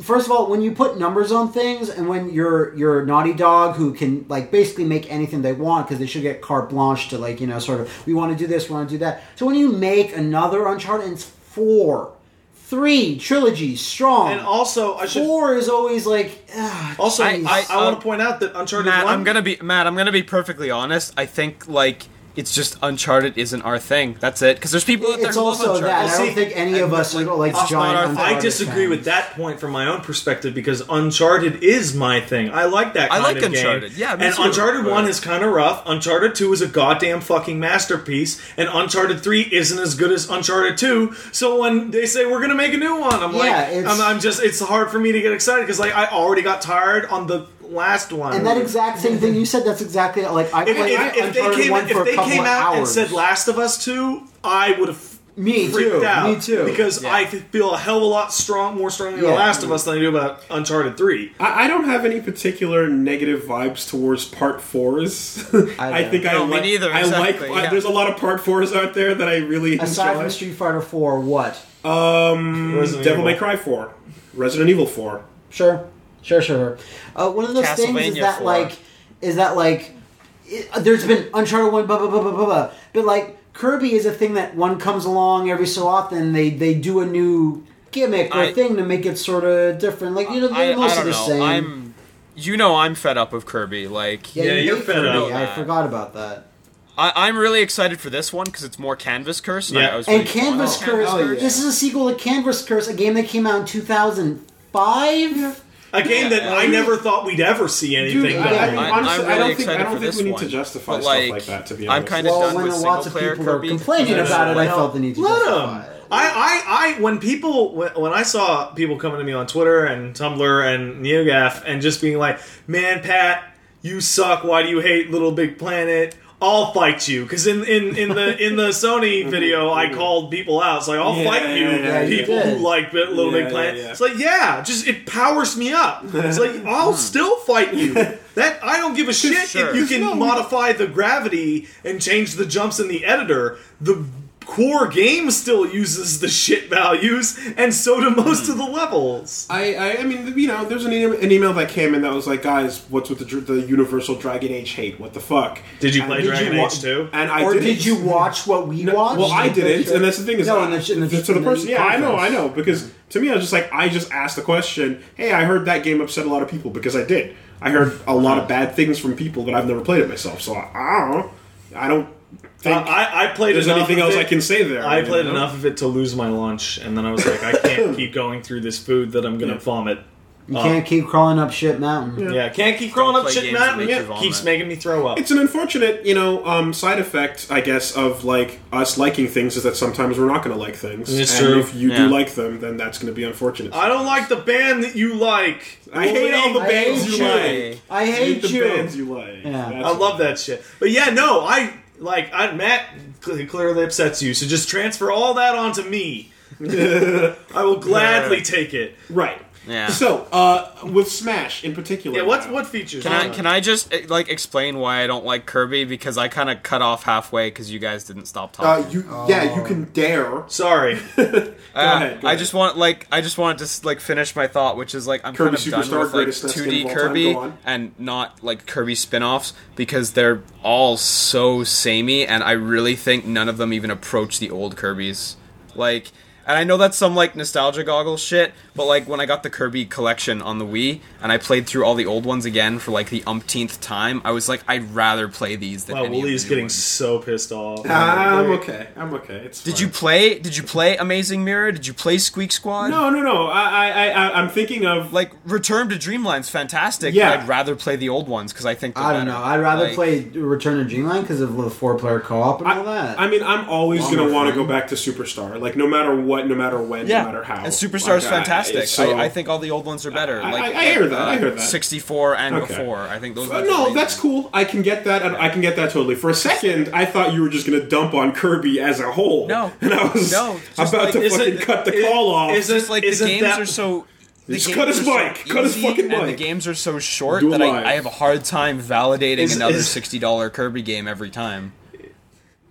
[SPEAKER 2] first of all, when you put numbers on things, and when you're you're Naughty Dog, who can like basically make anything they want because they should get carte blanche to like you know sort of we want to do this, we want to do that. So when you make another Uncharted, and it's four, three trilogies strong.
[SPEAKER 3] and also, I should
[SPEAKER 2] four is always like ah,
[SPEAKER 3] also I,
[SPEAKER 4] I- I-
[SPEAKER 3] want
[SPEAKER 4] um,
[SPEAKER 3] to point out that Uncharted
[SPEAKER 4] Matt,
[SPEAKER 3] One.
[SPEAKER 4] I'm gonna be Matt. I'm gonna be perfectly honest. I think like it's just Uncharted isn't our thing. That's it. Because there's people out there
[SPEAKER 2] it's
[SPEAKER 4] who love
[SPEAKER 2] also
[SPEAKER 4] Uncharted.
[SPEAKER 2] that.
[SPEAKER 4] Well,
[SPEAKER 2] I don't
[SPEAKER 3] see,
[SPEAKER 2] think any of us are like
[SPEAKER 4] that's not
[SPEAKER 2] giant.
[SPEAKER 4] our- I
[SPEAKER 3] I
[SPEAKER 2] Uncharted
[SPEAKER 3] disagree
[SPEAKER 2] fans.
[SPEAKER 3] with that point from my own perspective because Uncharted is my thing. I like that.
[SPEAKER 4] I
[SPEAKER 3] Kind
[SPEAKER 4] like
[SPEAKER 3] of game.
[SPEAKER 4] Uncharted. Yeah, me
[SPEAKER 3] and
[SPEAKER 4] too,
[SPEAKER 3] Uncharted
[SPEAKER 4] but-
[SPEAKER 3] One is kind of rough. Uncharted Two is a goddamn fucking masterpiece, and Uncharted Three isn't as good as Uncharted Two. So when they say we're gonna make a new one, I'm like,
[SPEAKER 2] Yeah, it's-
[SPEAKER 3] I'm, I'm just. It's hard for me to get excited because like I already got tired on the last one.
[SPEAKER 2] And that exact same thing you said. That's exactly like I
[SPEAKER 3] If,
[SPEAKER 2] played
[SPEAKER 3] if- if
[SPEAKER 2] Uncharted
[SPEAKER 3] they came,
[SPEAKER 2] one for
[SPEAKER 3] if
[SPEAKER 2] a
[SPEAKER 3] they
[SPEAKER 2] couple
[SPEAKER 3] came
[SPEAKER 2] of
[SPEAKER 3] out
[SPEAKER 2] hours.
[SPEAKER 3] and said Last of Us Two, I would have
[SPEAKER 2] me
[SPEAKER 3] freaked
[SPEAKER 2] too,
[SPEAKER 3] out.
[SPEAKER 2] me too,
[SPEAKER 3] Because
[SPEAKER 4] Yeah.
[SPEAKER 3] I feel a hell of a lot strong, more strongly about
[SPEAKER 2] Yeah.
[SPEAKER 3] Last of Us than I do about Uncharted Three.
[SPEAKER 1] I, I don't have any particular negative vibes towards part fours. I,
[SPEAKER 2] don't.
[SPEAKER 1] think I
[SPEAKER 4] No, me
[SPEAKER 1] like.
[SPEAKER 4] neither,
[SPEAKER 1] I
[SPEAKER 4] exactly,
[SPEAKER 1] like. I-
[SPEAKER 4] yeah.
[SPEAKER 1] there's a lot of part fours out there that I really
[SPEAKER 2] aside
[SPEAKER 1] enjoy. Um,
[SPEAKER 2] from Street Fighter Four, what?
[SPEAKER 3] Resident
[SPEAKER 1] Devil May
[SPEAKER 3] Evil.
[SPEAKER 1] Cry four, Resident Evil four.
[SPEAKER 2] Sure, sure, sure. Uh, one of those things is
[SPEAKER 4] Castlevania
[SPEAKER 2] that
[SPEAKER 4] four.
[SPEAKER 2] like is that like it, uh, there's been Uncharted one, blah blah blah blah blah, blah. But like Kirby is a thing that one comes along every so often. They they do a new gimmick or
[SPEAKER 4] I-
[SPEAKER 2] thing to make it sort of different. Like you know,
[SPEAKER 4] I,
[SPEAKER 2] they're
[SPEAKER 4] I
[SPEAKER 2] most of
[SPEAKER 4] don't
[SPEAKER 2] the
[SPEAKER 4] know.
[SPEAKER 2] same.
[SPEAKER 4] I'm, you know, I'm fed up of Kirby. Like,
[SPEAKER 2] you
[SPEAKER 3] Yeah, you're
[SPEAKER 2] hate
[SPEAKER 3] fed up
[SPEAKER 2] Kirby.
[SPEAKER 4] with
[SPEAKER 2] I
[SPEAKER 4] that.
[SPEAKER 2] forgot about that.
[SPEAKER 4] I, I'm really excited for this one because it's more Canvas Curse. and I-
[SPEAKER 3] Yeah.
[SPEAKER 4] I was
[SPEAKER 2] And
[SPEAKER 4] really-
[SPEAKER 2] Canvas
[SPEAKER 5] Oh,
[SPEAKER 2] Curse.
[SPEAKER 5] Canvas
[SPEAKER 2] This is a sequel to Canvas Curse, a game that came out in 2005.
[SPEAKER 3] A game that I never thought we'd ever see anything.
[SPEAKER 1] Dude,
[SPEAKER 3] better.
[SPEAKER 1] I, I,
[SPEAKER 4] I'm
[SPEAKER 1] honestly, I
[SPEAKER 4] really
[SPEAKER 1] don't think, I
[SPEAKER 4] excited
[SPEAKER 1] don't
[SPEAKER 4] for
[SPEAKER 1] think
[SPEAKER 4] this
[SPEAKER 1] we need
[SPEAKER 4] one.
[SPEAKER 1] to justify
[SPEAKER 4] But,
[SPEAKER 1] stuff
[SPEAKER 4] like,
[SPEAKER 1] like that, to be
[SPEAKER 4] I'm
[SPEAKER 1] honest.
[SPEAKER 4] kinda
[SPEAKER 1] Well,
[SPEAKER 4] done
[SPEAKER 2] Well, when
[SPEAKER 4] with
[SPEAKER 2] lots of
[SPEAKER 4] single-player
[SPEAKER 2] people were
[SPEAKER 4] Kirby.
[SPEAKER 2] complaining
[SPEAKER 3] Yeah,
[SPEAKER 2] about it, I
[SPEAKER 3] well,
[SPEAKER 2] felt the need to
[SPEAKER 3] let 'em.
[SPEAKER 2] justify it.
[SPEAKER 3] I, I, I, when people, when, when I saw people coming to me on Twitter and Tumblr and NeoGaf and just being like, "Man, Pat, you suck. Why do you hate Little Big Planet?" I'll fight you because in, in, in the in the Sony video I called people out. It's like I'll
[SPEAKER 1] Yeah,
[SPEAKER 3] fight you,
[SPEAKER 1] yeah, yeah,
[SPEAKER 2] you
[SPEAKER 3] people
[SPEAKER 2] did.
[SPEAKER 3] who like Bit- Little
[SPEAKER 1] Yeah,
[SPEAKER 3] Big Planet.
[SPEAKER 1] yeah, yeah.
[SPEAKER 3] It's like yeah, just it powers me up. It's like I'll still fight you. That I don't give a shit
[SPEAKER 4] Sure.
[SPEAKER 3] if you can modify the gravity and change the jumps in the editor. The core game still uses the shit values, and so do most of the
[SPEAKER 1] Hmm.
[SPEAKER 3] levels.
[SPEAKER 1] I, I, I mean, you know, there's an email, an email that came in that was like, guys, what's with the, dr- the Universal Dragon Age hate? What the fuck?
[SPEAKER 3] Did you
[SPEAKER 1] And
[SPEAKER 3] play
[SPEAKER 1] did
[SPEAKER 3] Dragon
[SPEAKER 1] you wa-
[SPEAKER 3] Age 2?
[SPEAKER 1] And I
[SPEAKER 2] or
[SPEAKER 1] didn't.
[SPEAKER 2] did you watch what we watched?
[SPEAKER 1] Well, I didn't, and that's the thing is,
[SPEAKER 2] no,
[SPEAKER 1] I-
[SPEAKER 2] in the, in the,
[SPEAKER 1] to the
[SPEAKER 2] in
[SPEAKER 1] person. Yeah, I know, I
[SPEAKER 2] conference.
[SPEAKER 1] know. Because to me, I was just like, I just asked the question. Hey, I heard that game upset a lot of people because I did. I heard a lot of bad things from people, but I've never played it myself, so I, I don't. know. I don't think
[SPEAKER 3] I, I played
[SPEAKER 1] there's
[SPEAKER 3] enough
[SPEAKER 1] anything
[SPEAKER 3] of
[SPEAKER 1] else
[SPEAKER 3] it-
[SPEAKER 1] I can say there.
[SPEAKER 3] I
[SPEAKER 1] you
[SPEAKER 3] played
[SPEAKER 1] know?
[SPEAKER 3] enough of it to lose my lunch, and then I was like, I can't keep going through this food that I'm gonna
[SPEAKER 1] Yeah.
[SPEAKER 3] vomit.
[SPEAKER 2] You
[SPEAKER 1] Um,
[SPEAKER 2] can't keep crawling up shit mountain.
[SPEAKER 3] Yeah, can't keep crawling up
[SPEAKER 4] play
[SPEAKER 3] shit
[SPEAKER 4] games that
[SPEAKER 3] mountain.
[SPEAKER 4] make you
[SPEAKER 3] It
[SPEAKER 4] vomit.
[SPEAKER 3] keeps making me throw up.
[SPEAKER 1] It's an unfortunate, you know, um, side effect, I guess, of like us liking things is that sometimes we're not going to like things.
[SPEAKER 3] It's
[SPEAKER 1] and
[SPEAKER 3] true.
[SPEAKER 1] If you
[SPEAKER 4] Yeah.
[SPEAKER 1] do like them, then that's going to be unfortunate.
[SPEAKER 3] I don't like the band that you like.
[SPEAKER 1] I hate all the
[SPEAKER 2] I hate
[SPEAKER 1] bands you
[SPEAKER 2] you.
[SPEAKER 1] like.
[SPEAKER 2] I hate
[SPEAKER 1] the
[SPEAKER 2] you.
[SPEAKER 1] bands you like.
[SPEAKER 2] Yeah.
[SPEAKER 1] That's
[SPEAKER 3] I love that shit. But yeah, no, I like I, Matt cl- clearly upsets you, so just transfer all that onto me. I will gladly take it.
[SPEAKER 1] Right.
[SPEAKER 4] Yeah.
[SPEAKER 1] So, uh, with Smash in particular.
[SPEAKER 3] Yeah, what's what features?
[SPEAKER 4] Can I can I just eh, like explain why I don't like Kirby because I kind of cut off halfway because you guys didn't stop talking.
[SPEAKER 1] Uh, you, Yeah, you can dare.
[SPEAKER 3] Sorry,
[SPEAKER 4] Yeah,
[SPEAKER 1] ahead, go
[SPEAKER 4] Ah, I
[SPEAKER 1] ahead.
[SPEAKER 4] just want like I just wanted to s- like finish my thought, which is like I'm
[SPEAKER 1] Kirby
[SPEAKER 4] kind of
[SPEAKER 1] Superstar,
[SPEAKER 4] done with like
[SPEAKER 1] greatest NES
[SPEAKER 4] 2D
[SPEAKER 1] game of all time,
[SPEAKER 4] Kirby
[SPEAKER 1] go on.
[SPEAKER 4] and not like Kirby spin-offs because they're all so samey, and I really think none of them even approach the old Kirby's. Like, and I know that's some like nostalgia goggle shit, but like when I got the Kirby collection on the Wii and I played through all the old ones again for like the umpteenth time, I was like, I'd rather play these than.
[SPEAKER 3] wow,
[SPEAKER 4] any of the
[SPEAKER 3] Willie's
[SPEAKER 4] new
[SPEAKER 3] getting
[SPEAKER 4] ones.
[SPEAKER 3] so pissed off.
[SPEAKER 1] I'm okay. I'm okay. It's
[SPEAKER 4] Did
[SPEAKER 1] fine.
[SPEAKER 4] you play? Did you play Amazing Mirror? Did you play Squeak Squad?
[SPEAKER 1] No, no, no. I, I, I, I'm thinking of
[SPEAKER 4] like Return to Dreamland's fantastic.
[SPEAKER 1] Yeah.
[SPEAKER 4] but I'd rather play the old ones because I think they're
[SPEAKER 2] I don't
[SPEAKER 4] better.
[SPEAKER 2] know. I'd rather
[SPEAKER 4] Like,
[SPEAKER 2] play Return to Dreamland because of the four-player co-op and
[SPEAKER 1] I,
[SPEAKER 2] all that.
[SPEAKER 1] I mean, I'm always going
[SPEAKER 2] Longer
[SPEAKER 1] to want to
[SPEAKER 2] frame.
[SPEAKER 1] go back to Superstar. Like, no matter what, no matter when,
[SPEAKER 4] yeah,
[SPEAKER 1] no matter how.
[SPEAKER 4] and Superstar's
[SPEAKER 1] Like, I-
[SPEAKER 4] fantastic.
[SPEAKER 1] so-
[SPEAKER 4] I, I think all the old ones are better.
[SPEAKER 1] I-
[SPEAKER 4] like uh,
[SPEAKER 1] I- I hear that, I hear that.
[SPEAKER 4] Sixty-four and
[SPEAKER 1] Okay.
[SPEAKER 4] before. I think those.
[SPEAKER 1] Uh,
[SPEAKER 4] are
[SPEAKER 1] no,
[SPEAKER 4] amazing.
[SPEAKER 1] that's cool. I can get that. And I can get that totally. For a second, I thought you were just going to dump on Kirby as a whole.
[SPEAKER 4] No.
[SPEAKER 1] and I was
[SPEAKER 4] No,
[SPEAKER 1] about
[SPEAKER 4] just like-
[SPEAKER 1] to
[SPEAKER 4] Is
[SPEAKER 1] fucking
[SPEAKER 4] it-
[SPEAKER 1] cut the
[SPEAKER 3] is-
[SPEAKER 1] call off.
[SPEAKER 3] is
[SPEAKER 4] It's just like the
[SPEAKER 3] Isn't
[SPEAKER 4] games
[SPEAKER 3] that-
[SPEAKER 4] are so. the
[SPEAKER 1] Just
[SPEAKER 4] games
[SPEAKER 1] cut his
[SPEAKER 4] are so
[SPEAKER 1] mic, cut his
[SPEAKER 4] easy,
[SPEAKER 1] fucking
[SPEAKER 4] And the
[SPEAKER 1] mic.
[SPEAKER 4] games are so short
[SPEAKER 1] Do a
[SPEAKER 4] that
[SPEAKER 1] live.
[SPEAKER 4] I, I have a hard time validating
[SPEAKER 3] Is-
[SPEAKER 4] another
[SPEAKER 3] is-
[SPEAKER 4] sixty-dollar Kirby game every time.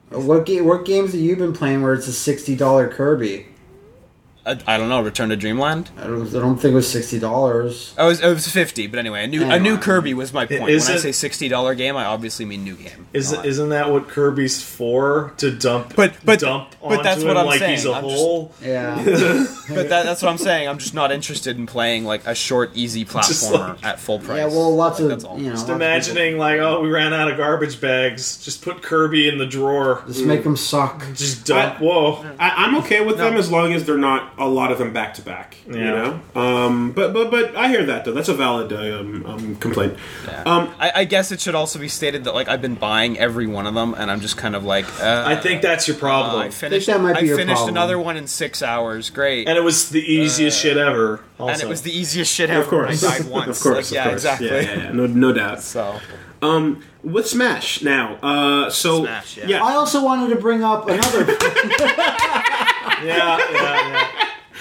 [SPEAKER 2] what ga- what games have you been playing where it's a sixty-dollar Kirby?
[SPEAKER 4] I, Uh, I don't know. Return to Dreamland.
[SPEAKER 2] I don't, I don't think it was sixty dollars.
[SPEAKER 4] I was it was fifty, but anyway, a new a new
[SPEAKER 2] Anyway.
[SPEAKER 4] Kirby was my point.
[SPEAKER 3] is
[SPEAKER 4] when I
[SPEAKER 3] it-
[SPEAKER 4] say sixty-dollar game, I obviously mean new game.
[SPEAKER 3] Isn't, isn't that what Kirby's for to dump?
[SPEAKER 4] But- but-
[SPEAKER 3] dump
[SPEAKER 4] but
[SPEAKER 3] onto
[SPEAKER 4] that's what
[SPEAKER 3] him
[SPEAKER 4] I'm
[SPEAKER 3] like He's a
[SPEAKER 4] saying. I'm just-
[SPEAKER 3] whole.
[SPEAKER 2] Yeah,
[SPEAKER 4] But that, that's what I'm saying. I'm just not interested in playing like a short, easy platformer
[SPEAKER 3] like-
[SPEAKER 4] at full price.
[SPEAKER 2] yeah. Well, lots
[SPEAKER 4] Like,
[SPEAKER 2] of
[SPEAKER 4] that's all.
[SPEAKER 2] you know.
[SPEAKER 3] Just
[SPEAKER 2] lots of
[SPEAKER 3] imagining like, oh, we ran out of garbage bags. Just put Kirby in the drawer.
[SPEAKER 2] people- Just make them suck.
[SPEAKER 3] Just dump. Whoa.
[SPEAKER 1] I, I'm okay with them as long as they're not a lot of them back to back. You
[SPEAKER 3] Yeah.
[SPEAKER 1] know, um, but but but I hear that though. That's a valid uh, um, um, complaint. Um,
[SPEAKER 4] I, I guess it should also be stated that like I've been buying every one of them, and I'm just kind of like, uh,
[SPEAKER 3] I think that's your
[SPEAKER 4] uh,
[SPEAKER 3] problem.
[SPEAKER 4] I finished.
[SPEAKER 2] that might be
[SPEAKER 4] I
[SPEAKER 2] your
[SPEAKER 4] finished
[SPEAKER 2] problem.
[SPEAKER 4] another one in six hours. Great,
[SPEAKER 3] and
[SPEAKER 4] and,
[SPEAKER 3] it was the easiest shit ever. Also.
[SPEAKER 4] it was the easiest shit ever.
[SPEAKER 1] of course,
[SPEAKER 4] I died once.
[SPEAKER 1] of course,
[SPEAKER 4] Like, yeah,
[SPEAKER 1] of course.
[SPEAKER 4] exactly.
[SPEAKER 1] Yeah, yeah, yeah. No, no doubt.
[SPEAKER 4] So
[SPEAKER 1] With Smash now, uh, so
[SPEAKER 4] Smash, yeah.
[SPEAKER 2] I also wanted to bring up another.
[SPEAKER 3] yeah, yeah,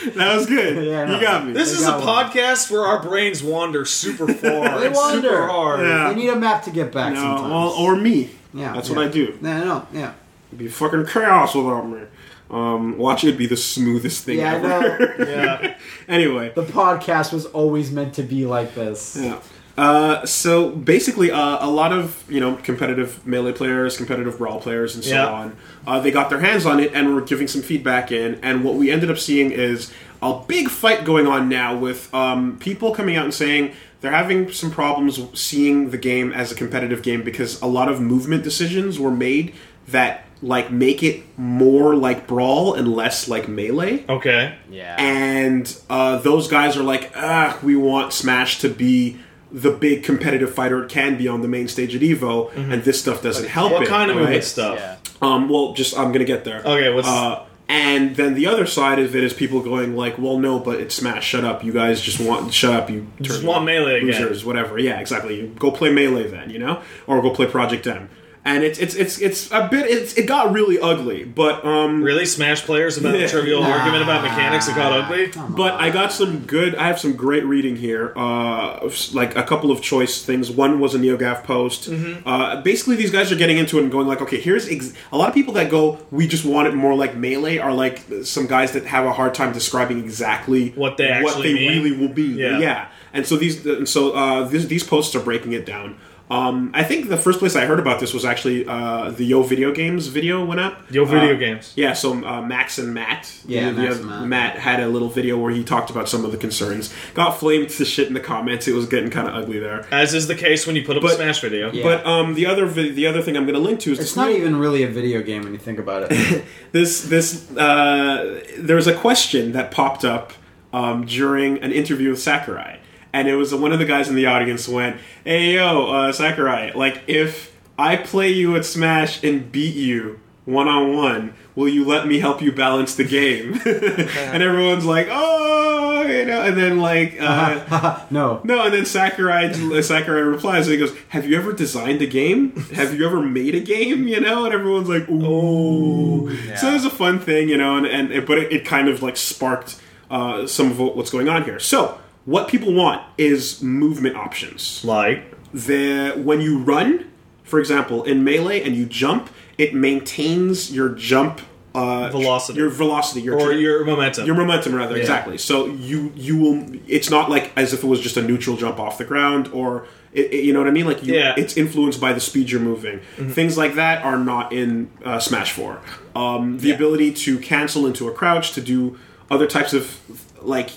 [SPEAKER 3] yeah.
[SPEAKER 1] that was good.
[SPEAKER 2] Yeah,
[SPEAKER 1] you
[SPEAKER 2] no.
[SPEAKER 1] got me.
[SPEAKER 3] This
[SPEAKER 2] They
[SPEAKER 3] is a
[SPEAKER 2] got one.
[SPEAKER 3] podcast where our brains wander super far.
[SPEAKER 2] They
[SPEAKER 3] and super
[SPEAKER 2] wander.
[SPEAKER 3] hard.
[SPEAKER 1] Yeah.
[SPEAKER 2] they need a map to get back.
[SPEAKER 1] no,
[SPEAKER 2] sometimes.
[SPEAKER 1] well, or me.
[SPEAKER 2] yeah,
[SPEAKER 1] that's
[SPEAKER 2] yeah.
[SPEAKER 1] what I do.
[SPEAKER 2] No, no, no, yeah.
[SPEAKER 1] It'd be fucking chaos without me. Um, watch it be the smoothest thing
[SPEAKER 2] Yeah, I
[SPEAKER 1] ever.
[SPEAKER 2] know.
[SPEAKER 3] Yeah.
[SPEAKER 1] anyway,
[SPEAKER 2] The podcast was always meant to be like this.
[SPEAKER 1] Yeah. Uh, so basically, uh, a lot of you know competitive melee players, competitive brawl players, and so
[SPEAKER 3] Yeah.
[SPEAKER 1] on, uh, they got their hands on it and were giving some feedback in. And what we ended up seeing is a big fight going on now with um, people coming out and saying they're having some problems seeing the game as a competitive game because a lot of movement decisions were made that like make it more like brawl and less like melee
[SPEAKER 3] Okay.
[SPEAKER 5] Yeah.
[SPEAKER 1] and uh, those guys are like, ah, we want Smash to be the big competitive fighter it can be on the main stage at Evo, and this stuff doesn't help
[SPEAKER 3] Mm-hmm. What
[SPEAKER 1] it.
[SPEAKER 3] kind of movement
[SPEAKER 1] right?
[SPEAKER 3] stuff?
[SPEAKER 5] yeah.
[SPEAKER 1] Um, well, just I'm gonna get there.
[SPEAKER 3] Okay, what's-
[SPEAKER 1] uh, and then the other side of it is people going like, well, no, but it's Smash. Shut up, you guys. Just want shut up. You
[SPEAKER 3] Just
[SPEAKER 1] turn-
[SPEAKER 3] want melee again.
[SPEAKER 1] losers, whatever. Yeah, exactly. You go play melee then, you know, or go play Project M. And it's it's it's it's a bit. It's it got really ugly, but um,
[SPEAKER 3] Really, Smash players about
[SPEAKER 1] Yeah.
[SPEAKER 3] a trivial argument about mechanics that got ugly.
[SPEAKER 1] But I got some good. I have some great reading here. Uh, like a couple of choice things. One was a NeoGaf post.
[SPEAKER 3] Mm-hmm.
[SPEAKER 1] Uh, basically, these guys are getting into it and going like, okay, here's ex- a lot of people that go, we just want it more like melee. Are like some guys that have a hard time describing exactly
[SPEAKER 3] What they actually mean.
[SPEAKER 1] really will be.
[SPEAKER 3] Yeah.
[SPEAKER 1] Yeah. And so these, and so uh, these, these posts are breaking it down. Um, I think the first place I heard about this was actually uh, the Yo Video Games video went up.
[SPEAKER 3] Yo Video
[SPEAKER 1] Uh,
[SPEAKER 3] Games.
[SPEAKER 1] Yeah, so uh, Max and Matt,
[SPEAKER 2] Yeah,
[SPEAKER 1] the- the
[SPEAKER 2] Max
[SPEAKER 1] other-
[SPEAKER 2] and Matt.
[SPEAKER 1] Matt had a little video where he talked about some of the concerns. Got flamed to shit in the comments. It was getting kind of ugly there.
[SPEAKER 3] As is the case when you put up a
[SPEAKER 1] But-
[SPEAKER 3] Smash video.
[SPEAKER 2] Yeah.
[SPEAKER 1] But um, the other vi- the other thing I'm going to link to is
[SPEAKER 2] It's
[SPEAKER 1] this
[SPEAKER 2] not
[SPEAKER 1] new-
[SPEAKER 2] even really a video game when you think about it.
[SPEAKER 1] this this uh, there was a question that popped up um, during an interview with Sakurai, and it was uh, one of the guys in the audience went, "Hey yo, uh, Sakurai, like if I play you at Smash and beat you." One on one, will you let me help you balance the game? and everyone's like, "Oh, you know." And then like, uh,
[SPEAKER 2] no.
[SPEAKER 1] no, and then Sakurai uh, Sakurai replies and he goes, "Have you ever designed a game? Have you ever made a game? You know?" And everyone's like,
[SPEAKER 3] Oh,
[SPEAKER 1] "Ooh." So it was a fun thing, you know, and and it, but it, it kind of like sparked uh, some of what- what's going on here. So what people want is movement options.
[SPEAKER 3] Like,
[SPEAKER 1] The when you run, for example, in melee and you jump, it maintains your jump uh,
[SPEAKER 3] Velocity.
[SPEAKER 1] your velocity, your
[SPEAKER 3] or
[SPEAKER 1] tra-
[SPEAKER 3] your momentum.
[SPEAKER 1] your momentum, rather, exactly. So you you will. It's not like as if it was just a neutral jump off the ground, or it, it- you know what I mean. Like you,
[SPEAKER 3] Yeah. Mm-hmm.
[SPEAKER 1] it's influenced by the speed you're moving. Things like that are not in uh, Smash Four. Um, the ability to cancel into a crouch, to do other types of like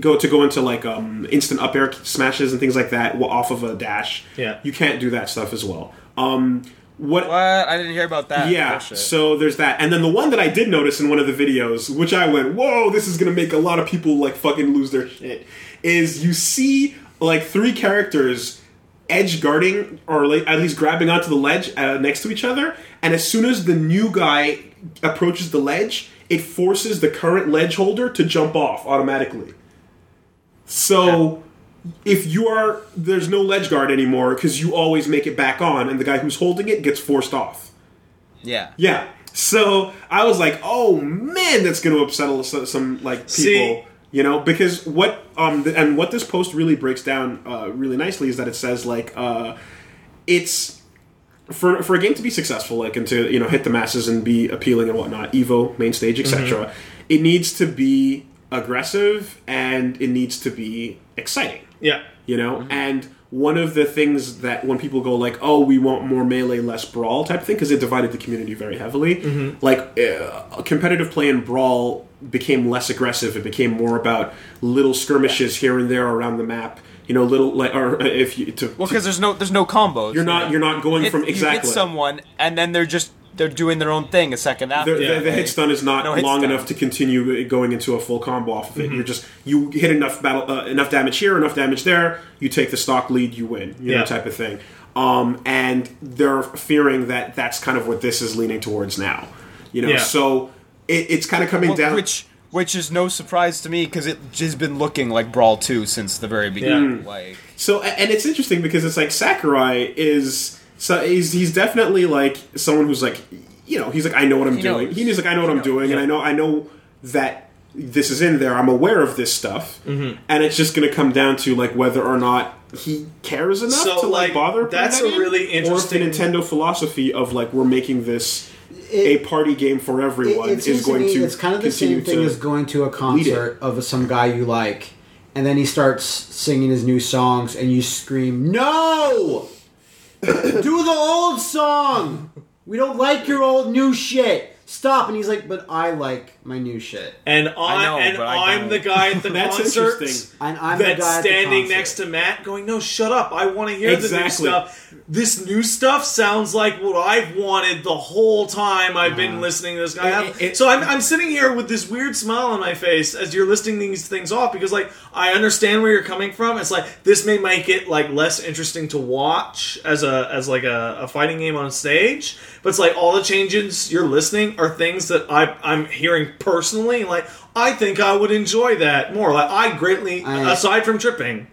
[SPEAKER 1] go to go into like um, instant up air smashes and things like that wa- off of a dash.
[SPEAKER 3] Yeah.
[SPEAKER 1] you can't do that stuff as well. Um, what
[SPEAKER 4] What? I didn't hear about that.
[SPEAKER 1] yeah,
[SPEAKER 4] Bullshit.
[SPEAKER 1] so there's that. And then the one that I did notice in one of the videos, which I went, whoa, this is gonna make a lot of people like fucking lose their shit, is you see like three characters edge guarding or like, at least grabbing onto the ledge uh, next to each other, and as soon as the new guy approaches the ledge, it forces the current ledge holder to jump off automatically. So if you are there's no ledge guard anymore because you always make it back on, and the guy who's holding it gets forced off.
[SPEAKER 4] yeah.
[SPEAKER 1] Yeah. So I was like, oh man, that's going to upset a- so- some like people,
[SPEAKER 3] See-
[SPEAKER 1] you know, because what um th- and what this post really breaks down uh, really nicely is that it says like uh, it's. For, for a game to be successful, like and to you know hit the masses and be appealing and whatnot, Evo main stage, etc., it needs to be aggressive and it needs to be exciting
[SPEAKER 3] yeah.
[SPEAKER 1] you know
[SPEAKER 4] Mm-hmm.
[SPEAKER 1] and one of the things that when people go like oh we want more melee less brawl type thing because it divided the community very heavily
[SPEAKER 4] Mm-hmm.
[SPEAKER 1] like uh, competitive play and brawl became less aggressive it became more about little skirmishes here and there around the map you know little like or uh, if you to,
[SPEAKER 4] Well, because there's no there's no combos.
[SPEAKER 1] you're not you're not going
[SPEAKER 4] Hit-
[SPEAKER 1] from
[SPEAKER 4] You hit
[SPEAKER 1] exactly
[SPEAKER 4] someone, and then they're just they're doing their own thing a second after.
[SPEAKER 1] the, the- the hit stun is not
[SPEAKER 4] No hit
[SPEAKER 1] long
[SPEAKER 4] stun.
[SPEAKER 1] enough to continue going into a full combo off of it. You're just you hit enough battle uh, enough damage here, enough damage there. You take the stock lead, you win. You
[SPEAKER 3] Yeah.
[SPEAKER 1] know, type of thing. Um, and they're fearing that that's kind of what this is leaning towards now. You know,
[SPEAKER 3] Yeah.
[SPEAKER 1] so it, it's kind of coming
[SPEAKER 4] Well,
[SPEAKER 1] down.
[SPEAKER 4] which which is no surprise to me because it has been looking like Brawl Two since the very beginning. Like
[SPEAKER 1] So a- and it's interesting because it's like Sakurai is so he's he's definitely like someone who's like you know he's like I know what I'm
[SPEAKER 4] He
[SPEAKER 1] doing.
[SPEAKER 4] knows.
[SPEAKER 1] He's like I know what I'm doing, and I know I know that this is in there. I'm aware of this stuff,
[SPEAKER 4] Mm-hmm.
[SPEAKER 1] and it's just going to come down to like whether or not he cares enough
[SPEAKER 3] So,
[SPEAKER 1] to like,
[SPEAKER 3] like,
[SPEAKER 1] bother. putting
[SPEAKER 3] that's
[SPEAKER 1] that
[SPEAKER 3] a
[SPEAKER 1] in,
[SPEAKER 3] really interesting-
[SPEAKER 1] Or if the Nintendo philosophy of like we're making this
[SPEAKER 2] It-
[SPEAKER 1] a party game for everyone
[SPEAKER 2] It- it seems
[SPEAKER 1] is going
[SPEAKER 2] to,
[SPEAKER 1] to,
[SPEAKER 2] me it's kind of the
[SPEAKER 1] continue
[SPEAKER 2] same thing
[SPEAKER 1] to-
[SPEAKER 2] as going to a concert of some guy you like and then he starts singing his new songs and you scream no do the old song we don't like your old new shit stop and he's like but i like my new shit.
[SPEAKER 3] and I,
[SPEAKER 4] know,
[SPEAKER 3] and
[SPEAKER 4] but I
[SPEAKER 3] I'm
[SPEAKER 4] don't.
[SPEAKER 3] the guy at the
[SPEAKER 1] That's
[SPEAKER 3] concerts
[SPEAKER 1] interesting.
[SPEAKER 2] And I'm the
[SPEAKER 3] that's
[SPEAKER 2] guy at the
[SPEAKER 3] standing
[SPEAKER 2] concert.
[SPEAKER 3] next to Matt, going, "No, shut up! I want to hear the new
[SPEAKER 1] Exactly.
[SPEAKER 3] stuff. This new stuff sounds like what I've wanted the whole time I've been listening to this guy."
[SPEAKER 1] Uh-huh. It- it-
[SPEAKER 3] so I'm, I'm sitting here with this weird smile on my face as you're listing these things off because, like, I understand where you're coming from. It's like this may make it like less interesting to watch as a as like a, a fighting game on stage, but it's like all the changes you're listening are things that I I'm hearing personally, and, like. I think I would enjoy that more. Like I greatly,
[SPEAKER 2] I-
[SPEAKER 3] aside from tripping,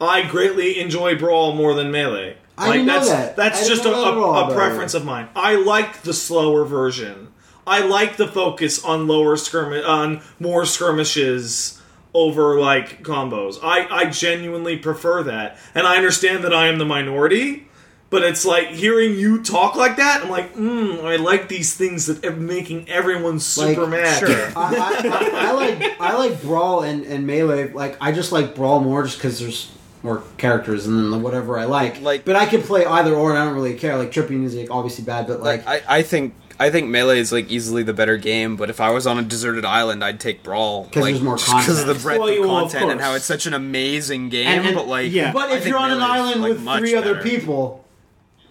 [SPEAKER 3] I greatly enjoy Brawl more than Melee.
[SPEAKER 2] I
[SPEAKER 3] like
[SPEAKER 2] didn't know
[SPEAKER 3] that's
[SPEAKER 2] that. I
[SPEAKER 3] that's
[SPEAKER 2] didn't
[SPEAKER 3] just a,
[SPEAKER 2] know that at all,
[SPEAKER 3] a, a
[SPEAKER 2] though.
[SPEAKER 3] preference of mine. I like the slower version. I like the focus on lower skirmish on more skirmishes over like combos. I I genuinely prefer that. And I understand that I am the minority, but it's like hearing you talk like that, I'm like, mm, I like these things that are making everyone super
[SPEAKER 2] Like,
[SPEAKER 3] mad.
[SPEAKER 4] Sure.
[SPEAKER 2] I, I, I, I like I like brawl and, and melee. Like I just like brawl more just because there's more characters and then whatever I like.
[SPEAKER 4] Like-
[SPEAKER 2] but I can play either or, and I don't really care. Like tripping is like, obviously bad, but like,
[SPEAKER 4] Like I, I think I think melee is like easily the better game, but if I was on a deserted island, I'd take brawl
[SPEAKER 2] 'Cause
[SPEAKER 4] like,
[SPEAKER 2] there's more
[SPEAKER 4] just 'cause of the
[SPEAKER 2] content.
[SPEAKER 4] breadth
[SPEAKER 1] Well,
[SPEAKER 4] of
[SPEAKER 1] yeah, well, of
[SPEAKER 4] content and how
[SPEAKER 1] course.
[SPEAKER 4] it's such an amazing game.
[SPEAKER 2] And- and-
[SPEAKER 4] but like,
[SPEAKER 1] yeah.
[SPEAKER 2] but
[SPEAKER 4] I
[SPEAKER 2] if
[SPEAKER 4] think
[SPEAKER 2] you're on an
[SPEAKER 4] Melee is,
[SPEAKER 2] island
[SPEAKER 4] like,
[SPEAKER 2] with
[SPEAKER 4] much
[SPEAKER 2] three other
[SPEAKER 4] better.
[SPEAKER 2] people,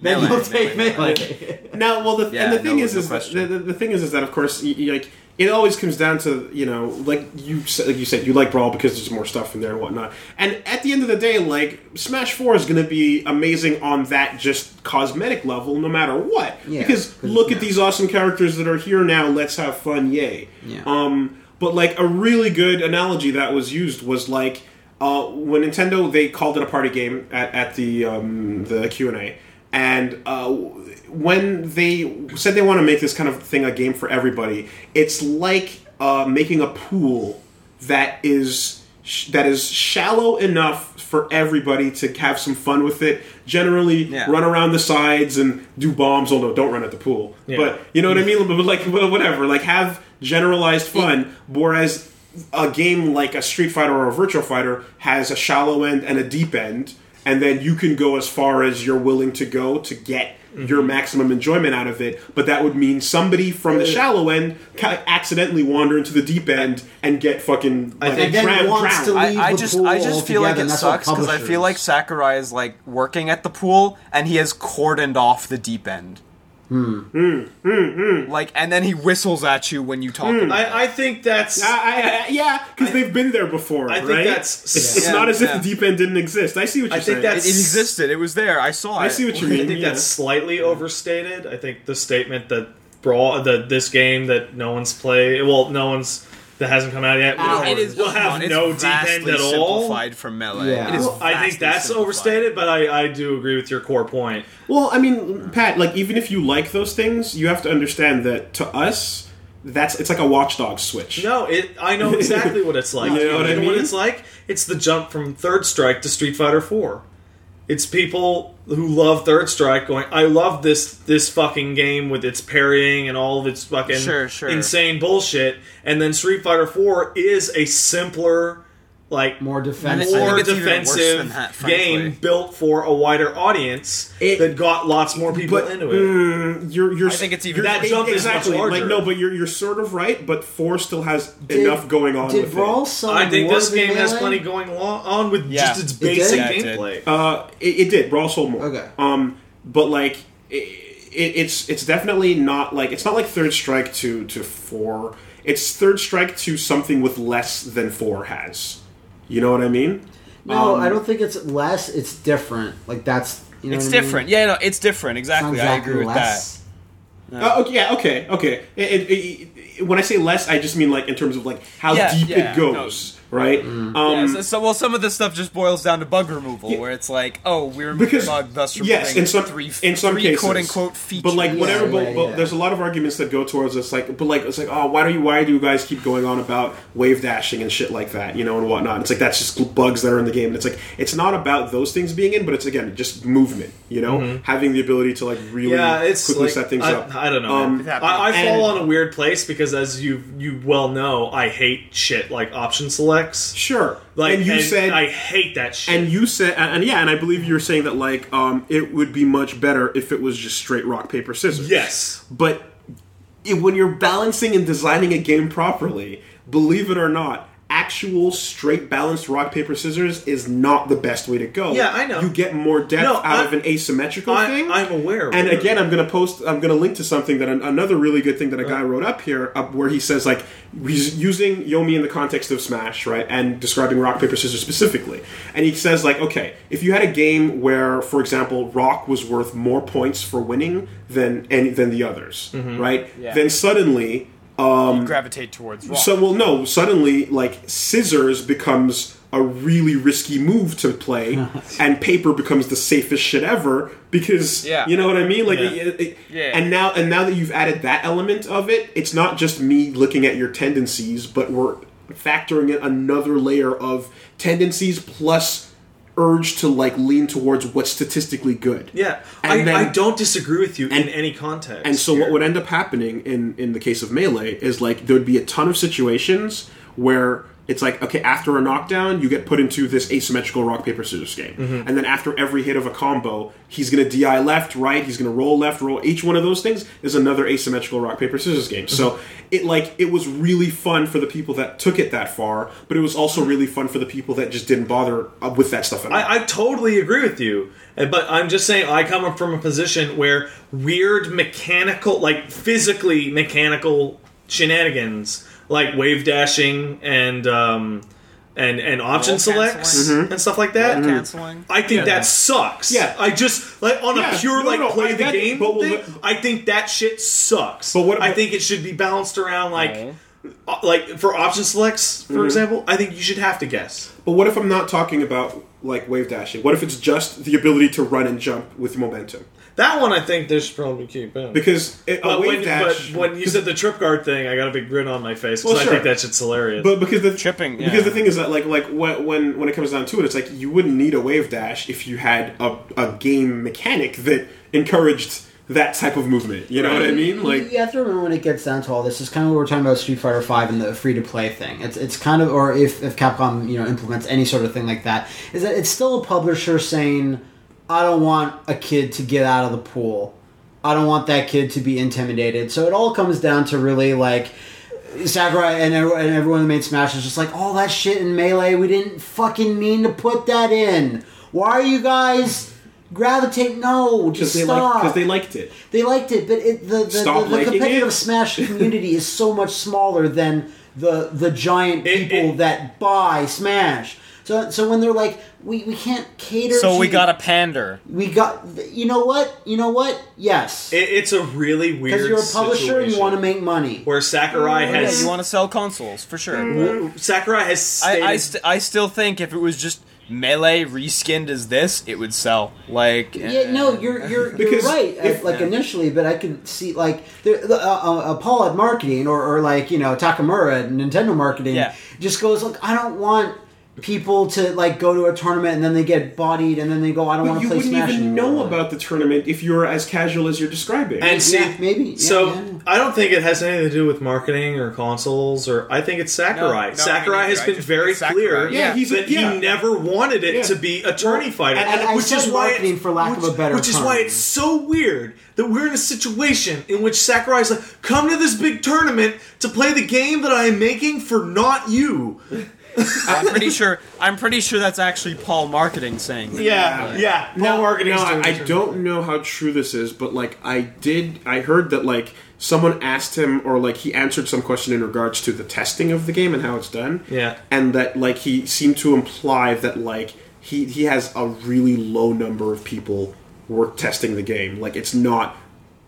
[SPEAKER 2] then
[SPEAKER 4] Melee,
[SPEAKER 2] you'll take
[SPEAKER 4] Melee,
[SPEAKER 2] melee.
[SPEAKER 1] Now, well, the,
[SPEAKER 4] Yeah,
[SPEAKER 1] and the thing
[SPEAKER 4] no,
[SPEAKER 1] is,
[SPEAKER 4] no
[SPEAKER 1] is that, the,
[SPEAKER 4] question.
[SPEAKER 1] the, the thing is, is that of course, y y- like it always comes down to you know, like you sa- like you said, you like Brawl because there's more stuff in there and whatnot. And at the end of the day, like Smash Four is going to be amazing on that just cosmetic level, no matter what.
[SPEAKER 2] Yeah,
[SPEAKER 1] because
[SPEAKER 2] 'cause
[SPEAKER 1] look
[SPEAKER 2] yeah.
[SPEAKER 1] at these awesome characters that are here now. Let's have fun, yay!
[SPEAKER 2] Yeah.
[SPEAKER 1] Um, but like a really good analogy that was used was like uh, when Nintendo they called it a party game at, at the um, the Q and A, and uh, when they said they want to make this kind of thing a game for everybody, it's like uh, making a pool that is sh- that is shallow enough for everybody to have some fun with it. Generally,
[SPEAKER 4] Yeah.
[SPEAKER 1] run around the sides and do bombs. Although, don't run at the pool. But you know what I mean. But like, well, whatever. Like, have generalized fun. Whereas a game like a Street Fighter or a Virtual Fighter has a shallow end and a deep end, and then you can go as far as you're willing to go to get. Your maximum enjoyment out of it, but that would mean somebody from the shallow end kind of accidentally wander into the deep end and get fucking like,
[SPEAKER 2] think- And then wants to leave
[SPEAKER 4] I, I
[SPEAKER 2] the
[SPEAKER 4] just
[SPEAKER 2] pool
[SPEAKER 4] I just feel
[SPEAKER 2] altogether,
[SPEAKER 4] like it
[SPEAKER 2] and that's what
[SPEAKER 4] sucks because I
[SPEAKER 2] publishers-
[SPEAKER 4] feel like Sakurai is like working at the pool and he has cordoned off the deep end. Hmm. Like and then he whistles at you when you talk. About it.
[SPEAKER 3] Hmm. I, I think that's
[SPEAKER 1] I, I, I, yeah, because they've been there before.
[SPEAKER 3] I think
[SPEAKER 1] right?
[SPEAKER 3] that's-
[SPEAKER 1] it's, it's
[SPEAKER 4] Yeah.
[SPEAKER 1] not as if
[SPEAKER 4] Yeah.
[SPEAKER 1] the deep end didn't exist. I see what you're
[SPEAKER 3] think
[SPEAKER 1] saying.
[SPEAKER 3] that's-
[SPEAKER 4] it, it existed. It was there. I saw it.
[SPEAKER 1] I see what you
[SPEAKER 3] I
[SPEAKER 1] mean.
[SPEAKER 3] think
[SPEAKER 1] yeah.
[SPEAKER 3] that's slightly overstated. I think the statement that brawl that this game that no one's played, well, no one's that hasn't come out yet.
[SPEAKER 2] Ow.
[SPEAKER 3] will-
[SPEAKER 4] It is.
[SPEAKER 3] will have
[SPEAKER 4] no, it's
[SPEAKER 3] no deep end
[SPEAKER 4] vastly
[SPEAKER 3] at all.
[SPEAKER 4] Simplified from melee.
[SPEAKER 2] Yeah.
[SPEAKER 4] It is
[SPEAKER 2] Well,
[SPEAKER 3] I think
[SPEAKER 4] vastly
[SPEAKER 3] that's
[SPEAKER 4] simplified.
[SPEAKER 3] overstated, but I, I do agree with your core point.
[SPEAKER 1] Well, I mean, Pat, like even if you like those things, you have to understand that to us, that's it's like a watchdog switch.
[SPEAKER 3] No, it. I know exactly what it's like.
[SPEAKER 1] You know what I mean?
[SPEAKER 3] it's like? It's the jump from Third Strike to Street Fighter Four. It's people who love Third Strike going, I love this this fucking game with its parrying and all of its fucking
[SPEAKER 4] Sure, sure.
[SPEAKER 3] insane bullshit. And then Street Fighter Four is a simpler, like
[SPEAKER 2] More defensive.
[SPEAKER 4] I
[SPEAKER 3] more
[SPEAKER 4] think it's even worse
[SPEAKER 3] defensive
[SPEAKER 4] than that, frankly.
[SPEAKER 3] game built for a wider audience
[SPEAKER 1] It-
[SPEAKER 3] that got lots more people
[SPEAKER 1] but-
[SPEAKER 3] into it.
[SPEAKER 1] You're, you're, I
[SPEAKER 4] think it's even-
[SPEAKER 3] That jump is much
[SPEAKER 1] exactly
[SPEAKER 3] larger.
[SPEAKER 1] like no, but you're you're sort of right. But four still has
[SPEAKER 2] Did-
[SPEAKER 1] enough going on.
[SPEAKER 2] Did
[SPEAKER 1] with
[SPEAKER 2] brawl
[SPEAKER 1] it.
[SPEAKER 2] sell
[SPEAKER 3] I think
[SPEAKER 2] more
[SPEAKER 3] this
[SPEAKER 2] than
[SPEAKER 3] game has
[SPEAKER 2] Melee?
[SPEAKER 3] plenty going lo- on with
[SPEAKER 4] Yeah.
[SPEAKER 3] just its
[SPEAKER 4] It
[SPEAKER 2] did?
[SPEAKER 3] basic
[SPEAKER 4] Yeah, it did.
[SPEAKER 3] gameplay.
[SPEAKER 1] Uh, it, it did. Brawl sold more.
[SPEAKER 2] Okay.
[SPEAKER 1] Um, but like, it, it, it's it's definitely not like it's not like Third Strike to to four. It's Third Strike to something with less than four has. You know what I mean?
[SPEAKER 2] No, I don't think it's less. It's different. Like that's you know
[SPEAKER 4] It's
[SPEAKER 2] what I mean?
[SPEAKER 4] different. Yeah, no, it's different.
[SPEAKER 2] Not
[SPEAKER 4] Exactly.
[SPEAKER 2] exactly
[SPEAKER 4] I agree with
[SPEAKER 2] less.
[SPEAKER 4] that.
[SPEAKER 1] Oh, okay, yeah, okay, okay. It, it, it, it- when I say less, I just mean like in terms of like how
[SPEAKER 4] Yeah,
[SPEAKER 1] deep
[SPEAKER 4] yeah,
[SPEAKER 1] it goes, right?
[SPEAKER 3] Mm-hmm.
[SPEAKER 4] Yeah,
[SPEAKER 1] Um,
[SPEAKER 4] so, so- well, some of this stuff just boils down to bug removal, where it's like, oh, we remove
[SPEAKER 1] Because-
[SPEAKER 4] the bug, thus removing
[SPEAKER 1] yes, in some
[SPEAKER 4] three,
[SPEAKER 1] in some
[SPEAKER 4] three
[SPEAKER 1] cases,
[SPEAKER 4] quote unquote features.
[SPEAKER 1] But like whatever,
[SPEAKER 2] Yeah,
[SPEAKER 1] but,
[SPEAKER 2] yeah,
[SPEAKER 1] but
[SPEAKER 2] yeah.
[SPEAKER 1] there's a lot of arguments that go towards this. Like, but like it's like, oh, why do you why do you guys keep going on about wave dashing and shit like that, you know, and whatnot? It's like that's just bugs that are in the game. And it's like it's not about those things being in, but it's again just movement, you know, having the ability to like really
[SPEAKER 3] Mm-hmm. yeah, it's
[SPEAKER 1] quickly
[SPEAKER 3] like,
[SPEAKER 1] set things
[SPEAKER 3] I,
[SPEAKER 1] up.
[SPEAKER 3] I don't know.
[SPEAKER 1] Um,
[SPEAKER 3] man.
[SPEAKER 4] It's happening.
[SPEAKER 3] I, I
[SPEAKER 1] and-
[SPEAKER 3] fall on a weird place because, as you you well know, I hate shit like option selects.
[SPEAKER 1] Sure,
[SPEAKER 3] Like
[SPEAKER 1] and you said
[SPEAKER 3] I hate that shit.
[SPEAKER 1] And you said, and and yeah, and I believe you were saying that like um, it would be much better if it was just straight rock paper scissors.
[SPEAKER 3] yes,
[SPEAKER 1] but it- when you're balancing and designing a game properly, believe it or not, actual straight balanced rock paper scissors is not the best way to go.
[SPEAKER 3] Yeah, I know.
[SPEAKER 1] You get more depth
[SPEAKER 3] No,
[SPEAKER 1] out
[SPEAKER 3] I-
[SPEAKER 1] of an asymmetrical
[SPEAKER 3] I-
[SPEAKER 1] thing.
[SPEAKER 3] I'm aware of
[SPEAKER 1] And
[SPEAKER 3] it.
[SPEAKER 1] again, I'm gonna post. I'm gonna link to something that an, another really good thing that a
[SPEAKER 3] Uh.
[SPEAKER 1] guy wrote up here, up where he says like he's using Yomi in the context of Smash, right, and describing rock paper scissors specifically. And he says like, okay, if you had a game where, for example, rock was worth more points for winning than any than the others,
[SPEAKER 3] Mm-hmm.
[SPEAKER 1] right, then suddenly
[SPEAKER 5] gravitate towards rock.
[SPEAKER 1] so well no suddenly like scissors becomes a really risky move to play and paper becomes the safest shit ever because
[SPEAKER 4] Yeah.
[SPEAKER 1] you know what i mean like
[SPEAKER 3] Yeah.
[SPEAKER 1] it- it-
[SPEAKER 5] Yeah.
[SPEAKER 1] and now and now that you've added that element of it it's not just me looking at your tendencies but we're factoring in another layer of tendencies plus urge to like lean towards what's statistically good
[SPEAKER 3] Yeah,
[SPEAKER 1] And
[SPEAKER 3] I,
[SPEAKER 1] then-
[SPEAKER 3] I don't disagree with you in any context.
[SPEAKER 1] and so what would end up happening in in the case of melee is like there would be a ton of situations where it's like okay after a knockdown you get put into this asymmetrical rock paper scissors game and then after every hit of a combo he's going to di left right he's going to roll left roll each one of those things is another asymmetrical rock paper scissors game so it like it was really fun for the people that took it that far but it was also really fun for the people that just didn't bother uh, with that stuff at all
[SPEAKER 3] I, I totally agree with you, Uh, but I'm just saying I come from a position where weird mechanical, like physically mechanical shenanigans, like wave dashing and um, and and option
[SPEAKER 5] Wall
[SPEAKER 3] selects
[SPEAKER 5] canceling.
[SPEAKER 3] and stuff like that.
[SPEAKER 4] Mm-hmm.
[SPEAKER 5] canceling.
[SPEAKER 3] I think that sucks.
[SPEAKER 1] Yeah.
[SPEAKER 3] I just like on
[SPEAKER 1] Yeah.
[SPEAKER 3] a pure
[SPEAKER 1] No,
[SPEAKER 3] like
[SPEAKER 1] no,
[SPEAKER 3] play
[SPEAKER 1] I
[SPEAKER 3] the
[SPEAKER 1] get it,
[SPEAKER 3] game
[SPEAKER 1] but we'll
[SPEAKER 3] thing.
[SPEAKER 1] let-
[SPEAKER 3] I think that shit sucks.
[SPEAKER 1] But what
[SPEAKER 3] I
[SPEAKER 1] about-
[SPEAKER 3] think it should be balanced around like. uh, Like for option selects, for example, I think you should have to guess.
[SPEAKER 1] But what if I'm not talking about like wave dashing? What if it's just the ability to run and jump with momentum?
[SPEAKER 3] That one, I think they should probably keep in.
[SPEAKER 1] Because it, a
[SPEAKER 3] But
[SPEAKER 1] wave
[SPEAKER 3] when,
[SPEAKER 1] dash,
[SPEAKER 3] but when you said the trip guard thing, I got a big grin on my face because
[SPEAKER 1] Well,
[SPEAKER 3] I
[SPEAKER 1] sure.
[SPEAKER 3] think that shit's hilarious.
[SPEAKER 1] but because the
[SPEAKER 4] Tripping, yeah.
[SPEAKER 1] because the thing is that like like when when when it comes down to it, it's like you wouldn't need a wave dash if you had a, a game mechanic that encouraged that type of movement. You know what I mean? Like
[SPEAKER 2] you have to remember when it gets down to all this. It's kind of what we're talking about Street Fighter Five and the free to play thing. It's it's kind of or if, if Capcom you know implements any sort of thing like that, is that it's still a publisher saying, I don't want a kid to get out of the pool. I don't want that kid to be intimidated. So it all comes down to really like Sakurai and, every- and everyone that made Smash is just like, all that shit in Melee, we didn't fucking mean to put that in. Why are you guys gravitating? No,
[SPEAKER 1] because
[SPEAKER 2] just
[SPEAKER 1] they
[SPEAKER 2] stop.
[SPEAKER 1] like because they liked it.
[SPEAKER 2] They liked it, but it, the, the,
[SPEAKER 1] Stop
[SPEAKER 2] the, the
[SPEAKER 1] liking
[SPEAKER 2] competitive
[SPEAKER 1] it?
[SPEAKER 2] Smash community is so much smaller than the the giant
[SPEAKER 3] It-
[SPEAKER 2] people
[SPEAKER 3] it-
[SPEAKER 2] that buy Smash. So so when they're like, we, we can't cater.
[SPEAKER 5] So
[SPEAKER 2] to
[SPEAKER 5] we
[SPEAKER 2] you."
[SPEAKER 5] gotta pander.
[SPEAKER 2] we got you know what you know what yes
[SPEAKER 3] it, it's a really weird.
[SPEAKER 2] because you're a publisher and you
[SPEAKER 3] situation
[SPEAKER 2] want to make money.
[SPEAKER 3] where Sakurai
[SPEAKER 4] Yeah,
[SPEAKER 3] has
[SPEAKER 4] you want to sell consoles for sure.
[SPEAKER 1] Mm-hmm.
[SPEAKER 3] Sakurai has
[SPEAKER 4] I,
[SPEAKER 3] stated
[SPEAKER 4] I, st- I still think if it was just melee reskinned as this, it would sell. Like
[SPEAKER 2] Yeah, no, you're you're, you're
[SPEAKER 1] Because
[SPEAKER 2] right.
[SPEAKER 1] if-
[SPEAKER 2] uh, like initially, but I could see like there, the, uh, uh, Paul at marketing or, or like you know Takamura at Nintendo marketing
[SPEAKER 4] Yeah.
[SPEAKER 2] just goes look. I don't want people to like go to a tournament and then they get bodied and then they go. I don't want to
[SPEAKER 1] You
[SPEAKER 2] play
[SPEAKER 1] wouldn't
[SPEAKER 2] Smash
[SPEAKER 1] even
[SPEAKER 2] anymore."
[SPEAKER 1] know about the tournament if you were as casual as you're describing.
[SPEAKER 3] and see,
[SPEAKER 2] Yeah, maybe. Yeah,
[SPEAKER 3] so
[SPEAKER 2] yeah.
[SPEAKER 3] I don't think it has anything to do with marketing or consoles or I think it's Sakurai.
[SPEAKER 5] No, no, me
[SPEAKER 3] Sakurai
[SPEAKER 5] neither.
[SPEAKER 3] has
[SPEAKER 5] I
[SPEAKER 3] been
[SPEAKER 5] just
[SPEAKER 3] very
[SPEAKER 5] think it's
[SPEAKER 3] clear
[SPEAKER 5] Sakurai.
[SPEAKER 1] Yeah, he's a-
[SPEAKER 3] that
[SPEAKER 1] yeah.
[SPEAKER 3] he never wanted it
[SPEAKER 1] Yeah.
[SPEAKER 3] to be a tourney fighter,
[SPEAKER 1] and- and
[SPEAKER 2] I
[SPEAKER 3] which is
[SPEAKER 2] said
[SPEAKER 3] why
[SPEAKER 2] marketing
[SPEAKER 3] it's-
[SPEAKER 2] for lack of
[SPEAKER 3] which-
[SPEAKER 2] a better
[SPEAKER 3] which is why
[SPEAKER 2] term.
[SPEAKER 3] it's so weird that we're in a situation in which Sakurai's like, "Come to this big tournament to play the game that I am making for not you."
[SPEAKER 4] eh, I'm pretty sure I'm pretty sure that's actually Paul marketing saying. that.
[SPEAKER 3] Yeah, yeah. No marketing.
[SPEAKER 1] No, I, I don't know how true this is, but like I did, I heard that like someone asked him, or like he answered some question in regards to the testing of the game and how it's done.
[SPEAKER 3] Yeah.
[SPEAKER 1] and that like he seemed to imply that like he he has a really low number of people work testing the game. Like it's not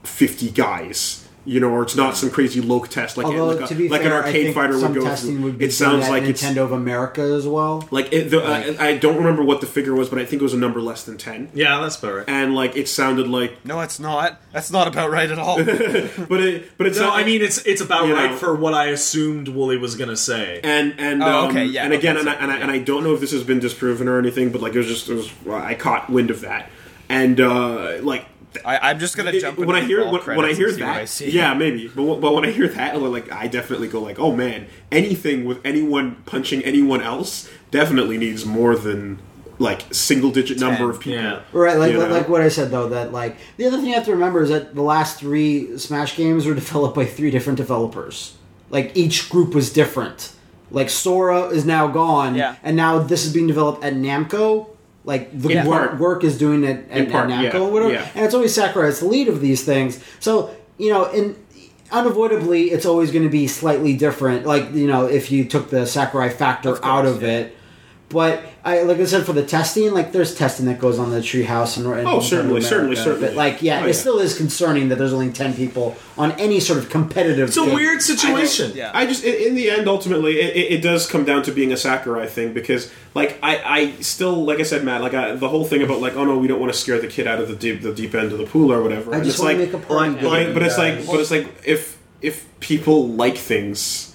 [SPEAKER 1] fifty guys. You know, or it's not some crazy loc test like,
[SPEAKER 2] Although
[SPEAKER 1] like, a-
[SPEAKER 2] to be
[SPEAKER 1] like
[SPEAKER 2] fair,
[SPEAKER 1] an
[SPEAKER 2] I
[SPEAKER 1] arcade
[SPEAKER 2] think
[SPEAKER 1] fighter
[SPEAKER 2] some
[SPEAKER 1] would go
[SPEAKER 2] testing
[SPEAKER 1] through.
[SPEAKER 2] would be
[SPEAKER 1] it sounds
[SPEAKER 2] done
[SPEAKER 1] like
[SPEAKER 2] at
[SPEAKER 1] it's
[SPEAKER 2] Nintendo of America as well.
[SPEAKER 1] like it, the, I, I don't remember what the figure was, but I think it was a number less than ten.
[SPEAKER 3] Yeah, that's about right.
[SPEAKER 1] And like it sounded like
[SPEAKER 4] No, it's not. That's not about right at all. Hmm.
[SPEAKER 1] But it, but it's
[SPEAKER 3] No,
[SPEAKER 1] not,
[SPEAKER 3] I mean it's it's about
[SPEAKER 1] You
[SPEAKER 3] right
[SPEAKER 1] know.
[SPEAKER 3] for what I assumed Wooly was gonna say.
[SPEAKER 1] and and
[SPEAKER 4] Oh,
[SPEAKER 1] um,
[SPEAKER 4] okay, yeah,
[SPEAKER 1] and again,
[SPEAKER 4] okay,
[SPEAKER 1] and, I,
[SPEAKER 4] so-
[SPEAKER 1] and, I, and I don't know if this has been disproven or anything, but like it was just it was well, I caught wind of that, and uh like th-
[SPEAKER 4] I, I'm just gonna
[SPEAKER 1] it-
[SPEAKER 4] jump
[SPEAKER 1] when I
[SPEAKER 4] into
[SPEAKER 1] hear
[SPEAKER 4] Paul
[SPEAKER 1] when, when I
[SPEAKER 4] credits
[SPEAKER 1] hear
[SPEAKER 4] and see what I
[SPEAKER 1] that,
[SPEAKER 4] see.
[SPEAKER 1] yeah, maybe, but wh- but when I hear that, I'm like I definitely go like, oh man, anything with anyone punching anyone else definitely needs more than like single digit number of people.
[SPEAKER 3] Yeah.
[SPEAKER 2] Right, like,
[SPEAKER 1] You know?
[SPEAKER 2] like what I said though, that like the other thing you have to remember is that the last three Smash games were developed by three different developers. Like each group was different. Like Sora is now gone,
[SPEAKER 5] Yeah.
[SPEAKER 2] and now this is being developed at Namco. Like the
[SPEAKER 1] In
[SPEAKER 2] work,
[SPEAKER 1] part.
[SPEAKER 2] work is doing it at, at
[SPEAKER 1] part,
[SPEAKER 2] Namco,
[SPEAKER 1] yeah,
[SPEAKER 2] or whatever.
[SPEAKER 1] yeah.
[SPEAKER 2] And it's always Sakurai as the lead of these things. So you know, and unavoidably, it's always going to be slightly different. Like you know, if you took the Sakurai factor out of it. But I, like I said, for the testing, like there's testing that goes on in the treehouse and, and
[SPEAKER 1] Oh, certainly,
[SPEAKER 2] America,
[SPEAKER 1] certainly, certainly.
[SPEAKER 2] But like, yeah,
[SPEAKER 1] Oh,
[SPEAKER 2] it
[SPEAKER 1] yeah.
[SPEAKER 2] still is concerning that there's only ten people on any sort of competitive.
[SPEAKER 3] It's a
[SPEAKER 2] game.
[SPEAKER 3] weird situation.
[SPEAKER 5] Yeah.
[SPEAKER 1] I just, in, in the end, ultimately, it, it, it does come down to being a Sakurai thing because, like, I, I still, like I said, Matt, like I, the whole thing about like, oh no, we don't want to scare the kid out of the deep, the deep end of the pool or whatever.
[SPEAKER 2] I
[SPEAKER 1] and
[SPEAKER 2] just
[SPEAKER 1] it's
[SPEAKER 2] want
[SPEAKER 1] like,
[SPEAKER 2] to make a party.
[SPEAKER 3] like-
[SPEAKER 2] game.
[SPEAKER 1] But, but it's like,
[SPEAKER 3] Yes.
[SPEAKER 1] but it's like, if if people like things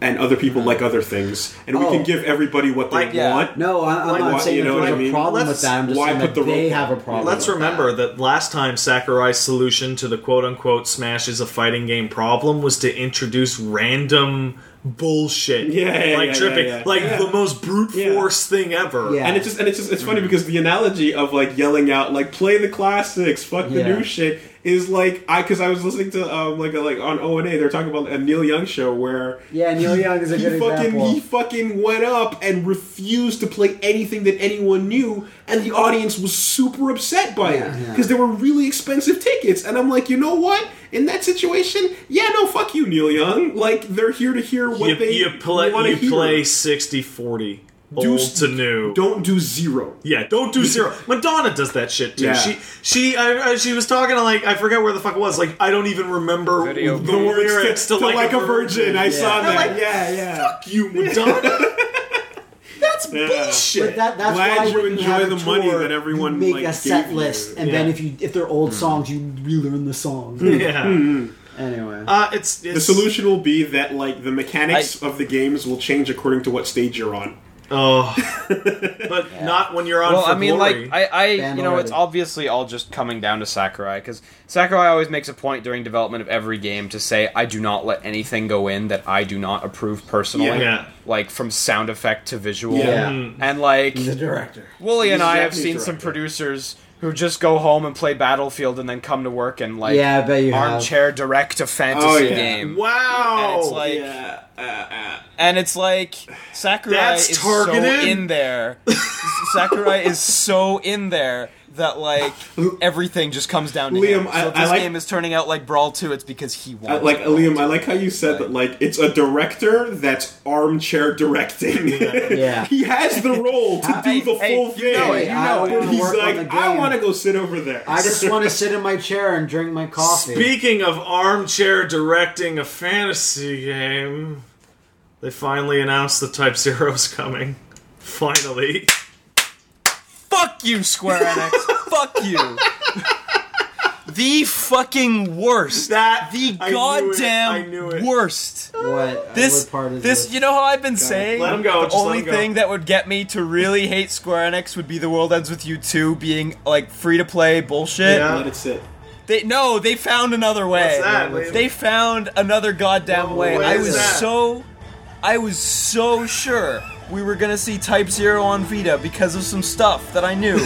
[SPEAKER 1] and other people like other things, and we
[SPEAKER 2] Oh.
[SPEAKER 1] can give everybody what they
[SPEAKER 3] Like,
[SPEAKER 4] yeah.
[SPEAKER 1] want.
[SPEAKER 2] no, I, I'm
[SPEAKER 3] Like,
[SPEAKER 2] not
[SPEAKER 3] why-
[SPEAKER 2] saying
[SPEAKER 1] you know
[SPEAKER 2] that
[SPEAKER 1] what I
[SPEAKER 2] there's a
[SPEAKER 1] mean?
[SPEAKER 2] problem with
[SPEAKER 3] Let's-
[SPEAKER 2] that. I'm just
[SPEAKER 1] why
[SPEAKER 2] saying
[SPEAKER 1] put
[SPEAKER 2] that
[SPEAKER 1] the
[SPEAKER 2] they
[SPEAKER 1] rope-
[SPEAKER 2] have a problem.
[SPEAKER 3] Let's
[SPEAKER 2] with
[SPEAKER 3] remember that. last time Sakurai's solution to the quote unquote Smash is a fighting game problem was to introduce random bullshit.
[SPEAKER 1] Yeah, yeah,
[SPEAKER 3] like
[SPEAKER 1] yeah,
[SPEAKER 3] tripping.
[SPEAKER 1] yeah, yeah.
[SPEAKER 3] Like
[SPEAKER 1] Yeah.
[SPEAKER 3] the most brute
[SPEAKER 1] Yeah.
[SPEAKER 3] force thing ever.
[SPEAKER 2] Yeah.
[SPEAKER 1] And it's just and it's just it's funny because the analogy of like yelling out like play the classics, fuck the
[SPEAKER 2] Yeah.
[SPEAKER 1] new shit is like I because I was listening to um like like on O and A they're talking about a Neil Young show where
[SPEAKER 2] Yeah, Neil Young is a
[SPEAKER 1] he
[SPEAKER 2] good
[SPEAKER 1] fucking
[SPEAKER 2] example.
[SPEAKER 1] he fucking went up and refused to play anything that anyone knew and the audience was super upset by
[SPEAKER 2] Yeah,
[SPEAKER 1] it
[SPEAKER 2] yeah.
[SPEAKER 1] because they were really expensive tickets and I'm like you know what in that situation yeah no fuck you Neil Young like they're here to hear what
[SPEAKER 3] You,
[SPEAKER 1] they
[SPEAKER 3] you play
[SPEAKER 1] wanna
[SPEAKER 3] you
[SPEAKER 1] hear.
[SPEAKER 3] play 60 40 old
[SPEAKER 1] Do-
[SPEAKER 3] to new.
[SPEAKER 1] don't do zero
[SPEAKER 3] Yeah, don't do zero. Madonna does that shit too.
[SPEAKER 1] Yeah.
[SPEAKER 3] She she I, I, she was talking to like I forget where the fuck it was. Like I don't even remember
[SPEAKER 5] Video.
[SPEAKER 3] the lyrics to, like, a virgin.
[SPEAKER 1] I saw
[SPEAKER 3] They're like,
[SPEAKER 1] yeah, yeah.
[SPEAKER 3] Fuck you, Madonna. That's
[SPEAKER 1] Yeah.
[SPEAKER 3] bullshit.
[SPEAKER 2] But that, that's
[SPEAKER 1] Glad
[SPEAKER 2] why
[SPEAKER 1] you
[SPEAKER 2] when
[SPEAKER 1] enjoy
[SPEAKER 2] have a
[SPEAKER 1] the money
[SPEAKER 2] tour,
[SPEAKER 1] that everyone,
[SPEAKER 2] you make
[SPEAKER 1] like,
[SPEAKER 2] a
[SPEAKER 1] gave
[SPEAKER 2] set
[SPEAKER 1] you. Hmm.
[SPEAKER 2] list, and
[SPEAKER 3] Yeah.
[SPEAKER 2] then if you if they're old songs, you relearn the song.
[SPEAKER 3] yeah.
[SPEAKER 2] Anyway,
[SPEAKER 3] Uh, it's, it's
[SPEAKER 1] The solution will be that like the mechanics of the games will change according to what stage you're on.
[SPEAKER 3] Oh, but not when you're on.
[SPEAKER 4] Well,
[SPEAKER 3] for
[SPEAKER 4] I mean,
[SPEAKER 3] glory.
[SPEAKER 4] like I, I
[SPEAKER 2] Banned
[SPEAKER 4] you know, it's
[SPEAKER 2] already.
[SPEAKER 4] obviously all just coming down to Sakurai because Sakurai always makes a point during development of every game to say, "I do not let anything go in that I do not approve personally."
[SPEAKER 3] Yeah.
[SPEAKER 4] Like from sound effect to visual,
[SPEAKER 1] Yeah.
[SPEAKER 2] Mm.
[SPEAKER 4] and like
[SPEAKER 2] the director.
[SPEAKER 4] Wooly and
[SPEAKER 1] He's a
[SPEAKER 4] I have
[SPEAKER 1] Japanese
[SPEAKER 4] seen some
[SPEAKER 1] director.
[SPEAKER 4] producers who just go home and play Battlefield and then come to work and like
[SPEAKER 2] Yeah, I bet you have.
[SPEAKER 4] armchair direct a fantasy
[SPEAKER 1] Oh, yeah.
[SPEAKER 4] game.
[SPEAKER 3] wow,
[SPEAKER 4] And it's like,
[SPEAKER 1] Yeah, uh, uh,
[SPEAKER 4] and it's like Sakurai
[SPEAKER 3] That's
[SPEAKER 4] is
[SPEAKER 3] targeted?
[SPEAKER 4] so in there. S- Sakurai is so in there that like everything just comes down to
[SPEAKER 1] Liam,
[SPEAKER 4] him. So
[SPEAKER 1] I-
[SPEAKER 4] if
[SPEAKER 1] I
[SPEAKER 4] this
[SPEAKER 1] like-
[SPEAKER 4] game is turning out like Brawl 2, it's because he
[SPEAKER 1] I
[SPEAKER 4] wants.
[SPEAKER 1] like
[SPEAKER 4] it.
[SPEAKER 1] Liam, I like how you said that. Like it's a director that's armchair directing.
[SPEAKER 2] Yeah.
[SPEAKER 1] he has the role to do
[SPEAKER 4] Hey,
[SPEAKER 1] the
[SPEAKER 4] hey,
[SPEAKER 1] full
[SPEAKER 4] you
[SPEAKER 1] thing.
[SPEAKER 4] know it,
[SPEAKER 2] Hey, I
[SPEAKER 1] but
[SPEAKER 2] wanna
[SPEAKER 1] he's
[SPEAKER 2] work on
[SPEAKER 1] like,
[SPEAKER 2] the
[SPEAKER 1] I
[SPEAKER 2] game.
[SPEAKER 1] want to go sit over there.
[SPEAKER 2] I just want to sit in my chair and drink my coffee.
[SPEAKER 3] Speaking of armchair directing a fantasy game, they finally announced the Type Zero's coming. Finally,
[SPEAKER 4] Fuck you, Square Enix. Fuck you. The fucking worst.
[SPEAKER 3] that
[SPEAKER 4] the
[SPEAKER 3] I knew it,
[SPEAKER 4] goddamn
[SPEAKER 3] I knew it.
[SPEAKER 4] worst.
[SPEAKER 2] what uh,
[SPEAKER 4] This,
[SPEAKER 2] what part is
[SPEAKER 4] this, you know how I've been saying.
[SPEAKER 3] Let him go,
[SPEAKER 4] The
[SPEAKER 3] just let
[SPEAKER 4] only
[SPEAKER 3] him go.
[SPEAKER 4] thing that would get me to really hate Square Enix would be The World Ends with You Two being like free to play bullshit.
[SPEAKER 3] Yeah.
[SPEAKER 1] let it sit.
[SPEAKER 4] They no, they found another way.
[SPEAKER 3] What's that, Liam?
[SPEAKER 4] They found another goddamn
[SPEAKER 3] Well,
[SPEAKER 4] way.
[SPEAKER 3] what
[SPEAKER 4] I
[SPEAKER 3] is
[SPEAKER 4] was
[SPEAKER 3] that?
[SPEAKER 4] so I was so sure we were gonna see Type Zero on Vita because of some stuff that I knew.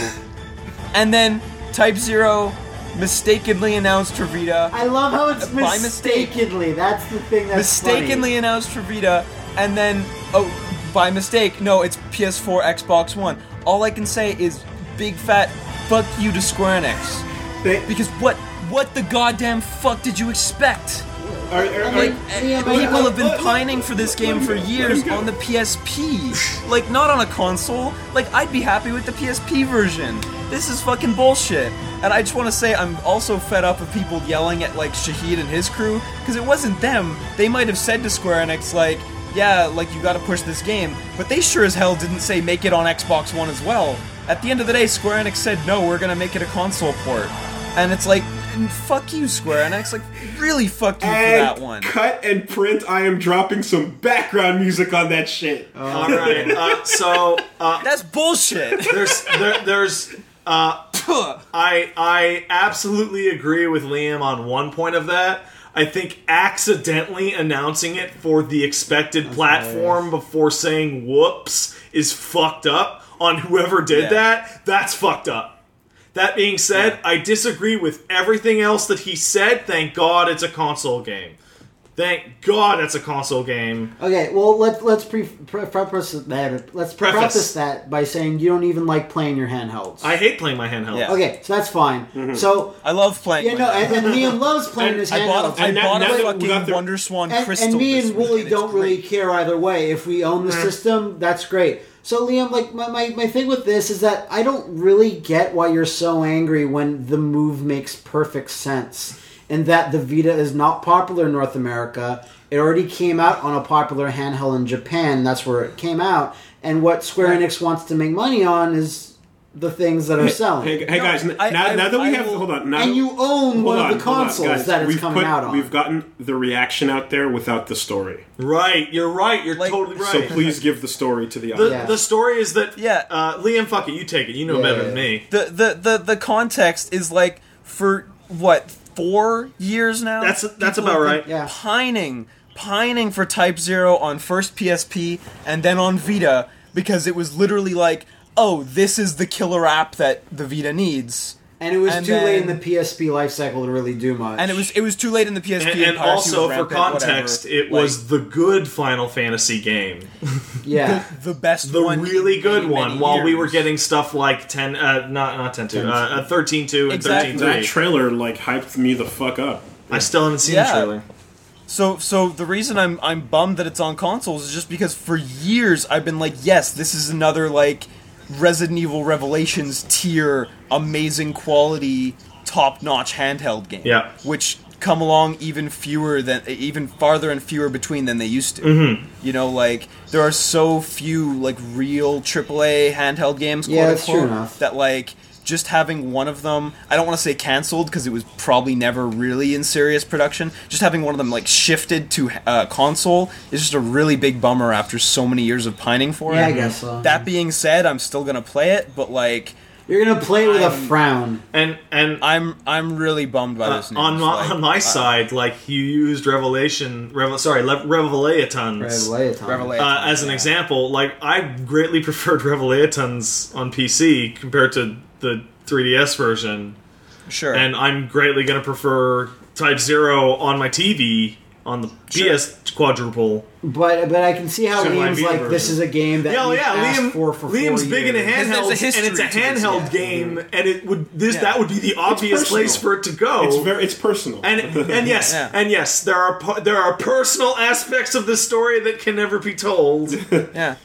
[SPEAKER 4] and then Type Zero mistakenly announced for Vita.
[SPEAKER 2] I love how it's
[SPEAKER 4] By mistake.
[SPEAKER 2] mistakenly. That's the thing that's
[SPEAKER 4] Mistakenly
[SPEAKER 2] funny.
[SPEAKER 4] announced for Vita, and then oh by mistake, no, it's PS4 Xbox One. All I can say is big fat fuck you to Square Enix.
[SPEAKER 1] They,
[SPEAKER 4] Because what what the goddamn fuck did you expect?
[SPEAKER 1] are- are- are-
[SPEAKER 4] Like, eh,
[SPEAKER 2] Yeah, but-
[SPEAKER 4] people have been
[SPEAKER 1] Let- let-
[SPEAKER 4] pining for this game for
[SPEAKER 1] let him
[SPEAKER 4] years
[SPEAKER 1] go.
[SPEAKER 4] on the PSP. Like, not on a console. Like, I'd be happy with the PSP version. This is fucking bullshit. And I just want to say, I'm also fed up of people yelling at, like, Shahid and his crew, because it wasn't them. They might have said to Square Enix, like, yeah, like, you gotta push this game, but they sure as hell didn't say make it on Xbox One as well. At the end of the day, Square Enix said, no, we're gonna make it a console port. And it's like, fuck you, Square Enix. Like, really fuck you for
[SPEAKER 1] and
[SPEAKER 4] that one.
[SPEAKER 1] Cut and print. I am dropping some background music on that shit.
[SPEAKER 3] All right, uh, so uh,
[SPEAKER 4] That's bullshit.
[SPEAKER 3] there's there, there's I I absolutely agree with Liam on one point of that. I think accidentally announcing it for the expected platform before saying whoops is fucked up. on whoever did
[SPEAKER 4] Yeah.
[SPEAKER 3] that, that's fucked up. That being said, I disagree with everything else that he said. Thank God it's a console game. Thank God it's a console game.
[SPEAKER 2] Okay, well let let's pre, pre, preface that. Let's preface.
[SPEAKER 3] Preface.
[SPEAKER 2] that by saying you don't even like playing your handhelds.
[SPEAKER 3] I hate playing my handheld.
[SPEAKER 4] Yeah.
[SPEAKER 2] okay, so that's fine. So
[SPEAKER 4] I love playing.
[SPEAKER 2] yeah,
[SPEAKER 4] with
[SPEAKER 2] no,
[SPEAKER 4] that.
[SPEAKER 2] and, and Liam loves playing
[SPEAKER 3] And
[SPEAKER 2] his
[SPEAKER 4] Mm-hmm. I bought
[SPEAKER 2] handhelds.
[SPEAKER 4] a, I
[SPEAKER 1] And now-
[SPEAKER 4] bought
[SPEAKER 1] now that
[SPEAKER 4] a
[SPEAKER 1] we
[SPEAKER 4] fucking
[SPEAKER 1] got the-
[SPEAKER 4] Wonder Swan
[SPEAKER 2] and,
[SPEAKER 4] crystal.
[SPEAKER 2] and me
[SPEAKER 4] this
[SPEAKER 2] and
[SPEAKER 4] week,
[SPEAKER 2] Wooly
[SPEAKER 4] it's
[SPEAKER 2] don't really
[SPEAKER 4] great.
[SPEAKER 2] care either way. If we own the system, that's great. So Liam, like my, my, my thing with this is that I don't really get why you're so angry when the move makes perfect sense. And that the Vita is not popular in North America. It already came out on a popular handheld in Japan. That's where it came out. And what Square Enix wants to make money on is the things that are selling.
[SPEAKER 1] Hey, hey
[SPEAKER 4] No,
[SPEAKER 1] guys, n-
[SPEAKER 4] I-
[SPEAKER 1] now,
[SPEAKER 4] I-
[SPEAKER 1] now that we
[SPEAKER 4] I
[SPEAKER 1] have
[SPEAKER 4] will-
[SPEAKER 1] hold on, now
[SPEAKER 2] and
[SPEAKER 1] that-
[SPEAKER 2] you own
[SPEAKER 1] hold
[SPEAKER 2] one
[SPEAKER 1] on,
[SPEAKER 2] of the
[SPEAKER 1] hold on,
[SPEAKER 2] consoles
[SPEAKER 1] guys.
[SPEAKER 2] that it's
[SPEAKER 1] we've
[SPEAKER 2] coming
[SPEAKER 1] put-
[SPEAKER 2] out on.
[SPEAKER 1] We've gotten the reaction out there without the story,
[SPEAKER 3] Right, you're right. You're
[SPEAKER 4] Like,
[SPEAKER 3] totally right.
[SPEAKER 1] so please give the story to the
[SPEAKER 3] The,
[SPEAKER 1] audience.
[SPEAKER 2] Yeah.
[SPEAKER 3] the story is that
[SPEAKER 4] Yeah.
[SPEAKER 3] uh, Liam, fuck it, you take it. You know
[SPEAKER 2] Yeah,
[SPEAKER 3] better
[SPEAKER 2] yeah,
[SPEAKER 3] than
[SPEAKER 2] yeah.
[SPEAKER 3] me.
[SPEAKER 4] The, the the the context is like for what four years now.
[SPEAKER 3] That's that's
[SPEAKER 4] People have
[SPEAKER 3] about
[SPEAKER 4] been
[SPEAKER 3] right.
[SPEAKER 2] Yeah.
[SPEAKER 4] Pining, pining for Type Zero on first PSP and then on Vita because it was literally like, oh, this is the killer app that the Vita needs.
[SPEAKER 2] and it was
[SPEAKER 4] and
[SPEAKER 2] too late in the
[SPEAKER 4] then-
[SPEAKER 2] PSP life cycle to really do much.
[SPEAKER 4] And it was it was too late in the PSP.
[SPEAKER 3] And, and
[SPEAKER 4] piracy was
[SPEAKER 3] also, for
[SPEAKER 4] rampant, whatever.
[SPEAKER 3] context, it
[SPEAKER 4] Like,
[SPEAKER 3] was the good Final Fantasy game,
[SPEAKER 2] yeah.
[SPEAKER 4] the best,
[SPEAKER 3] the
[SPEAKER 4] one
[SPEAKER 3] really
[SPEAKER 4] in
[SPEAKER 3] good
[SPEAKER 4] many,
[SPEAKER 3] one.
[SPEAKER 4] many
[SPEAKER 3] while we were
[SPEAKER 4] years.
[SPEAKER 3] getting stuff like ten, uh, not not ten two, uh, uh, thirteen two and
[SPEAKER 4] Exactly.
[SPEAKER 3] thirteen
[SPEAKER 1] that
[SPEAKER 3] three.
[SPEAKER 1] trailer like hyped me the fuck up.
[SPEAKER 3] I still haven't seen
[SPEAKER 4] Yeah.
[SPEAKER 3] the trailer.
[SPEAKER 4] So, so the reason I'm I'm bummed that it's on consoles is just because for years I've been like, yes, this is another like Resident Evil Revelations tier, amazing quality, top notch handheld game.
[SPEAKER 3] Yeah.
[SPEAKER 4] which come along even fewer than even farther and fewer between than they used
[SPEAKER 3] Mm-hmm.
[SPEAKER 4] to. You know, like there are so few like real AAA handheld games.
[SPEAKER 2] Yeah,
[SPEAKER 4] quote
[SPEAKER 2] that's true
[SPEAKER 4] unquote,
[SPEAKER 2] enough.
[SPEAKER 4] That like just having one of them i don't want to say canceled because it was probably never really in serious production just having one of them like shifted to uh, console is just a really big bummer after so many years of pining for
[SPEAKER 2] Yeah, I
[SPEAKER 4] it
[SPEAKER 2] guess so.
[SPEAKER 4] that being said i'm still gonna play it but like
[SPEAKER 2] You're gonna play with a frown.
[SPEAKER 3] And and
[SPEAKER 4] i'm i'm really bummed by
[SPEAKER 3] Uh,
[SPEAKER 4] this news.
[SPEAKER 3] on my
[SPEAKER 4] like,
[SPEAKER 3] on my side, like you used Revelation, Revel, sorry, Le- Revelations
[SPEAKER 2] Revelation.
[SPEAKER 4] Revelation.
[SPEAKER 3] uh, as an example. Like I greatly preferred Revelations on PC compared to the 3DS version,
[SPEAKER 4] sure
[SPEAKER 3] and I'm greatly going to prefer Type Zero on my TV on the PS quadruple.
[SPEAKER 2] But but I can see how
[SPEAKER 3] So my
[SPEAKER 2] Liam's
[SPEAKER 3] Vita
[SPEAKER 2] like
[SPEAKER 3] version.
[SPEAKER 2] this is a game that
[SPEAKER 3] Yeah,
[SPEAKER 2] you
[SPEAKER 3] Oh, yeah,
[SPEAKER 2] asked
[SPEAKER 3] Liam.
[SPEAKER 2] for for
[SPEAKER 3] Liam's
[SPEAKER 2] four
[SPEAKER 3] big into
[SPEAKER 2] years.
[SPEAKER 4] There's- there's a
[SPEAKER 3] handhelds, and it's a
[SPEAKER 4] history to this,
[SPEAKER 3] handheld
[SPEAKER 4] yeah.
[SPEAKER 3] game, and it would this
[SPEAKER 4] Yeah.
[SPEAKER 3] that would be the obvious
[SPEAKER 1] personal.
[SPEAKER 3] place for it to go.
[SPEAKER 2] Oh.
[SPEAKER 1] It's very it's personal.
[SPEAKER 3] And and yes,
[SPEAKER 4] Yeah.
[SPEAKER 3] and yes, there are po- there are personal aspects of the story that can never be told.
[SPEAKER 4] yeah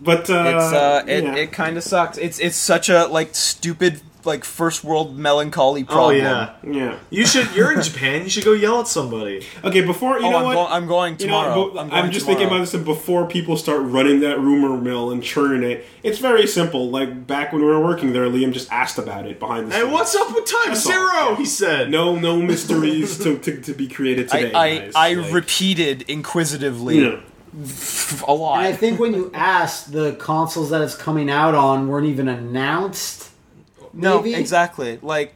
[SPEAKER 1] but uh,
[SPEAKER 4] it's uh, it,
[SPEAKER 1] yeah.
[SPEAKER 4] it kind of sucks it's it's such a like stupid like first world melancholy
[SPEAKER 3] oh
[SPEAKER 4] problem
[SPEAKER 3] yeah,
[SPEAKER 1] yeah.
[SPEAKER 3] you should. You're in Japan. You should go yell at somebody.
[SPEAKER 1] Okay, before you
[SPEAKER 4] Oh,
[SPEAKER 1] know
[SPEAKER 4] I'm,
[SPEAKER 1] what.
[SPEAKER 4] go- I'm going
[SPEAKER 1] you know,
[SPEAKER 4] tomorrow.
[SPEAKER 1] but I'm,
[SPEAKER 4] I'm, going
[SPEAKER 1] just
[SPEAKER 4] tomorrow.
[SPEAKER 1] thinking about this and before people start running that rumor mill and churning it. It's very simple. Like back when we were working there, Liam just asked about it behind the scenes.
[SPEAKER 3] Hey, what's up with Type
[SPEAKER 1] That's all.
[SPEAKER 3] Zero? He said.
[SPEAKER 1] No, no mysteries to, to, to be created today.
[SPEAKER 4] I,
[SPEAKER 1] guys.
[SPEAKER 4] I, I
[SPEAKER 1] Like,
[SPEAKER 4] repeated inquisitively
[SPEAKER 1] you know,
[SPEAKER 4] a lot.
[SPEAKER 2] And I think when you asked, the consoles that it's coming out on weren't even announced.
[SPEAKER 4] no,
[SPEAKER 2] maybe?
[SPEAKER 4] exactly. Like,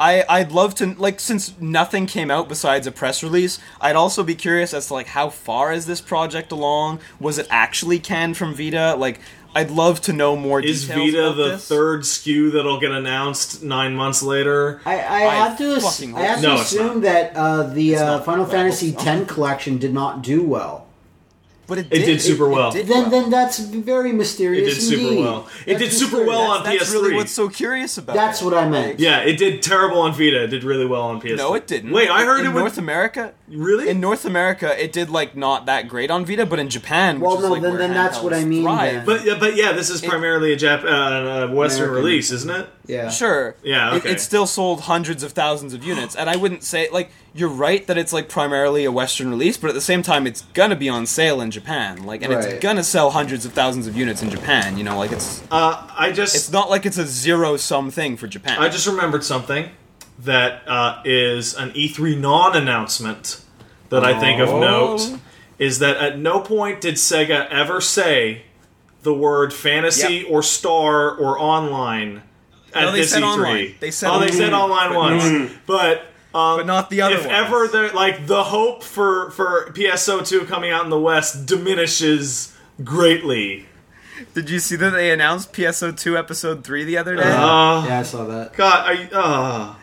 [SPEAKER 4] I, I'd love to like since nothing came out besides a press release. I'd also be curious as to like how far is this project along? Was it actually canned from Vita? Like, I'd love to know more.
[SPEAKER 3] Is
[SPEAKER 4] details
[SPEAKER 3] Vita
[SPEAKER 4] about
[SPEAKER 3] the
[SPEAKER 4] this.
[SPEAKER 3] third SKU that'll get announced nine months later?
[SPEAKER 2] I, I, have to ass-
[SPEAKER 4] fucking
[SPEAKER 2] I have to
[SPEAKER 3] hope so. No, it's
[SPEAKER 2] assume that uh, the uh,
[SPEAKER 4] not.
[SPEAKER 2] Final
[SPEAKER 4] I hope
[SPEAKER 2] Fantasy
[SPEAKER 4] so.
[SPEAKER 2] X collection did not do well.
[SPEAKER 4] But it
[SPEAKER 3] It
[SPEAKER 4] did,
[SPEAKER 3] did super well.
[SPEAKER 2] Then then that's very
[SPEAKER 3] It
[SPEAKER 2] mysterious.
[SPEAKER 3] did super
[SPEAKER 2] indeed.
[SPEAKER 3] well. It
[SPEAKER 2] That's
[SPEAKER 3] did super
[SPEAKER 2] mysterious.
[SPEAKER 3] well on
[SPEAKER 4] That's
[SPEAKER 3] PS3.
[SPEAKER 4] really what's so curious about.
[SPEAKER 2] That's
[SPEAKER 4] it.
[SPEAKER 2] what I meant.
[SPEAKER 3] yeah, it did terrible on Vita. It did really well on PS3.
[SPEAKER 4] No, it didn't.
[SPEAKER 3] Wait, I heard
[SPEAKER 4] in
[SPEAKER 3] it
[SPEAKER 4] North
[SPEAKER 3] was
[SPEAKER 4] America.
[SPEAKER 3] really.
[SPEAKER 4] In North America, it did like not that great on Vita, but in Japan, which
[SPEAKER 2] Well,
[SPEAKER 4] is,
[SPEAKER 2] no,
[SPEAKER 4] like,
[SPEAKER 2] then-
[SPEAKER 4] where
[SPEAKER 2] then that's
[SPEAKER 4] handhelds
[SPEAKER 2] what I mean,
[SPEAKER 4] thrive.
[SPEAKER 2] then.
[SPEAKER 3] but yeah, but yeah, this is primarily a Jap- uh, uh, Western
[SPEAKER 2] American.
[SPEAKER 3] release, isn't it?
[SPEAKER 2] Yeah.
[SPEAKER 4] Sure.
[SPEAKER 3] Yeah,
[SPEAKER 4] It-
[SPEAKER 3] okay.
[SPEAKER 4] It, still sold hundreds of thousands of units, and I wouldn't say like you're right that it's like primarily a Western release, but at the same time, it's gonna be on sale in Japan, like, and
[SPEAKER 2] Right.
[SPEAKER 4] it's gonna sell hundreds of thousands of units in Japan. You know, like it's
[SPEAKER 3] Uh, I just
[SPEAKER 4] it's not like it's a zero sum thing for Japan.
[SPEAKER 3] I just remembered something that uh, is an E3 non announcement that I think of
[SPEAKER 4] Oh.
[SPEAKER 3] note is that at no point did Sega ever say the word fantasy
[SPEAKER 4] Yep.
[SPEAKER 3] or star or online at
[SPEAKER 4] No, they
[SPEAKER 3] this
[SPEAKER 4] said
[SPEAKER 3] E3.
[SPEAKER 4] online. They said
[SPEAKER 3] oh, they said
[SPEAKER 4] online,
[SPEAKER 3] online
[SPEAKER 4] but
[SPEAKER 3] once, but. Um,
[SPEAKER 4] but not the other.
[SPEAKER 3] if
[SPEAKER 4] ones.
[SPEAKER 3] ever there like the hope for for PSO2 coming out in the West diminishes greatly.
[SPEAKER 4] Did you see that they announced PSO2 episode 3 the other day?
[SPEAKER 3] Uh,
[SPEAKER 2] Yeah, I saw that.
[SPEAKER 3] God, are you? Uh,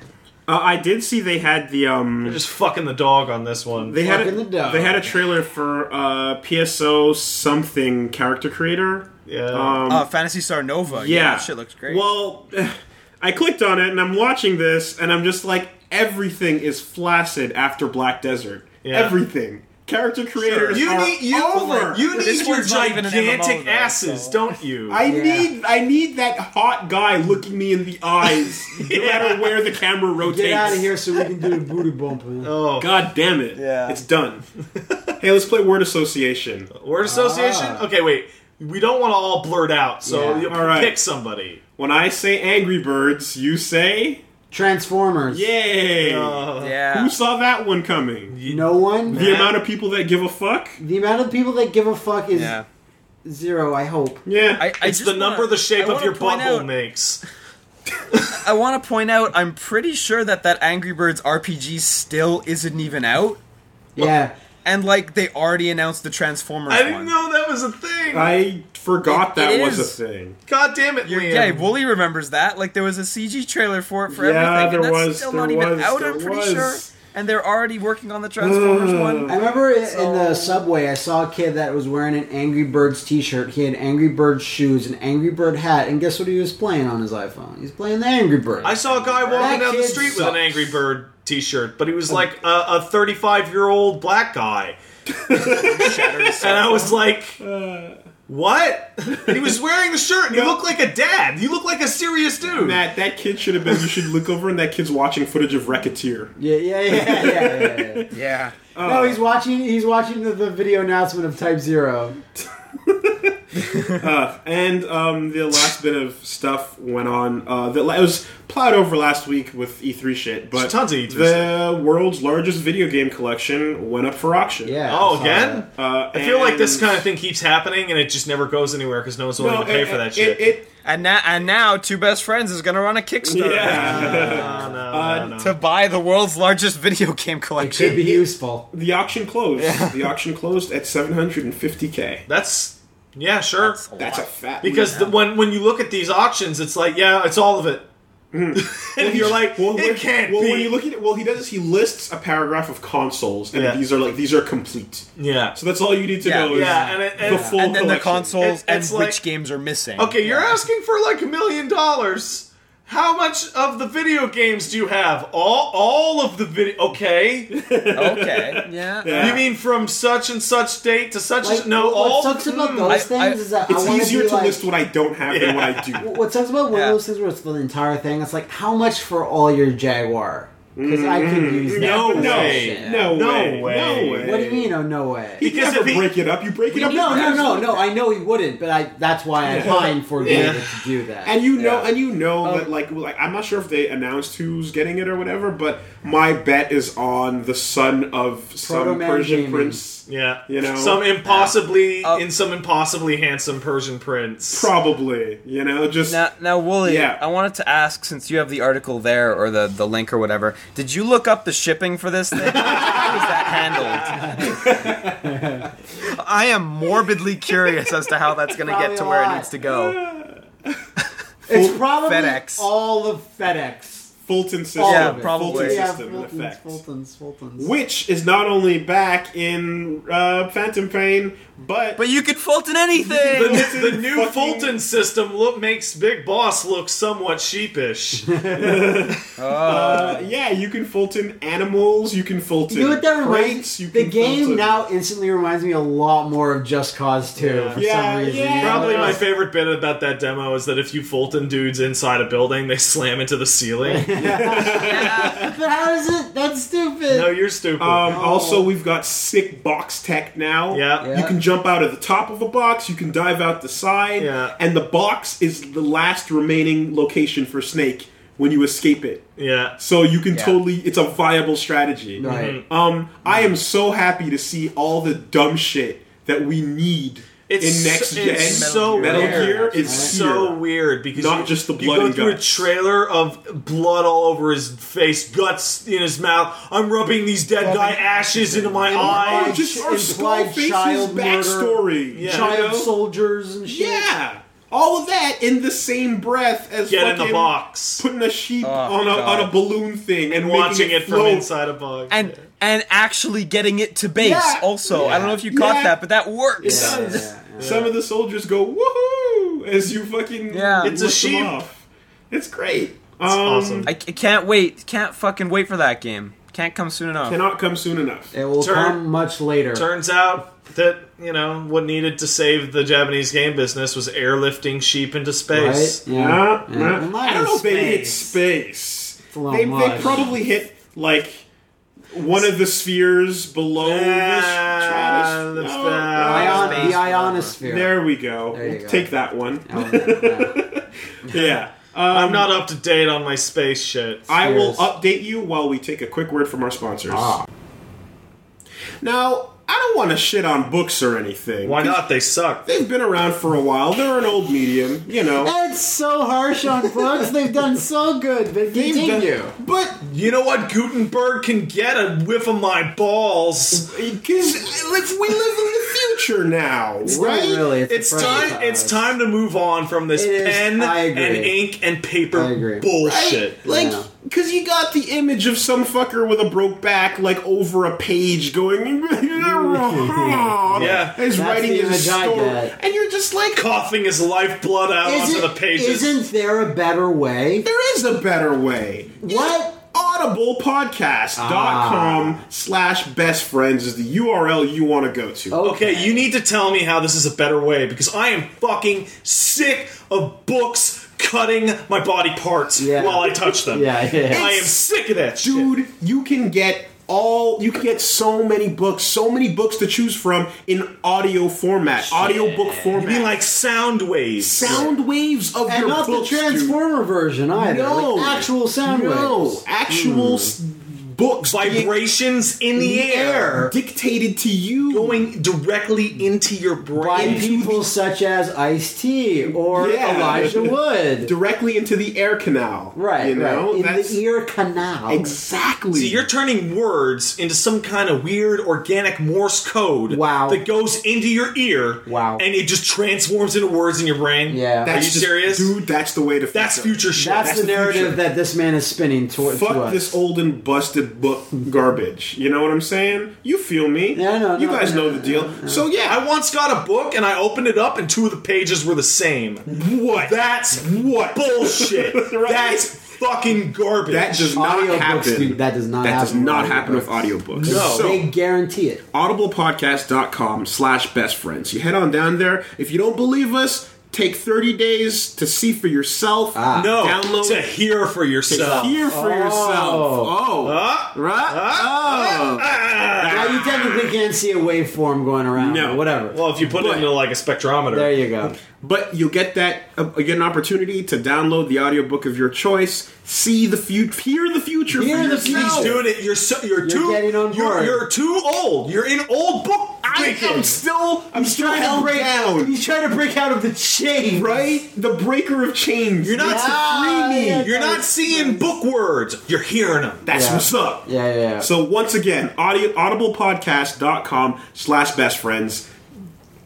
[SPEAKER 1] Uh, I did see they had the um.
[SPEAKER 3] just fucking the dog on this one.
[SPEAKER 1] They had a,
[SPEAKER 2] Fucking the dog.
[SPEAKER 1] they had a trailer for uh, PSO something character creator.
[SPEAKER 3] yeah.
[SPEAKER 1] Um,
[SPEAKER 4] Uh, Fantasy Star Nova. Yeah.
[SPEAKER 1] yeah,
[SPEAKER 4] that shit looks great.
[SPEAKER 1] Well, I clicked on it and I'm watching this and I'm just like, everything is flaccid after Black Desert.
[SPEAKER 3] Yeah.
[SPEAKER 1] Everything. Character creators
[SPEAKER 3] you
[SPEAKER 1] are
[SPEAKER 3] need you,
[SPEAKER 1] over.
[SPEAKER 3] you
[SPEAKER 4] This
[SPEAKER 3] need your
[SPEAKER 4] one's not even an MMO
[SPEAKER 3] gigantic
[SPEAKER 4] though,
[SPEAKER 3] asses,
[SPEAKER 4] so-
[SPEAKER 3] don't you?
[SPEAKER 1] I
[SPEAKER 2] Yeah.
[SPEAKER 1] need I need that hot guy looking me in the eyes, no matter where the camera rotates.
[SPEAKER 2] Get out of here so we can do the booty bump. man.
[SPEAKER 3] oh,
[SPEAKER 1] God damn it!
[SPEAKER 4] Yeah.
[SPEAKER 1] it's done. hey, let's play word association.
[SPEAKER 3] word association.
[SPEAKER 2] Ah.
[SPEAKER 3] Okay, wait. We don't want to all blurt out, so
[SPEAKER 2] Yeah.
[SPEAKER 3] you
[SPEAKER 1] All right.
[SPEAKER 3] pick somebody.
[SPEAKER 1] When I say Angry Birds, you say
[SPEAKER 2] Transformers.
[SPEAKER 1] Yay!
[SPEAKER 3] Uh,
[SPEAKER 4] yeah.
[SPEAKER 1] Who saw that one coming?
[SPEAKER 2] No one.
[SPEAKER 1] The amount of people that give a fuck?
[SPEAKER 2] The amount of people that give a fuck is
[SPEAKER 4] yeah.
[SPEAKER 2] zero. I hope.
[SPEAKER 1] Yeah.
[SPEAKER 4] I, I
[SPEAKER 3] It's
[SPEAKER 4] just
[SPEAKER 3] the
[SPEAKER 4] wanna-
[SPEAKER 3] number the
[SPEAKER 4] I
[SPEAKER 3] shape of
[SPEAKER 4] wanna
[SPEAKER 3] your
[SPEAKER 4] point
[SPEAKER 3] butthole
[SPEAKER 4] out-
[SPEAKER 3] makes.
[SPEAKER 4] I want to point out, I'm pretty sure that that Angry Birds RPG still isn't even out,
[SPEAKER 2] Yeah.
[SPEAKER 4] and like they already announced the Transformers
[SPEAKER 3] I didn't
[SPEAKER 4] one.
[SPEAKER 3] know that was a thing.
[SPEAKER 1] I forgot
[SPEAKER 4] It-
[SPEAKER 1] that
[SPEAKER 4] it
[SPEAKER 1] was a
[SPEAKER 4] is.
[SPEAKER 1] thing.
[SPEAKER 3] God damn it, Liam.
[SPEAKER 4] Yeah, Wooly remembers that. Like there was a CG trailer for it for
[SPEAKER 1] Yeah,
[SPEAKER 4] everything,
[SPEAKER 1] there
[SPEAKER 4] and that's
[SPEAKER 1] was,
[SPEAKER 4] still
[SPEAKER 1] there
[SPEAKER 4] not even
[SPEAKER 1] was,
[SPEAKER 4] out.
[SPEAKER 1] there
[SPEAKER 4] I'm pretty
[SPEAKER 1] was.
[SPEAKER 4] sure, and they're already working on the Transformers
[SPEAKER 1] Ugh.
[SPEAKER 4] one.
[SPEAKER 2] I remember i- in the subway, I saw a kid that was wearing an Angry Birds T-shirt. He had Angry Bird shoes, an Angry Bird hat, and guess what he was playing on his iPhone? He's playing the Angry Birds.
[SPEAKER 3] I saw a guy walking
[SPEAKER 2] That
[SPEAKER 3] down the
[SPEAKER 2] kid
[SPEAKER 3] street with
[SPEAKER 2] sucks.
[SPEAKER 3] an Angry Bird T-shirt, but he was like a 35 year old black guy, and I was like, "What?" And he was wearing the shirt, and he looked like a dad. You look like a serious dude.
[SPEAKER 1] Matt, that kid should have been. You should look over, and that kid's watching footage of Racketeer.
[SPEAKER 2] yeah, yeah, yeah, yeah. yeah, yeah.
[SPEAKER 4] Yeah,
[SPEAKER 2] no, he's watching. He's watching the, the video announcement of Type Zero.
[SPEAKER 1] And um, the last bit of stuff went on. Uh, that it was plowed over last week with E3 shit, but
[SPEAKER 3] There's tons
[SPEAKER 4] E
[SPEAKER 3] of E E3
[SPEAKER 1] the world's largest video game collection went up for auction.
[SPEAKER 2] Yeah. I
[SPEAKER 3] Oh,
[SPEAKER 2] saw
[SPEAKER 3] again?
[SPEAKER 1] Uh,
[SPEAKER 3] I feel like this
[SPEAKER 1] and-
[SPEAKER 3] kind of thing keeps happening, and it just never goes anywhere because no one's willing
[SPEAKER 1] No,
[SPEAKER 3] to pay
[SPEAKER 1] it-
[SPEAKER 3] for that
[SPEAKER 1] it-
[SPEAKER 3] shit.
[SPEAKER 1] it-
[SPEAKER 4] and now and now, two best friends is gonna run a Kickstarter
[SPEAKER 1] yeah.
[SPEAKER 3] No, no, no, no.
[SPEAKER 4] to buy the world's largest video game
[SPEAKER 2] That. Should
[SPEAKER 4] collection.
[SPEAKER 2] be useful.
[SPEAKER 1] the auction closed. The auction closed at 750k.
[SPEAKER 3] That's yeah, sure.
[SPEAKER 1] That's a fat.
[SPEAKER 3] because the, when when you look at these auctions, it's like yeah, it's all of it. and you're like,
[SPEAKER 1] Mm-hmm. well, when-
[SPEAKER 3] it can't
[SPEAKER 1] well,
[SPEAKER 3] be.
[SPEAKER 1] when you look at it, well, he does. is He lists a paragraph of consoles, and
[SPEAKER 3] Yeah.
[SPEAKER 1] these are like these are complete.
[SPEAKER 3] yeah.
[SPEAKER 1] So that's all you need to
[SPEAKER 4] Yeah.
[SPEAKER 1] know. Is
[SPEAKER 3] Yeah, and it- and-
[SPEAKER 1] the full
[SPEAKER 4] and then the
[SPEAKER 1] collection.
[SPEAKER 4] consoles
[SPEAKER 3] It-
[SPEAKER 4] and
[SPEAKER 3] it's
[SPEAKER 4] which
[SPEAKER 3] like-
[SPEAKER 4] games are missing.
[SPEAKER 3] Okay, you're asking for like a million dollars. How much of the video games do you have? All all of the video. Okay,
[SPEAKER 4] okay, yeah.
[SPEAKER 1] Yeah.
[SPEAKER 3] you mean from such and such date to such?
[SPEAKER 2] Like,
[SPEAKER 3] and, no,
[SPEAKER 2] what
[SPEAKER 3] all.
[SPEAKER 2] sucks about
[SPEAKER 3] mm,
[SPEAKER 2] those
[SPEAKER 4] I- I-
[SPEAKER 2] things is that I
[SPEAKER 1] It's
[SPEAKER 2] want
[SPEAKER 1] easier
[SPEAKER 2] be
[SPEAKER 1] to
[SPEAKER 2] like,
[SPEAKER 1] list what I don't have than what I do.
[SPEAKER 2] What sucks about one
[SPEAKER 4] Yeah.
[SPEAKER 2] of those things where it's the entire thing? It's like how much for all your Jaguar? Because I can use that.
[SPEAKER 1] No
[SPEAKER 2] for that
[SPEAKER 1] way.
[SPEAKER 2] shit.
[SPEAKER 1] No,
[SPEAKER 3] No
[SPEAKER 1] way.
[SPEAKER 3] way.
[SPEAKER 1] No way.
[SPEAKER 2] What do you mean? Oh no way.
[SPEAKER 1] You
[SPEAKER 3] Because
[SPEAKER 1] never
[SPEAKER 3] if he-
[SPEAKER 1] break it up. You break it up.
[SPEAKER 2] No,
[SPEAKER 1] with
[SPEAKER 2] no,
[SPEAKER 1] friends.
[SPEAKER 2] no, no. I know he wouldn't, but I that's why I pine for being
[SPEAKER 3] Yeah.
[SPEAKER 2] able to do that.
[SPEAKER 1] And you know,
[SPEAKER 4] Yeah.
[SPEAKER 1] and you know that like, like I'm not sure if they announced who's getting it or whatever, but my bet is on the son of some
[SPEAKER 2] Proto-Man
[SPEAKER 1] Persian
[SPEAKER 2] Gaming.
[SPEAKER 1] prince.
[SPEAKER 3] yeah,
[SPEAKER 1] You know.
[SPEAKER 3] some impossibly
[SPEAKER 4] Uh,
[SPEAKER 3] in some impossibly handsome Persian prince.
[SPEAKER 1] Probably, you know, just
[SPEAKER 4] Now, now, Wooly,
[SPEAKER 1] Yeah.
[SPEAKER 4] I wanted to ask since you have the article there or the, the link or whatever, did you look up the shipping for this thing? How is that handled? I am morbidly curious as to how that's going to
[SPEAKER 2] Probably
[SPEAKER 4] get
[SPEAKER 2] a
[SPEAKER 4] to where it
[SPEAKER 2] lot.
[SPEAKER 4] needs to go.
[SPEAKER 2] it's probably
[SPEAKER 4] FedEx.
[SPEAKER 2] all of FedEx.
[SPEAKER 1] Fulton system,
[SPEAKER 2] All
[SPEAKER 4] Yeah,
[SPEAKER 2] of it.
[SPEAKER 4] probably.
[SPEAKER 1] Fulton
[SPEAKER 4] Yeah,
[SPEAKER 1] system in
[SPEAKER 2] Fulton's,
[SPEAKER 1] effect.
[SPEAKER 2] Fulton's, Fulton's.
[SPEAKER 1] Which is not only back in uh, Phantom Pain, but,
[SPEAKER 4] But you could Fulton
[SPEAKER 3] The,
[SPEAKER 4] anything!
[SPEAKER 3] the new
[SPEAKER 1] Fucking-
[SPEAKER 3] Fulton system look makes Big Boss look somewhat sheepish.
[SPEAKER 4] Oh.
[SPEAKER 1] uh, yeah, you can Fulton animals, you can Fulton
[SPEAKER 2] You know what that reminds
[SPEAKER 1] crates, you
[SPEAKER 2] The
[SPEAKER 1] can
[SPEAKER 2] game
[SPEAKER 1] Fulton-
[SPEAKER 2] now instantly reminds me a lot more of Just Cause 2 for
[SPEAKER 1] Yeah,
[SPEAKER 2] some reason.
[SPEAKER 1] yeah.
[SPEAKER 3] Probably
[SPEAKER 1] Yeah.
[SPEAKER 3] my favorite bit about that demo is that if you Fulton dudes inside a building, they slam into the ceiling.
[SPEAKER 2] But how is it? That's stupid.
[SPEAKER 3] no, you're stupid.
[SPEAKER 1] Um, Also, we've got sick box tech now.
[SPEAKER 3] Oh. Yeah.
[SPEAKER 2] Yeah.
[SPEAKER 1] You can jump out of the top of a box, you can dive out the side,
[SPEAKER 3] Yeah.
[SPEAKER 1] and the box is the last remaining location for Snake when you escape it.
[SPEAKER 3] yeah.
[SPEAKER 1] So you can totally, it's a viable strategy.
[SPEAKER 2] Right.
[SPEAKER 1] Um, I am so happy to see all the dumb shit that we need
[SPEAKER 3] It's
[SPEAKER 1] in next
[SPEAKER 3] so,
[SPEAKER 1] gen
[SPEAKER 3] It's so
[SPEAKER 1] Metal
[SPEAKER 3] weird.
[SPEAKER 1] Gear.
[SPEAKER 3] It's
[SPEAKER 1] It's
[SPEAKER 3] so
[SPEAKER 1] here.
[SPEAKER 3] weird because
[SPEAKER 1] Not
[SPEAKER 3] you,
[SPEAKER 1] just the
[SPEAKER 3] you
[SPEAKER 1] blood
[SPEAKER 3] go
[SPEAKER 1] and
[SPEAKER 3] through
[SPEAKER 1] guts.
[SPEAKER 3] a trailer of blood all over his face, guts in his mouth. I'm rubbing these dead guy ashes into my
[SPEAKER 1] Oh,
[SPEAKER 2] Implied-
[SPEAKER 3] eyes.
[SPEAKER 1] just our
[SPEAKER 2] implied
[SPEAKER 1] Skullface's
[SPEAKER 2] child murder.
[SPEAKER 1] backstory.
[SPEAKER 3] Yeah.
[SPEAKER 1] you
[SPEAKER 2] child
[SPEAKER 1] know?
[SPEAKER 2] soldiers and shit.
[SPEAKER 1] Yeah, all of that in the same breath as
[SPEAKER 3] Get in the
[SPEAKER 1] fucking
[SPEAKER 3] box.
[SPEAKER 1] putting a sheep on a on
[SPEAKER 4] God.
[SPEAKER 1] a balloon thing and, making
[SPEAKER 3] Watching it from
[SPEAKER 1] float.
[SPEAKER 3] inside a box.
[SPEAKER 4] and and actually getting it to base.
[SPEAKER 1] Yeah.
[SPEAKER 4] also, I don't know if you caught
[SPEAKER 1] Yeah.
[SPEAKER 4] that, but that works.
[SPEAKER 2] Yeah, yeah,
[SPEAKER 1] does.
[SPEAKER 2] yeah.
[SPEAKER 1] Some of the soldiers go woohoo as you fucking
[SPEAKER 4] Yeah.
[SPEAKER 1] lift
[SPEAKER 4] It's
[SPEAKER 3] a
[SPEAKER 1] them
[SPEAKER 3] sheep.
[SPEAKER 1] off. It's great. Um, It's
[SPEAKER 3] awesome.
[SPEAKER 4] I c- can't wait. Can't fucking wait for that game. Can't come soon enough.
[SPEAKER 1] Cannot come soon enough.
[SPEAKER 2] It will
[SPEAKER 3] Turn-
[SPEAKER 2] come much later.
[SPEAKER 3] Turns out that you know what needed to save the Japanese game business was airlifting sheep into
[SPEAKER 2] right?
[SPEAKER 3] space.
[SPEAKER 1] Yeah, yeah.
[SPEAKER 2] And
[SPEAKER 1] I don't know if they hit space.
[SPEAKER 2] a little
[SPEAKER 1] They, they
[SPEAKER 2] much.
[SPEAKER 1] probably hit like one of the spheres below the
[SPEAKER 3] Ah,
[SPEAKER 1] stratus.
[SPEAKER 3] that's
[SPEAKER 1] No,
[SPEAKER 3] bad.
[SPEAKER 1] no.
[SPEAKER 2] Ion-
[SPEAKER 4] Space
[SPEAKER 2] the ionosphere.
[SPEAKER 1] There we go.
[SPEAKER 2] you
[SPEAKER 1] We'll
[SPEAKER 2] go.
[SPEAKER 1] Take that one.
[SPEAKER 2] Oh, yeah, yeah.
[SPEAKER 1] yeah.
[SPEAKER 3] I'm not up to date on my space shit.
[SPEAKER 1] I will
[SPEAKER 2] Cheers. Ah.
[SPEAKER 1] update you while we take a quick word from our sponsors. Now, I don't want to shit on books or anything.
[SPEAKER 3] Why not? They suck.
[SPEAKER 1] They've been around for a while. They're an old medium, you know.
[SPEAKER 2] That's so harsh on books. They've done so good, but continue.
[SPEAKER 1] But
[SPEAKER 3] You know what? Gutenberg can get a whiff of my balls.
[SPEAKER 1] because like, we live in the future now, right?
[SPEAKER 2] Not really. It's,
[SPEAKER 3] It's
[SPEAKER 2] the present
[SPEAKER 3] time. It's
[SPEAKER 2] us.
[SPEAKER 3] time to move on from this
[SPEAKER 2] It is.
[SPEAKER 3] pen
[SPEAKER 2] I
[SPEAKER 3] and
[SPEAKER 2] agree.
[SPEAKER 3] ink and paper
[SPEAKER 2] I agree.
[SPEAKER 3] bullshit.
[SPEAKER 1] Like,
[SPEAKER 2] Yeah.
[SPEAKER 1] because you got the image of some fucker with a broke back, like over a page, going,
[SPEAKER 3] Yeah.
[SPEAKER 1] yeah, is
[SPEAKER 2] That's
[SPEAKER 1] writing
[SPEAKER 2] the
[SPEAKER 1] his
[SPEAKER 2] image I
[SPEAKER 1] story,
[SPEAKER 2] get.
[SPEAKER 1] and you're just like,
[SPEAKER 3] Coughing his lifeblood out onto the
[SPEAKER 2] Isn't,
[SPEAKER 3] pages.
[SPEAKER 2] isn't there a better way?
[SPEAKER 1] there is a better way.
[SPEAKER 2] What?
[SPEAKER 1] audiblepodcast.com slash best friends is the url you want to go to
[SPEAKER 3] Okay, you need to tell me how this is a better way because I am fucking sick of books cutting my body parts
[SPEAKER 2] Yeah.
[SPEAKER 3] while I touch them.
[SPEAKER 2] Yeah, yeah, yeah.
[SPEAKER 3] I am sick of that shit.
[SPEAKER 1] dude you can get all you can get so many books so many books to choose from in audio format audio book format
[SPEAKER 3] I mean, like sound waves.
[SPEAKER 1] sound waves of
[SPEAKER 2] And
[SPEAKER 1] your
[SPEAKER 2] not
[SPEAKER 1] books,
[SPEAKER 2] the Transformer version either.
[SPEAKER 1] No.
[SPEAKER 2] Like actual
[SPEAKER 1] dude.
[SPEAKER 2] sound
[SPEAKER 1] no
[SPEAKER 2] waves.
[SPEAKER 1] actual s books being
[SPEAKER 3] vibrations in the, air,
[SPEAKER 1] dictated to you
[SPEAKER 3] going directly into your
[SPEAKER 2] By
[SPEAKER 3] brain.
[SPEAKER 2] people such as Ice T or
[SPEAKER 1] Yeah.
[SPEAKER 2] Elijah Wood.
[SPEAKER 1] directly into the air canal
[SPEAKER 2] right,
[SPEAKER 1] you know
[SPEAKER 2] right. In
[SPEAKER 1] That's-
[SPEAKER 2] the ear canal.
[SPEAKER 1] exactly
[SPEAKER 3] See, you're turning words into some kind of weird organic Morse code
[SPEAKER 2] Wow.
[SPEAKER 3] that goes into your ear
[SPEAKER 2] Wow.
[SPEAKER 3] and it just transforms into words in your brain.
[SPEAKER 2] Yeah.
[SPEAKER 3] Are you
[SPEAKER 1] That's just-
[SPEAKER 3] serious?
[SPEAKER 1] dude? That's the way to.
[SPEAKER 3] That's future shit.
[SPEAKER 2] That's,
[SPEAKER 1] That's
[SPEAKER 2] the
[SPEAKER 1] the
[SPEAKER 2] narrative
[SPEAKER 1] future.
[SPEAKER 2] that this man is spinning toward. to
[SPEAKER 1] Fuck
[SPEAKER 2] us.
[SPEAKER 1] this old and busted book garbage. You know what I'm saying? You feel me?
[SPEAKER 2] Yeah, no,
[SPEAKER 1] You
[SPEAKER 2] no,
[SPEAKER 1] guys
[SPEAKER 2] no,
[SPEAKER 1] know
[SPEAKER 2] no,
[SPEAKER 1] the deal. So yeah,
[SPEAKER 3] I once got a book and I opened it up and two of the pages were the same.
[SPEAKER 1] what?
[SPEAKER 3] That's
[SPEAKER 1] what?
[SPEAKER 3] bullshit.
[SPEAKER 1] Right.
[SPEAKER 3] That's fucking garbage.
[SPEAKER 1] That does
[SPEAKER 2] Audiobooks
[SPEAKER 1] not happen.
[SPEAKER 2] do- that does not
[SPEAKER 1] That does
[SPEAKER 2] happen with
[SPEAKER 1] not happen with
[SPEAKER 2] audiobooks.
[SPEAKER 1] audiobooks.
[SPEAKER 3] No.
[SPEAKER 1] So,
[SPEAKER 2] They guarantee it.
[SPEAKER 1] audiblepodcast.com slash best friends. You head on down there. If you don't believe us, take 30 days to see for yourself.
[SPEAKER 2] Ah.
[SPEAKER 3] no.
[SPEAKER 1] Download.
[SPEAKER 3] To hear for yourself.
[SPEAKER 1] Hear for yourself. Oh. right? oh.
[SPEAKER 3] Ah!
[SPEAKER 2] Well, you technically can't see a waveform going around.
[SPEAKER 1] No.
[SPEAKER 2] No, whatever.
[SPEAKER 3] Well, if you put it into like a spectrometer.
[SPEAKER 2] there you go.
[SPEAKER 1] But you'll get that uh, you get an opportunity to download the audiobook of your choice, see the future, hear the future.
[SPEAKER 2] Hear
[SPEAKER 1] for
[SPEAKER 2] the
[SPEAKER 1] yourself.
[SPEAKER 2] future.
[SPEAKER 3] Doing it, you're so, you're, too
[SPEAKER 2] getting on
[SPEAKER 3] you're,
[SPEAKER 2] board.
[SPEAKER 3] you're too old. You're in old book.
[SPEAKER 1] I am
[SPEAKER 3] thinking.
[SPEAKER 1] still I'm still
[SPEAKER 2] Trying to
[SPEAKER 1] held
[SPEAKER 2] break-
[SPEAKER 1] down,
[SPEAKER 2] He's trying to break out of the chain.
[SPEAKER 1] right? The breaker of chains.
[SPEAKER 3] You're not
[SPEAKER 2] Yeah,
[SPEAKER 1] free me.
[SPEAKER 2] yeah,
[SPEAKER 3] You're not seeing book words. You're hearing them.
[SPEAKER 1] That's
[SPEAKER 2] Yeah.
[SPEAKER 1] what's up.
[SPEAKER 2] Yeah, yeah, yeah.
[SPEAKER 1] So once again, audio, audiblepodcast.com slash best friends.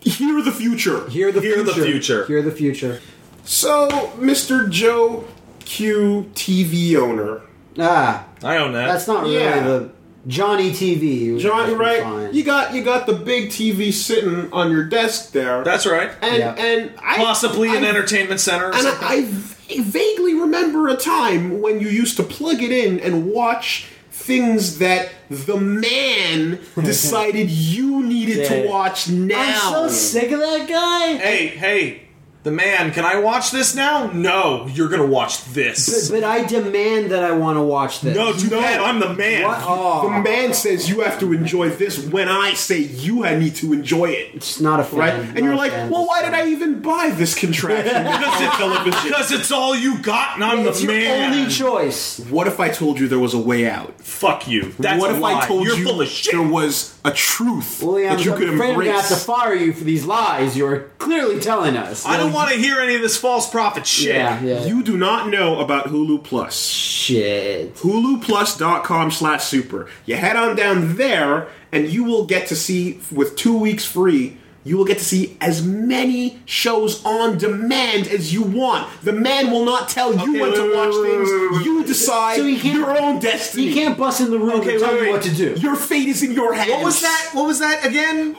[SPEAKER 1] Hear the future.
[SPEAKER 2] Hear the
[SPEAKER 3] Hear the
[SPEAKER 2] future.
[SPEAKER 3] future.
[SPEAKER 2] Hear the future.
[SPEAKER 1] So, Mr. Joe Q TV owner.
[SPEAKER 2] Ah,
[SPEAKER 3] I own that.
[SPEAKER 2] that's not really
[SPEAKER 1] Yeah.
[SPEAKER 2] the Johnny TV.
[SPEAKER 1] John,
[SPEAKER 2] That's
[SPEAKER 1] right?
[SPEAKER 2] fine.
[SPEAKER 1] You got you got the big TV sitting on your desk there.
[SPEAKER 3] That's right.
[SPEAKER 1] and
[SPEAKER 2] Yeah.
[SPEAKER 1] and I
[SPEAKER 3] Possibly
[SPEAKER 1] I,
[SPEAKER 3] an entertainment center. Or
[SPEAKER 1] And
[SPEAKER 3] something.
[SPEAKER 1] I, I v- vaguely remember a time when you used to plug it in and watch things that the man decided you needed
[SPEAKER 2] Yeah.
[SPEAKER 1] to watch now.
[SPEAKER 2] I'm so sick of that guy.
[SPEAKER 3] hey, hey, The man, can I watch this now? No, you're gonna watch
[SPEAKER 2] But,
[SPEAKER 3] this.
[SPEAKER 2] but I demand that I want to watch this.
[SPEAKER 3] no, too bad. I'm the man.
[SPEAKER 2] What? Oh,
[SPEAKER 1] The man says you have to enjoy this when I say you need to enjoy it.
[SPEAKER 2] it's not a fan.
[SPEAKER 1] Right?
[SPEAKER 2] Not
[SPEAKER 1] and you're
[SPEAKER 2] a
[SPEAKER 1] like,
[SPEAKER 2] fan.
[SPEAKER 1] well, why did I even buy this contraption? because it's television.
[SPEAKER 3] Because it's all you got, and I'm
[SPEAKER 2] It's
[SPEAKER 3] the
[SPEAKER 2] your
[SPEAKER 3] man.
[SPEAKER 2] only choice.
[SPEAKER 1] What if I told you there was a way out?
[SPEAKER 3] Fuck you. That's
[SPEAKER 1] what
[SPEAKER 3] a
[SPEAKER 1] if
[SPEAKER 3] lie.
[SPEAKER 1] I told
[SPEAKER 3] you're
[SPEAKER 1] you
[SPEAKER 3] full of shit.
[SPEAKER 1] there was a truth
[SPEAKER 2] William,
[SPEAKER 1] that you
[SPEAKER 2] I'm
[SPEAKER 1] could
[SPEAKER 2] afraid I'm gonna have to
[SPEAKER 1] embrace?
[SPEAKER 2] fire you for these lies you're clearly telling us.
[SPEAKER 3] I don't want to hear any of this false prophet shit.
[SPEAKER 2] Yeah, yeah.
[SPEAKER 1] You do not know about Hulu Plus.
[SPEAKER 2] shit.
[SPEAKER 1] HuluPlus.com slash super. You head on down there and you will get to see, with two weeks free, you will get to see as many shows on demand as you want. The man will not tell you
[SPEAKER 3] Okay,
[SPEAKER 1] when to
[SPEAKER 3] wait, wait,
[SPEAKER 1] watch
[SPEAKER 3] wait,
[SPEAKER 1] things.
[SPEAKER 3] wait, wait, wait.
[SPEAKER 1] You decide
[SPEAKER 2] So he can't-
[SPEAKER 1] your own destiny.
[SPEAKER 2] You can't bust in the room
[SPEAKER 3] Okay,
[SPEAKER 2] and tell
[SPEAKER 3] wait,
[SPEAKER 2] me
[SPEAKER 3] wait.
[SPEAKER 2] what to do.
[SPEAKER 1] Your fate is in your hands.
[SPEAKER 3] What was that? What was that again?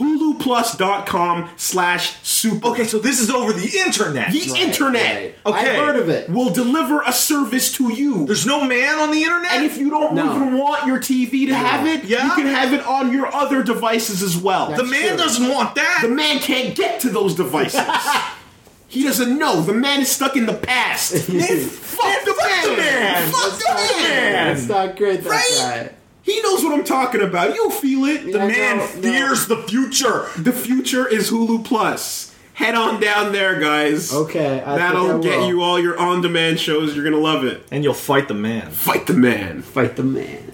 [SPEAKER 1] HuluPlus.com slash super.
[SPEAKER 3] Okay, so this is over the internet.
[SPEAKER 1] The internet
[SPEAKER 3] Okay.
[SPEAKER 2] I've heard of it.
[SPEAKER 1] will deliver a service to you.
[SPEAKER 3] There's no man on the internet.
[SPEAKER 1] and if you don't
[SPEAKER 2] No.
[SPEAKER 1] even want your TV to have it,
[SPEAKER 3] Yeah.
[SPEAKER 1] you can have it on your other devices as well.
[SPEAKER 3] the
[SPEAKER 1] The,
[SPEAKER 3] man doesn't want that.
[SPEAKER 1] the man can't get to those devices. he doesn't know. The man is stuck in the past.
[SPEAKER 2] Man,
[SPEAKER 1] fuck the
[SPEAKER 3] the man.
[SPEAKER 1] Fuck the man.
[SPEAKER 2] That's not great. That
[SPEAKER 1] Right?
[SPEAKER 2] guy.
[SPEAKER 1] He knows what I'm talking about. You'll feel it.
[SPEAKER 2] Yeah,
[SPEAKER 1] The,
[SPEAKER 3] man
[SPEAKER 2] no, no.
[SPEAKER 3] fears the future.
[SPEAKER 1] the future is Hulu Plus. Head on down there, guys.
[SPEAKER 2] Okay, I think I
[SPEAKER 1] That'll
[SPEAKER 2] will.
[SPEAKER 1] get you all your on-demand shows. You're gonna love it.
[SPEAKER 3] And you'll fight the man.
[SPEAKER 1] Fight the man.
[SPEAKER 2] Fight the man.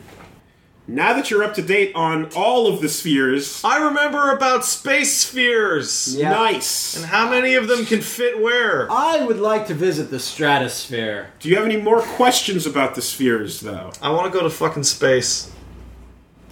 [SPEAKER 1] Now that you're up to date on all of the spheres,
[SPEAKER 3] I remember about space spheres.
[SPEAKER 2] Yeah.
[SPEAKER 1] nice.
[SPEAKER 3] And how many of them can fit where?
[SPEAKER 2] I would like to visit the stratosphere.
[SPEAKER 1] Do you have any more questions about the spheres, though?
[SPEAKER 3] I want to go to fucking space.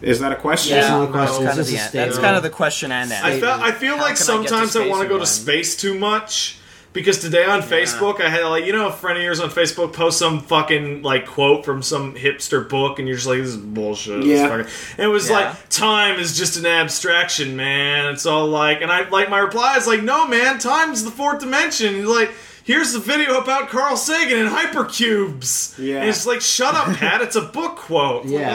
[SPEAKER 1] Is that a question?
[SPEAKER 2] That's not a
[SPEAKER 5] no,
[SPEAKER 2] question,
[SPEAKER 5] That's,
[SPEAKER 2] it's
[SPEAKER 5] kind of,
[SPEAKER 2] just
[SPEAKER 5] the,
[SPEAKER 2] a
[SPEAKER 5] an- that's
[SPEAKER 2] statement.
[SPEAKER 5] kind of the question and answer.
[SPEAKER 3] I felt I feel
[SPEAKER 5] How
[SPEAKER 3] like
[SPEAKER 5] can I get to
[SPEAKER 3] sometimes I,
[SPEAKER 5] space
[SPEAKER 3] want to go to
[SPEAKER 5] everyone?
[SPEAKER 3] space too much because today on Facebook I had like you know a friend of yours on Facebook post some fucking like quote from some hipster book and you're just like this is bullshit. This is
[SPEAKER 1] Yeah.
[SPEAKER 3] fucking- and it was
[SPEAKER 5] Yeah.
[SPEAKER 3] like time is just an abstraction, man. It's all like and I like my reply is like no man, time's the fourth dimension. And he's like. Here's the video about Carl Sagan and hypercubes.
[SPEAKER 1] Yeah.
[SPEAKER 3] And it's like, shut up, Pat. It's a book quote.
[SPEAKER 2] Yeah.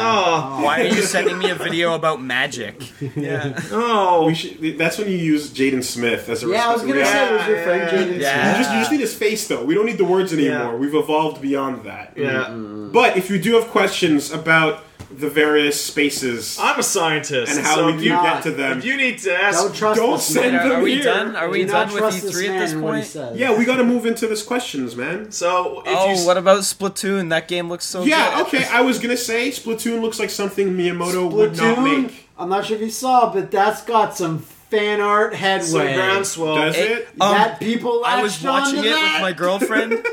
[SPEAKER 3] Oh,
[SPEAKER 5] Why are you sending me a video about magic? Yeah.
[SPEAKER 3] oh.
[SPEAKER 1] We should, that's when you use Jaden Smith as a
[SPEAKER 2] Yeah, I was gonna
[SPEAKER 1] reaction.
[SPEAKER 2] say, was your friend
[SPEAKER 3] Yeah,
[SPEAKER 2] Jaden?
[SPEAKER 5] yeah.
[SPEAKER 1] You just, you just need his face, though. We don't need the words anymore.
[SPEAKER 3] Yeah.
[SPEAKER 1] We've evolved beyond that.
[SPEAKER 3] yeah.
[SPEAKER 1] But if you do have questions about the various spaces
[SPEAKER 3] I'm a scientist.
[SPEAKER 1] and how
[SPEAKER 3] so
[SPEAKER 1] we
[SPEAKER 3] if
[SPEAKER 1] do
[SPEAKER 3] you
[SPEAKER 1] get
[SPEAKER 2] not-
[SPEAKER 1] to them,
[SPEAKER 3] If you need to ask,
[SPEAKER 2] Don't trust
[SPEAKER 1] don't
[SPEAKER 2] this
[SPEAKER 1] send
[SPEAKER 2] man.
[SPEAKER 1] them
[SPEAKER 5] Are we
[SPEAKER 1] here.
[SPEAKER 5] done? Are we
[SPEAKER 2] Do
[SPEAKER 5] done
[SPEAKER 2] not
[SPEAKER 5] with
[SPEAKER 2] trust
[SPEAKER 5] you
[SPEAKER 2] this
[SPEAKER 5] three at
[SPEAKER 2] man
[SPEAKER 5] this
[SPEAKER 2] and what he
[SPEAKER 5] point?
[SPEAKER 2] says.
[SPEAKER 1] yeah, we got to move into this questions, man.
[SPEAKER 3] so if you,
[SPEAKER 5] Oh,
[SPEAKER 3] s-
[SPEAKER 5] what about Splatoon? That game looks so
[SPEAKER 1] Yeah,
[SPEAKER 5] good.
[SPEAKER 1] okay. I was gonna say Splatoon looks like something Miyamoto would not
[SPEAKER 2] Splatoon.
[SPEAKER 1] make.
[SPEAKER 2] I'm not sure if you saw, but that's got some fan art headway.
[SPEAKER 3] so groundswell.
[SPEAKER 1] Does
[SPEAKER 5] Hey,
[SPEAKER 1] it?
[SPEAKER 5] um,
[SPEAKER 2] that people
[SPEAKER 5] I was
[SPEAKER 2] latched on
[SPEAKER 5] watching
[SPEAKER 2] to
[SPEAKER 5] it
[SPEAKER 2] that.
[SPEAKER 5] with my girlfriend.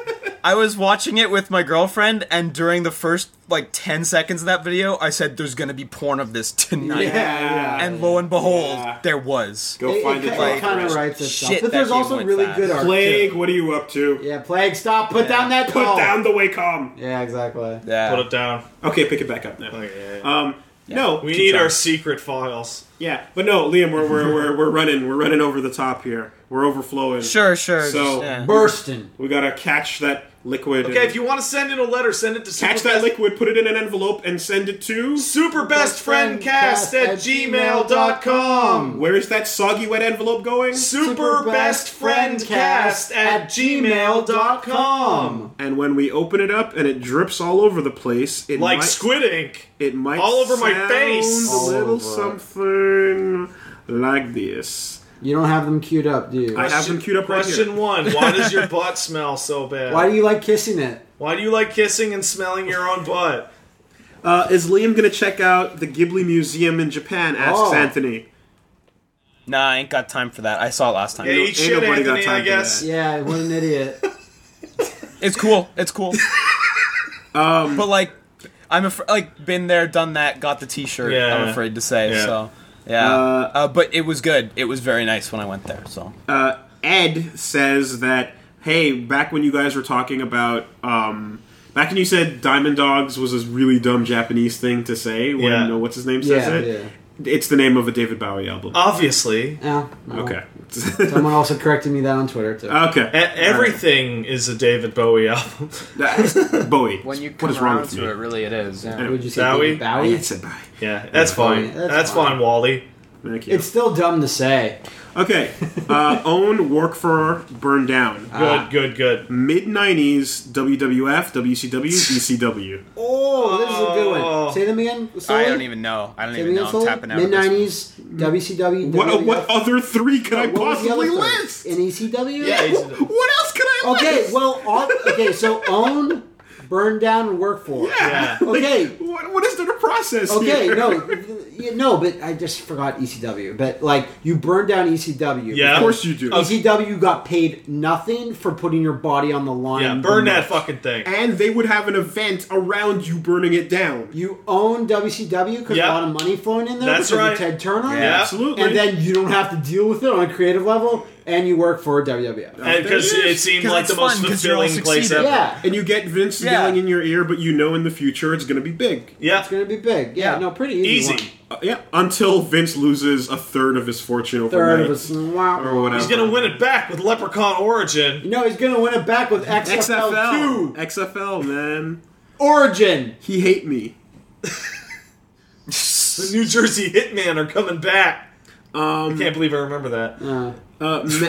[SPEAKER 5] I was watching it with my girlfriend, and during the first like ten seconds of that video, I said, "There's gonna be porn of this tonight."
[SPEAKER 2] Yeah.
[SPEAKER 5] And lo and behold,
[SPEAKER 1] Yeah.
[SPEAKER 5] there was.
[SPEAKER 1] Go
[SPEAKER 2] It,
[SPEAKER 1] find it.
[SPEAKER 5] like-
[SPEAKER 2] kind of writes itself.
[SPEAKER 5] Shit,
[SPEAKER 2] but there's
[SPEAKER 5] that game
[SPEAKER 2] also
[SPEAKER 5] went
[SPEAKER 2] really
[SPEAKER 5] fast.
[SPEAKER 2] good art.
[SPEAKER 1] Plague,
[SPEAKER 2] too.
[SPEAKER 1] what are you up to?
[SPEAKER 2] Yeah, Oh. plague. Stop. Put down that.
[SPEAKER 1] Put
[SPEAKER 2] doll.
[SPEAKER 1] down the Wacom.
[SPEAKER 2] Yeah, exactly.
[SPEAKER 5] Yeah.
[SPEAKER 3] Put it down.
[SPEAKER 1] Okay, pick it back up now.
[SPEAKER 3] Okay.
[SPEAKER 1] Um, no,
[SPEAKER 3] we
[SPEAKER 1] keep
[SPEAKER 3] need
[SPEAKER 1] going.
[SPEAKER 3] our secret files.
[SPEAKER 1] yeah, but no, Liam, we're we're, we're we're running, we're running over the top here. We're overflowing.
[SPEAKER 5] Sure, sure.
[SPEAKER 1] So-
[SPEAKER 5] just, yeah.
[SPEAKER 2] Bursting.
[SPEAKER 1] we gotta catch that liquid.
[SPEAKER 3] Okay,
[SPEAKER 1] and-
[SPEAKER 3] if you want to send in a letter, send it to
[SPEAKER 1] catch
[SPEAKER 3] super
[SPEAKER 1] that liquid, put it in an envelope, and send it to.
[SPEAKER 3] superbestfriendcast at gmail.com.
[SPEAKER 1] Where is that soggy wet envelope going?
[SPEAKER 3] Superbestfriendcast at gmail.com.
[SPEAKER 1] And when we open it up and it drips all over the place, it
[SPEAKER 3] Like
[SPEAKER 1] might,
[SPEAKER 3] squid ink.
[SPEAKER 1] It might
[SPEAKER 3] All over my
[SPEAKER 1] sound
[SPEAKER 3] face.
[SPEAKER 1] A
[SPEAKER 3] All
[SPEAKER 1] little
[SPEAKER 2] over.
[SPEAKER 1] something like this.
[SPEAKER 2] You don't have them queued up, do you?
[SPEAKER 1] I have them queued up right
[SPEAKER 3] Question
[SPEAKER 1] here.
[SPEAKER 3] one: Why does your butt smell so bad?
[SPEAKER 2] Why do you like kissing it?
[SPEAKER 3] Why do you like kissing and smelling your own butt?
[SPEAKER 1] Uh, is Liam gonna check out the Ghibli Museum in Japan? Asks
[SPEAKER 2] Oh.
[SPEAKER 1] Anthony.
[SPEAKER 5] Nah, I ain't got time for that. I saw it last time.
[SPEAKER 3] Yeah, eat
[SPEAKER 1] ain't
[SPEAKER 3] shit,
[SPEAKER 1] nobody got
[SPEAKER 3] Anthony.
[SPEAKER 1] time
[SPEAKER 3] I
[SPEAKER 1] for
[SPEAKER 3] guess.
[SPEAKER 1] that.
[SPEAKER 2] Yeah, what an idiot.
[SPEAKER 5] It's cool. It's cool. um, but like, I'm af- like been there, done that, got the T-shirt.
[SPEAKER 3] Yeah.
[SPEAKER 5] I'm afraid to say
[SPEAKER 3] Yeah.
[SPEAKER 5] so. Yeah,
[SPEAKER 1] Uh,
[SPEAKER 5] uh, but it was good. It was very nice when I went there. So
[SPEAKER 1] uh, Ed says that hey, back when you guys were talking about um, back when you said Diamond Dogs was a really dumb Japanese thing to say when
[SPEAKER 3] Yeah.
[SPEAKER 1] uh, what's his name says
[SPEAKER 2] Yeah,
[SPEAKER 1] it. It's the name of a David Bowie album.
[SPEAKER 3] Uh, Obviously, e-
[SPEAKER 2] Yeah. no.
[SPEAKER 1] okay.
[SPEAKER 2] Someone also corrected me that on Twitter too.
[SPEAKER 1] okay.
[SPEAKER 3] E- everything is a David Bowie album.
[SPEAKER 1] That- Bowie. what is wrong with you?
[SPEAKER 5] really, it is.
[SPEAKER 2] Would you say
[SPEAKER 3] Bowie?
[SPEAKER 2] David Bowie?
[SPEAKER 1] said Bowie.
[SPEAKER 3] yeah, that's fine.
[SPEAKER 2] Bowie, that's
[SPEAKER 3] That's
[SPEAKER 2] fine.
[SPEAKER 3] fine, Wally.
[SPEAKER 1] Thank you.
[SPEAKER 2] It's still dumb to say.
[SPEAKER 1] okay. Uh, own work for burn down.
[SPEAKER 2] Uh,
[SPEAKER 3] Good, good, good.
[SPEAKER 1] Mid '90s WWF, WCW, ECW.
[SPEAKER 2] Oh, this is a good one. Say them again.
[SPEAKER 5] I
[SPEAKER 2] slowly.
[SPEAKER 5] don't even know. I don't
[SPEAKER 2] Say
[SPEAKER 5] even
[SPEAKER 2] them again
[SPEAKER 5] know. I'm
[SPEAKER 2] slowly.
[SPEAKER 5] tapping out.
[SPEAKER 2] Mid
[SPEAKER 5] at this point.
[SPEAKER 2] nineties WCW.
[SPEAKER 1] What
[SPEAKER 2] WWF.
[SPEAKER 1] what other three could I
[SPEAKER 2] What was the other
[SPEAKER 1] possibly
[SPEAKER 2] third?
[SPEAKER 1] list?
[SPEAKER 2] In ECW.
[SPEAKER 3] Yeah, he's-
[SPEAKER 1] What else could I
[SPEAKER 2] Okay.
[SPEAKER 1] list?
[SPEAKER 2] Well. On, okay. So own, burn down, and work for.
[SPEAKER 3] yeah.
[SPEAKER 2] Okay.
[SPEAKER 1] What, what is there to process
[SPEAKER 2] Okay,
[SPEAKER 1] here?
[SPEAKER 2] no, yeah, no, but I just forgot ECW. But like, you burned down E ECW.
[SPEAKER 3] Yeah.
[SPEAKER 1] Of course you do.
[SPEAKER 2] ECW E got paid nothing for putting your body on the line.
[SPEAKER 3] Yeah, burn that fucking thing.
[SPEAKER 1] And they would have an event around you burning it down.
[SPEAKER 2] You own WCW because
[SPEAKER 3] Yeah.
[SPEAKER 2] a lot of money flowing in there.
[SPEAKER 3] That's
[SPEAKER 2] because
[SPEAKER 3] right.
[SPEAKER 2] Of Ted Turner.
[SPEAKER 3] Yeah.
[SPEAKER 1] Absolutely.
[SPEAKER 2] And then you don't have to deal with it on a creative level, and you work for WWF.
[SPEAKER 3] And because
[SPEAKER 1] There it
[SPEAKER 3] it
[SPEAKER 1] is.
[SPEAKER 3] seemed
[SPEAKER 5] 'Cause
[SPEAKER 3] like
[SPEAKER 5] it's
[SPEAKER 3] the most
[SPEAKER 5] fun, 'cause you're all
[SPEAKER 3] fulfilling place ever.
[SPEAKER 5] succeeding.
[SPEAKER 2] Yeah,
[SPEAKER 1] and you get Vince
[SPEAKER 5] Yeah.
[SPEAKER 1] yelling in your ear, but you know in the future it's going to be big.
[SPEAKER 3] Yeah.
[SPEAKER 2] it's gonna be big. Yeah,
[SPEAKER 5] Yeah.
[SPEAKER 2] no, pretty easy.
[SPEAKER 3] easy.
[SPEAKER 2] one.
[SPEAKER 1] Uh, yeah, until Vince loses a third of his fortune overnight.
[SPEAKER 2] Third of us.
[SPEAKER 1] or whatever.
[SPEAKER 3] He's gonna win it back with Leprechaun Origin.
[SPEAKER 2] No, he's gonna win it back with
[SPEAKER 1] XFL.
[SPEAKER 2] XFL two
[SPEAKER 1] XFL, man.
[SPEAKER 2] Origin.
[SPEAKER 1] He hate me.
[SPEAKER 3] The New Jersey Hitman are coming back. I can't believe I remember that.
[SPEAKER 2] Uh,
[SPEAKER 1] Uh, Ma-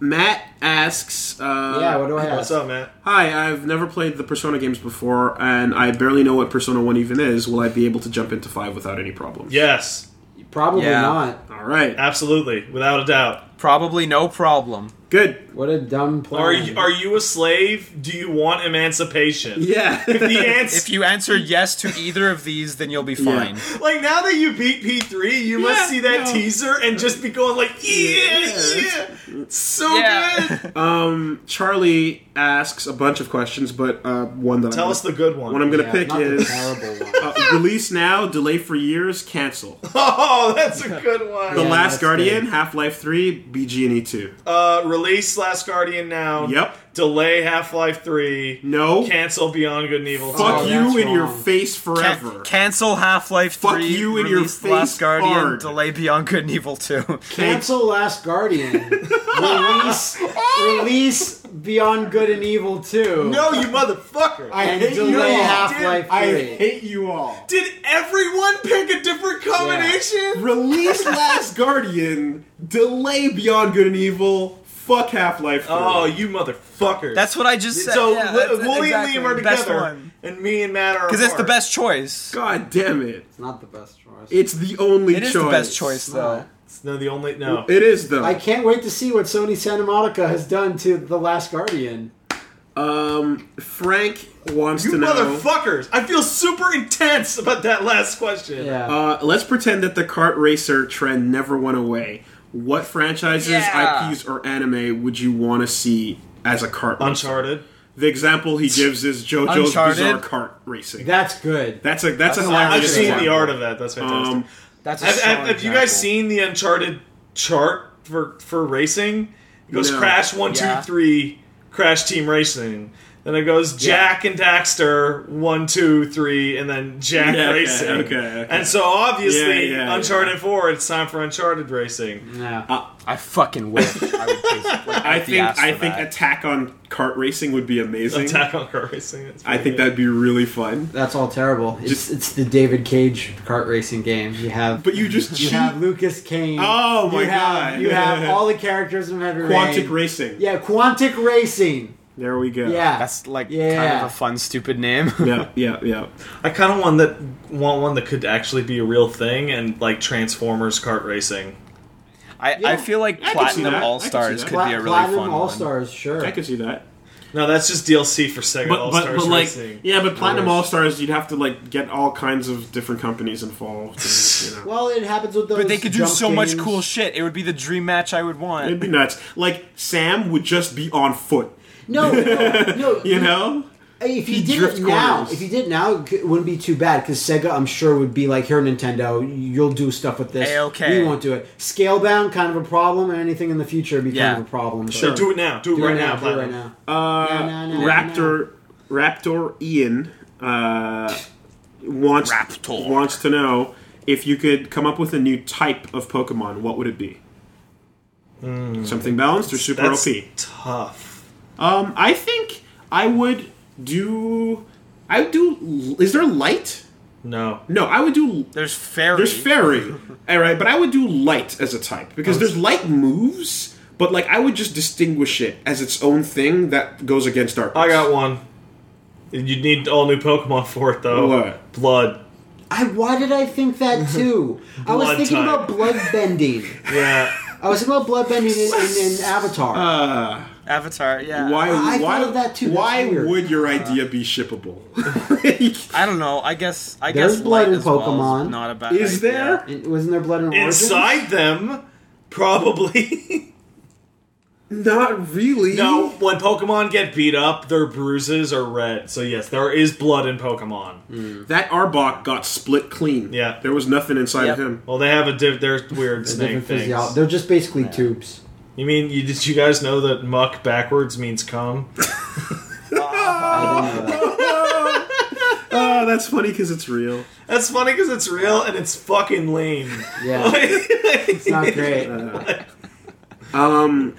[SPEAKER 1] Matt asks. Uh,
[SPEAKER 2] yeah, what do I
[SPEAKER 3] What's
[SPEAKER 2] ask?
[SPEAKER 3] up, Matt?
[SPEAKER 1] Hi, I've never played the Persona games before, and I barely know what Persona 1 even is. Will I be able to jump into 5 without any problem?
[SPEAKER 3] Yes,
[SPEAKER 2] Probably
[SPEAKER 5] Yeah.
[SPEAKER 2] not.
[SPEAKER 1] Alright.
[SPEAKER 3] absolutely, without a doubt.
[SPEAKER 5] Probably no problem.
[SPEAKER 1] Good.
[SPEAKER 2] What a dumb plan.
[SPEAKER 3] Are you, are you a slave? Do you want emancipation?
[SPEAKER 1] Yeah.
[SPEAKER 3] The
[SPEAKER 5] If
[SPEAKER 3] answer,
[SPEAKER 5] you answer yes to either of these, then you'll be fine.
[SPEAKER 3] like now that you beat P three, you
[SPEAKER 1] Yeah,
[SPEAKER 3] must see that
[SPEAKER 1] no.
[SPEAKER 3] teaser and just be going like, yeah,
[SPEAKER 1] Yeah.
[SPEAKER 3] yeah, It's so
[SPEAKER 5] Yeah.
[SPEAKER 3] good.
[SPEAKER 1] Charlie asks a bunch of questions, but uh, one that
[SPEAKER 3] Tell
[SPEAKER 1] I'm
[SPEAKER 3] us the good one.
[SPEAKER 1] one I'm going to
[SPEAKER 2] Yeah,
[SPEAKER 1] pick
[SPEAKER 2] not the
[SPEAKER 1] is
[SPEAKER 2] terrible one.
[SPEAKER 1] uh, release now, delay for years, cancel.
[SPEAKER 3] oh, that's a good
[SPEAKER 1] The
[SPEAKER 3] one.
[SPEAKER 2] Yeah,
[SPEAKER 1] Last
[SPEAKER 2] that's
[SPEAKER 1] Guardian,
[SPEAKER 2] good.
[SPEAKER 1] Half Life 3, BG&E 2.
[SPEAKER 3] Uh, release Last Guardian now.
[SPEAKER 1] Yep.
[SPEAKER 3] Delay Half Life three.
[SPEAKER 1] No.
[SPEAKER 3] Cancel Beyond Good and Evil.
[SPEAKER 1] Fuck
[SPEAKER 2] Oh,
[SPEAKER 1] you
[SPEAKER 2] that's
[SPEAKER 1] in your
[SPEAKER 2] wrong.
[SPEAKER 1] face
[SPEAKER 5] Can-
[SPEAKER 1] forever.
[SPEAKER 5] cancel Half Life
[SPEAKER 1] Fuck
[SPEAKER 5] Three.
[SPEAKER 1] you in your
[SPEAKER 5] release The
[SPEAKER 1] face
[SPEAKER 5] Last Guardian.
[SPEAKER 1] hard.
[SPEAKER 5] Delay Beyond Good and Evil Two.
[SPEAKER 2] Cancel Last Guardian. release, release Beyond Good and Evil 2.
[SPEAKER 3] No, you motherfucker.
[SPEAKER 1] I
[SPEAKER 2] and
[SPEAKER 1] hate you all.
[SPEAKER 2] delay Half Life 3.
[SPEAKER 1] I hate you all.
[SPEAKER 3] Did everyone pick a different combination?
[SPEAKER 1] Release Last Guardian, delay Beyond Good and Evil, fuck Half Life 3.
[SPEAKER 3] Oh, you motherfucker.
[SPEAKER 5] That's what I just said.
[SPEAKER 3] so
[SPEAKER 5] yeah,
[SPEAKER 3] Li-
[SPEAKER 5] that's-
[SPEAKER 3] Wooly
[SPEAKER 5] exactly.
[SPEAKER 3] and Liam are
[SPEAKER 5] Best
[SPEAKER 3] together,
[SPEAKER 5] one.
[SPEAKER 3] and me and Matt are
[SPEAKER 5] Because it's the
[SPEAKER 3] apart.
[SPEAKER 5] best choice.
[SPEAKER 1] God damn it.
[SPEAKER 2] It's not the best choice.
[SPEAKER 1] It's the only
[SPEAKER 5] It
[SPEAKER 1] choice.
[SPEAKER 5] is the best choice, though.
[SPEAKER 3] It's No, the only no.
[SPEAKER 1] It is, though.
[SPEAKER 2] I can't wait to see what Sony Santa Monica has done to The Last Guardian.
[SPEAKER 1] Um, Frank wants
[SPEAKER 3] you
[SPEAKER 1] to know.
[SPEAKER 3] motherfuckers! I feel super intense about that last question.
[SPEAKER 2] Yeah.
[SPEAKER 1] Uh, let's pretend that the kart racer trend never went away. What franchises,
[SPEAKER 5] Yeah.
[SPEAKER 1] IPs, or anime would you want to see as a kart racer?
[SPEAKER 3] Uncharted.
[SPEAKER 1] The example he gives is JoJo's
[SPEAKER 5] Uncharted.
[SPEAKER 1] Bizarre Kart Racing.
[SPEAKER 2] That's good.
[SPEAKER 1] that's a that's, a
[SPEAKER 3] I've
[SPEAKER 1] hilarious.
[SPEAKER 3] seen
[SPEAKER 1] example.
[SPEAKER 3] the art of that. That's fantastic.
[SPEAKER 1] Um,
[SPEAKER 5] That's a
[SPEAKER 3] have
[SPEAKER 5] strong
[SPEAKER 3] have- have you guys
[SPEAKER 5] example.
[SPEAKER 3] seen the Uncharted chart for for racing? It goes
[SPEAKER 1] No.
[SPEAKER 3] Crash one two three,
[SPEAKER 5] Yeah.
[SPEAKER 3] Crash Team Racing. Then it goes Jack and Daxter one two three, and then Jack
[SPEAKER 1] Yeah, okay,
[SPEAKER 3] Racing.
[SPEAKER 1] okay, okay.
[SPEAKER 3] And so obviously,
[SPEAKER 1] Yeah, yeah, yeah.
[SPEAKER 3] Uncharted four, it's time for Uncharted Racing.
[SPEAKER 2] Yeah.
[SPEAKER 5] I fucking wish. I would taste, like,
[SPEAKER 1] I
[SPEAKER 5] the
[SPEAKER 1] think
[SPEAKER 5] ass for
[SPEAKER 1] I think
[SPEAKER 5] that.
[SPEAKER 1] Attack on Kart Racing would be amazing.
[SPEAKER 3] Attack on Car Racing. That's
[SPEAKER 1] I
[SPEAKER 3] pretty
[SPEAKER 1] think
[SPEAKER 3] good.
[SPEAKER 1] that'd be really fun.
[SPEAKER 2] That's all terrible. It's,
[SPEAKER 1] Just-
[SPEAKER 2] it's the David Cage kart racing game. You have
[SPEAKER 1] But you just
[SPEAKER 2] you
[SPEAKER 1] choose
[SPEAKER 2] have Lucas Kane.
[SPEAKER 1] Oh, my
[SPEAKER 2] you have,
[SPEAKER 1] God.
[SPEAKER 2] You have all the characters from every
[SPEAKER 1] Quantic
[SPEAKER 2] Rain.
[SPEAKER 1] Racing.
[SPEAKER 2] Yeah, Quantic Racing.
[SPEAKER 1] There we go.
[SPEAKER 2] Yeah,
[SPEAKER 5] That's like kind
[SPEAKER 2] Yeah.
[SPEAKER 5] of a fun, stupid name.
[SPEAKER 1] Yeah, yeah, yeah.
[SPEAKER 3] I kind of want that want one that could actually be a real thing, and like Transformers kart racing.
[SPEAKER 5] I,
[SPEAKER 2] Yeah.
[SPEAKER 5] I feel like
[SPEAKER 1] I could see
[SPEAKER 5] Platinum
[SPEAKER 1] that. I
[SPEAKER 5] All
[SPEAKER 1] could see
[SPEAKER 5] Stars
[SPEAKER 1] that.
[SPEAKER 5] could be a really
[SPEAKER 2] Platinum
[SPEAKER 5] fun
[SPEAKER 2] All
[SPEAKER 5] one.
[SPEAKER 2] Stars. Sure.
[SPEAKER 1] I could see that.
[SPEAKER 3] No, that's just DLC for Sega
[SPEAKER 1] But
[SPEAKER 3] All
[SPEAKER 1] but,
[SPEAKER 3] Stars
[SPEAKER 1] but like
[SPEAKER 3] Racing.
[SPEAKER 1] yeah, but Platinum All Stars, you'd have to like get all kinds of different companies involved. and, you know.
[SPEAKER 2] well, it happens with those.
[SPEAKER 5] But they could do
[SPEAKER 2] jump
[SPEAKER 5] so much
[SPEAKER 2] games.
[SPEAKER 5] cool shit. It would be the dream match I would
[SPEAKER 1] It'd
[SPEAKER 5] want.
[SPEAKER 1] be nuts. Like Sam would just be on foot,
[SPEAKER 2] No, no, no.
[SPEAKER 1] you know.
[SPEAKER 2] if you
[SPEAKER 1] He
[SPEAKER 2] did
[SPEAKER 1] drifts
[SPEAKER 2] it now,
[SPEAKER 1] corners.
[SPEAKER 2] if you did it now, it c- it wouldn't be too bad because Sega, I'm sure, would be like, "Here, Nintendo, you'll do stuff with this.
[SPEAKER 5] A-okay.
[SPEAKER 2] We won't do it. Scalebound, kind of a problem, and anything in the future would be
[SPEAKER 5] Yeah.
[SPEAKER 2] kind of a problem. but-
[SPEAKER 1] Sure.
[SPEAKER 3] Do it now. Do it
[SPEAKER 2] Do
[SPEAKER 3] right
[SPEAKER 2] it
[SPEAKER 3] now.
[SPEAKER 2] now. do it
[SPEAKER 3] Platinum.
[SPEAKER 2] right now.
[SPEAKER 1] Uh,
[SPEAKER 2] No, no, no,
[SPEAKER 1] Raptor Raptor Ian uh, wants
[SPEAKER 5] Raptor.
[SPEAKER 1] wants to know if you could come up with a new type of Pokemon. What would it be? Something balanced or super
[SPEAKER 3] Hmm. That's
[SPEAKER 1] OP?
[SPEAKER 3] tough.
[SPEAKER 1] Um, I think I would do. I would do. Is there light?
[SPEAKER 3] No.
[SPEAKER 1] No, I would do.
[SPEAKER 5] There's fairy.
[SPEAKER 1] There's fairy, all right, but I would do light as a type because
[SPEAKER 3] Oh.
[SPEAKER 1] there's light moves, but like I would just distinguish it as its own thing that goes against darkness.
[SPEAKER 3] I got one. You'd need all new Pokemon for it, though.
[SPEAKER 1] What?
[SPEAKER 3] Blood.
[SPEAKER 2] I why did I think that too? I was
[SPEAKER 3] Blood
[SPEAKER 2] thinking
[SPEAKER 3] type.
[SPEAKER 2] about blood bending.
[SPEAKER 3] Yeah.
[SPEAKER 2] I was thinking about blood bending in, in, in Avatar.
[SPEAKER 3] Uh,
[SPEAKER 5] Avatar. Yeah.
[SPEAKER 1] Why?
[SPEAKER 2] Uh, I
[SPEAKER 1] why,
[SPEAKER 2] thought of that too. That's
[SPEAKER 1] Why
[SPEAKER 2] weird.
[SPEAKER 1] would your
[SPEAKER 3] Uh,
[SPEAKER 1] idea be shippable? Like,
[SPEAKER 5] I don't know. I guess. I
[SPEAKER 2] There's
[SPEAKER 5] guess
[SPEAKER 2] blood
[SPEAKER 5] light
[SPEAKER 2] in
[SPEAKER 5] as well is
[SPEAKER 2] Pokemon.
[SPEAKER 5] not a bad.
[SPEAKER 1] is
[SPEAKER 5] idea.
[SPEAKER 1] there?
[SPEAKER 2] And wasn't there blood in Origins?
[SPEAKER 3] Inside them, probably.
[SPEAKER 1] Not really.
[SPEAKER 3] no, when Pokemon get beat up, their bruises are red. So, yes, there is blood in Pokemon.
[SPEAKER 1] Mm. That Arbok got split clean.
[SPEAKER 3] Yeah.
[SPEAKER 1] There was nothing inside
[SPEAKER 5] Yep.
[SPEAKER 1] of him.
[SPEAKER 3] Well, they have a diff- There's weird
[SPEAKER 2] They're
[SPEAKER 3] snake
[SPEAKER 2] different
[SPEAKER 3] things.
[SPEAKER 2] physio- They're just basically tubes.
[SPEAKER 3] You mean, you, did you guys know that muck backwards means cum?
[SPEAKER 2] I didn't know that.
[SPEAKER 1] Oh, that's funny because it's real.
[SPEAKER 3] That's funny because it's real and it's fucking lame.
[SPEAKER 2] Yeah, it's not great. Oh,
[SPEAKER 1] Um,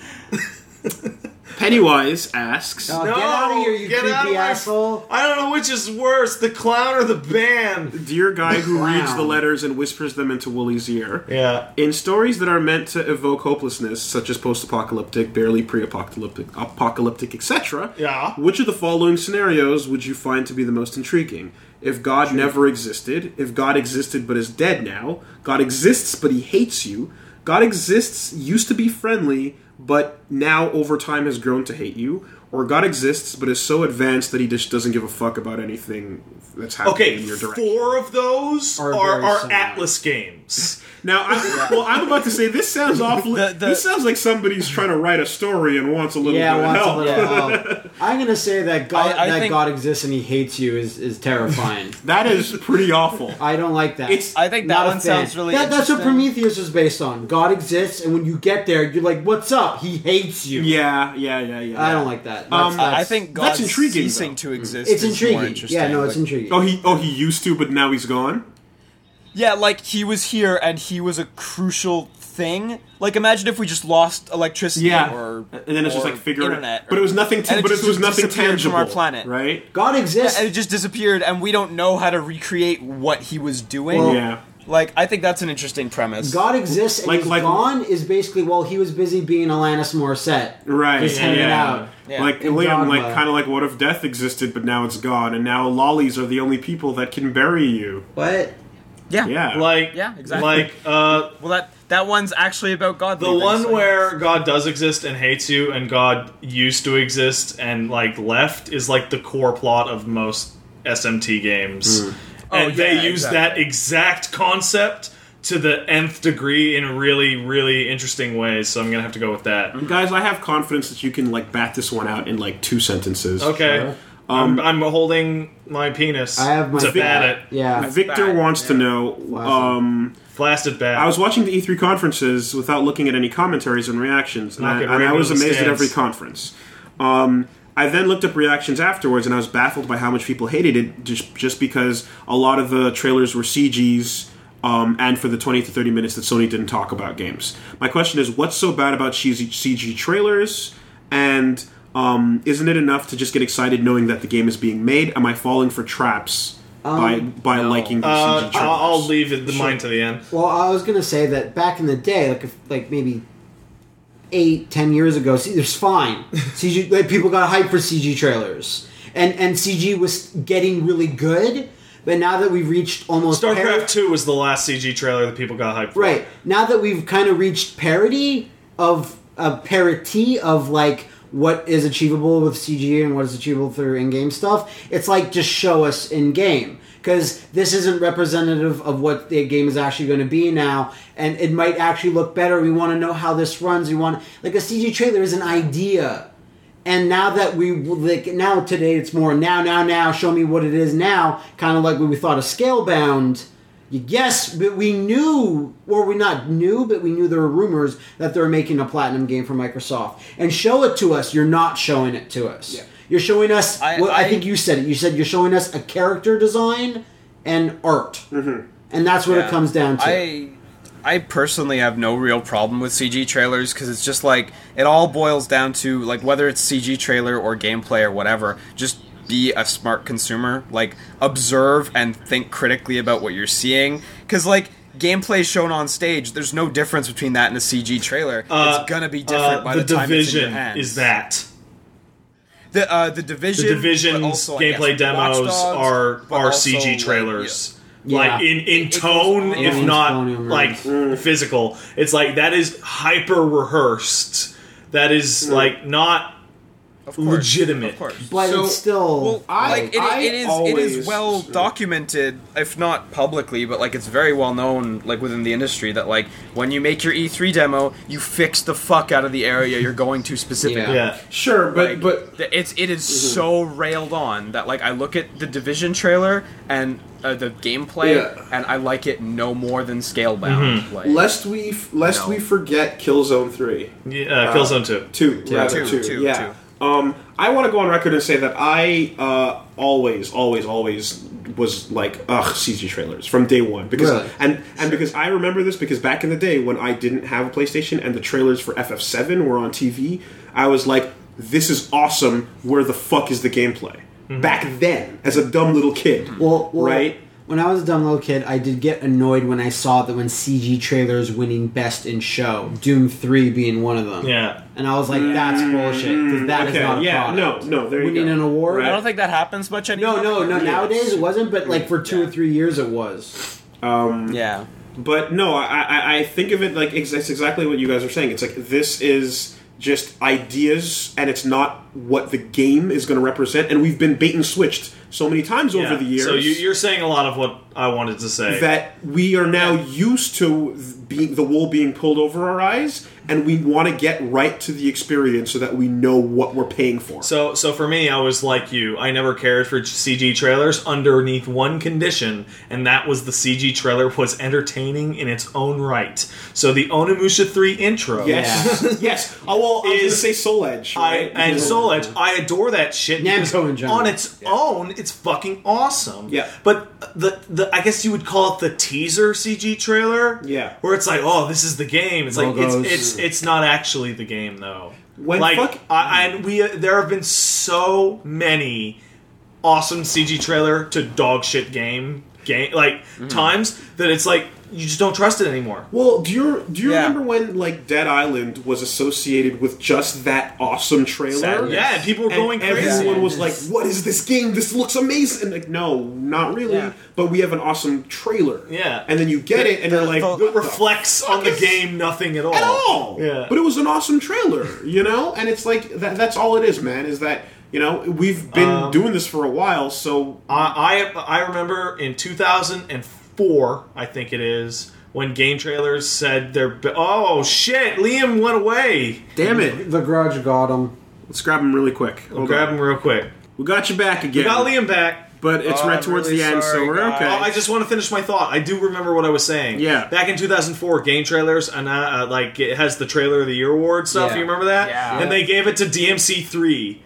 [SPEAKER 1] Pennywise asks.
[SPEAKER 2] Oh, get out of here, you
[SPEAKER 3] get out of
[SPEAKER 2] creepy
[SPEAKER 3] my-
[SPEAKER 2] asshole!
[SPEAKER 3] I don't know which is worse, the clown or the band.
[SPEAKER 1] Dear guy who reads the
[SPEAKER 2] Wow.
[SPEAKER 1] letters and whispers them into Wooly's ear.
[SPEAKER 3] Yeah.
[SPEAKER 1] In stories that are meant to evoke hopelessness, such as post-apocalyptic, barely pre-apocalyptic, apocalyptic, etc.,
[SPEAKER 3] Yeah.
[SPEAKER 1] which of the following scenarios would you find to be the most intriguing? If God never existed, if God existed but is dead now, God exists but he hates you, God exists used to be friendly but now over time has grown to hate you, or God exists but is so advanced that he just doesn't give a fuck about anything that's happening
[SPEAKER 3] Okay,
[SPEAKER 1] in your direction.
[SPEAKER 3] four of those
[SPEAKER 2] Are
[SPEAKER 3] are, are,
[SPEAKER 2] very similar.
[SPEAKER 3] Atlas games.
[SPEAKER 1] Now, I, well, I'm about to say this sounds awfully.
[SPEAKER 5] The- the-
[SPEAKER 1] this sounds like somebody's trying to write a story and wants a little
[SPEAKER 2] Yeah,
[SPEAKER 1] bit of
[SPEAKER 2] wants a
[SPEAKER 1] help.
[SPEAKER 2] little help. Oh. I'm gonna say that God
[SPEAKER 5] I- I
[SPEAKER 2] that
[SPEAKER 5] think-
[SPEAKER 2] God exists and He hates you is is terrifying.
[SPEAKER 1] That is pretty awful.
[SPEAKER 2] I don't like that.
[SPEAKER 1] It's-
[SPEAKER 5] I think that
[SPEAKER 2] Not a
[SPEAKER 5] one sounds
[SPEAKER 2] fan.
[SPEAKER 5] really.
[SPEAKER 2] That, that's what
[SPEAKER 5] interesting.
[SPEAKER 2] Prometheus is based on. God exists, and when you get there, you're like, "What's up? He hates you."
[SPEAKER 1] Yeah, yeah, yeah, yeah.
[SPEAKER 2] I don't like that. That's,
[SPEAKER 1] Um,
[SPEAKER 2] that's-
[SPEAKER 5] I think
[SPEAKER 1] That's
[SPEAKER 5] God's
[SPEAKER 1] intriguing,
[SPEAKER 5] ceasing
[SPEAKER 1] though.
[SPEAKER 5] to exist. is
[SPEAKER 2] it's
[SPEAKER 5] More
[SPEAKER 2] intriguing.
[SPEAKER 5] interesting.
[SPEAKER 2] Yeah, no, it's
[SPEAKER 5] Like-
[SPEAKER 2] intriguing.
[SPEAKER 1] Oh, he oh he used to, but now he's gone.
[SPEAKER 5] Yeah, like he was here and he was a crucial thing. Like imagine if we just lost electricity or
[SPEAKER 1] and then it's just
[SPEAKER 5] or
[SPEAKER 1] like figure
[SPEAKER 5] internet.
[SPEAKER 1] it. But it was nothing.
[SPEAKER 5] and
[SPEAKER 1] T- but
[SPEAKER 5] just
[SPEAKER 1] it was nothing
[SPEAKER 5] disappeared
[SPEAKER 1] tangible
[SPEAKER 5] from our planet.
[SPEAKER 1] right?
[SPEAKER 2] God exists.
[SPEAKER 5] And it just disappeared and we don't know how to recreate what he was doing.
[SPEAKER 2] Well-
[SPEAKER 1] yeah,
[SPEAKER 5] Like I think that's an interesting premise.
[SPEAKER 2] God exists and
[SPEAKER 1] Like-
[SPEAKER 2] he's
[SPEAKER 1] like-
[SPEAKER 2] gone is basically well he was busy being Alanis Morissette.
[SPEAKER 1] right.
[SPEAKER 2] Just
[SPEAKER 1] yeah,
[SPEAKER 2] hanging
[SPEAKER 1] yeah.
[SPEAKER 2] out.
[SPEAKER 5] Yeah.
[SPEAKER 1] Like
[SPEAKER 2] In
[SPEAKER 1] Liam, like
[SPEAKER 2] Dogma.
[SPEAKER 1] kind of like what if death existed, but now it's gone, and now lollies are the only people that can bury you.
[SPEAKER 2] What?
[SPEAKER 5] yeah.
[SPEAKER 1] Yeah,
[SPEAKER 3] Like,
[SPEAKER 5] Yeah, exactly.
[SPEAKER 3] Like, uh,
[SPEAKER 5] Well that that one's actually about God.
[SPEAKER 3] the
[SPEAKER 5] leaving,
[SPEAKER 3] one
[SPEAKER 5] so-
[SPEAKER 3] where God does exist and hates you, and God used to exist and like left is like the core plot of most SMT games, and
[SPEAKER 5] Oh,
[SPEAKER 3] they
[SPEAKER 5] yeah,
[SPEAKER 3] use
[SPEAKER 5] exactly.
[SPEAKER 3] that exact concept to the nth degree in really, really interesting ways. So I'm gonna have to go with that.
[SPEAKER 1] guys, I have confidence that you can like bat this one out in like two sentences.
[SPEAKER 3] Okay,
[SPEAKER 2] Sure.
[SPEAKER 3] I'm, I'm holding my penis.
[SPEAKER 2] I have my
[SPEAKER 3] to bat it,
[SPEAKER 2] Yeah.
[SPEAKER 1] Victor
[SPEAKER 5] bad.
[SPEAKER 1] wants to
[SPEAKER 5] Yeah.
[SPEAKER 1] know.
[SPEAKER 2] Wow.
[SPEAKER 1] Um,
[SPEAKER 3] blasted bat.
[SPEAKER 1] I was watching the E3 conferences without looking at any commentaries and reactions, and,
[SPEAKER 3] Knock
[SPEAKER 1] I,
[SPEAKER 3] it
[SPEAKER 1] and
[SPEAKER 3] right
[SPEAKER 1] I
[SPEAKER 3] into
[SPEAKER 1] was
[SPEAKER 3] the
[SPEAKER 1] amazed at
[SPEAKER 3] stands.
[SPEAKER 1] every conference. Um, I then looked up reactions afterwards, and I was baffled by how much people hated it, just just because a lot of the trailers were CGs. Um, and for the 20 to 30 minutes that Sony didn't talk about games. My question is, what's so bad about cheesy CG trailers? And um, isn't it enough to just get excited knowing that the game is being made? Am I falling for traps by by liking the
[SPEAKER 3] Uh,
[SPEAKER 1] CG trailers?
[SPEAKER 3] I'll, I'll leave it, the mine to the end.
[SPEAKER 2] Well, I was gonna say that back in the day, like if, like maybe eight, ten years ago, see, it's fine. CG like people got hyped for CG trailers, and and CG was getting really good. But now that we've reached almost
[SPEAKER 3] StarCraft
[SPEAKER 2] parity-
[SPEAKER 3] Two was the last CG trailer that people got hyped for.
[SPEAKER 2] Right. Now that we've kind of reached parity of a parity of like what is achievable with CG and what is achievable through in-game stuff, it's like just show us in-game because this isn't representative of what the game is actually going to be now and it might actually look better. We want to know how this runs. We want like a CG trailer is an idea. And now that we like now today it's more now now now show me what it is now kind of like when we thought of Scalebound Yes, but we knew, or we not knew, but we knew there were rumors that they were making a platinum game for Microsoft. And show it to us. You're not showing it to us. You're showing us.
[SPEAKER 5] I-
[SPEAKER 2] well, I,
[SPEAKER 5] I-
[SPEAKER 2] think you said it. You said you're showing us a character design and art, mm-hmm. and that's what
[SPEAKER 5] Yeah.
[SPEAKER 2] it comes down to.
[SPEAKER 5] I I personally have no real problem with CG trailers because it's just like it all boils down to like whether it's CG trailer or gameplay or whatever. Just
[SPEAKER 4] be a smart consumer. Like observe and think critically about what you're seeing because like gameplay shown on stage, there's no difference between that and a CG trailer. it's gonna be different
[SPEAKER 3] Uh,
[SPEAKER 4] by
[SPEAKER 3] the,
[SPEAKER 4] the, time it's in your
[SPEAKER 3] division
[SPEAKER 4] hands.
[SPEAKER 3] is that.
[SPEAKER 4] the uh, the division?
[SPEAKER 3] The division
[SPEAKER 4] but also, I guess,
[SPEAKER 3] gameplay
[SPEAKER 4] Watch
[SPEAKER 3] demos
[SPEAKER 4] Dogs,
[SPEAKER 3] are
[SPEAKER 4] but
[SPEAKER 3] are
[SPEAKER 4] also,
[SPEAKER 3] CG
[SPEAKER 4] like,
[SPEAKER 3] trailers.
[SPEAKER 2] Yeah.
[SPEAKER 3] Like in, in
[SPEAKER 4] goes
[SPEAKER 3] tone,
[SPEAKER 4] on
[SPEAKER 3] if
[SPEAKER 2] and
[SPEAKER 3] not
[SPEAKER 2] on and on.
[SPEAKER 3] like
[SPEAKER 1] Mm.
[SPEAKER 3] physical, it's like that is hyper rehearsed. That
[SPEAKER 1] Mm.
[SPEAKER 3] is like not
[SPEAKER 4] of course,
[SPEAKER 3] legitimate.
[SPEAKER 4] Of course.
[SPEAKER 2] but
[SPEAKER 1] So-
[SPEAKER 2] it's still
[SPEAKER 4] Well,
[SPEAKER 1] I-
[SPEAKER 4] like it,
[SPEAKER 1] I
[SPEAKER 4] it is, it
[SPEAKER 1] always-
[SPEAKER 4] is well documented, if not publicly, but like it's very well known, like within the industry, that like when you make your E3 demo, you fix the fuck out of the area you're going to specifically.
[SPEAKER 3] Yeah.
[SPEAKER 1] Sure, but
[SPEAKER 4] Like,
[SPEAKER 1] but Mm-hmm.
[SPEAKER 4] th- it's it is so railed on that like I look at the division trailer and uh, the gameplay,
[SPEAKER 1] Yeah.
[SPEAKER 4] and I like it no more than Scalebound. Like,
[SPEAKER 1] lest we f- lest
[SPEAKER 4] No.
[SPEAKER 1] we forget Killzone Three.
[SPEAKER 3] Yeah, uh, Killzone Two.
[SPEAKER 1] Two, rather,
[SPEAKER 4] Two,
[SPEAKER 1] two,
[SPEAKER 4] two,
[SPEAKER 1] yeah. Um, I want to go on record and say that I uh, always, always, always was like, ugh, CG trailers from day one because
[SPEAKER 2] Really?
[SPEAKER 1] and and because I remember this because back in the day when I didn't have a PlayStation and the trailers for FF Seven were on TV, I was like, this is awesome. Where the fuck is the gameplay? Back then, as a dumb little kid,
[SPEAKER 2] Mm-hmm. Well, well,
[SPEAKER 1] right?
[SPEAKER 2] When I was a dumb little kid, I did get annoyed when I saw that when CG trailers winning best in show, Doom Three being one of them.
[SPEAKER 3] Yeah.
[SPEAKER 2] and I was like, "That's bullshit. 'cause that is
[SPEAKER 1] Okay,
[SPEAKER 2] not a
[SPEAKER 1] yeah,
[SPEAKER 2] product."
[SPEAKER 1] no, no, there you
[SPEAKER 2] winning
[SPEAKER 1] go.
[SPEAKER 2] an award.
[SPEAKER 1] Right.
[SPEAKER 4] I don't think that happens much anymore.
[SPEAKER 2] No, no, no. Nowadays it wasn't, but like for two or
[SPEAKER 4] Yeah.
[SPEAKER 2] three years it was.
[SPEAKER 4] Yeah.
[SPEAKER 1] But no, I, I, I think of it like ex- it's exactly what you guys are saying. It's like this is just ideas, and it's not what the game is going to represent. And we've been bait and switched so many times over
[SPEAKER 3] Yeah.
[SPEAKER 1] the years
[SPEAKER 3] So you, you're saying a lot of what I wanted to say.
[SPEAKER 1] that we are now used to th- being the wool being pulled over our eyes, and we want to get right to the experience so that we know what we're paying for.
[SPEAKER 3] So, so for me, I was like you. I never cared for CG trailers underneath one condition, and that was the CG trailer was entertaining in its own right. So the Onimusha three intro,
[SPEAKER 1] yes, yes. Oh well, I was going to
[SPEAKER 3] Is-
[SPEAKER 1] say Soul Edge
[SPEAKER 3] I,
[SPEAKER 1] right?
[SPEAKER 3] and Soul Edge, I adore that shit.
[SPEAKER 2] Namco
[SPEAKER 3] because
[SPEAKER 2] in general.
[SPEAKER 3] on its own, it's fucking awesome.
[SPEAKER 1] Yeah.
[SPEAKER 3] But the the I guess you would call it the teaser CG trailer.
[SPEAKER 1] Yeah.
[SPEAKER 3] Where it's like, oh, this is the game. It's like it's
[SPEAKER 2] Logos.
[SPEAKER 3] it's it's not actually the game though.
[SPEAKER 1] When
[SPEAKER 3] like
[SPEAKER 1] fuck-
[SPEAKER 3] I, and we uh, there have been so many awesome CG trailer to dog shit game game like
[SPEAKER 1] Mm-hmm.
[SPEAKER 3] times that it's like you just don't trust it anymore.
[SPEAKER 1] Well, do you do you
[SPEAKER 4] Yeah.
[SPEAKER 1] remember when like Dead Island was associated with just that awesome trailer?
[SPEAKER 4] Sadness.
[SPEAKER 3] Yeah, and people were going
[SPEAKER 1] and
[SPEAKER 3] crazy.
[SPEAKER 1] Everyone was like,
[SPEAKER 2] Sadness.
[SPEAKER 1] "What is this game? This looks amazing!" And like, no, not really.
[SPEAKER 4] Yeah.
[SPEAKER 1] But we have an awesome trailer.
[SPEAKER 3] Yeah.
[SPEAKER 1] and then you get it, and you're like,
[SPEAKER 4] the-
[SPEAKER 1] "What the
[SPEAKER 3] reflects on the
[SPEAKER 1] is-
[SPEAKER 3] game nothing at all.
[SPEAKER 1] at all.
[SPEAKER 3] Yeah.
[SPEAKER 1] But it was an awesome trailer, you know? And it's like that, that's all it is, man, is that, you know, we've been
[SPEAKER 3] Um,
[SPEAKER 1] doing this for a while, so
[SPEAKER 3] I, I I remember in 2004, I think it is, when game trailers said they're oh shit, Liam went away.
[SPEAKER 1] damn it.
[SPEAKER 2] The Grudge got him.
[SPEAKER 1] Let's grab him really quick.
[SPEAKER 3] I'll grab him real quick.
[SPEAKER 1] We got you back again.
[SPEAKER 3] Got Liam back.
[SPEAKER 1] but it's
[SPEAKER 4] Oh,
[SPEAKER 1] right
[SPEAKER 4] I'm
[SPEAKER 1] towards
[SPEAKER 4] really
[SPEAKER 1] the end, so
[SPEAKER 4] sorry,
[SPEAKER 1] we're
[SPEAKER 4] guys.
[SPEAKER 1] okay.
[SPEAKER 3] Oh, I just want to finish my thought. I do remember what I was saying.
[SPEAKER 1] Yeah.
[SPEAKER 3] Back in 2004, game trailers and uh, uh, like it has the trailer of the year award stuff.
[SPEAKER 2] Yeah.
[SPEAKER 3] You remember that?
[SPEAKER 4] Yeah.
[SPEAKER 3] And they gave it to DMC three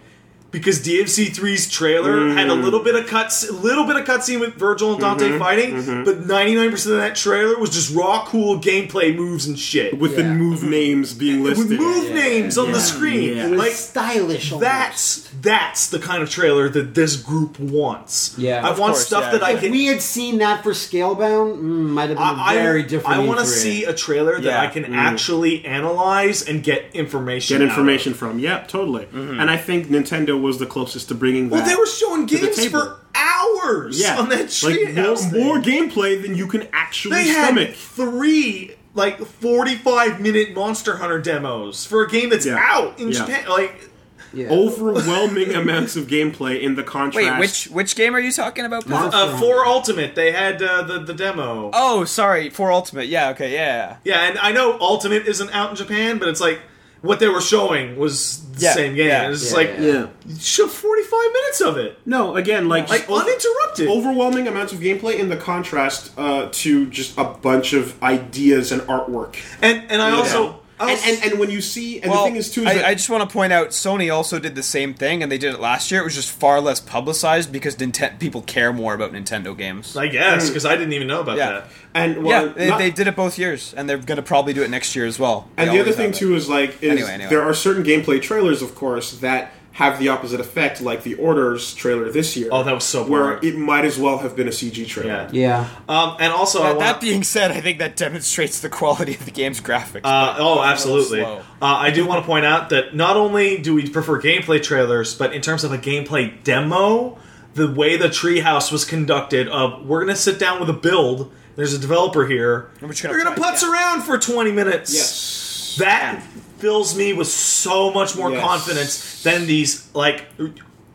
[SPEAKER 3] because DMC 3's trailer had a little bit of cuts, little bit of cutscene with Virgil and Dante fighting, but 99 percent of that trailer was just raw, cool gameplay moves and shit with,
[SPEAKER 1] with the
[SPEAKER 2] Yeah.
[SPEAKER 1] move names being listed.
[SPEAKER 3] move names on the
[SPEAKER 2] Yeah.
[SPEAKER 3] screen.
[SPEAKER 1] Yeah.
[SPEAKER 2] It was
[SPEAKER 3] Like
[SPEAKER 2] stylish. almost.
[SPEAKER 3] that's that's the kind of trailer that this group wants.
[SPEAKER 2] Yeah.
[SPEAKER 3] I
[SPEAKER 2] Of
[SPEAKER 3] want
[SPEAKER 4] course,
[SPEAKER 3] stuff
[SPEAKER 4] yeah.
[SPEAKER 3] that I
[SPEAKER 2] if
[SPEAKER 3] can
[SPEAKER 2] we had seen that for Scalebound, mm, might have been a very different. E
[SPEAKER 3] I want to
[SPEAKER 2] E3.
[SPEAKER 3] see a trailer that
[SPEAKER 4] Yeah.
[SPEAKER 3] I can actually analyze and get information.
[SPEAKER 1] Get
[SPEAKER 3] out of.
[SPEAKER 1] information from. Yeah, totally. And I think Nintendo was the closest to bringing that.
[SPEAKER 3] Well, they were showing
[SPEAKER 1] To the
[SPEAKER 3] games
[SPEAKER 1] table.
[SPEAKER 3] for hours
[SPEAKER 1] yeah.
[SPEAKER 3] on that
[SPEAKER 1] like, more,
[SPEAKER 3] treehouse. thing.
[SPEAKER 1] more gameplay than you can actually
[SPEAKER 3] They had
[SPEAKER 1] stomach.
[SPEAKER 3] three like forty-five minute Monster Hunter demos for a game that's
[SPEAKER 1] Yeah.
[SPEAKER 3] out in
[SPEAKER 1] Yeah.
[SPEAKER 3] Japan. Like,
[SPEAKER 2] Yeah.
[SPEAKER 1] overwhelming amounts of gameplay in the
[SPEAKER 4] Wait,
[SPEAKER 1] contrast.
[SPEAKER 4] which which game are you talking about? Pat?
[SPEAKER 2] Monster
[SPEAKER 3] uh, for Ultimate, they had uh, the the demo.
[SPEAKER 4] Oh, sorry, for Ultimate. Yeah, okay, yeah.
[SPEAKER 3] Yeah, and I know Ultimate isn't out in Japan, but it's like what they were showing was the
[SPEAKER 4] Yeah,
[SPEAKER 3] same game.
[SPEAKER 4] yeah,
[SPEAKER 3] it's just
[SPEAKER 2] yeah,
[SPEAKER 3] like
[SPEAKER 1] yeah.
[SPEAKER 3] show forty-five minutes of it.
[SPEAKER 1] No, again, like,
[SPEAKER 3] Like uninterrupted.
[SPEAKER 1] overwhelming amounts of gameplay in the contrast uh, to just a bunch of ideas and artwork.
[SPEAKER 3] And and I also, I
[SPEAKER 1] and,
[SPEAKER 3] also-
[SPEAKER 1] and, and when you see, and
[SPEAKER 4] Well,
[SPEAKER 1] the thing is too, is
[SPEAKER 4] I,
[SPEAKER 1] that-
[SPEAKER 4] I just want to point out Sony also did the same thing, and they did it last year. It was just far less publicized because Ninten- people care more about Nintendo games.
[SPEAKER 3] I guess because I didn't even know about
[SPEAKER 4] Yeah.
[SPEAKER 3] that.
[SPEAKER 1] and
[SPEAKER 4] yeah,
[SPEAKER 1] well,
[SPEAKER 4] they,
[SPEAKER 1] not-
[SPEAKER 4] they did it both years, and they're going to probably do it next year as well. They
[SPEAKER 1] And the other
[SPEAKER 4] always
[SPEAKER 1] thing
[SPEAKER 4] have it.
[SPEAKER 1] too is like is
[SPEAKER 4] Anyway, anyway.
[SPEAKER 1] there are certain gameplay trailers, of course, that have the opposite effect, like the Orders trailer this year.
[SPEAKER 3] Oh, that was so
[SPEAKER 1] where
[SPEAKER 3] boring.
[SPEAKER 1] it might as well have been a CG trailer.
[SPEAKER 3] Yeah.
[SPEAKER 2] Yeah.
[SPEAKER 3] Um, and also, I
[SPEAKER 5] That
[SPEAKER 3] want
[SPEAKER 5] being said, I think that demonstrates the quality of the game's graphics.
[SPEAKER 3] Uh, oh, absolutely.
[SPEAKER 5] slow.
[SPEAKER 3] Uh, I do want to point out that not only do we prefer gameplay trailers, but in terms of a gameplay demo, the way the treehouse was conducted of we're going to sit down with a build. There's a developer here.
[SPEAKER 5] we're just gonna
[SPEAKER 3] You're going to
[SPEAKER 5] play it,
[SPEAKER 3] putz
[SPEAKER 5] yeah.
[SPEAKER 3] around for 20 minutes.
[SPEAKER 1] Yes.
[SPEAKER 3] That fills me with so much more
[SPEAKER 1] Yes.
[SPEAKER 3] confidence than these. Like,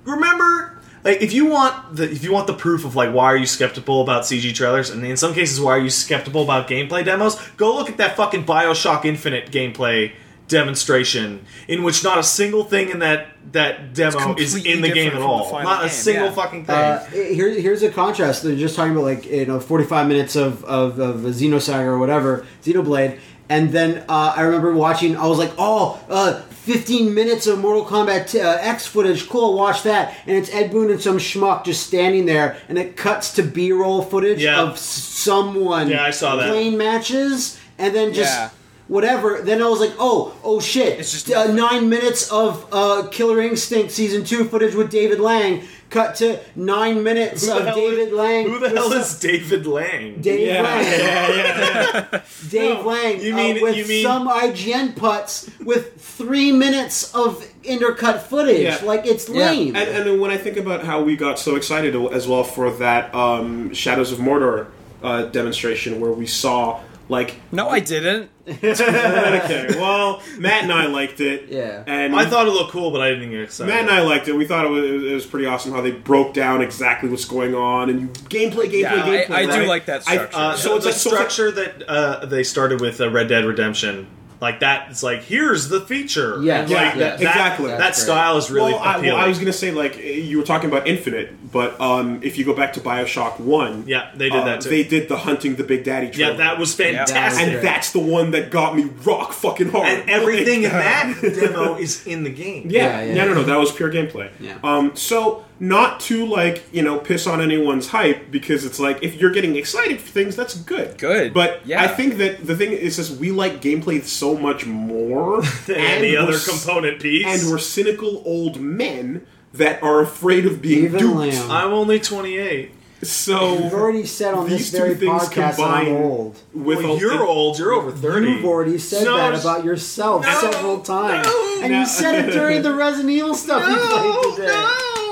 [SPEAKER 3] remember, like if you want the if you want the proof of like why are you skeptical about CG trailers, and in some cases why are you skeptical about gameplay demos, go look at that fucking Bioshock Infinite gameplay demonstration in which not a single thing in that that demo is
[SPEAKER 5] completely
[SPEAKER 3] in the game
[SPEAKER 5] different from
[SPEAKER 3] at
[SPEAKER 5] the
[SPEAKER 3] all.
[SPEAKER 5] final
[SPEAKER 3] not a
[SPEAKER 5] game,
[SPEAKER 3] single
[SPEAKER 5] yeah.
[SPEAKER 3] fucking thing.
[SPEAKER 2] Uh, here, here's a contrast. They're just talking about like you know 45 minutes of of, of a Xenosaga or whatever Xenoblade, and then uh, I remember watching. I was like, oh, uh, 15 minutes of Mortal Kombat t- uh, X footage. Cool, watch that. And it's Ed Boon and some schmuck just standing there, and it cuts to B-roll footage
[SPEAKER 3] Yeah.
[SPEAKER 2] of s- someone.
[SPEAKER 3] Yeah, I saw that.
[SPEAKER 2] Playing matches, and then just.
[SPEAKER 5] Yeah.
[SPEAKER 2] Whatever. Then I was like, "Oh, oh shit!"
[SPEAKER 5] It's just
[SPEAKER 2] uh, nine minutes of uh, Killer Instinct season two footage with David Lang. Cut to nine minutes
[SPEAKER 3] Who the
[SPEAKER 2] of
[SPEAKER 3] hell
[SPEAKER 2] David
[SPEAKER 3] is-
[SPEAKER 2] Lang.
[SPEAKER 3] Who the hell
[SPEAKER 2] with
[SPEAKER 3] is David Lang?
[SPEAKER 2] Dave
[SPEAKER 1] Yeah,
[SPEAKER 2] Lang? Dave
[SPEAKER 3] No,
[SPEAKER 2] Lang.
[SPEAKER 3] you
[SPEAKER 2] uh,
[SPEAKER 3] mean-
[SPEAKER 2] with
[SPEAKER 3] you mean-
[SPEAKER 2] some IGN putts with three minutes of intercut footage?
[SPEAKER 1] Yeah.
[SPEAKER 2] Like it's lame.
[SPEAKER 1] And, and then when I think about how we got so excited as well for that um, Shadows of Mordor uh, demonstration, where we saw like
[SPEAKER 5] no, I didn't.
[SPEAKER 1] okay, well, Matt and I liked it.
[SPEAKER 2] Yeah.
[SPEAKER 1] and
[SPEAKER 3] I thought it looked cool, but I didn't get excited.
[SPEAKER 1] Matt and I liked it. We thought it was, it was pretty awesome how they broke down exactly what's going on and you gameplay, gameplay,
[SPEAKER 5] Yeah, I-
[SPEAKER 1] gameplay.
[SPEAKER 5] I do
[SPEAKER 1] right?
[SPEAKER 5] like that structure.
[SPEAKER 3] Uh, so it's a
[SPEAKER 1] like so it's like-
[SPEAKER 3] structure that uh, they started with uh, Red Dead Redemption. Like that, it's like here's the feature.
[SPEAKER 2] Yeah,
[SPEAKER 3] And,
[SPEAKER 2] yeah,
[SPEAKER 3] like,
[SPEAKER 1] yeah,
[SPEAKER 3] that,
[SPEAKER 1] exactly.
[SPEAKER 3] That,
[SPEAKER 2] That's great.
[SPEAKER 3] style is really
[SPEAKER 1] well, I,
[SPEAKER 3] appealing.
[SPEAKER 1] well, I was gonna say like you were talking about Infinite, but um, if you go back to Bioshock One,
[SPEAKER 3] Yeah, they did
[SPEAKER 1] uh,
[SPEAKER 3] that too.
[SPEAKER 1] They did the hunting the Big Daddy.
[SPEAKER 3] yeah,
[SPEAKER 1] Trailer.
[SPEAKER 3] that was
[SPEAKER 2] That
[SPEAKER 3] fantastic.
[SPEAKER 1] and
[SPEAKER 2] was great.
[SPEAKER 1] that's the one that got me rock fucking hard.
[SPEAKER 3] and everything in
[SPEAKER 1] Like,
[SPEAKER 3] that demo is in the game.
[SPEAKER 1] Yeah,
[SPEAKER 2] Yeah, yeah,
[SPEAKER 1] no, no,
[SPEAKER 2] yeah.
[SPEAKER 1] no. That was pure gameplay.
[SPEAKER 2] Yeah.
[SPEAKER 1] Um, so not to like you know piss on anyone's hype because it's like if you're getting excited for things, that's good.
[SPEAKER 5] Good,
[SPEAKER 1] But
[SPEAKER 5] yeah.
[SPEAKER 1] I think that the thing is, is we like gameplay so much more
[SPEAKER 3] And, the
[SPEAKER 1] we're
[SPEAKER 3] other
[SPEAKER 1] s-
[SPEAKER 3] component piece.
[SPEAKER 1] and we're cynical old men that are afraid of being
[SPEAKER 2] Even
[SPEAKER 1] duped.
[SPEAKER 2] Lamb.
[SPEAKER 3] I'm only 28.
[SPEAKER 2] You've
[SPEAKER 1] So
[SPEAKER 2] already said on
[SPEAKER 1] these
[SPEAKER 2] this
[SPEAKER 1] two
[SPEAKER 2] very
[SPEAKER 1] things
[SPEAKER 2] podcast that
[SPEAKER 1] combined
[SPEAKER 2] I'm old.
[SPEAKER 1] with
[SPEAKER 3] Well,
[SPEAKER 1] a-
[SPEAKER 3] you're old. You're over 30.
[SPEAKER 2] You've already said
[SPEAKER 3] No,
[SPEAKER 2] that
[SPEAKER 3] it's-
[SPEAKER 2] about yourself
[SPEAKER 3] No,
[SPEAKER 2] several times,
[SPEAKER 3] no,
[SPEAKER 2] and
[SPEAKER 1] no.
[SPEAKER 2] you said it during the Resident Evil stuff we played today.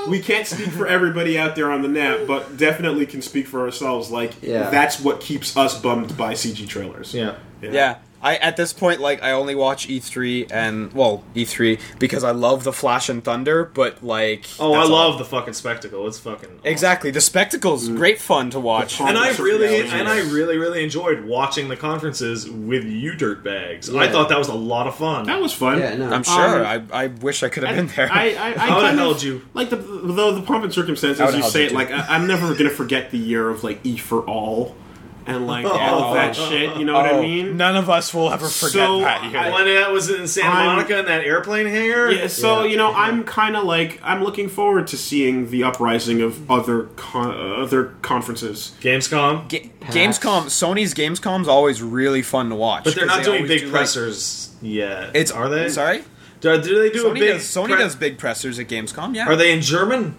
[SPEAKER 1] we can't speak for everybody out there on the net, but definitely can speak for ourselves. Like
[SPEAKER 2] Yeah.
[SPEAKER 1] that's what keeps us bummed by CG trailers.
[SPEAKER 3] Yeah.
[SPEAKER 5] Yeah. I at this point like I only watch
[SPEAKER 4] E
[SPEAKER 5] E3 and well E3 because I love the Flash and Thunder, but like
[SPEAKER 3] Oh, I
[SPEAKER 5] that's all.
[SPEAKER 3] love the fucking spectacle. It's fucking awesome.
[SPEAKER 5] exactly the spectacle's
[SPEAKER 1] Mm.
[SPEAKER 5] great fun to watch.
[SPEAKER 1] The
[SPEAKER 3] and I
[SPEAKER 1] Congress of
[SPEAKER 3] really
[SPEAKER 1] Realities.
[SPEAKER 3] and I really really enjoyed watching the conferences with you dirtbags. I
[SPEAKER 2] Yeah.
[SPEAKER 3] thought that was a lot of fun.
[SPEAKER 1] That was fun.
[SPEAKER 2] Yeah, no.
[SPEAKER 5] I'm sure. I, I wish I could have been there.
[SPEAKER 1] Um, I, I, I,
[SPEAKER 3] would've
[SPEAKER 1] kind of-
[SPEAKER 3] held you.
[SPEAKER 1] Like the though the pomp and
[SPEAKER 5] I
[SPEAKER 1] circumstances,
[SPEAKER 5] would've
[SPEAKER 1] you
[SPEAKER 5] held
[SPEAKER 1] say
[SPEAKER 5] you
[SPEAKER 1] it
[SPEAKER 5] too.
[SPEAKER 1] like I, I'm never gonna forget the year of like E for all, and like all of that shit. You know
[SPEAKER 4] Oh.
[SPEAKER 1] what I mean?
[SPEAKER 5] Oh, None of us will ever forget
[SPEAKER 1] So,
[SPEAKER 5] that. year.
[SPEAKER 1] I-
[SPEAKER 3] when that was in Santa
[SPEAKER 1] I'm-
[SPEAKER 3] Monica in that airplane hangar.
[SPEAKER 1] Yeah, so you know, I'm kind of like I'm looking forward to seeing the uprising of other con- uh, other conferences.
[SPEAKER 3] Gamescom.
[SPEAKER 5] Ga- Gamescom, Sony's Gamescom's always really fun to watch.
[SPEAKER 3] but they're
[SPEAKER 5] 'cause
[SPEAKER 3] not
[SPEAKER 5] they
[SPEAKER 3] doing
[SPEAKER 5] always
[SPEAKER 3] big
[SPEAKER 5] do, like-
[SPEAKER 3] pressers yet.
[SPEAKER 5] it's
[SPEAKER 3] are they?
[SPEAKER 5] Sorry,
[SPEAKER 3] Do, do they do a
[SPEAKER 5] Sony,
[SPEAKER 3] big?
[SPEAKER 5] does, Sony
[SPEAKER 3] pre-
[SPEAKER 5] does big pressers at Gamescom. Yeah.
[SPEAKER 3] Are they in German?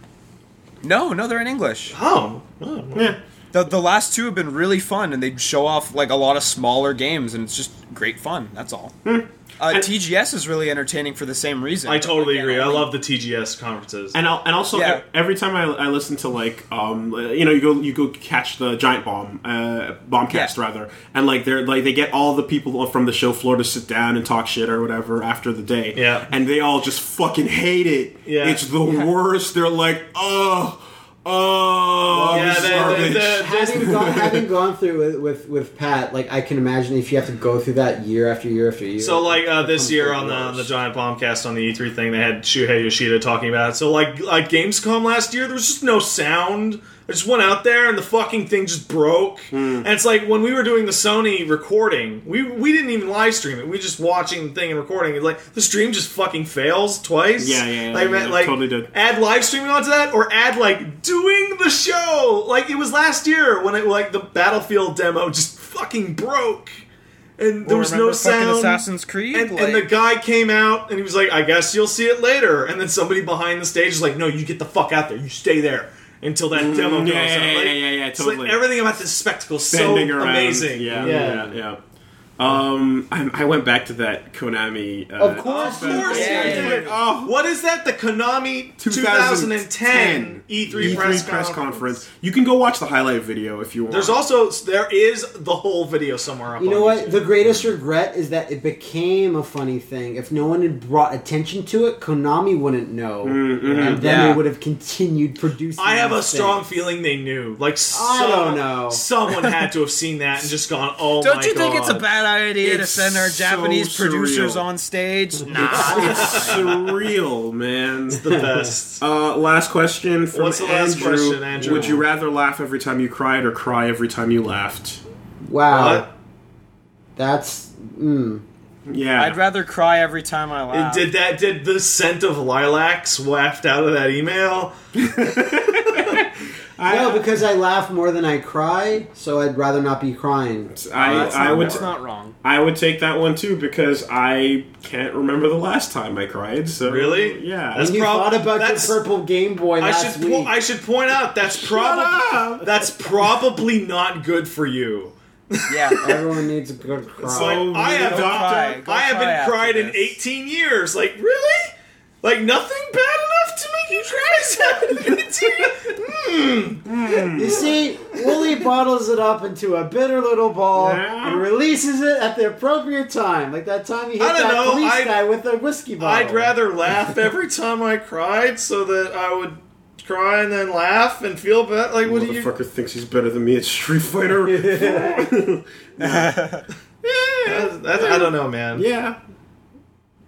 [SPEAKER 5] No, no, they're in English.
[SPEAKER 3] Oh, oh.
[SPEAKER 1] Yeah.
[SPEAKER 5] The, the last two have been really fun, and they show off like a lot of smaller games, and it's just great fun. That's all. Uh, TGS is really entertaining for the same reason.
[SPEAKER 3] Hmm. I totally
[SPEAKER 5] Again,
[SPEAKER 3] agree. I
[SPEAKER 5] only-
[SPEAKER 3] love the TGS conferences.
[SPEAKER 1] And I'll, and also
[SPEAKER 5] Yeah.
[SPEAKER 1] e- every time I, I listen to like um uh, you know you go you go catch the giant bomb uh bombcast
[SPEAKER 5] Yeah.
[SPEAKER 1] rather and like they're like they get all the people from the show floor to sit down and talk shit or whatever after the day
[SPEAKER 3] Yeah.
[SPEAKER 1] and they all just fucking hate it
[SPEAKER 3] Yeah.
[SPEAKER 1] it's the worst they're like oh oh
[SPEAKER 3] yeah,
[SPEAKER 1] this
[SPEAKER 3] they-
[SPEAKER 1] garbage."
[SPEAKER 3] they- they-
[SPEAKER 2] having gone, having gone through with, with with Pat, like I can imagine if you have to go through that year after year after year.
[SPEAKER 3] So like uh, this year on the,
[SPEAKER 2] worse.
[SPEAKER 3] on the Giant Bombcast on the E3 thing, they had Shuhei Yoshida talking about it. So like like Gamescom last year, there was just no sound. I just went out there and the fucking thing just broke.
[SPEAKER 1] Hmm.
[SPEAKER 3] And it's like when we were doing the Sony recording, we we didn't even live stream it. We were just watching the thing and recording. It's like the stream just fucking fails twice.
[SPEAKER 1] Yeah, yeah, yeah,
[SPEAKER 3] Like,
[SPEAKER 1] yeah,
[SPEAKER 3] man, like
[SPEAKER 1] totally did.
[SPEAKER 3] add live streaming onto that, or add like doing the show. Like it was last year when it like the Battlefield demo just fucking broke. and there was no
[SPEAKER 4] Remember fucking
[SPEAKER 3] sound.
[SPEAKER 4] Assassin's Creed.
[SPEAKER 3] And,
[SPEAKER 4] like,
[SPEAKER 3] and the guy came out and he was like, "I guess you'll see it later." And then somebody behind the stage is like, "No, you get the fuck out there. You stay there until that demo
[SPEAKER 1] Mm, yeah,
[SPEAKER 3] comes
[SPEAKER 1] yeah,
[SPEAKER 3] out."
[SPEAKER 1] yeah,
[SPEAKER 3] Like,
[SPEAKER 1] yeah, yeah, yeah,
[SPEAKER 3] it's
[SPEAKER 1] totally.
[SPEAKER 3] Like everything about this spectacle is so
[SPEAKER 1] bending around.
[SPEAKER 3] amazing.
[SPEAKER 1] Yeah,
[SPEAKER 2] Yeah.
[SPEAKER 1] yeah, yeah. Um, I, I went back to that Konami. Uh,
[SPEAKER 2] Of course,
[SPEAKER 3] Of course
[SPEAKER 2] you
[SPEAKER 3] you
[SPEAKER 2] did.
[SPEAKER 3] did.
[SPEAKER 1] Oh.
[SPEAKER 3] What is that? The Konami
[SPEAKER 1] 2010
[SPEAKER 3] 2010, E3, E
[SPEAKER 1] E
[SPEAKER 3] press, conference.
[SPEAKER 1] You can go watch the highlight video if you want.
[SPEAKER 3] There's also there is the whole video somewhere up.
[SPEAKER 2] You
[SPEAKER 3] on
[SPEAKER 2] know what?
[SPEAKER 3] YouTube.
[SPEAKER 2] The greatest regret is that it became a funny thing. If no one had brought attention to it, Konami wouldn't know, and then
[SPEAKER 4] Yeah.
[SPEAKER 2] they would have continued producing.
[SPEAKER 3] Mm-hmm. I have a
[SPEAKER 2] this thing.
[SPEAKER 3] strong feeling they knew. Like
[SPEAKER 2] I
[SPEAKER 3] some,
[SPEAKER 2] don't know.
[SPEAKER 3] Someone had to have seen that and just gone, "Oh
[SPEAKER 4] don't
[SPEAKER 3] my
[SPEAKER 4] you think
[SPEAKER 3] God.
[SPEAKER 4] it's a bad idea to
[SPEAKER 1] It's
[SPEAKER 4] send our
[SPEAKER 1] so
[SPEAKER 4] Japanese producers
[SPEAKER 1] surreal.
[SPEAKER 4] on stage? Nah.
[SPEAKER 1] it's surreal, man.
[SPEAKER 3] the best?"
[SPEAKER 1] Uh, last question from
[SPEAKER 3] What's the last
[SPEAKER 1] Andrew.
[SPEAKER 3] question, Andrew?
[SPEAKER 1] Would you rather laugh every time you cried or cry every time you laughed?
[SPEAKER 2] Wow,
[SPEAKER 3] What?
[SPEAKER 2] that's mm.
[SPEAKER 1] Yeah,
[SPEAKER 4] I'd rather cry every time I
[SPEAKER 3] And
[SPEAKER 4] laugh.
[SPEAKER 3] Did that? Did the scent of lilacs waft out of that email?
[SPEAKER 1] I,
[SPEAKER 2] no, because I laugh more than I cry, so I'd rather not be crying.
[SPEAKER 1] I,
[SPEAKER 4] That's
[SPEAKER 1] I
[SPEAKER 4] not-
[SPEAKER 1] would
[SPEAKER 4] that's not wrong.
[SPEAKER 1] I would take that one too because I can't remember the last time I cried. So
[SPEAKER 3] Really?
[SPEAKER 1] yeah.
[SPEAKER 3] That's
[SPEAKER 2] You
[SPEAKER 3] prob-
[SPEAKER 2] thought about your
[SPEAKER 3] that's-
[SPEAKER 2] purple Game Boy
[SPEAKER 3] I
[SPEAKER 2] last
[SPEAKER 3] should
[SPEAKER 2] week.
[SPEAKER 3] po- I should point out that's
[SPEAKER 1] up.
[SPEAKER 3] probably that's probably not good for you.
[SPEAKER 4] Yeah.
[SPEAKER 2] Everyone needs a good cry.
[SPEAKER 3] Like,
[SPEAKER 1] Oh,
[SPEAKER 3] I
[SPEAKER 1] you
[SPEAKER 3] have
[SPEAKER 1] don't
[SPEAKER 4] cry. Go
[SPEAKER 3] I haven't
[SPEAKER 4] cry after
[SPEAKER 3] cried in
[SPEAKER 4] this.
[SPEAKER 3] 18 years. Like really? Like nothing bad enough to make you cry? is happening to you? Hmm.
[SPEAKER 2] You see, Wooly bottles it up into a bitter little ball
[SPEAKER 1] Yeah.
[SPEAKER 2] and releases it at the appropriate time, like that time he hit
[SPEAKER 3] I don't
[SPEAKER 2] that
[SPEAKER 3] know,
[SPEAKER 2] police
[SPEAKER 3] I'd-
[SPEAKER 2] guy with a whiskey bottle.
[SPEAKER 3] I'd
[SPEAKER 1] Oh.
[SPEAKER 3] rather laugh every time I cried so that I would cry and then laugh and feel bad. Like what do you?
[SPEAKER 1] Motherfucker thinks he's better than me at Street Fighter. yeah.
[SPEAKER 3] That's- that's- eh, I don't know, man.
[SPEAKER 1] yeah.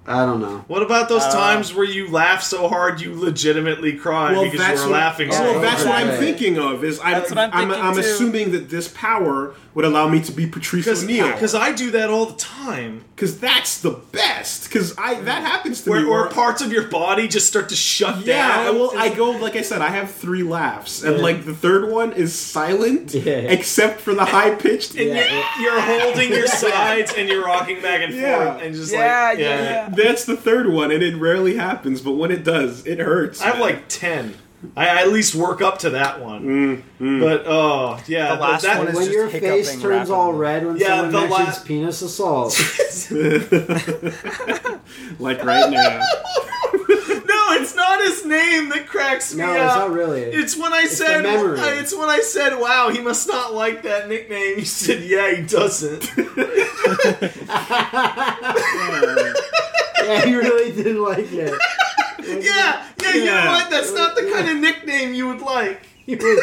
[SPEAKER 2] I don't know.
[SPEAKER 3] What about
[SPEAKER 4] Uh,
[SPEAKER 3] those times where you laugh so hard you legitimately cry because you were laughing so
[SPEAKER 1] What, well,
[SPEAKER 3] hard?
[SPEAKER 1] that's what I'm
[SPEAKER 2] Okay.
[SPEAKER 1] thinking of. Is I,
[SPEAKER 4] That's what I'm
[SPEAKER 1] I'm,
[SPEAKER 4] thinking,
[SPEAKER 1] I'm
[SPEAKER 4] too.
[SPEAKER 1] assuming that this power would allow me to be Patrice O'Neill
[SPEAKER 3] Because I do that all the time.
[SPEAKER 1] because that's the best. Because I that happens to
[SPEAKER 3] Where,
[SPEAKER 1] me.
[SPEAKER 3] or parts of your body just start to shut
[SPEAKER 1] Yeah,
[SPEAKER 3] down.
[SPEAKER 1] well, I go like I said. I have three laughs, and like the third one is silent,
[SPEAKER 2] Yeah.
[SPEAKER 1] except for the high pitched.
[SPEAKER 3] and
[SPEAKER 2] Yeah.
[SPEAKER 3] you're, you're holding your sides and you're rocking back and
[SPEAKER 1] Yeah.
[SPEAKER 3] forth and just
[SPEAKER 4] Yeah,
[SPEAKER 3] like
[SPEAKER 4] yeah, yeah.
[SPEAKER 1] That's the third one, and it rarely happens. But when it does, it hurts.
[SPEAKER 3] I have
[SPEAKER 1] man.
[SPEAKER 3] like ten. I, I at least work up to that one.
[SPEAKER 1] Mm,
[SPEAKER 3] But oh yeah,
[SPEAKER 4] The last
[SPEAKER 3] that,
[SPEAKER 4] one is-
[SPEAKER 2] When
[SPEAKER 4] just
[SPEAKER 2] your face
[SPEAKER 4] hiccuping
[SPEAKER 2] turns all
[SPEAKER 4] rapidly.
[SPEAKER 2] red when
[SPEAKER 3] Yeah,
[SPEAKER 2] someone
[SPEAKER 3] the la-
[SPEAKER 2] mentions penis assault,
[SPEAKER 1] like right now.
[SPEAKER 3] no, it's not his name that cracks me
[SPEAKER 2] no,
[SPEAKER 3] up.
[SPEAKER 2] it's not really.
[SPEAKER 3] It's when I said
[SPEAKER 2] the memory.
[SPEAKER 3] I- it's when I said, "Wow, he must not like that nickname." You said, "Yeah, he doesn't."
[SPEAKER 2] yeah, you really didn't like it.
[SPEAKER 3] yeah, yeah, you know
[SPEAKER 1] Yeah.
[SPEAKER 3] what? That's not the kind of nickname you would like.
[SPEAKER 2] He was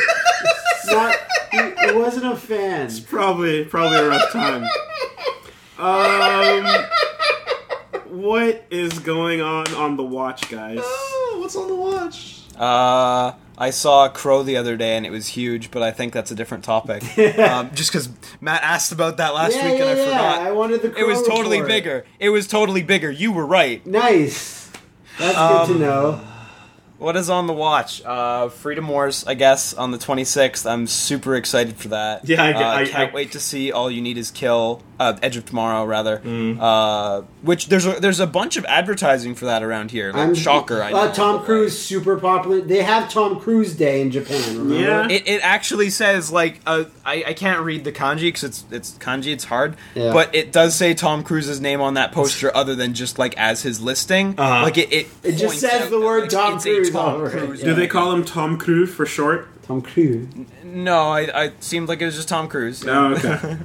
[SPEAKER 2] not. He, he wasn't a fan.
[SPEAKER 1] probably probably a rough time. Um, what is going on on the watch, guys?
[SPEAKER 3] Oh, what's on the watch?
[SPEAKER 4] Uh, I saw a crow the other day and it was huge, but I think that's a different topic. um, just because Matt asked about that last
[SPEAKER 2] Yeah,
[SPEAKER 4] week
[SPEAKER 2] yeah,
[SPEAKER 4] and I
[SPEAKER 2] yeah.
[SPEAKER 4] forgot.
[SPEAKER 2] I wanted the.
[SPEAKER 4] it was
[SPEAKER 2] Crow
[SPEAKER 4] totally
[SPEAKER 2] report.
[SPEAKER 4] bigger. It was totally bigger. You were right.
[SPEAKER 2] Nice. That's
[SPEAKER 4] Um,
[SPEAKER 2] good to know.
[SPEAKER 4] What is on the watch? Uh, Freedom Wars, I guess, on the 26th. I'm super excited for that.
[SPEAKER 3] Yeah, I-
[SPEAKER 4] uh,
[SPEAKER 3] I-
[SPEAKER 4] can't
[SPEAKER 3] I-
[SPEAKER 4] wait to see. All you need is kill. Uh, Edge of Tomorrow, rather.
[SPEAKER 3] Mm.
[SPEAKER 4] Uh, which there's a, there's a bunch of advertising for that around here. Like, shocker, I know.
[SPEAKER 2] Uh, Tom
[SPEAKER 4] but,
[SPEAKER 2] Cruise
[SPEAKER 4] like,
[SPEAKER 2] super popular. They have Tom Cruise Day in Japan. Remember?
[SPEAKER 1] Yeah.
[SPEAKER 4] It, it actually says like uh, I, I can't read the kanji because it's it's kanji it's hard
[SPEAKER 2] Yeah.
[SPEAKER 4] but it does say Tom Cruise's name on that poster other than just like as his listing
[SPEAKER 3] Uh-huh.
[SPEAKER 4] like it it,
[SPEAKER 2] It just
[SPEAKER 4] points
[SPEAKER 2] says
[SPEAKER 4] out
[SPEAKER 2] the
[SPEAKER 4] that,
[SPEAKER 2] word
[SPEAKER 4] like,
[SPEAKER 2] Tom
[SPEAKER 4] it's
[SPEAKER 2] Cruise
[SPEAKER 4] a Tom
[SPEAKER 2] over it,
[SPEAKER 4] Cruise
[SPEAKER 2] yeah.
[SPEAKER 1] Do they call him Tom Cruise for short?
[SPEAKER 2] Tom Cruise.
[SPEAKER 4] no I, I seemed like it was just Tom Cruise
[SPEAKER 1] Oh, okay.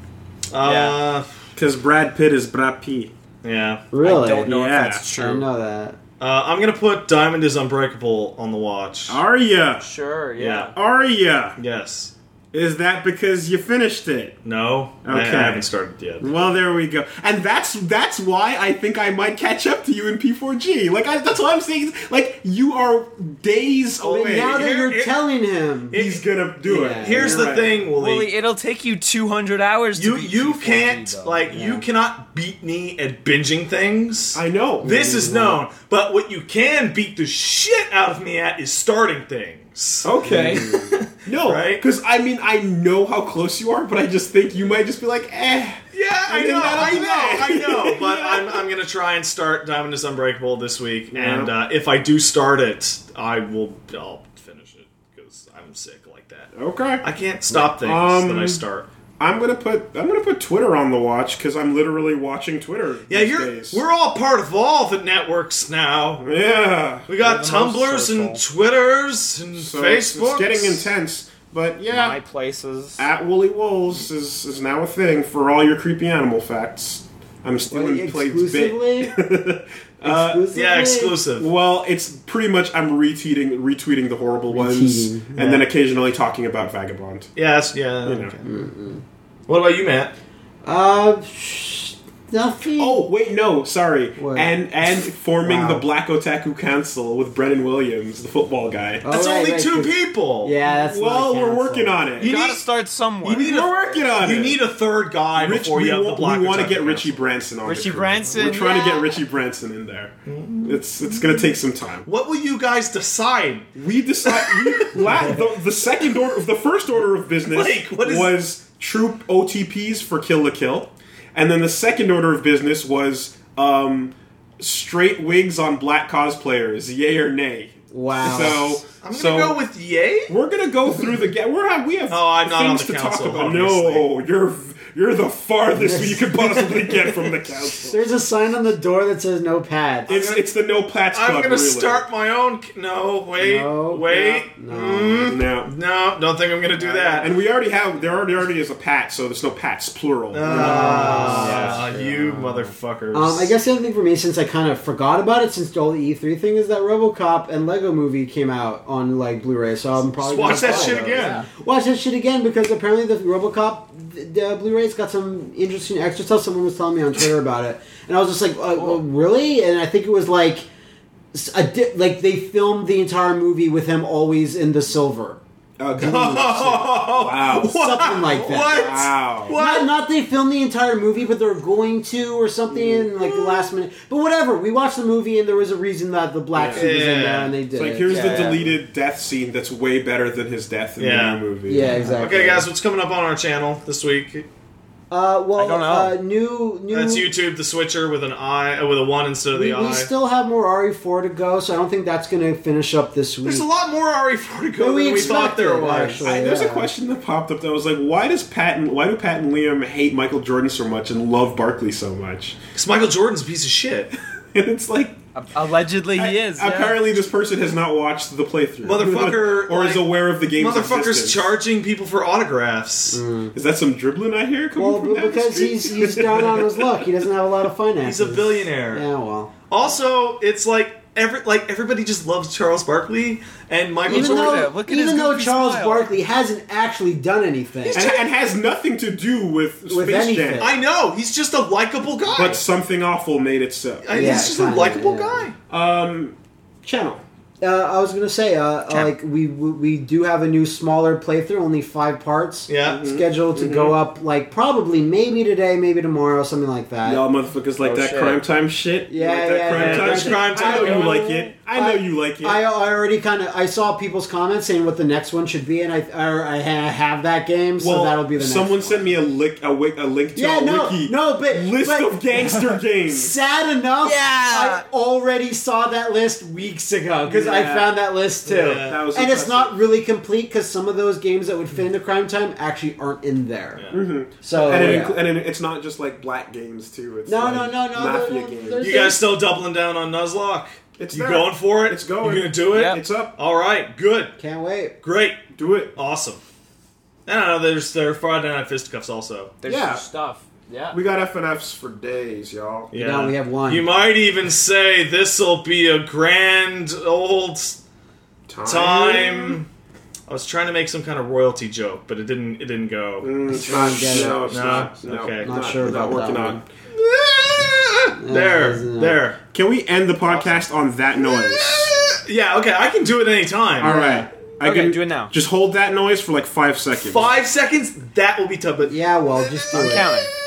[SPEAKER 3] Uh,
[SPEAKER 1] Because Brad Pitt is Brad P.
[SPEAKER 3] yeah.
[SPEAKER 2] Really?
[SPEAKER 4] I don't know
[SPEAKER 1] Yeah.
[SPEAKER 4] if that's
[SPEAKER 2] I
[SPEAKER 4] true
[SPEAKER 2] didn't know that.
[SPEAKER 3] Uh, I'm gonna put Diamond is Unbreakable on the watch.
[SPEAKER 1] Are ya?
[SPEAKER 4] sure
[SPEAKER 3] yeah.
[SPEAKER 1] Are ya?
[SPEAKER 3] Yes.
[SPEAKER 1] Is that because you finished it?
[SPEAKER 3] No. I-
[SPEAKER 1] Okay.
[SPEAKER 3] I, haven't started yet.
[SPEAKER 1] Well, there we go. And that's that's why I think I might catch up to you in P4G. Like I, that's what I'm saying. Like you are days
[SPEAKER 2] But
[SPEAKER 1] away.
[SPEAKER 2] now that
[SPEAKER 3] Oh, here-
[SPEAKER 2] you're
[SPEAKER 3] here-
[SPEAKER 2] telling him,
[SPEAKER 1] He's gonna do
[SPEAKER 2] Yeah.
[SPEAKER 1] it.
[SPEAKER 3] Here's
[SPEAKER 1] You're
[SPEAKER 3] the
[SPEAKER 1] right.
[SPEAKER 3] thing, Wooly.
[SPEAKER 4] Wooly, it'll take you 200 hours
[SPEAKER 3] you
[SPEAKER 4] to beat
[SPEAKER 3] you
[SPEAKER 4] P4G,
[SPEAKER 3] can't
[SPEAKER 4] though.
[SPEAKER 3] like you cannot beat me at binging things.
[SPEAKER 1] I know.
[SPEAKER 3] This is known, but what you can beat the shit out of me at is starting things.
[SPEAKER 1] Oh, Okay. no,
[SPEAKER 3] Mm. Right?
[SPEAKER 1] because I mean I know how close you are, but I just think you might just be like, eh.
[SPEAKER 3] Yeah, I
[SPEAKER 1] then
[SPEAKER 3] know,
[SPEAKER 1] that'll
[SPEAKER 3] I
[SPEAKER 1] be
[SPEAKER 3] know, I know. But I'm, I'm gonna try and start Diamond is Unbreakable this week, and uh, if I do start it, I will. I'll finish it because I'm sick like that.
[SPEAKER 1] Okay.
[SPEAKER 3] I can't stop things
[SPEAKER 1] Um,
[SPEAKER 3] that I start.
[SPEAKER 1] I'm gonna put I'm gonna put Twitter on the watch because I'm literally watching Twitter.
[SPEAKER 3] Yeah,
[SPEAKER 1] these
[SPEAKER 3] you're.
[SPEAKER 1] days.
[SPEAKER 3] We're all part of all the networks now.
[SPEAKER 1] yeah.
[SPEAKER 3] We got
[SPEAKER 4] the most
[SPEAKER 3] Tumblrs and
[SPEAKER 4] social.
[SPEAKER 3] Twitters and
[SPEAKER 1] So it's- It's
[SPEAKER 3] Facebooks.
[SPEAKER 1] getting intense, but yeah,
[SPEAKER 4] My places.
[SPEAKER 3] Uh,
[SPEAKER 1] at Wooly Wolves is is now a thing for all your creepy animal facts. I'm still in Plaid's bit.
[SPEAKER 2] exclusively. exclusively.
[SPEAKER 3] Yeah, exclusive.
[SPEAKER 1] Well, it's pretty much I'm retweeting retweeting the horrible ones,
[SPEAKER 2] Retweeting,
[SPEAKER 1] and then occasionally talking about Vagabond.
[SPEAKER 3] Yes, yeah.
[SPEAKER 1] You know.
[SPEAKER 3] What about you, Matt?
[SPEAKER 2] Uh, sh- nothing.
[SPEAKER 1] Oh wait, no, sorry.
[SPEAKER 2] What?
[SPEAKER 1] And and forming
[SPEAKER 2] Wow.
[SPEAKER 1] the Black Otaku Council with Brennan Williams, the football guy.
[SPEAKER 2] Oh,
[SPEAKER 3] That's
[SPEAKER 2] right,
[SPEAKER 3] only
[SPEAKER 2] right,
[SPEAKER 3] two
[SPEAKER 2] 'cause-
[SPEAKER 3] people.
[SPEAKER 2] Yeah, that's.
[SPEAKER 1] well,
[SPEAKER 2] not
[SPEAKER 1] we're
[SPEAKER 2] canceled.
[SPEAKER 1] working on it.
[SPEAKER 3] You
[SPEAKER 4] Gotta
[SPEAKER 3] need-
[SPEAKER 4] start somewhere.
[SPEAKER 3] You need
[SPEAKER 1] We're
[SPEAKER 3] a,
[SPEAKER 1] working on
[SPEAKER 3] You
[SPEAKER 1] it.
[SPEAKER 3] need a third guy
[SPEAKER 1] Rich-
[SPEAKER 3] before
[SPEAKER 1] we
[SPEAKER 3] you have the
[SPEAKER 1] want-
[SPEAKER 3] black.
[SPEAKER 1] we want to
[SPEAKER 3] attack
[SPEAKER 1] get
[SPEAKER 3] on
[SPEAKER 1] Richie
[SPEAKER 3] us.
[SPEAKER 1] Branson on
[SPEAKER 4] Richie
[SPEAKER 1] the crew.
[SPEAKER 4] Branson,
[SPEAKER 1] We're trying to
[SPEAKER 4] yeah.
[SPEAKER 1] get Richie Branson in there. It's it's going to take some time.
[SPEAKER 3] What will you guys decide?
[SPEAKER 1] We decide. We, la, the, the second order, the first order of business
[SPEAKER 3] Blake, what is-
[SPEAKER 1] was troop OTPs for Kill the Kill, and then the second order of business was um, straight wigs on black cosplayers, yay or nay.
[SPEAKER 2] Wow.
[SPEAKER 1] So
[SPEAKER 3] I'm gonna
[SPEAKER 1] so
[SPEAKER 3] go with yay.
[SPEAKER 1] we're gonna go through the ga- we're not, we have
[SPEAKER 3] Oh, I'm not on
[SPEAKER 1] things
[SPEAKER 3] the
[SPEAKER 1] to
[SPEAKER 3] council,
[SPEAKER 1] talk about.
[SPEAKER 3] obviously.
[SPEAKER 1] No, you're you're the farthest you could possibly get from the council.
[SPEAKER 2] There's a sign on the door that says no pads.
[SPEAKER 1] It's, it's the no plats
[SPEAKER 3] I'm
[SPEAKER 1] club.
[SPEAKER 3] gonna
[SPEAKER 1] really.
[SPEAKER 3] start my own. c- No, wait,
[SPEAKER 2] No,
[SPEAKER 3] wait.
[SPEAKER 2] no,
[SPEAKER 3] Mm,
[SPEAKER 1] now.
[SPEAKER 3] no, don't think I'm gonna do that.
[SPEAKER 1] And we already have there already already is a pat, so there's no pats plural.
[SPEAKER 2] Uh,
[SPEAKER 3] Ah, you motherfuckers.
[SPEAKER 2] Um, I guess the other thing for me, since I kind of forgot about it, since the whole E3 thing, is that RoboCop and Lego Movie came out on like Blu-ray, so I'm probably
[SPEAKER 3] Just watch
[SPEAKER 2] gonna
[SPEAKER 3] that
[SPEAKER 2] buy
[SPEAKER 3] shit
[SPEAKER 2] those.
[SPEAKER 3] again.
[SPEAKER 2] Watch that shit again because apparently the RoboCop the, the Blu-ray's got some interesting extra stuff. Someone was telling me on Twitter about it, and I was just like, uh, well, "Really?" And I think it was like, s- a di- like they filmed the entire movie with him always in the silver,
[SPEAKER 1] Okay.
[SPEAKER 3] Wow.
[SPEAKER 2] something like that.
[SPEAKER 3] Oh, What?
[SPEAKER 1] Wow.
[SPEAKER 3] What?
[SPEAKER 2] Not, not they filmed the entire movie, but they're going to or something in like the last minute. But whatever, we watched the movie and there was a reason that the black suit was in
[SPEAKER 3] Yeah.
[SPEAKER 2] there and they did
[SPEAKER 1] It's like
[SPEAKER 2] it.
[SPEAKER 1] here's
[SPEAKER 4] Yeah,
[SPEAKER 1] the
[SPEAKER 4] yeah.
[SPEAKER 1] deleted death scene that's way better than his death in
[SPEAKER 3] Yeah.
[SPEAKER 1] the new movie.
[SPEAKER 2] yeah, exactly.
[SPEAKER 3] Okay, guys, what's coming up on our channel this week?
[SPEAKER 2] Uh, well,
[SPEAKER 5] I don't know.
[SPEAKER 2] Uh, new new.
[SPEAKER 3] That's YouTube, the switcher with an eye, uh, with a one instead of
[SPEAKER 2] We,
[SPEAKER 3] the
[SPEAKER 2] we
[SPEAKER 3] eye.
[SPEAKER 2] still have more RE4 to go, so I don't think that's going to finish up this week.
[SPEAKER 3] There's a lot more RE4 to go
[SPEAKER 2] Than we
[SPEAKER 3] than we thought there
[SPEAKER 2] expected,
[SPEAKER 3] was.
[SPEAKER 2] actually.
[SPEAKER 1] I, there's a
[SPEAKER 2] Yeah.
[SPEAKER 1] question that popped up that was like, why does Pat and why do Pat and Liam hate Michael Jordan so much and love Barkley so much?
[SPEAKER 3] Because Michael Jordan's a piece of shit.
[SPEAKER 1] And it's like
[SPEAKER 5] Allegedly, he is. yeah.
[SPEAKER 1] Apparently, this person has not watched the playthrough,
[SPEAKER 3] Motherfucker,
[SPEAKER 1] or
[SPEAKER 3] like,
[SPEAKER 1] is aware of the game's
[SPEAKER 3] Motherfucker's
[SPEAKER 1] existence. Mm.
[SPEAKER 3] charging people for autographs.
[SPEAKER 1] Is that some dribbling I hear? Coming
[SPEAKER 2] well,
[SPEAKER 1] from
[SPEAKER 2] but
[SPEAKER 1] down the
[SPEAKER 2] because
[SPEAKER 1] street?
[SPEAKER 2] he's he's down on his luck, he doesn't have a lot of
[SPEAKER 3] He's
[SPEAKER 2] finances.
[SPEAKER 3] a billionaire.
[SPEAKER 2] Yeah, well,
[SPEAKER 3] Also, it's like every like everybody just loves Charles Barkley and Michael
[SPEAKER 2] even
[SPEAKER 5] look at
[SPEAKER 3] Jordan.
[SPEAKER 2] though
[SPEAKER 5] him, look at his
[SPEAKER 2] even though
[SPEAKER 5] goofy
[SPEAKER 2] Charles
[SPEAKER 5] smile.
[SPEAKER 2] Barkley hasn't actually done anything,
[SPEAKER 1] and, and has nothing to do with,
[SPEAKER 2] With
[SPEAKER 1] Space
[SPEAKER 2] anything.
[SPEAKER 1] Jam.
[SPEAKER 3] I know he's just a likable guy.
[SPEAKER 1] But something awful made it so.
[SPEAKER 3] I-
[SPEAKER 2] Yeah,
[SPEAKER 3] he's just
[SPEAKER 2] kinda,
[SPEAKER 3] a likable
[SPEAKER 2] yeah.
[SPEAKER 3] guy.
[SPEAKER 1] Channel.
[SPEAKER 2] Uh, I was gonna say, uh, like we we we do have a new smaller playthrough, only five parts.
[SPEAKER 3] Yeah.
[SPEAKER 1] Mm-hmm.
[SPEAKER 3] Mhm.
[SPEAKER 2] scheduled to go up like probably maybe today, maybe tomorrow, something like that.
[SPEAKER 1] Y'all motherfuckers like
[SPEAKER 4] Oh,
[SPEAKER 1] that
[SPEAKER 4] shit.
[SPEAKER 1] crime time shit. You
[SPEAKER 2] Yeah,
[SPEAKER 1] like that
[SPEAKER 2] yeah,
[SPEAKER 1] crime
[SPEAKER 2] yeah,
[SPEAKER 1] time
[SPEAKER 2] that's
[SPEAKER 1] shit?
[SPEAKER 3] crime
[SPEAKER 1] I know
[SPEAKER 3] time.
[SPEAKER 1] you like it. I know
[SPEAKER 2] I-
[SPEAKER 1] you like it.
[SPEAKER 2] I, I already kind of I saw people's comments saying what the next one should be, and I I, I ha- have that game, so
[SPEAKER 1] well,
[SPEAKER 2] that'll be the next
[SPEAKER 1] someone
[SPEAKER 2] one.
[SPEAKER 1] sent me a lick a, wick, a link to
[SPEAKER 2] Yeah,
[SPEAKER 1] a
[SPEAKER 2] no,
[SPEAKER 1] wiki
[SPEAKER 2] no, but
[SPEAKER 1] list
[SPEAKER 2] but
[SPEAKER 1] of gangster games.
[SPEAKER 2] sad enough.
[SPEAKER 5] Yeah.
[SPEAKER 2] I already saw that list weeks ago because I
[SPEAKER 1] Yeah.
[SPEAKER 2] found that list too,
[SPEAKER 3] Yeah.
[SPEAKER 1] That was
[SPEAKER 2] and it's
[SPEAKER 1] impressive.
[SPEAKER 2] not really complete because some of those games that would fit into Crime Time actually aren't in there.
[SPEAKER 1] Mm-hmm.
[SPEAKER 2] So
[SPEAKER 1] And, it
[SPEAKER 2] Oh, yeah.
[SPEAKER 1] inclu- and it- it's not just like black games too. It's
[SPEAKER 2] No,
[SPEAKER 1] like
[SPEAKER 2] no, no, no,
[SPEAKER 1] Mafia
[SPEAKER 2] no, no,
[SPEAKER 1] games.
[SPEAKER 2] there's-
[SPEAKER 3] You guys still doubling down on Nuzlocke?
[SPEAKER 1] It's
[SPEAKER 3] you
[SPEAKER 1] there.
[SPEAKER 3] going for it?
[SPEAKER 1] It's going.
[SPEAKER 3] You gonna do it?
[SPEAKER 5] Yep.
[SPEAKER 1] It's up.
[SPEAKER 3] All right. Good.
[SPEAKER 2] Can't wait.
[SPEAKER 3] Great.
[SPEAKER 1] Do it.
[SPEAKER 3] Awesome. I don't know. There's there are Friday Night Fisticuffs also.
[SPEAKER 5] There's
[SPEAKER 1] Yeah.
[SPEAKER 5] some stuff. Yeah.
[SPEAKER 1] We got F and Fs for days, y'all.
[SPEAKER 3] Yeah.
[SPEAKER 2] Now we have one.
[SPEAKER 3] You might even say this'll be a grand old time. I was trying to make some kind of royalty joke, but it didn't. It didn't go.
[SPEAKER 1] Mm, it's not,
[SPEAKER 2] get it.
[SPEAKER 1] no, it's
[SPEAKER 3] No?
[SPEAKER 1] not. No,
[SPEAKER 3] Okay.
[SPEAKER 2] Not sure
[SPEAKER 1] we're not
[SPEAKER 2] about
[SPEAKER 1] working
[SPEAKER 2] that
[SPEAKER 1] on.
[SPEAKER 2] one.
[SPEAKER 3] Ah! there,
[SPEAKER 2] isn't it?
[SPEAKER 3] there. Ah!
[SPEAKER 1] Can we end the podcast on that noise?
[SPEAKER 3] Yeah. Okay. I can do it anytime.
[SPEAKER 1] All right. I
[SPEAKER 5] Okay,
[SPEAKER 1] can
[SPEAKER 5] do it now.
[SPEAKER 1] Just hold that noise for like five seconds.
[SPEAKER 3] Five seconds. That will be tough. But
[SPEAKER 2] Yeah, well, just do
[SPEAKER 5] I'm
[SPEAKER 2] it.
[SPEAKER 5] counting.